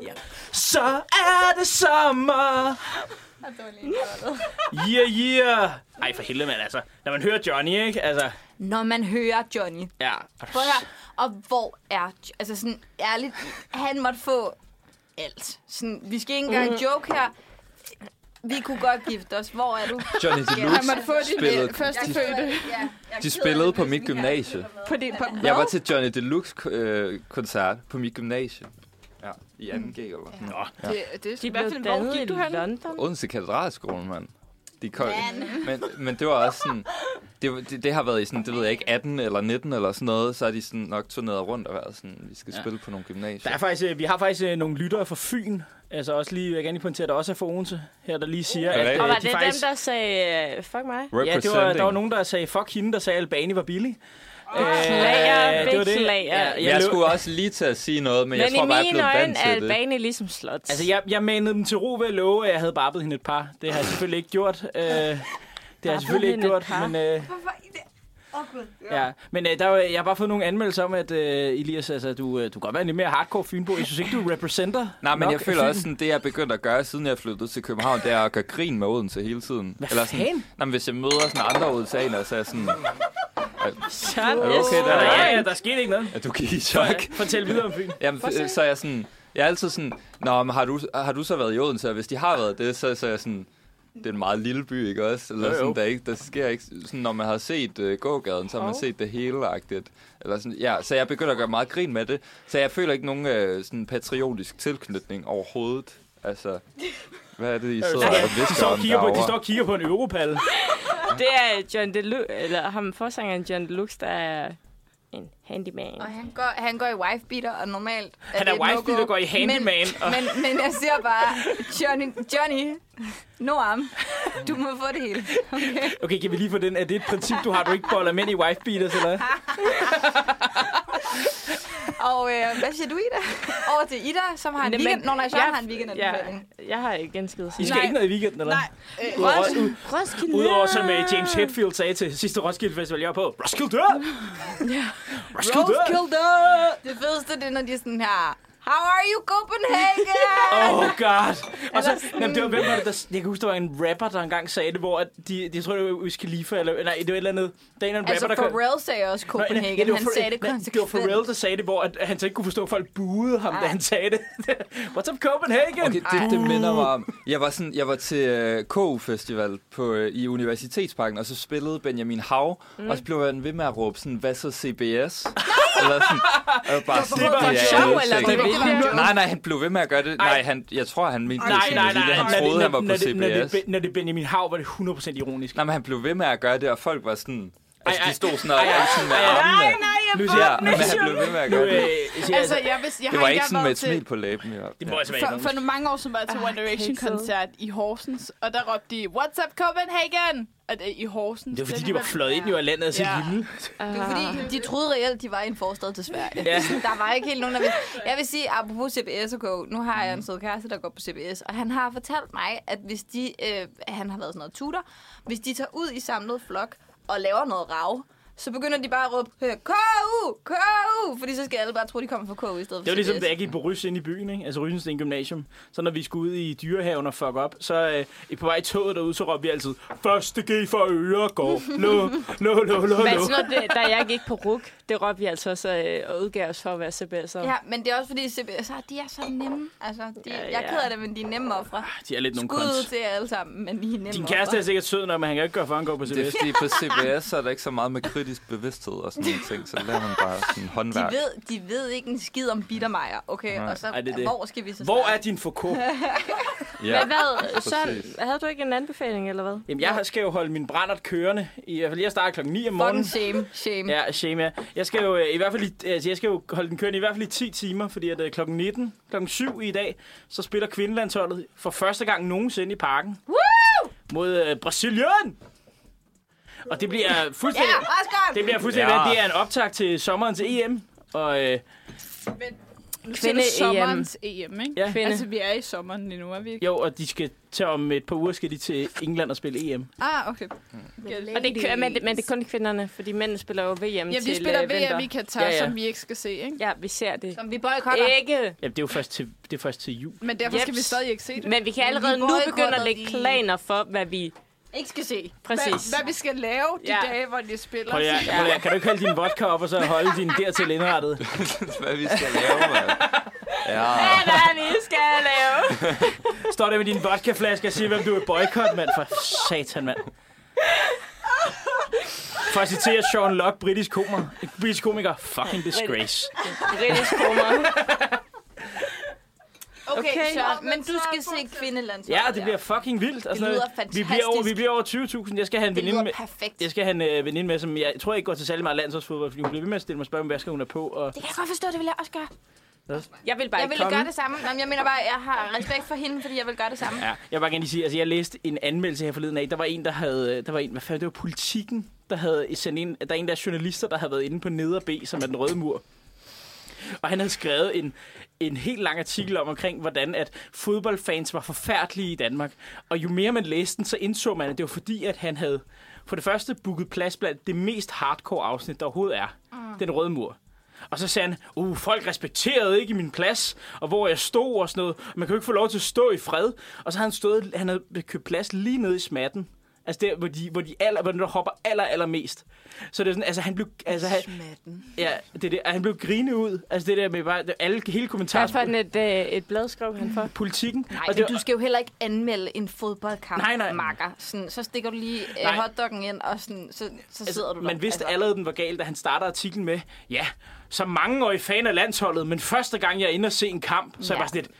Speaker 3: Så er det sommer! Yeah, yeah! Ej, for helvede, mand, altså. Når man hører Johnny, ikke? Altså,
Speaker 1: Når man hører Johnny.
Speaker 3: ja.
Speaker 1: Prøv at høre. Og hvor er... Jo- Altså sådan, ærligt, han måtte få alt. Sådan, vi skal ikke engang joke her. Vi kunne godt gifte os. Hvor er du?
Speaker 4: Johnny
Speaker 5: Han
Speaker 4: Deluxe
Speaker 5: måtte få dit
Speaker 4: spillede-
Speaker 5: øh, første
Speaker 4: de-
Speaker 5: fødte.
Speaker 1: Ja, jeg
Speaker 4: de
Speaker 1: er
Speaker 4: spillede
Speaker 1: ked af
Speaker 4: på
Speaker 1: det,
Speaker 4: mit
Speaker 1: hvis vi ikke har-
Speaker 4: gymnasie.
Speaker 5: På det, på,
Speaker 4: Jeg var til Johnny Deluxe-koncert på mit gymnasie. Ja, i 2G eller sådan.
Speaker 3: Nå,
Speaker 5: det, det,
Speaker 6: De
Speaker 5: i hvert
Speaker 6: blev
Speaker 5: fald, hvor
Speaker 6: dannet
Speaker 5: gik du
Speaker 6: i
Speaker 5: hen?
Speaker 6: London.
Speaker 4: Odense Katedralskolen, mand. De kom, men, men det var også sådan... Det, var- det, det, har været i sådan, det ved jeg ikke, 18 eller 19 eller sådan noget, så er de sådan nok turneret rundt og været sådan, vi skal
Speaker 3: Ja.
Speaker 4: ja. spille på nogle gymnasier.
Speaker 3: der er faktisk, øh, vi har faktisk øh, nogle lyttere fra Fyn. Altså også lige, jeg vil gerne lige pointere, at der også er fra Odense her, der lige siger,
Speaker 4: Correct.
Speaker 3: at
Speaker 6: Og
Speaker 3: øh,
Speaker 6: var
Speaker 3: de
Speaker 6: det
Speaker 3: faktisk...
Speaker 6: dem, der sagde, øh, fuck mig?
Speaker 3: Ja, det var, der var nogen, der sagde, fuck hende, der sagde, at Albani var billig. Øh,
Speaker 6: Beklager,
Speaker 3: det var det.
Speaker 6: beklager.
Speaker 3: Ja,
Speaker 6: Jeg
Speaker 4: Jeg, jeg
Speaker 3: løb-
Speaker 4: skulle også lige til at sige noget, men,
Speaker 6: Men
Speaker 4: jeg tror
Speaker 6: i
Speaker 4: bare, jeg er
Speaker 6: mine
Speaker 4: blevet
Speaker 6: øjne
Speaker 4: vant
Speaker 6: er
Speaker 4: til det.
Speaker 6: Albani ligesom slot.
Speaker 3: Altså, jeg, jeg manede dem til ro ved at love, at jeg havde barbet hende et par. Det har jeg selvfølgelig ikke gjort. Øh, det har jeg selvfølgelig ikke
Speaker 6: hende et
Speaker 3: gjort,
Speaker 6: par?
Speaker 3: men... Øh,
Speaker 1: Hvorfor? det- Åh, Gud.
Speaker 3: Ja, men øh, der, er jo- jeg har bare fået nogle anmeldelser om, at øh, Elias, altså, du, øh, du kan godt være lidt mere hardcore fynbo. Jeg synes ikke, du repræsenter
Speaker 4: Nej, men
Speaker 3: nok
Speaker 4: jeg føler
Speaker 3: Fyn.
Speaker 4: også, sådan, det jeg er begyndt at gøre, siden jeg flyttede til København, det er at gøre grin med Odense hele tiden.
Speaker 3: Hvad
Speaker 4: sådan,
Speaker 3: fanden?
Speaker 4: nej, men hvis jeg møder sådan andre odenseaner, så er jeg sådan,
Speaker 6: Sådan,
Speaker 4: Er du okay
Speaker 3: Ja,
Speaker 4: der?
Speaker 3: ja, ja, der skete ikke noget.
Speaker 4: at du gik i chok.
Speaker 3: Fortæl videre om Fyn.
Speaker 4: Jamen, øh, så er jeg sådan, jeg er altid sådan, nå, men har du, har du så været i Odense? Og hvis de har været det, så, så er jeg sådan, det er en meget lille by, ikke også? Eller
Speaker 3: Jo, jo.
Speaker 4: sådan, der, er ikke, der sker ikke... Sådan, når man har set uh, gågaden, så har man
Speaker 6: Hov.
Speaker 4: set det hele-agtigt. Eller sådan, ja, så jeg begynder at gøre meget grin med det. Så jeg føler ikke nogen øh, sådan patriotisk tilknytning overhovedet. Altså, hvad er det, I sidder og
Speaker 3: De
Speaker 4: visker
Speaker 3: står, og
Speaker 4: om
Speaker 3: Øh, kigger på, de
Speaker 4: derovre?
Speaker 3: står og kigger på en europal.
Speaker 6: det er John Deluxe, eller ham forsangeren John Deluxe, der er en handyman.
Speaker 1: Og han går, han går i wifebeater, og normalt...
Speaker 3: Han
Speaker 1: det
Speaker 3: er
Speaker 1: et
Speaker 3: wifey,
Speaker 1: no-go.
Speaker 3: der går i handyman.
Speaker 1: Men,
Speaker 3: Og,
Speaker 1: men, men jeg ser bare, Johnny, Johnny, Noam, du må få det hele.
Speaker 3: okay, kan vi lige få den? Er det et princip, du har, du ikke boller mænd i wifebeaters, eller hvad?
Speaker 1: Og øh, hvad siger du, Ida? Over til Ida, som har en
Speaker 6: Jamen,
Speaker 1: weekend. Nå, nej, Søren
Speaker 6: jeg-
Speaker 1: har en weekend.
Speaker 6: Ja, jeg har ikke en skid
Speaker 3: I skal
Speaker 6: Nej.
Speaker 3: ikke noget i weekenden, eller?
Speaker 5: Nej, øh,
Speaker 3: Udover,
Speaker 6: Roskilde.
Speaker 3: ud-
Speaker 6: Roskilde.
Speaker 3: udover som uh, James Hetfield sagde til sidste Roskilde Festival, jeg var på, Roskilde dør! Roskilde dør!
Speaker 1: Det fedeste, det er, når de er sådan her, How are you, Copenhagen?
Speaker 3: Oh god. Og så, jamen, det var, hvem var det, der, jeg kan huske, der var en rapper, der engang sagde det, hvor at de, de jeg tror, det var Wiz Khalifa, eller, nej, det var et eller andet, der er en eller anden
Speaker 1: altså,
Speaker 3: rapper, der kom-
Speaker 1: Pharrell sagde også
Speaker 3: Nej, nej,
Speaker 1: Copenhagen.
Speaker 3: ja, det var
Speaker 1: han
Speaker 3: Pharrell-
Speaker 1: sagde det
Speaker 3: nej,
Speaker 1: konsekvent.
Speaker 3: Det var Pharrell, der sagde det, hvor at, han så ikke kunne forstå, at folk buede ham, da han sagde det. What's up, Copenhagen?
Speaker 4: Okay, det, det minder mig om. Jeg var, sådan, jeg var til øh, KU Festival på, øh, i Universitetsparken, og så spillede Benjamin Hav, mm. og så blev han ved med at råbe sådan, hvad så CBS? eller sådan, og bare sådan,
Speaker 3: var for
Speaker 4: er
Speaker 3: sjov,
Speaker 4: jo
Speaker 6: eller
Speaker 4: sikkert."
Speaker 6: det var vilje?
Speaker 4: Nej, nej, han blev ved med at gøre det. Nej, han, jeg tror, han mente det
Speaker 3: Nej, nej,
Speaker 4: sådan,
Speaker 3: nej.
Speaker 4: fordi han
Speaker 3: Når
Speaker 4: troede,
Speaker 3: det,
Speaker 4: han
Speaker 3: når,
Speaker 4: var på
Speaker 3: når, det, når, det,
Speaker 4: CBS.
Speaker 3: når det er Benjamin Hav, var det 100% ironisk.
Speaker 4: Nej, men han blev ved med at gøre det, og folk var sådan... Altså,
Speaker 3: Ej,
Speaker 4: de
Speaker 3: ej.
Speaker 4: stod sådan og sådan med armene.
Speaker 3: Nu
Speaker 4: Ja,
Speaker 3: siger
Speaker 4: men han blev ved med at
Speaker 3: nu,
Speaker 4: gøre
Speaker 3: øh,
Speaker 4: det.
Speaker 3: siger
Speaker 5: altså,
Speaker 3: jeg,
Speaker 5: jeg, hvis, jeg
Speaker 4: Det
Speaker 5: har
Speaker 4: var ikke
Speaker 5: engang
Speaker 4: sådan med
Speaker 5: været
Speaker 4: et
Speaker 5: til,
Speaker 4: smil på læben. Ja.
Speaker 3: det må altså jeg smage.
Speaker 5: For, for nogle mange år siden var jeg
Speaker 6: Ah,
Speaker 5: til One Direction-koncert i Horsens, og der råbte de, What's up Copenhagen? Og det, I Horsens.
Speaker 3: Det var fordi,
Speaker 5: er
Speaker 3: de var
Speaker 5: alligevel-
Speaker 3: fløjet ind i landet og
Speaker 5: Ja.
Speaker 3: så lille.
Speaker 1: Det var fordi, de troede reelt, de var i en forstad til Sverige.
Speaker 3: Ah. Ja.
Speaker 1: Ja. Der var ikke helt nogen, der vidste. Jeg vil sige, apropos CBS og Go, nu har jeg
Speaker 3: Mm.
Speaker 1: en sød kæreste, der går på CBS, og han har fortalt mig, at hvis de, øh, han har været sådan noget tutor, hvis de tager ud i samlet flok og laver noget rav, så begynder de bare at råbe, øh, KU, KU, fordi så skal alle bare tro, de kommer fra KU i stedet
Speaker 3: Det var
Speaker 1: for
Speaker 3: ligesom,
Speaker 1: CBS.
Speaker 3: da jeg gik på Rys ind i byen, ikke? altså Rysensten Gymnasium. Så når vi skulle ud i dyrehaven og fuck op, så øh, i på vej i toget derude, så råbte vi altid, første G for Øregård, lå, lå, lå, lå,
Speaker 6: Men
Speaker 3: lå.
Speaker 6: sådan noget, det, da jeg gik på RUK, det råbte vi altså også øh, og udgav os for at være CBS'er.
Speaker 1: Ja, men det er også fordi, CBS, er- ah, de er så nemme. Altså, de, ja, ja. jeg er ked af det, men de er nemme ofre.
Speaker 3: De er lidt nogle
Speaker 1: Skud
Speaker 3: kunst.
Speaker 1: til jer alle sammen, men de er nemme
Speaker 3: Din
Speaker 1: ofre.
Speaker 3: kæreste er sikkert sød, når man han kan ikke gøre for, at han går på CBS.
Speaker 4: Det er fordi på CBS, så er der ikke så meget med kritisk bevidsthed og sådan nogle ting, så lærer man bare sådan
Speaker 1: De
Speaker 4: håndværk.
Speaker 1: ved, de ved ikke en skid om bittermejer, okay?
Speaker 4: Nej.
Speaker 1: Og så,
Speaker 3: Ej, det er det.
Speaker 1: hvor skal vi så
Speaker 3: Hvor
Speaker 1: starte?
Speaker 3: er din FK?
Speaker 4: Ja.
Speaker 6: Men hvad,
Speaker 4: Præcis.
Speaker 6: så havde du ikke en anbefaling, eller hvad?
Speaker 3: Jamen, jeg skal jo holde min brændert kørende. I hvert fald, jeg starter klokken 9 om morgenen.
Speaker 1: Fucking shame, shame.
Speaker 3: Ja, shame, ja. Jeg skal jo øh, i hvert fald i, altså, jeg skal jo holde den kørende i hvert fald i 10 timer, fordi at øh, klokken 19, klokken 7 i dag, så spiller kvindelandsholdet for første gang nogensinde i parken. Woo! Mod øh, Brasilien! Og det bliver fuldstændig...
Speaker 1: Ja, også godt.
Speaker 3: Det bliver fuldstændig
Speaker 4: Ja.
Speaker 3: ja. Det er en optag til sommerens EM. Og øh,
Speaker 5: Nu siger
Speaker 6: Kvinde
Speaker 5: du
Speaker 6: EM.
Speaker 5: sommerens EM, ikke?
Speaker 3: Ja.
Speaker 6: Kvinde.
Speaker 5: Altså, vi er i sommeren lige nu, er vi ikke?
Speaker 3: jo, og de skal tage om et par uger skal de til England og spille E EM.
Speaker 5: Ah, okay.
Speaker 6: Og det, kører- men, det, men det er kun kvinderne, fordi mændene spiller jo VM
Speaker 5: Jamen,
Speaker 6: til
Speaker 5: de spiller
Speaker 6: øh, vinter.
Speaker 5: VM i Katar,
Speaker 3: Ja,
Speaker 5: ja,
Speaker 3: ja.
Speaker 5: ja. som vi ikke skal se, ikke?
Speaker 6: Ja, vi ser det.
Speaker 1: Som vi boykotter.
Speaker 6: Ikke!
Speaker 3: Jamen, det er jo først til, det er først til jul.
Speaker 5: Men derfor skal
Speaker 6: Jeps.
Speaker 5: vi stadig ikke se det.
Speaker 6: Men vi kan allerede
Speaker 1: vi
Speaker 6: nu
Speaker 1: boykotter
Speaker 6: begynde at lægge
Speaker 1: de-
Speaker 6: planer for, hvad vi...
Speaker 1: Ikke skal se.
Speaker 6: Præcis.
Speaker 5: Hvad, hvad vi skal lave de
Speaker 6: Ja.
Speaker 5: ja. dage, hvor de spiller.
Speaker 3: Prøv lige, at- prøv lige, at- kan du ikke hælde din vodka op, og så holde din dertil indrettet?
Speaker 4: Hvad vi skal lave, mand. Ja.
Speaker 6: Hvad er det, vi skal lave?
Speaker 3: Står der med din vodkaflaske og siger, hvem du vil boykotte, mand. For satan, mand. For at citere Sean Locke, britisk komiker. Britisk komiker. Fucking disgrace.
Speaker 6: Rigtig skummer.
Speaker 1: Okay,
Speaker 6: Okay.
Speaker 1: okay så, men du skal se kvindelandsholdet.
Speaker 3: Ja, det bliver fucking vildt. Og
Speaker 1: Det
Speaker 3: sådan noget.
Speaker 1: lyder fantastisk.
Speaker 3: Vi bliver over, vi bliver over 20.000. Jeg skal have en
Speaker 1: Det
Speaker 3: veninde med.
Speaker 1: lyder perfekt.
Speaker 3: Jeg skal have en øh, veninde med, som jeg tror ikke går til særlig meget landsholdsfodbold, fordi hun bliver ved med at stille mig spørgsmål, hvad skal hun er på. Og
Speaker 1: Det kan jeg godt forstå, det vil jeg også gøre.
Speaker 6: Jeg vil bare
Speaker 1: Jeg
Speaker 6: ikke
Speaker 1: ville
Speaker 6: komme.
Speaker 1: gøre det samme. Nå, men jeg mener bare, jeg har respekt for hende, fordi jeg vil gøre det samme.
Speaker 3: Ja, jeg vil bare gerne lige sige, altså jeg læste en anmeldelse her forleden af, der var en, der havde, øh, der var en, hvad fanden, det var politikken, der havde sendt en, der er en der er journalister, der havde været inde på Neder B, som er den røde mur. Og han havde skrevet en, en helt lang artikel om omkring, hvordan at fodboldfans var forfærdelige i Danmark. Og jo mere man læste den, så indså man, at det var fordi, at han havde for det første booket plads blandt det mest hardcore afsnit, der overhovedet er. Mm. Den røde mur. Og så sagde han, uh, folk respekterede ikke min plads, og hvor jeg stod og sådan noget. Man kan jo ikke få lov til at stå i fred. Og så havde han, stået, han havde købt plads lige nede i smatten. Altså der, hvor de, hvor de aller, hvor den der hopper aller, aller mest. Så det er sådan, altså han blev, altså han, ja, det er det, Og han blev grinet ud. Altså det der med bare, alle, hele
Speaker 6: Hvad for
Speaker 3: kommentaren,
Speaker 6: en et, øh, et blad skrev han for?
Speaker 3: politikken.
Speaker 1: Nej,
Speaker 3: og det,
Speaker 1: men du skal jo heller ikke anmelde en fodboldkamp,
Speaker 3: Nej, nej.
Speaker 1: Marker. Sådan, så stikker du lige øh,
Speaker 3: Nej. Altså,
Speaker 1: hotdoggen ind, og sådan, så, så sidder du der. Altså,
Speaker 3: Man
Speaker 5: Altså-
Speaker 3: vidste allerede, den var galt, da han startede artiklen med, ja, så mange år i fan af landsholdet, men første gang jeg er inde og se en kamp, så er jeg
Speaker 1: Ja.
Speaker 3: bare sådan lidt,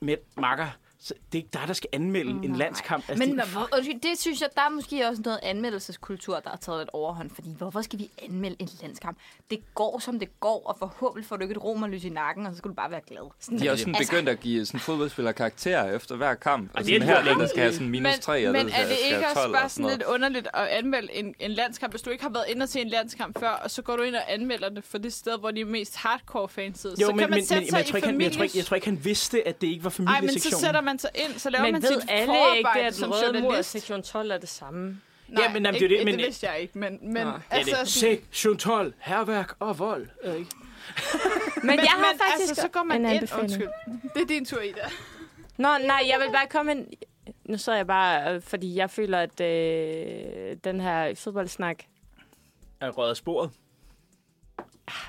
Speaker 3: med makker, så det er ikke dig, der skal anmelde
Speaker 5: Mm,
Speaker 3: en landskamp. Altså,
Speaker 1: Men
Speaker 3: det-
Speaker 1: hvor, undskyld, det synes jeg, der er måske også noget anmeldelseskultur, der har taget lidt overhånd. Fordi hvorfor skal vi anmelde en landskamp? Det går, som det går, og forhåbentlig får du ikke et romerlys i nakken, og så skal du bare være glad. Sådan,
Speaker 4: De er også sådan
Speaker 1: Altså-
Speaker 4: begyndt at give sådan fodboldspillere karakterer efter hver kamp. Og
Speaker 3: det er
Speaker 4: sådan her,
Speaker 3: lidt
Speaker 4: er den, der skal have sådan minus 3, og
Speaker 5: men
Speaker 4: den der
Speaker 5: er det
Speaker 4: skal
Speaker 5: ikke
Speaker 4: have
Speaker 5: også
Speaker 4: 12
Speaker 5: bare
Speaker 4: og sådan
Speaker 5: sådan lidt
Speaker 4: noget.
Speaker 5: underligt at anmelde en, en landskamp, hvis du ikke har været inde og se en landskamp før, og så går du ind og anmelder det for det sted, hvor de er mest hardcore fans sidder.
Speaker 3: Jo,
Speaker 5: så
Speaker 3: men,
Speaker 5: kan man
Speaker 3: men,
Speaker 5: sætte
Speaker 3: men,
Speaker 5: sig
Speaker 3: men jeg, tror
Speaker 5: i
Speaker 3: ikke, han, jeg, tror ikke, jeg
Speaker 5: familiens...
Speaker 3: tror ikke, han vidste, at det ikke var
Speaker 5: Ej, men
Speaker 3: familiesektionen.
Speaker 5: så sætter man sig ind, så laver
Speaker 6: Men
Speaker 5: man
Speaker 6: ved
Speaker 5: sit
Speaker 6: alle ikke det,
Speaker 5: forarbejde
Speaker 6: at
Speaker 5: som
Speaker 6: den røde mur og
Speaker 5: journalist?
Speaker 6: sektion 12 er det samme?
Speaker 5: Nej,
Speaker 3: Jamen, jamen, det er
Speaker 5: ikke,
Speaker 3: det, men-
Speaker 5: det vidste jeg ikke, men, men
Speaker 6: Nå.
Speaker 5: altså,
Speaker 3: Ja, det.
Speaker 5: sådan-
Speaker 3: Sektion 12, herværk og vold. Øh, ikke?
Speaker 6: Men, men jeg har faktisk...
Speaker 5: altså, så går man
Speaker 6: en
Speaker 5: ind,
Speaker 6: anbefaling.
Speaker 5: undskyld. Det er din tur, Ida.
Speaker 6: Nå, nej, jeg vil bare komme ind... Nu så jeg bare, øh, fordi jeg føler, at øh, den her fodboldsnak...
Speaker 3: Er røget af sporet.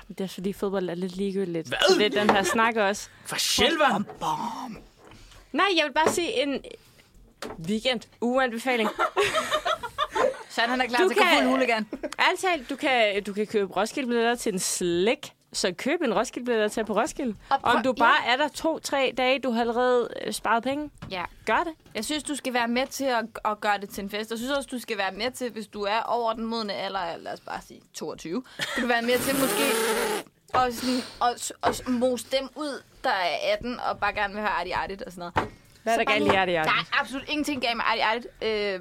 Speaker 6: Det er fordi, fodbold er lidt ligegyldigt. Hvad? Så det er den her snak også.
Speaker 3: For sjælvan!
Speaker 6: Nej, jeg vil bare sige en weekend ugeanbefaling.
Speaker 1: Sådan, han er klar
Speaker 6: Du
Speaker 1: du til kan...
Speaker 6: kan-
Speaker 1: at gå huligan.
Speaker 6: Ærligt talt, du kan, du kan købe Roskilde-billetter til en slik, så køb en Roskilde-billetter til på Roskilde.
Speaker 1: Og prøv-
Speaker 6: Om du bare er der to-tre dage, du har allerede øh, sparet penge,
Speaker 1: Ja.
Speaker 6: gør det.
Speaker 1: Jeg synes, du skal være med til at, at gøre det til en fest. Jeg synes også, du skal være med til, hvis du er over den modne alder, lad os bare sige 22, skal du være med til måske at, sådan, at, at mose dem ud, der er 18 og bare gerne vil høre arti artigt og sådan noget.
Speaker 6: Hvad er der galt i hjertet,
Speaker 1: Der
Speaker 6: Jacob?
Speaker 1: er absolut ingenting galt med arti artigt. Øh,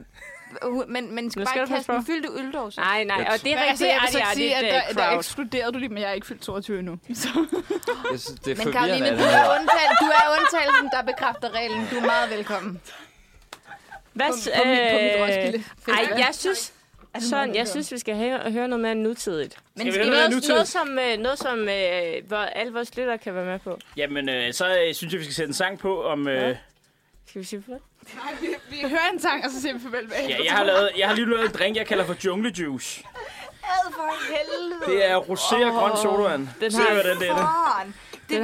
Speaker 1: hu- men man skal,
Speaker 6: Nu skal
Speaker 1: bare
Speaker 6: du passe
Speaker 1: kaste en
Speaker 6: på.
Speaker 1: fyldte øldåse.
Speaker 6: Nej, nej, og det er
Speaker 5: Men altså,
Speaker 6: rigtig,
Speaker 5: jeg vil
Speaker 6: altså,
Speaker 5: så ikke sige,
Speaker 6: rigtig,
Speaker 5: at
Speaker 6: rigtig,
Speaker 5: der, der
Speaker 6: crowd.
Speaker 5: ekskluderer du lige, men jeg er ikke fyldt 22 endnu. Så.
Speaker 4: Jeg synes, det er
Speaker 1: Men
Speaker 4: forvirrende,
Speaker 1: Karoline,
Speaker 4: at
Speaker 1: du
Speaker 4: det
Speaker 1: er,
Speaker 4: her.
Speaker 1: undtagelsen, du er undtagelsen, der bekræfter reglen. Du er meget velkommen.
Speaker 6: Hvad, øh,
Speaker 5: på mit- på mit Roskilde
Speaker 6: Ej, jeg synes, Søren, jeg synes, vi skal have, høre noget mere nutidigt.
Speaker 3: Skal vi
Speaker 6: Skal
Speaker 3: høre
Speaker 6: noget,
Speaker 3: noget
Speaker 6: noget,
Speaker 3: nutidigt?
Speaker 6: som, øh, noget, som øh, hvor alle vores lyttere kan være med på.
Speaker 3: Jamen, øh, så øh, synes jeg, vi skal sætte en sang på om... Øh, ja.
Speaker 6: Skal vi sige på det?
Speaker 5: Nej, vi, vi hører en sang, og så siger vi farvel bag.
Speaker 3: jeg, har lavet, jeg har lige lavet en drink, jeg kalder for Jungle Juice. Det er rosé og grøn sodavand.
Speaker 6: Den
Speaker 3: Se,
Speaker 6: har-
Speaker 3: hvordan det
Speaker 1: Det
Speaker 3: er.
Speaker 6: Den har en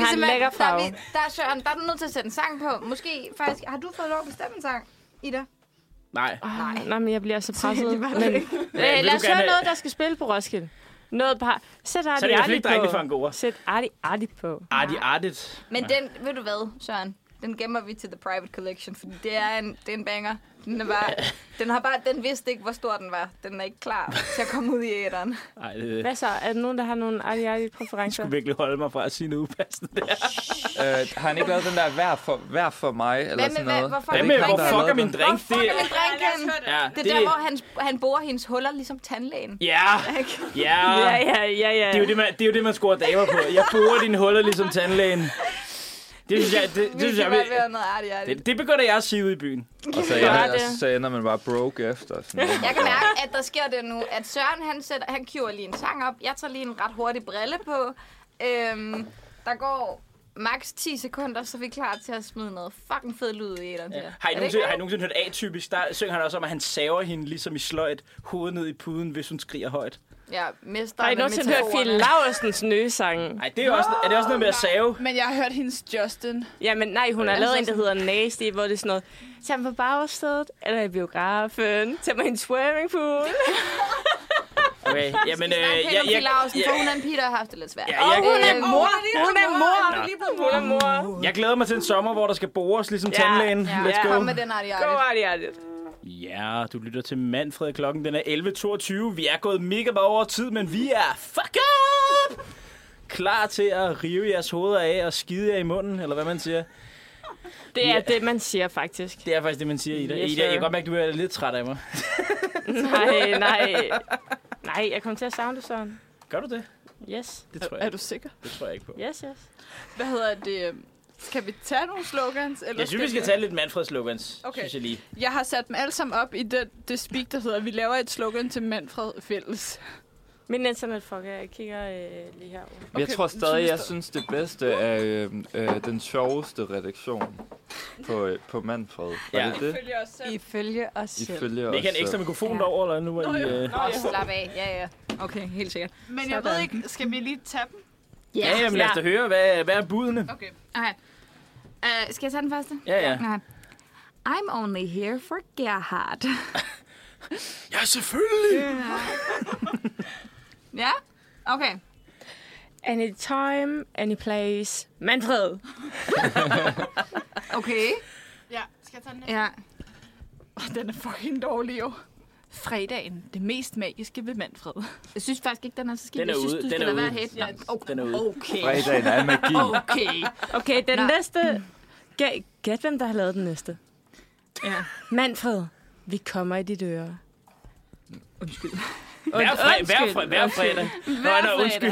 Speaker 1: simpelthen-
Speaker 6: lækker farve.
Speaker 1: Der er, vi, der er Søren, der er du nødt til at sætte en sang på. Måske faktisk, har du fået lov at bestemme en sang, Ida?
Speaker 3: Nej.
Speaker 6: Nej. Nej, men jeg bliver så presset.
Speaker 1: det var det
Speaker 6: men,
Speaker 1: ikke.
Speaker 6: øh,
Speaker 3: vil du
Speaker 6: lad
Speaker 3: gerne
Speaker 6: os høre
Speaker 3: have-
Speaker 6: noget, der skal spille på Roskilde. Noget par. Sæt
Speaker 3: Så er
Speaker 6: Ardi
Speaker 3: det i hvert fald
Speaker 6: Ardi
Speaker 3: ikke drengene fra
Speaker 6: på.
Speaker 3: Angora.
Speaker 6: Sæt Ardi Ardi på.
Speaker 3: Arti artigt.
Speaker 1: Men den, ved du hvad, Søren? Den gemmer vi til The Private Collection, for det er en, det er en banger. Den, er bare, den, har bare, den vidste ikke, hvor stor den var. Den er ikke klar til at komme ud i æderen.
Speaker 3: Nej, det
Speaker 6: Hvad så? Er der nogen, der har nogle Ardi Ardi præferencer?
Speaker 3: skulle virkelig holde mig fra at sige noget upassende der.
Speaker 4: Øh, har han ikke lavet den der hver for, hver for mig, eller
Speaker 1: Hvad med,
Speaker 4: sådan
Speaker 1: hvad-
Speaker 4: noget?
Speaker 1: hvorfor-
Speaker 4: Er
Speaker 3: Hvad
Speaker 4: det
Speaker 3: med,
Speaker 4: ikke ham,
Speaker 3: hvor
Speaker 4: der har
Speaker 3: fuck er
Speaker 4: lavet
Speaker 3: min
Speaker 4: den?
Speaker 3: drink? Det,
Speaker 1: Kan man drænke den?
Speaker 3: ja,
Speaker 1: Det er der, hvor han, han borer hendes huller, ligesom tandlægen.
Speaker 3: Ja, ja.
Speaker 6: Ja, ja, ja, ja.
Speaker 3: Det er, jo det, man, det er jo det, man scorer damer på. Jeg borer dine huller ligesom tandlægen. Det synes jeg, det, det,
Speaker 1: Vi
Speaker 3: synes
Speaker 1: kan
Speaker 3: jeg,
Speaker 1: godt være
Speaker 3: det,
Speaker 1: noget artigt, artigt.
Speaker 3: det, det begynder jeg at sige ude i byen.
Speaker 4: Og så
Speaker 6: Ja,
Speaker 4: ender,
Speaker 6: det-
Speaker 4: og så ender man bare broke efter. Sådan noget.
Speaker 1: Jeg kan mærke, at der sker det nu, at Søren han, sætter, han kiver lige en sang op. Jeg tager lige en ret hurtig brille på. Øhm, der går maks 10 sekunder, så er vi er klar til at smide noget fucking fed lyd ud i etteren. Ja.
Speaker 3: Har I nogensinde, har I nogensinde hørt atypisk? Der synger han også om, at han saver hende ligesom i sløjt, hovedet ned i puden, hvis hun skriger højt.
Speaker 1: ja, mester
Speaker 6: Har I nogensinde hørt Fie Laursens nye sang?
Speaker 3: Nej, det er, jo også, er det også noget med at save?
Speaker 5: Men jeg har hørt hendes Justin.
Speaker 6: Jamen nej, hun har lavet en, der hedder Nasty, hvor det er altså sådan noget, tag mig på bagstedet, eller i biografen, tag mig i en swimming pool.
Speaker 3: Okay, jamen... Øh,
Speaker 1: Jeg,
Speaker 3: jeg,
Speaker 1: jeg, jeg, jeg, for hun er en pige, der har haft det lidt svært.
Speaker 3: Ja, jeg, jeg,
Speaker 1: er
Speaker 3: jeg,
Speaker 1: mor.
Speaker 6: Hun er mor.
Speaker 1: Hun er lige blevet
Speaker 6: Hun er mor.
Speaker 3: jeg glæder mig til en sommer, hvor der skal bores ligesom tandlægen.
Speaker 1: Ja,
Speaker 3: Let's go.
Speaker 1: Kom med den artige
Speaker 6: Go,
Speaker 1: artige.
Speaker 6: Arti, Arti.
Speaker 3: Ja, du lytter til Manfred. Klokken den er 11.22. Vi er gået mega meget over tid, men vi er fuck up! Klar til at rive jeres hoveder af og skide jer i munden, eller hvad man siger.
Speaker 6: Det er
Speaker 3: Ja.
Speaker 6: det, man siger faktisk.
Speaker 3: Det er faktisk det, man siger, Ida.
Speaker 6: Yes,
Speaker 3: Ida, jeg kan
Speaker 6: sir.
Speaker 3: godt mærke, at du er lidt træt af mig.
Speaker 6: Nej, nej. Nej, jeg kom til at savne dig, Søren.
Speaker 3: Gør du det?
Speaker 6: Yes,
Speaker 3: Det tror jeg
Speaker 5: Er du
Speaker 3: ikke,
Speaker 5: sikker?
Speaker 3: det tror jeg ikke på.
Speaker 6: yes, yes.
Speaker 5: Hvad hedder det? øhm, Skal vi tage nogle slogans? Eller
Speaker 3: Jeg synes, vi skal tage lidt Manfred slogans,
Speaker 5: Okay.
Speaker 3: synes jeg lige.
Speaker 5: Jeg har sat dem alle sammen op i det, det speak, der hedder, vi laver et slogan til Manfred fælles.
Speaker 6: Min internet fucker, jeg kigger øh, lige her.
Speaker 4: Men jeg
Speaker 5: Okay,
Speaker 4: tror
Speaker 5: så
Speaker 4: stadig,
Speaker 5: hvis
Speaker 4: jeg
Speaker 5: der-
Speaker 4: synes, det bedste er øh, øh, den sjoveste redaktion på, øh, på Manfred. Var
Speaker 3: Ja.
Speaker 4: det det?
Speaker 5: Følger os selv.
Speaker 1: Ifølge os
Speaker 4: Ifølge os.
Speaker 3: Læg en ekstra
Speaker 4: øh,
Speaker 3: mikrofon derover, eller nu er I... Øh...
Speaker 1: Nå, slap af. Ja, ja. Okay, helt sikkert.
Speaker 5: Men jeg ved ikke, skal vi lige tage dem?
Speaker 3: Ja, jamen lad os da høre, hvad, hvad er budene?
Speaker 5: Okay.
Speaker 1: Okay. Uh, skal jeg tage den første?
Speaker 3: Ja, ja.
Speaker 1: Nej. I'm only here for Gerhard.
Speaker 7: Ja, selvfølgelig.
Speaker 1: ja? Okay.
Speaker 6: Any time, any place. Manfred.
Speaker 1: Okay.
Speaker 5: Ja, skal jeg tage den
Speaker 1: Ja.
Speaker 5: Den er fucking dårlig, jo. Fredagen, det mest magiske ved Manfred.
Speaker 1: Jeg synes faktisk ikke, den er så skidt.
Speaker 3: Den er
Speaker 1: jeg synes,
Speaker 3: ude.
Speaker 1: du
Speaker 3: Den
Speaker 1: skal
Speaker 3: er
Speaker 1: da
Speaker 3: ude.
Speaker 1: være hate. Nå, okay.
Speaker 3: Den er ude.
Speaker 1: Okay.
Speaker 4: Fredagen er magi.
Speaker 1: Okay.
Speaker 6: Okay, den
Speaker 1: Nå.
Speaker 6: næste... Gæt, gæt, hvem der har lavet den næste.
Speaker 1: Ja.
Speaker 6: Manfred, vi kommer i dit øre. Undskyld.
Speaker 3: Hver, fre- hver, fre- hver fredag. Hver fredag. Undskyld.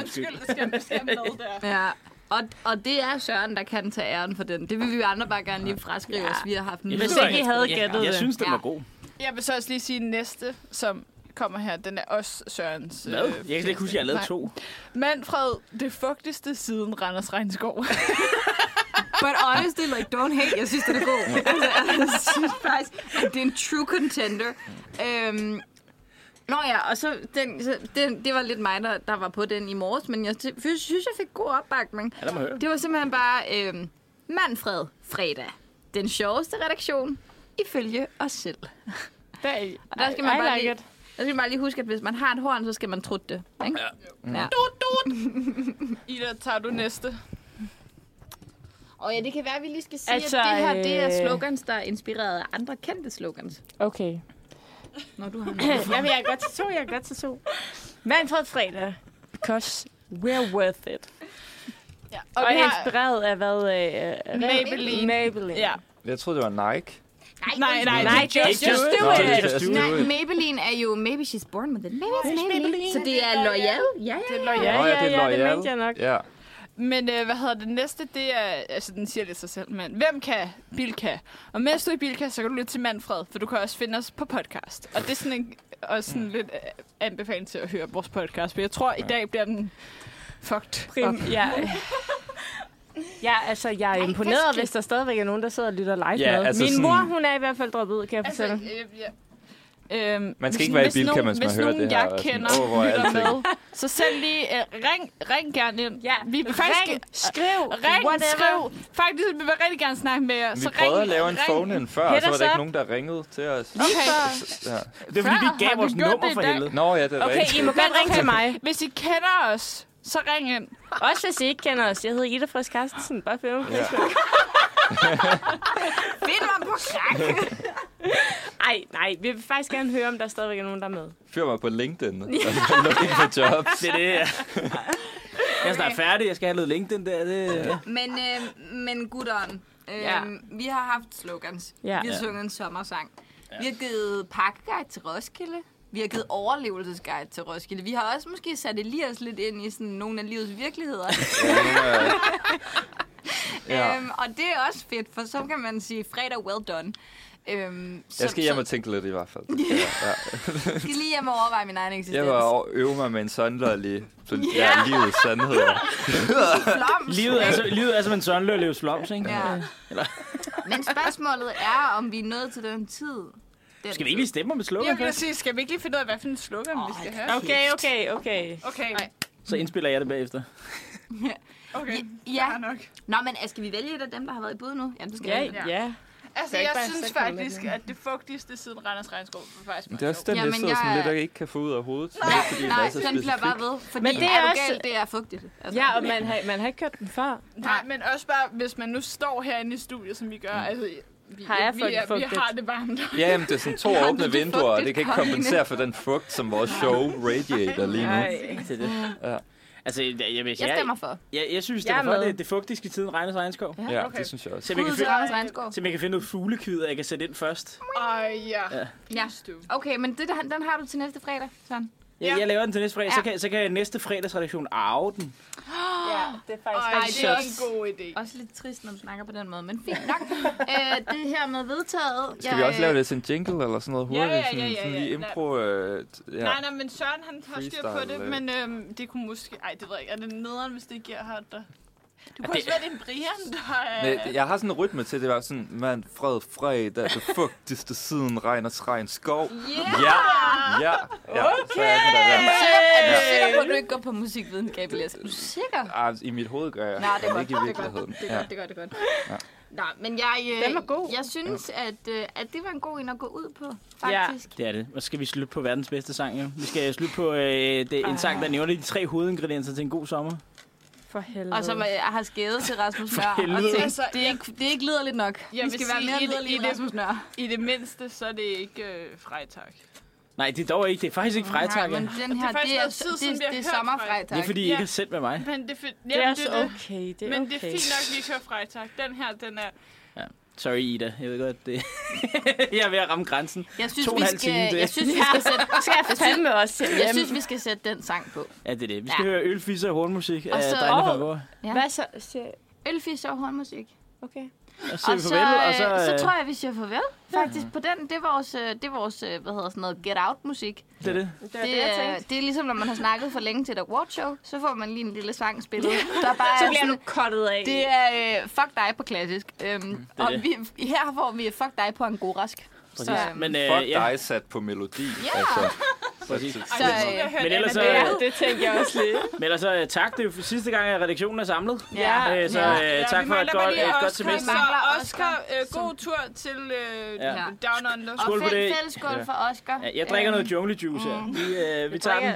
Speaker 5: Undskyld, skal, skal med der.
Speaker 1: ja. Og, og det er Søren, der kan tage æren for den. Det vil vi andre bare gerne lige fraskrive os. Vi har haft en
Speaker 3: Jeg
Speaker 6: Hvis
Speaker 3: ved
Speaker 6: ikke I havde gættet
Speaker 3: Jeg
Speaker 6: det.
Speaker 3: synes, den
Speaker 1: Ja.
Speaker 3: var god.
Speaker 5: Jeg vil så også lige sige, at næste, som kommer her, den er også Sørens... øh,
Speaker 3: Hvad? Jeg kan slet ikke huske, at jeg lavede to.
Speaker 5: Manfred, det fugtigste siden Randers Regnskov.
Speaker 1: But honestly, like, don't hate. Jeg synes, den er god. altså, jeg synes faktisk, at det er en true contender. Øhm, Nå ja, og så, den, så den, det var lidt mig, der, der var på den i morges, men jeg sy- synes, synes, jeg fik god opbakning.
Speaker 3: Ja, lad mig høre.
Speaker 1: Det var simpelthen bare øhm, Manfred fredag. Den sjoveste redaktion, ifølge os selv.
Speaker 6: Der,
Speaker 1: Og der skal man bare lige, der skal man bare lige huske, at hvis man har et horn, så skal man trutte det. Ikke? Ja.
Speaker 3: Mm.
Speaker 1: ja.
Speaker 5: Ida, tager du næste?
Speaker 1: Og ja, det kan være, at vi lige skal sige,
Speaker 6: Altså,
Speaker 1: altså, at det her det er
Speaker 6: øh,
Speaker 1: slogans, der er inspireret af andre kendte slogans.
Speaker 6: Okay.
Speaker 1: Når du har
Speaker 6: Jamen, jeg er godt til to, jeg er godt til to. Manfred fredag. Because we're worth it.
Speaker 5: Ja.
Speaker 6: Og,
Speaker 5: Og,
Speaker 6: og
Speaker 5: vi har...
Speaker 6: inspireret af hvad? Øh, øh,
Speaker 5: Maybelline.
Speaker 6: Maybelline.
Speaker 5: Ja.
Speaker 4: Jeg troede, det var Nike.
Speaker 5: Nej, nej,
Speaker 6: Nej,
Speaker 5: det er just,
Speaker 6: just do
Speaker 5: do
Speaker 4: Nå,
Speaker 6: it.
Speaker 4: det altså
Speaker 3: Just
Speaker 4: er just
Speaker 3: do
Speaker 4: do
Speaker 1: Nej,
Speaker 4: it.
Speaker 1: Maybelline er jo Maybe she's born with it. Maybe it's Maybelline. Så det er loyal. Ja, ja, ja.
Speaker 6: Ja,
Speaker 4: Nå,
Speaker 6: ja, ja,
Speaker 4: det er
Speaker 6: det
Speaker 4: L'Oreal.
Speaker 6: mente jeg nok.
Speaker 4: Ja.
Speaker 5: it. Men øh, hvad hedder det næste? Det er, altså den siger det sig selv, men hvem kan? Bilka. Og mens du er i Bilka, så kan du lytte til Manfred, for du kan også finde os på podcast. Og det er sådan en, også sådan lidt øh, anbefaling til at høre vores podcast, for jeg tror, i dag bliver den fucked
Speaker 6: Prim,
Speaker 5: up.
Speaker 6: ja. Ja, altså, jeg er imponeret, hvis der stadigvæk er nogen, der sidder og lytter live
Speaker 4: Ja,
Speaker 6: med.
Speaker 4: altså
Speaker 6: Min
Speaker 4: sådan-
Speaker 6: mor, hun er i hvert fald droppet ud, kan jeg
Speaker 5: Altså,
Speaker 6: fortælle.
Speaker 5: øh, ja. Øhm,
Speaker 4: Man skal
Speaker 5: hvis-
Speaker 4: ikke være i
Speaker 5: hvis
Speaker 4: Bilka,
Speaker 5: nogen-
Speaker 4: mens man
Speaker 5: hvis
Speaker 4: hører
Speaker 5: nogen,
Speaker 4: det her,
Speaker 5: jeg
Speaker 4: og sådan,
Speaker 5: kender,
Speaker 4: åh, hvor er
Speaker 5: lytter
Speaker 4: alting.
Speaker 5: med, så send lige, øh, ring, ring gerne ind.
Speaker 6: Ja,
Speaker 5: Vi vil faktisk- øh,
Speaker 6: ring, skriv,
Speaker 5: Ring,
Speaker 6: whatever.
Speaker 5: skriv. Faktisk, vi vil rigtig gerne snakke med jer.
Speaker 4: Vi
Speaker 5: så
Speaker 4: prøvede
Speaker 5: ring,
Speaker 4: at lave en
Speaker 5: ring.
Speaker 4: phone-in før, og
Speaker 6: Hit
Speaker 4: så var
Speaker 6: os
Speaker 4: der ikke
Speaker 6: up.
Speaker 4: nogen, der ringede til os.
Speaker 5: Okay.
Speaker 4: Ja.
Speaker 3: Det er fordi,
Speaker 5: Før
Speaker 3: vi
Speaker 5: har
Speaker 3: gav
Speaker 5: vi
Speaker 3: vores
Speaker 5: gjort
Speaker 3: nummer
Speaker 5: det i
Speaker 3: for
Speaker 5: dag.
Speaker 3: helvede.
Speaker 4: Nå ja, det er
Speaker 6: Okay, I
Speaker 4: rigtigt.
Speaker 6: må godt ringe til mig.
Speaker 5: Hvis I kender os, så ring ind.
Speaker 6: Også hvis I ikke kender os. Jeg hedder Ida Frisk Carstensen. Bare følg mig på
Speaker 4: Ja.
Speaker 6: Facebook.
Speaker 1: Find mig på krak!
Speaker 6: Ej, nej. Vi vil faktisk gerne høre, om der stadigvæk er nogen, der er med.
Speaker 4: Fyr mig på LinkedIn. Altså, looking for jobs.
Speaker 3: Det er det. Jeg er snart færdig. Jeg skal have noget LinkedIn der. Det, ja.
Speaker 1: Men, øh, men gutteren, øh,
Speaker 6: Ja.
Speaker 1: ja. vi har haft slogans.
Speaker 6: Ja.
Speaker 1: Vi har
Speaker 6: Ja.
Speaker 1: sunget en sommersang. Ja. Vi har givet pakkeguide til Roskilde. Vi har givet overlevelsesguide til Roskilde. Vi har også måske sat Elias lidt ind i sådan nogle af livets virkeligheder.
Speaker 4: Ja, nogle af-
Speaker 1: ja.
Speaker 4: Ja.
Speaker 1: øhm, og det er også fedt, for så kan man sige, fredag well done. Øhm, så,
Speaker 4: Jeg skal hjem og tænke lidt i hvert fald. Ja, ja.
Speaker 1: så, skal lige hjem og overveje min egen
Speaker 4: Jeg
Speaker 1: eksistens.
Speaker 4: var og øve mig med en sondlørlig. Sådan, ja. ja, livets sandheder.
Speaker 1: Flams.
Speaker 3: Livet, er, så, livet er som en sønderløs floms, ikke?
Speaker 1: Ja.
Speaker 3: Ja.
Speaker 1: Men spørgsmålet er, om vi er nået til den tid. Den
Speaker 3: Skal vi ikke lige stemme om et slogan?
Speaker 5: Jeg vil
Speaker 3: først?
Speaker 5: sige, skal vi ikke lige finde ud af, hvad for en slogan oh, vi skal have?
Speaker 6: Okay, okay, okay.
Speaker 5: Okay,
Speaker 3: Så indspiller jeg det bagefter.
Speaker 5: okay.
Speaker 1: Ja.
Speaker 5: Fair nok.
Speaker 1: Nå, men øh, skal vi vælge et af dem, der har været i bud nu? Jamen, det skal
Speaker 6: Ja,
Speaker 1: vi.
Speaker 6: ja.
Speaker 5: Altså,
Speaker 6: Skal
Speaker 5: jeg,
Speaker 6: ikke bare
Speaker 5: synes
Speaker 6: selv komme med
Speaker 5: faktisk,
Speaker 6: den?
Speaker 5: at det fugtigste siden Randers Regnskov var faktisk
Speaker 4: Det er også den,
Speaker 1: Jamen,
Speaker 4: jeg sidder
Speaker 1: jeg
Speaker 4: sådan lidt
Speaker 1: er-
Speaker 4: og ikke kan få ud af hovedet.
Speaker 1: Nej,
Speaker 4: fordi den
Speaker 1: nej,
Speaker 4: er så
Speaker 1: den bliver
Speaker 4: specifik.
Speaker 1: bare ved. Fordi
Speaker 6: Men
Speaker 1: Men
Speaker 6: det
Speaker 1: det
Speaker 6: er
Speaker 1: er, du
Speaker 6: også-
Speaker 1: galt, det er fugtigt. Altså.
Speaker 6: Ja, og man har, man har ikke kørt den før.
Speaker 5: Nej, men også bare, hvis man nu står herinde i studiet, som vi gør, altså, vi,
Speaker 6: Mm. Har jeg
Speaker 5: vi,
Speaker 6: fucking
Speaker 5: er, vi
Speaker 6: fugtigt?
Speaker 5: har det varmt.
Speaker 4: Ja, jamen, det er sådan to
Speaker 1: Har du
Speaker 4: åbne
Speaker 1: det
Speaker 4: vinduer, og
Speaker 1: fugtigt,
Speaker 4: det kan ikke
Speaker 1: Karoline?
Speaker 4: kompensere for den fugt, som vores show radiater lige nu.
Speaker 3: Det er det.
Speaker 4: Ja.
Speaker 3: Altså, jeg, jeg, jeg,
Speaker 1: Jeg stemmer
Speaker 3: jeg,
Speaker 1: for.
Speaker 3: jeg, jeg synes, det
Speaker 6: Jeg
Speaker 3: er
Speaker 6: er
Speaker 3: for
Speaker 6: med.
Speaker 3: det, det fugtigste i tiden regnes regnskov.
Speaker 4: Ja,
Speaker 5: Okay.
Speaker 4: det synes jeg også.
Speaker 3: Så jeg kan,
Speaker 1: Ud til
Speaker 3: finde,
Speaker 1: Randers Regnskov.
Speaker 3: så jeg kan finde noget fuglekvid, jeg kan sætte ind først.
Speaker 5: Ej, ja.
Speaker 1: Ja. Okay, men det, der- den har du til næste fredag, Søren.
Speaker 3: Jeg,
Speaker 5: Ja.
Speaker 3: jeg laver den til næste fredag, så
Speaker 1: Ja.
Speaker 3: kan, så kan jeg næste fredags redaktion arve den.
Speaker 6: Ja, det er faktisk
Speaker 5: Ej, det er
Speaker 1: shots.
Speaker 5: også en god idé.
Speaker 1: Også lidt trist, når du snakker på den måde, men fint nok. Æ, det her med vedtaget.
Speaker 4: Skal vi også lave det som en jingle eller sådan noget
Speaker 5: Ja, ja,
Speaker 4: hurtigt?
Speaker 5: ja,
Speaker 4: sådan-
Speaker 5: ja, ja,
Speaker 4: Sådan lige
Speaker 5: ja.
Speaker 4: impro... Øh, t- ja.
Speaker 5: Nej, nej, men Søren, han har styr på
Speaker 4: Freestyle,
Speaker 5: det,
Speaker 4: øh.
Speaker 5: men øhm, det kunne måske... Ej, det ved jeg ikke. Er det nederen, hvis det giver her der? Det kunne
Speaker 3: det-
Speaker 5: også være, det er en Brian, der...
Speaker 4: Men jeg har sådan en rytme til, det var sådan, man, fred, fredag, det fugtigste siden regners regn skov.
Speaker 1: Yeah.
Speaker 4: Ja,
Speaker 1: Ah,
Speaker 4: ja, ja. Så er den
Speaker 1: Er
Speaker 4: der, der.
Speaker 1: du sikker på, at du ikke går på musikvidenskab, Elias? Er du sikker?
Speaker 4: Ah, I mit hoved gør jeg,
Speaker 1: Nå, det er
Speaker 4: men
Speaker 1: godt,
Speaker 4: ikke
Speaker 1: det
Speaker 4: i
Speaker 1: er
Speaker 4: virkeligheden.
Speaker 1: Det er
Speaker 4: Ja.
Speaker 1: godt, det er godt, det er godt. Nå, men jeg,
Speaker 6: Den var god.
Speaker 1: øh, jeg synes, at, øh, at det var en god en at gå ud på, faktisk.
Speaker 3: Det er det. Og så skal vi slutte på verdens bedste sang, jo. Vi skal slutte på øh, det, en sang, der nævner de tre hovedingredienser til en god sommer.
Speaker 6: for helvede.
Speaker 1: Og som øh, har skævet til Rasmus Nør. og
Speaker 3: helvede.
Speaker 1: tænkt,
Speaker 5: Altså,
Speaker 1: det, er ikke, det er ikke liderligt nok.
Speaker 5: Jeg
Speaker 1: Vi
Speaker 5: vil
Speaker 1: skal være
Speaker 5: sige,
Speaker 1: mere
Speaker 5: i det-
Speaker 1: liderlige
Speaker 5: i
Speaker 1: end
Speaker 5: det-
Speaker 1: Rasmus Nør.
Speaker 5: I det mindste, så er det ikke øh, Freitag.
Speaker 3: Nej, det er dog ikke. Det er faktisk ikke frejtak, ja.
Speaker 1: men
Speaker 3: Det
Speaker 1: den her,
Speaker 5: faktisk
Speaker 1: det er,
Speaker 5: noget tid siden,
Speaker 1: det,
Speaker 5: vi har
Speaker 1: det er
Speaker 5: hørt
Speaker 1: sommerfrej, tak.
Speaker 3: er fordi, I
Speaker 5: Ja.
Speaker 3: ikke har sendt med mig.
Speaker 5: Men det, fi- jamen,
Speaker 6: det er også
Speaker 5: det.
Speaker 6: okay. Det er
Speaker 5: Men
Speaker 6: okay.
Speaker 5: det er fint nok, at vi kører Freitag. Den her, den er...
Speaker 3: Sorry, Ida. Jeg ved godt, det... jeg er ved at ramme grænsen.
Speaker 1: Jeg synes,
Speaker 3: To og en
Speaker 1: vi
Speaker 3: halv
Speaker 1: skal,
Speaker 3: time, det-
Speaker 1: jeg synes, vi skal sætte,
Speaker 6: Skal jeg fandme også selv
Speaker 1: jeg
Speaker 6: hjem?
Speaker 1: synes, vi skal sætte den sang på.
Speaker 3: Ja, det er det. Vi skal
Speaker 1: Ja.
Speaker 3: høre ølfisser og hornmusik af
Speaker 1: Og så-
Speaker 3: Drejne
Speaker 6: Åh.
Speaker 3: fra Vore.
Speaker 6: Hvad så? Se-
Speaker 1: Ølfis og hornmusik.
Speaker 6: Okay.
Speaker 3: Og så,
Speaker 1: Og
Speaker 3: vi
Speaker 1: så,
Speaker 3: farvel, og
Speaker 1: så,
Speaker 3: så,
Speaker 1: så
Speaker 3: øh,
Speaker 1: tror jeg, vi siger farvel. Faktisk på den, det er vores, øh, det er vores øh, hvad hedder sådan noget, get out musik.
Speaker 3: Det er det.
Speaker 6: Det var det,
Speaker 1: Det,
Speaker 6: jeg
Speaker 1: er,
Speaker 6: tænkte.
Speaker 1: det er ligesom, når man har snakket for længe til et awardshow, så får man lige en lille sang spillet. Der bare
Speaker 6: Så
Speaker 1: er
Speaker 6: bliver
Speaker 1: sådan,
Speaker 6: du kottet af.
Speaker 1: det er øh, fuck dig på klassisk. Øhm,
Speaker 3: er
Speaker 1: og
Speaker 3: Mm, det.
Speaker 1: vi, her får vi fuck dig på angorask. Så,
Speaker 3: Præcis. Men, øh,
Speaker 4: Fuck
Speaker 3: ja,
Speaker 4: dig sat på melodi, altså.
Speaker 3: præcis.
Speaker 1: så,
Speaker 5: Jeg
Speaker 1: øh,
Speaker 5: har hørt
Speaker 3: Men ellers
Speaker 5: Anna
Speaker 3: så-
Speaker 5: Bære.
Speaker 6: Ja, det tænkte jeg også lidt.
Speaker 3: Men ellers så øh, tak. Det er jo sidste gang, at redaktionen er samlet.
Speaker 1: ja.
Speaker 3: Øh, så
Speaker 1: Ja.
Speaker 3: øh, tak
Speaker 5: vi
Speaker 3: for et
Speaker 5: mangler
Speaker 3: godt,
Speaker 5: lige
Speaker 3: et godt
Speaker 5: Oscar.
Speaker 3: semester.
Speaker 5: Så
Speaker 1: Mangler Oscar,
Speaker 5: Oscar, øh, god tur til øh,
Speaker 3: Ja.
Speaker 5: Down Under.
Speaker 1: Og
Speaker 3: Skål på det.
Speaker 1: fæl- fælles skål for Oscar. Øhm,
Speaker 3: Ja, Jeg drikker noget jungle juice her.
Speaker 5: Mm.
Speaker 3: Vi, øh, vi tager den,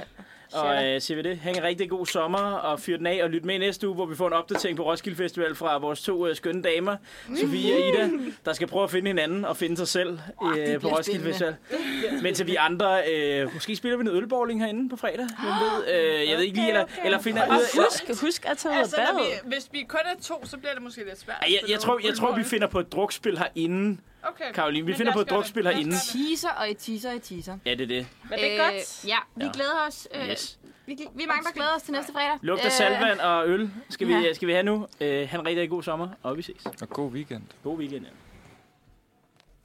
Speaker 3: og øh, siger vi det. Hæng en rigtig god sommer, og fyr den af, og lyt med i næste uge, hvor vi får en opdatering på Roskilde Festival fra vores to øh, skønne damer,
Speaker 5: Mm.
Speaker 3: Sofie og Ida, der skal prøve at finde hinanden og finde sig selv øh, på
Speaker 1: bliver
Speaker 3: Roskilde
Speaker 1: spændende.
Speaker 3: Festival. Men til vi andre, øh, måske spiller vi noget ølbowling herinde på fredag. Hvem ved, øh, jeg ved ikke lige, eller, eller finder...
Speaker 6: Og
Speaker 3: Eller, eller,
Speaker 6: husk, husk at tage ud af
Speaker 5: Altså, når
Speaker 6: badet.
Speaker 5: vi, hvis vi kun er to, så bliver det måske lidt svært.
Speaker 3: Ej, jeg, jeg, tror, jeg tror, vi finder på et drukspil herinde,
Speaker 5: Okay.
Speaker 3: Karoline. Vi
Speaker 5: Men
Speaker 3: finder
Speaker 5: lad
Speaker 3: på
Speaker 5: os
Speaker 3: et
Speaker 5: gøre det.
Speaker 3: drukspil
Speaker 5: Lad os
Speaker 3: herinde.
Speaker 5: gøre det.
Speaker 1: Teaser og i teaser og i teaser.
Speaker 3: Ja, det er det.
Speaker 6: Men det er godt.
Speaker 1: Ja, vi
Speaker 3: Ja.
Speaker 1: glæder os. Øh,
Speaker 3: Yes.
Speaker 1: yes. Vi, vi er mange, der glæder os til næste fredag.
Speaker 3: Lugt af salvand og øl skal vi, skal vi have nu. Øh, han rigtig god sommer, og vi ses.
Speaker 4: Og god weekend.
Speaker 3: God weekend. Ja.